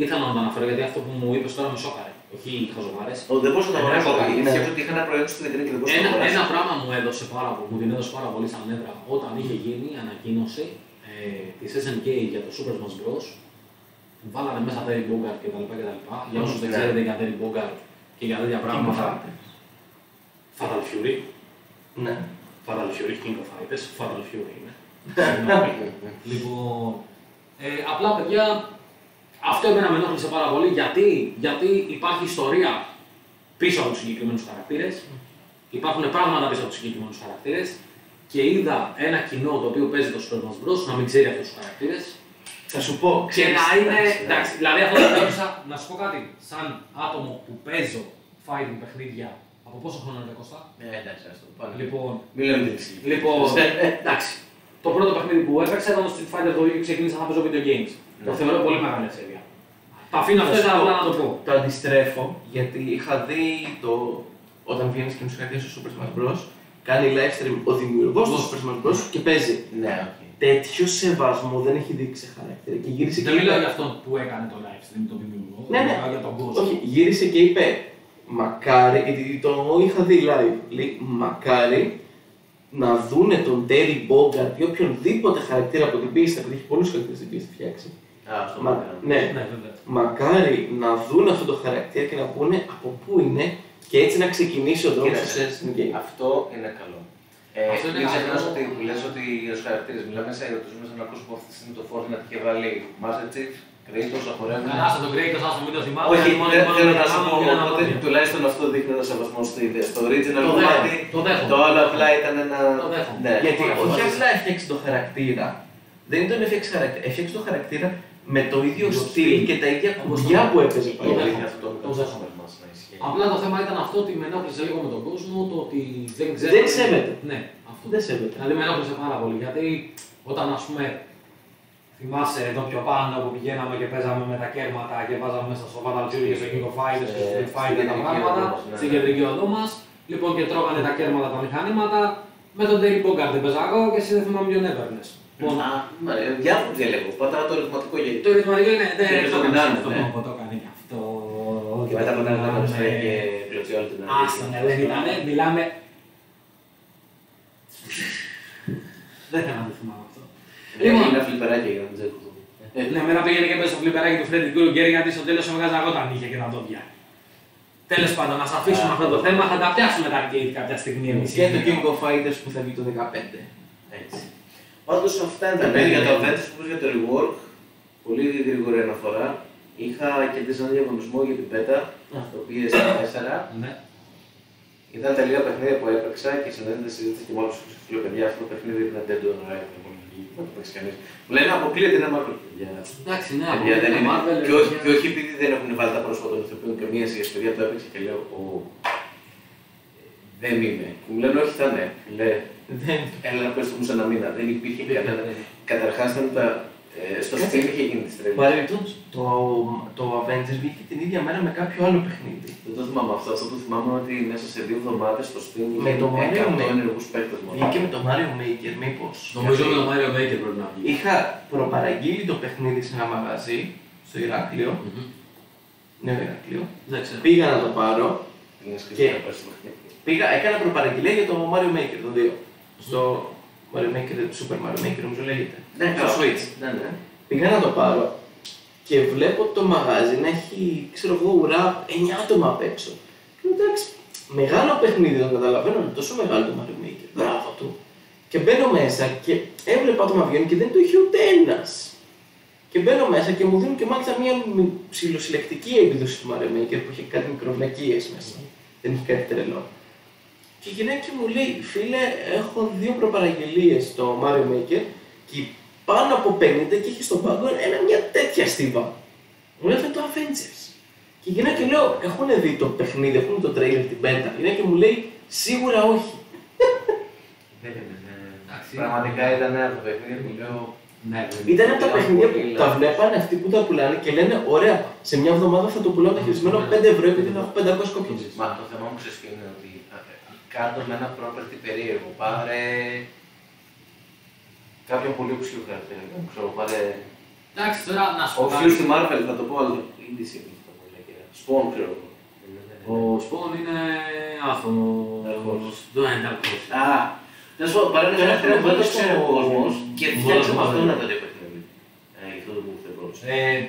[SPEAKER 7] ήθελα να το αναφέρω γιατί αυτό που μου είπες τώρα με σόκαρε. Όχι οι χαζομάρε.
[SPEAKER 1] Ω, Δεν μπορούσα να το
[SPEAKER 7] Ένα
[SPEAKER 1] αγοράσω.
[SPEAKER 7] κομμάτι,
[SPEAKER 1] Είναι
[SPEAKER 3] ναι.
[SPEAKER 1] αυτό ότι είχα ένα προϊόν στην Ιταλία και δεν μπορούσα να
[SPEAKER 7] Ένα,
[SPEAKER 1] το αγοράσω.
[SPEAKER 7] ένα πράγμα μου έδωσε πάρα πολύ, μου την έδωσε πάρα πολύ σαν νεύρα όταν είχε γίνει η ανακοίνωση ε, της SNK για το Super Smash Bros. που Βάλανε μέσα Terry Bogard κτλ. κτλ. Για όσους δεν
[SPEAKER 1] Ναι.
[SPEAKER 7] ξέρετε για Terry Bogard και για τέτοια πράγματα. Fatal Fury.
[SPEAKER 3] Ναι.
[SPEAKER 7] Fatal Fury, King of Fighters. Fatal Fury είναι. Συγγνώμη. <laughs> λοιπόν. Ε, απλά παιδιά, αυτό εμένα με ενόχλησε πάρα πολύ γιατί, γιατί υπάρχει ιστορία πίσω από τους συγκεκριμένους χαρακτήρες. Υπάρχουν πράγματα πίσω από τους συγκεκριμένους χαρακτήρες. Και είδα ένα κοινό το οποίο παίζει το Super Smash Bros. να μην ξέρει αυτούς τους χαρακτήρες.
[SPEAKER 3] Θα σου πω,
[SPEAKER 7] Και
[SPEAKER 3] ξέρεις,
[SPEAKER 7] να είναι.
[SPEAKER 1] εντάξει,
[SPEAKER 7] Εντάξει, δηλαδή αυτό το έπαιξα. Να σου πω κάτι. Σαν άτομο που παίζω fighting παιχνίδια από Από πόσο χρόνο είναι Κώστα.
[SPEAKER 1] Ε, εντάξει, ας το πάμε.
[SPEAKER 7] Λοιπόν,
[SPEAKER 1] Μην λέμε την ψυχή.
[SPEAKER 7] Λοιπόν,
[SPEAKER 1] Ε, ε,
[SPEAKER 7] εντάξει. Το πρώτο παιχνίδι που έπαιξα ήταν το Street Fighter το οποίο ξεκίνησα να παίζω video games.
[SPEAKER 1] Ναι.
[SPEAKER 7] Το θεωρώ πολύ μεγάλη ευκαιρία. Τα αφήνω αυτό ήταν απλά να το πω.
[SPEAKER 3] Το αντιστρέφω γιατί είχα δει το. Όταν βγαίνει και μουσικατία στο Super Smash Bros. Κάνει live stream ο δημιουργός του Super Smash Bros. και παίζει.
[SPEAKER 1] Ναι, οκ.
[SPEAKER 3] Τέτοιο σεβασμό δεν έχει δείξει σε χαρακτήρα. Και γύρισε και
[SPEAKER 2] Δεν μιλάω
[SPEAKER 3] είπε-
[SPEAKER 2] για αυτόν που έκανε το live stream, τον δημιουργό.
[SPEAKER 3] Ναι, ναι.
[SPEAKER 2] μιλάω για τον κόσμο.
[SPEAKER 3] Όχι, γύρισε και είπε Μακάρι, γιατί το είχα δει live. Λέει Μακάρι να δούνε τον Terry Bogart ή οποιονδήποτε χαρακτήρα από την πίστα, γιατί έχει πολλούς χαρακτήρες την πίστα φτιάξει.
[SPEAKER 1] Α, αυτό
[SPEAKER 3] Μα,
[SPEAKER 1] το
[SPEAKER 3] ναι,
[SPEAKER 2] Ναι, βέβαια.
[SPEAKER 3] μακάρι να δουν αυτό το χαρακτήρα και να πούνε από πού είναι και έτσι να ξεκινήσει ο δρόμος του
[SPEAKER 1] Κοίταξε.
[SPEAKER 3] Assassin's Creed.
[SPEAKER 1] Ε, Αυτό είναι καλό. Ε,
[SPEAKER 6] Αυτό είναι
[SPEAKER 1] μην ξεχνάς
[SPEAKER 6] καλό.
[SPEAKER 1] ότι που λες ότι για τους χαρακτήρες μιλάμε σαν για τους ζούμε σαν να ακούσουμε αυτή τη στιγμή το Fortnite και βάλει Master Chief, Kratos, Αχωρέν.
[SPEAKER 8] Καλά, στον Κρέιτο, α μην το θυμάμαι.
[SPEAKER 1] Όχι,
[SPEAKER 7] λοιπόν,
[SPEAKER 8] μόνο-
[SPEAKER 7] ε,
[SPEAKER 1] δεν
[SPEAKER 8] μόνο
[SPEAKER 1] θέλω
[SPEAKER 8] ένα
[SPEAKER 1] να σου
[SPEAKER 8] πράγμα
[SPEAKER 1] πω,
[SPEAKER 8] και ένα
[SPEAKER 1] οπότε
[SPEAKER 8] μάτι.
[SPEAKER 1] τουλάχιστον αυτό δείχνει ένα σεβασμό στο ιδέα. Στο original
[SPEAKER 8] Το
[SPEAKER 1] κομμάτι,
[SPEAKER 8] δέχομαι, το δέχομαι.
[SPEAKER 1] το άλλο απλά ήταν ένα...
[SPEAKER 8] Το δέχομαι.
[SPEAKER 1] Ναι.
[SPEAKER 3] Γιατί
[SPEAKER 8] αυτό
[SPEAKER 3] όχι
[SPEAKER 8] είναι.
[SPEAKER 3] απλά έφτιαξε το χαρακτήρα, δεν τον έφτιαξε χαρακτήρα, έφτιαξε το χαρακτήρα με το ίδιο
[SPEAKER 8] Το
[SPEAKER 3] στυλ
[SPEAKER 8] στυλ.
[SPEAKER 3] και τα ίδια
[SPEAKER 8] Όπως
[SPEAKER 3] κουμπιά
[SPEAKER 8] το-
[SPEAKER 3] που έπαιζε
[SPEAKER 1] Το
[SPEAKER 3] παλιά.
[SPEAKER 1] δέχομαι. αυτό
[SPEAKER 8] Το δέχομαι.
[SPEAKER 1] μας να ισχύει.
[SPEAKER 2] Απλά το θέμα ήταν αυτό ότι με ενόχλησε λίγο με τον κόσμο, το ότι δεν ξέρω.
[SPEAKER 3] Δεν σέβεται.
[SPEAKER 2] Ναι, αυτό.
[SPEAKER 3] Δεν σέβεται.
[SPEAKER 2] Δηλαδή με ενόχλησε πάρα πολύ γιατί όταν ας πούμε θυμάσαι εδώ πιο πάνω που πηγαίναμε και παίζαμε με τα κέρματα και βάζαμε μέσα στο Battle Fury και στο King of Fighters και στο
[SPEAKER 1] Ε,
[SPEAKER 2] Street
[SPEAKER 1] στην
[SPEAKER 2] Fighter και τα
[SPEAKER 1] κεντρική οδό
[SPEAKER 2] πράγματα
[SPEAKER 1] μας, ναι.
[SPEAKER 2] στην κεντρική οδό μας λοιπόν και τρώγανε τα κέρματα τα μηχανήματα με τον Terry Bogard δεν παίζα εγώ και εσύ δεν θυμάμαι ποιον έπαιρνες. Λοιπόν,
[SPEAKER 1] Α, μα, ε, Διάφοροι διαλέγω. Πατάω το ρυθματικό γιατί.
[SPEAKER 2] το ρυθμαρικό είναι ναι,
[SPEAKER 1] Και
[SPEAKER 2] το
[SPEAKER 1] τον
[SPEAKER 2] έκανε
[SPEAKER 1] Ντάνο,
[SPEAKER 2] αυτό,
[SPEAKER 1] ναι.
[SPEAKER 2] το έκανε και αυτό.
[SPEAKER 1] Και μετά
[SPEAKER 2] το
[SPEAKER 1] κοντά να
[SPEAKER 2] κάναμε.
[SPEAKER 1] μας
[SPEAKER 7] ναι.
[SPEAKER 1] φέρει και πλειοψηφία όλη την αρχή.
[SPEAKER 2] Άστον, ρε, δεν μιλάμε, μιλάμε. Δεν θέλω να το θυμάμαι αυτό.
[SPEAKER 1] Είναι
[SPEAKER 2] Λοιπόν.
[SPEAKER 1] ένα φλιπεράκι για να μην τσέκω. Ε,
[SPEAKER 2] Ναι, μένα πήγαινε και μέσα στο φλιπεράκι του Φρέντι Κρούγκερ γιατί στο τέλος εμεγαζαγόταν είχε και τα δόντια. Τέλος πάντων, α αφήσουμε αυτό το θέμα, θα τα πιάσουμε τα arcade κάποια στιγμή ναι, εμείς.
[SPEAKER 3] Και το King of Fighters που θα βγει το 15.
[SPEAKER 1] Έτσι. Πάντως αυτά ήταν
[SPEAKER 3] Ναι,
[SPEAKER 1] για
[SPEAKER 3] ναι.
[SPEAKER 1] το Adventures όπως για το Rework. Πολύ γρήγορη αναφορά. Είχα κερδίσει έναν διαγωνισμό για την Πέτα, το PS4.
[SPEAKER 8] Ναι.
[SPEAKER 1] Ήταν τα λίγα παιχνίδια που έπαιξα και συνέντευξη συζήτηση και με άλλους φίλους παιδιά. Αυτό το παιχνίδι ήταν Nintendo Online. δεν μπορεί να γίνει, να το παίξει κανείς. Μου λένε αποκλείεται να μάθω παιδιά.
[SPEAKER 2] Εντάξει, ναι,
[SPEAKER 1] Παιδιά, δεν είναι.
[SPEAKER 2] Marvel,
[SPEAKER 1] Και όχι- Και όχι επειδή δεν έχουν βάλει τα πρόσωπα των ηθοποιών και μία σειρά παιδιά το έπαιξε και λέω «Ω, δεν είμαι. Και Μου λένε όχι θα ναι». είναι. Λέει,
[SPEAKER 3] Δεν
[SPEAKER 1] Έλα να πες το μου σε ένα μήνα. Δεν υπήρχε κανένα. Καταρχάς ήταν τα... ε, στο
[SPEAKER 3] ναι. Κάτσε.
[SPEAKER 1] Steam είχε γίνει της στρέμη.
[SPEAKER 3] Παρεμπιπτόντω, το, το Avengers βγήκε την ίδια μέρα με κάποιο άλλο παιχνίδι.
[SPEAKER 1] Δεν το θυμάμαι αυτό. Αυτό που θυμάμαι είναι ότι μέσα σε δύο εβδομάδες στο Steam
[SPEAKER 3] Με
[SPEAKER 1] είχε
[SPEAKER 3] το Mario
[SPEAKER 1] 100
[SPEAKER 3] Maker.
[SPEAKER 1] ενεργούς παίκτες μόνο.
[SPEAKER 3] Βγήκε με το Mario Maker, μήπως.
[SPEAKER 2] Νομίζω με το Mario Maker πρέπει να βγει.
[SPEAKER 3] Είχα προπαραγγείλει το παιχνίδι σε ένα μαγαζί, στο Ηράκλειο.
[SPEAKER 2] Μμμ.
[SPEAKER 3] Νέο Ηράκλειο.
[SPEAKER 2] Δεν ξέρω.
[SPEAKER 3] Πήγα να το πάρω.
[SPEAKER 1] Είναι σκέψη
[SPEAKER 3] Και-
[SPEAKER 1] να πάρεις το παιχνίδι.
[SPEAKER 3] Πήγα, έκανα προπαραγγελία για το Mario Maker, το 2. Στο Mario Maker, Super Mario Maker, νομίζω λέγεται.
[SPEAKER 1] Ναι,
[SPEAKER 3] στο
[SPEAKER 1] καλά.
[SPEAKER 3] Switch.
[SPEAKER 1] Ναι, ναι.
[SPEAKER 3] Πήγα να το πάρω και βλέπω το μαγάζι να έχει, ξέρω εγώ, ουρά 9 άτομα απ' έξω. Και λέω, εντάξει, μεγάλο παιχνίδι το καταλαβαίνω, είναι τόσο μεγάλο το Mario Maker. Μπράβο του. Και μπαίνω μέσα και έβλεπα άτομα βγαίνουν και δεν το είχε ούτε ένας. Και μπαίνω μέσα και μου δίνουν και μάλιστα μια μι- ψηλοσυλλεκτική έκδοση του Mario Maker που είχε κάτι μικροβλακίες μέσα. Δεν είχε κάτι τρελό. Και η γυναίκα μου λέει, φίλε, έχω δύο προπαραγγελίες στο Mario Maker και πάνω από 50 και έχει στον πάγκο ένα, μια τέτοια στίβα. Μου λέει, «Αυτό είναι το Avengers. Και η γυναίκα λέω, έχουν δει το παιχνίδι, έχουν το τρέιλερ, την πέτα. Η γυναίκα μου λέει, σίγουρα όχι.
[SPEAKER 1] Δεν είναι. ναι.
[SPEAKER 8] Εντάξει.
[SPEAKER 1] Πραγματικά ήταν ένα από τα παιχνίδια που λέω...
[SPEAKER 8] Ναι,
[SPEAKER 3] Ήταν από τα
[SPEAKER 1] Ήταν
[SPEAKER 3] παιχνίδια
[SPEAKER 1] πολύ
[SPEAKER 3] που
[SPEAKER 1] λάθος.
[SPEAKER 3] τα βλέπανε αυτοί που τα πουλάνε και λένε, ωραία, σε μια εβδομάδα θα το πουλάω τα χειρισμένο
[SPEAKER 1] Ναι.
[SPEAKER 3] 5 ευρώ επειδή θα έχω 500 κοπίες.
[SPEAKER 1] Μα το θέμα μου ξέρεις ποιο είναι ότι α, ε, κάτω με ένα property περίεργο. Πάρε κάποιον πολύ ψηλό χαρακτήρα. Δεν Ξέρω, πάρε
[SPEAKER 8] Εντάξει, τώρα να σου πω.
[SPEAKER 1] Ο
[SPEAKER 8] κάτι.
[SPEAKER 1] φίλος τη Marvel θα το πω, αλλά είναι τη είναι αυτό που λέει. Σπον, ξέρω εγώ.
[SPEAKER 2] Ο Spawn είναι άθωνος.
[SPEAKER 1] Dark
[SPEAKER 2] Δεν είναι άθωνος.
[SPEAKER 1] Α, να σου πω, παρά ένα χαρακτήρα που δεν το ξέρει ο κόσμο και φτιάξαμε
[SPEAKER 2] Μόνο,
[SPEAKER 1] αυτό
[SPEAKER 2] ναι.
[SPEAKER 1] να το επεκτείνουμε. Ε, γι' αυτό το που θέλω.
[SPEAKER 2] Ε,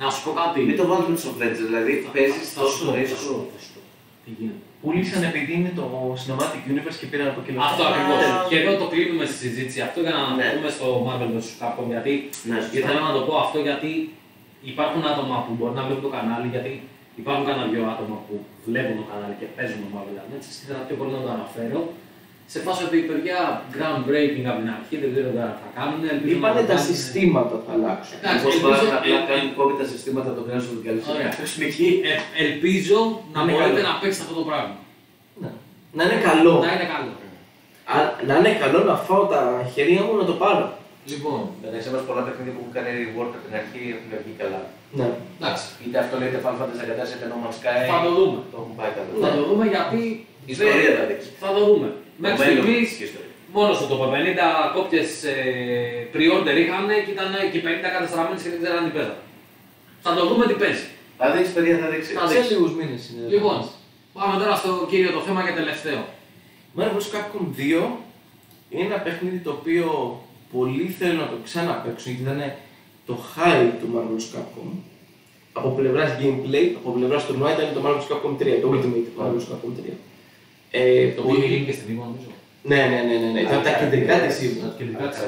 [SPEAKER 2] Να σου πω κάτι.
[SPEAKER 1] Ε, Μην το βάλουμε με του Avengers, δηλαδή παίζει
[SPEAKER 2] Θα σου
[SPEAKER 1] τόσο
[SPEAKER 2] πω, θα
[SPEAKER 1] ρίσκο.
[SPEAKER 2] σου πω, θα σου πω. Τι γίνεται.
[SPEAKER 3] Πούλησαν επειδή είναι το Cinematic Universe και πήραν από εκεί λεφτά.
[SPEAKER 2] Αυτό ακριβώς. Και εδώ το κλείνουμε στη συζήτηση αυτό για να
[SPEAKER 1] Ναι.
[SPEAKER 2] πούμε στο Marvel vs. Capcom. Γιατί
[SPEAKER 1] Ναι, σωστά.
[SPEAKER 2] ήθελα να το πω αυτό γιατί υπάρχουν άτομα που μπορεί να βλέπουν το κανάλι. Γιατί υπάρχουν κανένα δυο άτομα που βλέπουν το κανάλι και παίζουν το Marvel Adventures. Και ήθελα πιο πολύ να το αναφέρω. Σε φάση ότι παιδιά groundbreaking από την αρχή δεν ξέρω τώρα τι θα κάνουν. ελπίζω να
[SPEAKER 3] Είπανε
[SPEAKER 2] το
[SPEAKER 3] τα
[SPEAKER 2] κάνουν.
[SPEAKER 3] συστήματα θα αλλάξουν.
[SPEAKER 2] Εντάξει,
[SPEAKER 1] Μήπως
[SPEAKER 2] ελπίζω-
[SPEAKER 1] πάρουν απλά
[SPEAKER 2] ε,
[SPEAKER 1] κάνουν κόβει τα συστήματα των κράτων του
[SPEAKER 2] Ωραία.
[SPEAKER 1] Γκαλισίου.
[SPEAKER 2] ε, ελπίζω να
[SPEAKER 3] Είναι
[SPEAKER 2] μπορείτε
[SPEAKER 3] καλό.
[SPEAKER 2] να παίξετε αυτό το πράγμα.
[SPEAKER 3] Ναι. Να είναι καλό.
[SPEAKER 1] Ναι.
[SPEAKER 7] Να είναι καλό.
[SPEAKER 3] Α, να είναι καλό να φάω τα χέρια μου να το πάρω.
[SPEAKER 7] Λοιπόν,
[SPEAKER 1] Ναι, Εντάξει, μα πολλά παιχνίδια που έχουν κάνει reward από την αρχή έχουν βγει καλά.
[SPEAKER 3] Ναι.
[SPEAKER 7] εντάξει.
[SPEAKER 1] Είτε αυτό λέει Final Fantasy 14, είτε No Man's Sky.
[SPEAKER 7] Θα το δούμε.
[SPEAKER 1] Το έχουν πάει καλά.
[SPEAKER 7] Θα το δούμε γιατί.
[SPEAKER 1] Ιστορία θα δείξει.
[SPEAKER 7] Θα το δούμε. Μέχρι
[SPEAKER 1] Μέλλον
[SPEAKER 7] στιγμή
[SPEAKER 1] της ιστορίας.
[SPEAKER 7] μόνο στο top 50 κόπιε ε, pre-order είχαν και ήταν ε, και 50 καταστραμμένες και δεν ξέραν τι παίζανε. Θα το δούμε τι παίζει.
[SPEAKER 1] Θα δείξει, παιδιά, θα δείξεις.
[SPEAKER 7] Θα
[SPEAKER 3] Σε
[SPEAKER 7] δείξεις.
[SPEAKER 3] λίγους μήνες είναι.
[SPEAKER 7] Λοιπόν, πάμε τώρα στο κύριο το θέμα και τελευταίο.
[SPEAKER 3] Marvel vs. Capcom 2 είναι ένα παιχνίδι το οποίο πολλοί θέλουν να το ξαναπαίξουν γιατί ήταν το hype του Marvel vs. Capcom. Από πλευράς gameplay, από πλευράς τουρνουά ήταν το Marvel vs. Capcom 3, το Ultimate Marvel vs. Capcom 3. Ε,
[SPEAKER 2] Το οποίο
[SPEAKER 3] πολλοί-
[SPEAKER 2] γίνει και στην Evo, νομίζω.
[SPEAKER 3] Ναι, ναι, ναι, ναι, ναι. Ήταν τα κεντρικά της
[SPEAKER 2] Τα κεντρικά της.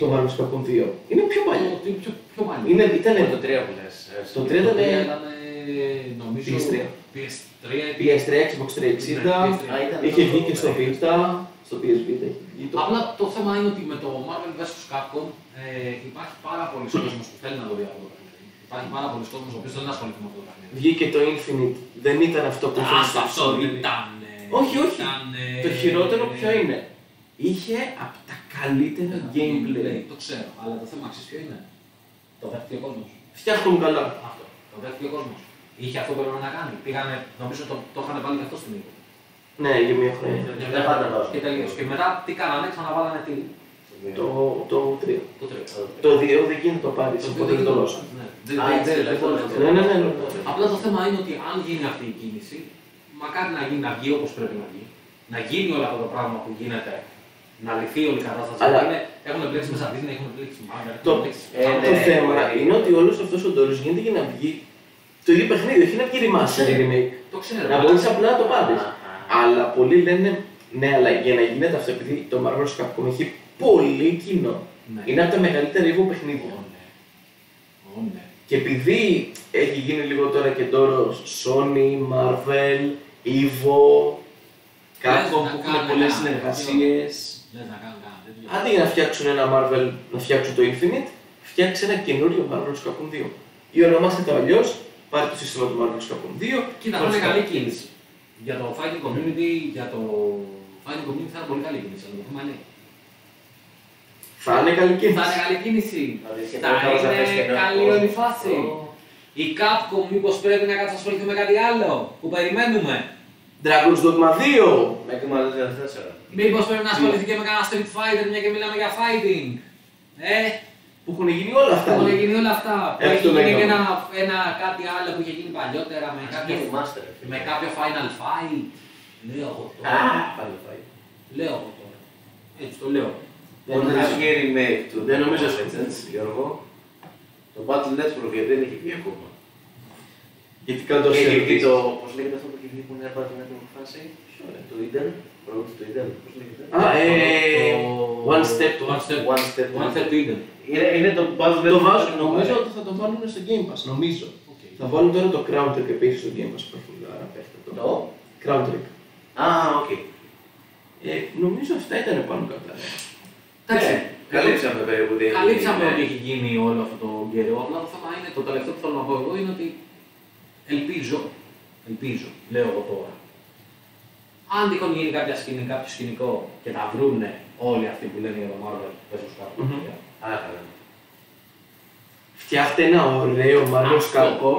[SPEAKER 3] το Marvel vs. Capcom 2. Είναι πιο παλιό.
[SPEAKER 7] Το- Πιο, πιο παλιό.
[SPEAKER 3] Είναι, ήταν
[SPEAKER 1] Το 3 που λες. ε,
[SPEAKER 3] το
[SPEAKER 1] στο-
[SPEAKER 3] 3 ήταν
[SPEAKER 2] Το οποίο ήταν, ε, νομίζω,
[SPEAKER 3] PS3.
[SPEAKER 2] PS3 ή
[SPEAKER 3] PS3, Xbox 360,
[SPEAKER 2] PS3.
[SPEAKER 1] Α, ήταν
[SPEAKER 3] είχε
[SPEAKER 1] αυτό
[SPEAKER 3] βγει
[SPEAKER 1] το-
[SPEAKER 3] και στο Vita, στο PS Vita. είχε βγει το-
[SPEAKER 7] Απλά το θέμα είναι ότι με το Marvel vs. Capcom ε, υπάρχει πάρα πολλοί κόσμος που θέλει να το δει αυτό το παιχνίδι. Υπάρχει πάρα πολλοί κόσμος ο οποίος θέλει να ασχοληθεί με αυτό το παιχνίδι.
[SPEAKER 3] Βγήκε το Infinite, δεν ήταν αυτό που ήθελα
[SPEAKER 7] Άστο, αυτό ήταν. ε,
[SPEAKER 3] Όχι, όχι.
[SPEAKER 7] ήταν, ε,
[SPEAKER 3] Το χειρότερο ποιο είναι. Είχε από τα καλύτερα
[SPEAKER 7] Ένα
[SPEAKER 3] gameplay.
[SPEAKER 7] Ε, Το ξέρω, αλλά το θέμα ξέρεις ποιο είναι. Το δέχτηκε ο κόσμος.
[SPEAKER 3] Φτιάχτηκαν καλά.
[SPEAKER 7] Αυτό. Το δέχτηκε ο κόσμος. Είχε αυτό που έπρεπε να κάνει. Πήγανε, νομίζω το, το είχαν βάλει και αυτό στην ίδια.
[SPEAKER 3] Ναι, για μια χρονιά.
[SPEAKER 1] Και μετά
[SPEAKER 2] ναι.
[SPEAKER 1] πάντα βάζουν.
[SPEAKER 7] Και τελείωσε. Και μετά τι κάνανε, ξαναβάλανε τι.
[SPEAKER 1] Το-
[SPEAKER 3] Το, το 3.
[SPEAKER 7] Το τρίτο.
[SPEAKER 3] Το 2 δεν γίνεται το πάρεις, οπότε δεν το δώσω.
[SPEAKER 7] Ναι. Δεν-
[SPEAKER 1] Α,
[SPEAKER 7] δεν-
[SPEAKER 1] έτσι,
[SPEAKER 7] δεν-
[SPEAKER 1] λέει,
[SPEAKER 7] δεν
[SPEAKER 1] αυτό
[SPEAKER 7] μπορούσα
[SPEAKER 1] είναι
[SPEAKER 7] να το
[SPEAKER 1] το-
[SPEAKER 3] Ναι, ναι, ναι, ναι.
[SPEAKER 7] Απλά το θέμα είναι ότι αν γίνει αυτή η κίνηση, μακάρι να γίνει να βγει όπως πρέπει να βγει, να γίνει όλο αυτό το πράγμα που γίνεται, να λυθεί όλη η κατάσταση.
[SPEAKER 3] Αλλά-
[SPEAKER 7] Είναι, έχουν μπλέξει μέσα Disney, έχουν μπλέξει Marvel,
[SPEAKER 3] Το-
[SPEAKER 7] έχουν μπλέξει.
[SPEAKER 1] ε, ναι.
[SPEAKER 3] Το θέμα είναι ότι όλος αυτός ο τόρο γίνεται για να βγει το ίδιο παιχνίδι, όχι να βγει remaster ή remake.
[SPEAKER 7] Το ξέρω.
[SPEAKER 3] Να
[SPEAKER 7] αλλά-
[SPEAKER 3] μπορείς απλά να το πάρεις.
[SPEAKER 1] Α, α.
[SPEAKER 3] Αλλά πολλοί λένε ναι, αλλά για να γίνεται αυτό, επειδή το Marvel vs. Capcom έχει πολύ κοινό.
[SPEAKER 7] Ναι.
[SPEAKER 3] Είναι από τα μεγαλύτερα εγώ
[SPEAKER 7] Ω,
[SPEAKER 3] παιχνίδια.
[SPEAKER 7] ναι. Ω, ναι.
[SPEAKER 3] Και επειδή έχει γίνει λίγο τώρα και τώρα Sony, Marvel, Evo,
[SPEAKER 7] Λες
[SPEAKER 3] Capcom
[SPEAKER 7] να
[SPEAKER 3] που έχουν
[SPEAKER 7] κάνουν
[SPEAKER 3] πολλές
[SPEAKER 7] ένα-
[SPEAKER 3] συνεργασίες.
[SPEAKER 7] Λες να κάνουν κανένα τέτοιο.
[SPEAKER 3] Αντί για να φτιάξουν ένα Marvel, να φτιάξουν το Infinite, φτιάξε ένα καινούριο Marvel vs. Capcom 2. Ή ονομάστε το αλλιώς, πάρε το σύστημα του Marvel vs. Capcom 2.
[SPEAKER 7] Κοίτα, θα
[SPEAKER 3] χωρίς
[SPEAKER 7] είναι
[SPEAKER 3] τα-
[SPEAKER 7] καλή κίνηση. Για το fighting community, για το fighting community θα είναι πολύ καλή κίνηση. Αλλά το θέμα είναι.
[SPEAKER 3] Θα είναι καλή
[SPEAKER 7] Θα
[SPEAKER 3] κίνηση.
[SPEAKER 7] είναι καλή κίνηση.
[SPEAKER 1] Να δεις και
[SPEAKER 7] Θα
[SPEAKER 1] πώς θα πέσει
[SPEAKER 7] είναι
[SPEAKER 1] και
[SPEAKER 7] καλή
[SPEAKER 1] νέο.
[SPEAKER 7] όλη η φάση. Η Capcom μήπως πρέπει να κάτσει να ασχοληθεί με κάτι άλλο που περιμένουμε.
[SPEAKER 3] Dragon's Dogma 2!
[SPEAKER 1] Μέχρι μάλλον δεν θα ξέρω.
[SPEAKER 7] Μήπως πρέπει να ασχοληθεί και με κανένα Street Fighter μια και μιλάμε για fighting. Ε,
[SPEAKER 3] Που έχουν γίνει όλα
[SPEAKER 7] που
[SPEAKER 3] αυτά.
[SPEAKER 7] έχουν γίνει όλα αυτά. Που
[SPEAKER 3] Ε,
[SPEAKER 7] έχει
[SPEAKER 3] αυτό
[SPEAKER 7] γίνει
[SPEAKER 3] λέγαμε.
[SPEAKER 7] και ένα, ένα κάτι άλλο που είχε γίνει παλιότερα με
[SPEAKER 1] Ας
[SPEAKER 7] κάποιο,
[SPEAKER 1] γίνει master, ρε φίλε.
[SPEAKER 7] με κάποιο Final Fight. Λέω εγώ
[SPEAKER 1] Α,
[SPEAKER 7] τώρα.
[SPEAKER 1] πάλι πάει.
[SPEAKER 7] Λέω εγώ τώρα. Έτσι το λέω.
[SPEAKER 3] Δεν
[SPEAKER 1] Όταν
[SPEAKER 3] νομίζω.
[SPEAKER 1] βγει remake του
[SPEAKER 3] Δεν νομίζω.
[SPEAKER 1] Battle Legends, Γιώργο, το Battle Network γιατί δεν έχει βγει ακόμα.
[SPEAKER 3] Γιατί κάνω το
[SPEAKER 1] Έχει βγει
[SPEAKER 3] service.
[SPEAKER 1] το, πώς λέγεται αυτό που έχει βγει που είναι Battle Network φάση, το Eden, πρώτο του Eden, πώς λέγεται.
[SPEAKER 3] Α, ε,
[SPEAKER 7] Το-
[SPEAKER 3] One Step.
[SPEAKER 7] Το One Step.
[SPEAKER 1] One Step
[SPEAKER 7] One Step Eden.
[SPEAKER 1] Είναι, είναι το Battle Network.
[SPEAKER 3] Το βάζουν, νομίζω ότι θα το βάλουν στο Game Pass, νομίζω. Θα βάλουν τώρα το Crown Trick επίσης στο Game Pass που έχουν άρα παίχτε το.
[SPEAKER 1] Το.
[SPEAKER 3] Crown Trick.
[SPEAKER 1] Α, οκ.
[SPEAKER 3] Ε, νομίζω αυτά ήταν πάνω ναι. κάτω.
[SPEAKER 7] Εντάξει.
[SPEAKER 1] Ναι, Καλύψαμε περίπου Ναι. τι.
[SPEAKER 7] Καλύψαμε ότι έχει γίνει όλο αυτό το καιρό. Απλά το θέμα είναι, το τελευταίο που θέλω να πω εγώ είναι ότι ελπίζω, ελπίζω, λέω εγώ τώρα, αν τυχόν γίνει κάποια σκηνή, κάποιο σκηνικό και τα βρούνε όλοι αυτοί που λένε για το Marvel vs. Capcom,
[SPEAKER 3] Μμμ.
[SPEAKER 1] Α, καλά.
[SPEAKER 3] Φτιάχτε ένα ωραίο μάλλον
[SPEAKER 7] Αυτό.
[SPEAKER 3] σκακό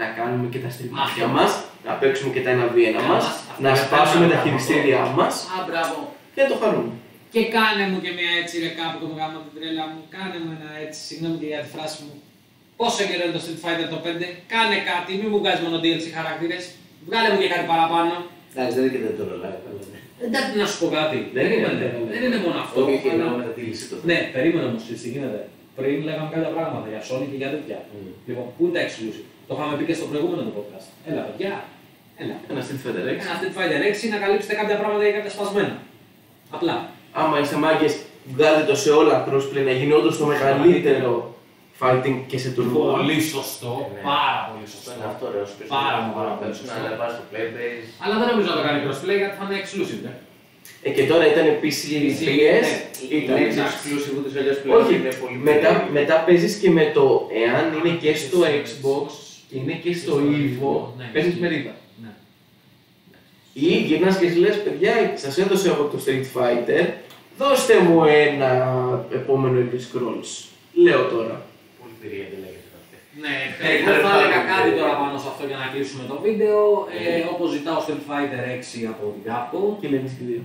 [SPEAKER 3] να κάνουμε και τα στριπτήρια
[SPEAKER 7] Αυτό.
[SPEAKER 3] μας, να παίξουμε και τα ένα ένα
[SPEAKER 7] Καλά,
[SPEAKER 3] μας,
[SPEAKER 7] αυτό
[SPEAKER 3] να
[SPEAKER 7] είναι
[SPEAKER 3] σπάσουμε
[SPEAKER 7] ένα
[SPEAKER 3] τα
[SPEAKER 7] πράγμα.
[SPEAKER 3] χειριστήριά μας
[SPEAKER 7] α, μπράβο,
[SPEAKER 3] και να το χαρούμε.
[SPEAKER 12] Και κάνε μου και μια έτσι ρε κάπου το γάμο την τρέλα μου, κάνε μου ένα έτσι, συγγνώμη και για τη φράση μου. Πόσο καιρό είναι το Street Fighter το 5, κάνε κάτι, μην μου βγάζεις μόνο DLC χαρακτήρες, βγάλε μου και κάτι παραπάνω.
[SPEAKER 1] Εντάξει, δεν είναι και δεν το ρολάει. αλλά ναι.
[SPEAKER 7] εντάξει να σου πω κάτι,
[SPEAKER 3] Δεν είναι,
[SPEAKER 7] Περίμενε.
[SPEAKER 3] δεν είναι.
[SPEAKER 7] δεν είναι μόνο αυτό.
[SPEAKER 1] Όχι, έχει
[SPEAKER 7] αλλά-
[SPEAKER 1] εννοώ μετατήρηση το θέμα.
[SPEAKER 7] Ναι, περίμενα όμω τι γίνεται. Πριν λέγαμε κάποια πράγματα για Sony και για τέτοια.
[SPEAKER 1] Μμμ.
[SPEAKER 7] Λοιπόν, πού είναι τα exclusive. Το είχαμε πει και στο προηγούμενο το podcast. Έλα, παιδιά. Έλα.
[SPEAKER 3] Ένα Street Fighter 6.
[SPEAKER 7] Ένα Street Fighter 6 να καλύψετε κάποια πράγματα για κάποια σπασμένα. Απλά.
[SPEAKER 3] Άμα είστε μάγκες, βγάλτε το σε όλα crossplay να γίνει όντως το μεγαλύτερο fighting και σε τουρνουά.
[SPEAKER 2] Πολύ σωστό,
[SPEAKER 1] Ναι.
[SPEAKER 2] πάρα πολύ σωστό.
[SPEAKER 1] Αυτό είναι αυτό ρε, όσο πεις
[SPEAKER 2] Πάρα
[SPEAKER 1] να
[SPEAKER 2] πάρα πολύ
[SPEAKER 1] παίξουν,
[SPEAKER 2] σωστό.
[SPEAKER 1] να πας στο Playbase.
[SPEAKER 7] Αλλά δεν νομίζω να το κάνει crossplay γιατί θα είναι exclusive. ε.
[SPEAKER 3] Ε, και τώρα ήταν PC, PS, Ναι, ήταν
[SPEAKER 1] Είναι exclusive ούτως ή αλλιώς πλέον,
[SPEAKER 3] Όχι,
[SPEAKER 1] είναι πολύ
[SPEAKER 3] μετά,
[SPEAKER 1] περίπου.
[SPEAKER 3] μετά παίζεις και με το εάν είναι και στο Xbox και είναι και
[SPEAKER 2] στο
[SPEAKER 3] στο Evo,
[SPEAKER 2] Evo, ναι.
[SPEAKER 3] παίζεις μερίδα.
[SPEAKER 7] Ναι.
[SPEAKER 3] Ή γυρνάς και λες, παιδιά, σας έδωσε από το Street Fighter, δώστε μου ένα επόμενο Elder Scrolls. Λέω τώρα.
[SPEAKER 13] Πολύ περίεργα δεν λέγεται αυτό.
[SPEAKER 7] Ναι, εγώ θα έλεγα κάτι τώρα πάνω σε αυτό για να κλείσουμε το βίντεο. Ε, Όπως ζητάω Street Fighter 6 από την Capcom.
[SPEAKER 3] Και λένε και δύο.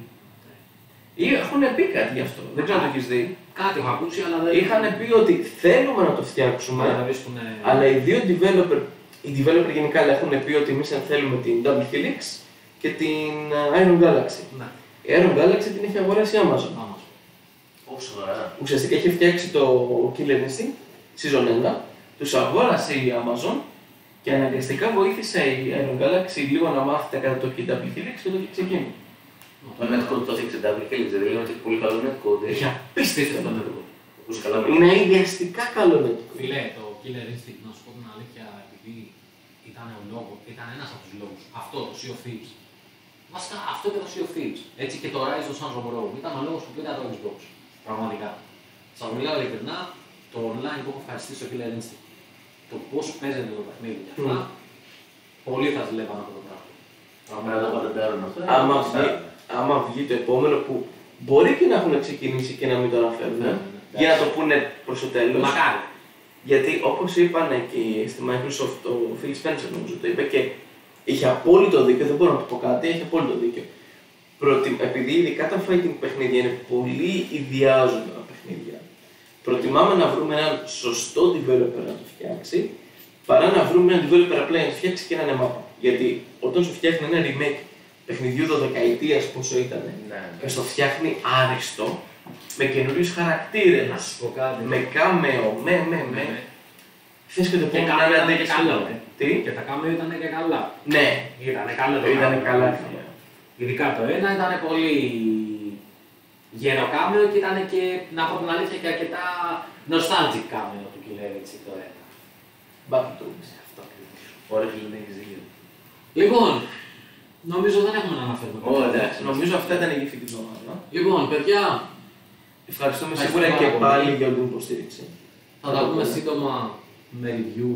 [SPEAKER 3] Ή έχουν πει κάτι γι' αυτό. Δεν ξέρω αν το έχεις δει.
[SPEAKER 7] Κάτι έχω ακούσει, αλλά δεν.
[SPEAKER 3] Είχαν πει ότι θέλουμε να το φτιάξουμε.
[SPEAKER 7] να βρίσκουν.
[SPEAKER 3] Αλλά οι δύο developer, οι developer γενικά έχουν πει ότι εμείς θέλουμε την Double Helix και την ε, Iron Galaxy.
[SPEAKER 7] Ναι,
[SPEAKER 3] Η Iron Galaxy την έχει αγοράσει η Amazon.
[SPEAKER 7] Amazon.
[SPEAKER 1] Όσο τώρα.
[SPEAKER 3] Ουσιαστικά έχει φτιάξει το Killer Instinct, Season 1, τους αγόρασε η Amazon και αναγκαστικά βοήθησε η Iron Galaxy λίγο να μάθει τα κατά το Double Helix και το ξεκίνησε.
[SPEAKER 1] Το νετκό το δείξε τα Helix, δηλαδή είναι ότι έχει πολύ καλό νετκό. δεν
[SPEAKER 3] Έχει
[SPEAKER 1] έχει
[SPEAKER 3] απίστευτο
[SPEAKER 1] αυτό το
[SPEAKER 3] νερό.
[SPEAKER 1] νετκό. Ακούσε καλά πράγματα.
[SPEAKER 3] Είναι ιδιαστικά καλό νερό.
[SPEAKER 2] Φίλε, το Killer Instinct, να σου πω την αλήθεια, επειδή ήταν ο λόγος, ήταν ένας από τους λόγους. Αυτό, το Sea of Thieves. Βασικά αυτό και το Sea of Thieves. Έτσι και το Rise of Sons of Rome. Ήταν ο λόγος που πήρα το Xbox. Πραγματικά. Σας μιλάω ειλικρινά, το online που έχω ευχαριστήσει στο Killer Instinct. Το πώς παίζεται το παιχνίδι και αυτά. Πολύ θα ζηλεύαν αυτό το πράγμα.
[SPEAKER 1] Άμα τα πατεντάρουν αυτά.
[SPEAKER 3] Άμα βγει, άμα βγει το επόμενο που μπορεί και να έχουν ξεκινήσει και να μην το αναφέρουν,
[SPEAKER 2] Ναι, ναι, ναι.
[SPEAKER 3] για να το πούνε προς το τέλος.
[SPEAKER 2] Μακάρι.
[SPEAKER 3] Γιατί όπως είπαν και στη Microsoft, ο Phil Spencer νομίζω το είπε και είχε απόλυτο δίκιο, δεν μπορώ να του πω κάτι, έχει απόλυτο δίκιο. Προτι... Επειδή ειδικά τα fighting παιχνίδια είναι πολύ ιδιάζοντα τα παιχνίδια, προτιμάμε να βρούμε έναν σωστό developer να το φτιάξει, παρά να βρούμε έναν developer απλά να το φτιάξει και έναν εμάπα. Γιατί όταν σου φτιάχνει ένα remake παιχνιδιού 12 ετίας πόσο ήταν,
[SPEAKER 1] Ναι.
[SPEAKER 3] και στο φτιάχνει άριστο, με καινούριους χαρακτήρες,
[SPEAKER 2] Να σου πω κάτι. Ναι,
[SPEAKER 3] με κάμεο, με, με, με. Θες και το
[SPEAKER 2] Και
[SPEAKER 3] επόμενο
[SPEAKER 2] κάμεο
[SPEAKER 3] να
[SPEAKER 2] ήταν
[SPEAKER 3] είναι αντέξει
[SPEAKER 2] καλό,
[SPEAKER 3] άλλο.
[SPEAKER 2] ε.
[SPEAKER 3] Τι?
[SPEAKER 7] Και τα κάμερα ήταν και καλά.
[SPEAKER 3] Ναι,
[SPEAKER 2] Ήτανε καλό το
[SPEAKER 3] ήταν
[SPEAKER 2] κάμεο.
[SPEAKER 3] καλά.
[SPEAKER 7] Ειδικά το ένα ήταν πολύ γεροκάμεο και ήταν και, να πω την αλήθεια, και αρκετά nostalgic κάμεο του Killer έτσι το ένα.
[SPEAKER 3] Μπαμπτούμπι.
[SPEAKER 7] Αυτό ακριβώς.
[SPEAKER 1] Ωραία, φίλε, δεν έχεις δίκιο.
[SPEAKER 7] Λοιπόν, νομίζω δεν έχουμε να αναφέρουμε. κάτι.
[SPEAKER 1] Ω, εντάξει.
[SPEAKER 3] Νομίζω αυτά ήταν η γύφη της εβδομάδα.
[SPEAKER 7] Λοιπόν, παιδιά,
[SPEAKER 3] Ευχαριστούμε
[SPEAKER 7] Ευχαριστώ
[SPEAKER 3] σίγουρα
[SPEAKER 7] πάρα
[SPEAKER 3] και
[SPEAKER 7] πολύ.
[SPEAKER 3] πάλι για όλη την υποστήριξη.
[SPEAKER 7] θα τα πούμε σύντομα με review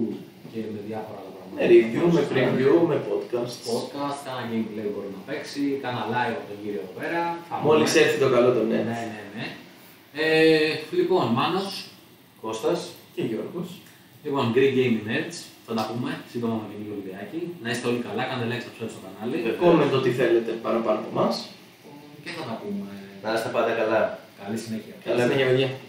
[SPEAKER 7] και με διάφορα άλλα πράγματα.
[SPEAKER 3] Με Ε, review, με preview, με podcast.
[SPEAKER 7] Podcast, κάνα gameplay μπορεί να παίξει, κάνα live από τον κύριο εδώ πέρα. Θα
[SPEAKER 3] Μόλι
[SPEAKER 7] δούμε.
[SPEAKER 3] έρθει το καλό το
[SPEAKER 7] Ναι,
[SPEAKER 3] ναι.
[SPEAKER 7] ναι, ναι. Ε, λοιπόν, Μάνος,
[SPEAKER 1] Κώστας.
[SPEAKER 3] Και Γιώργος.
[SPEAKER 7] Λοιπόν, Greek Gaming Nerds, θα τα πούμε σύντομα με καινούργιο βιντεάκι. Να είστε όλοι καλά, κάντε like, subscribe στο κανάλι.
[SPEAKER 3] Comment ό,τι θέλετε παραπάνω από εμάς.
[SPEAKER 7] Και θα τα πούμε.
[SPEAKER 1] Να είστε πάντα καλά.
[SPEAKER 7] Καλή συνέχεια.
[SPEAKER 3] Καλά, ναι, παιδιά.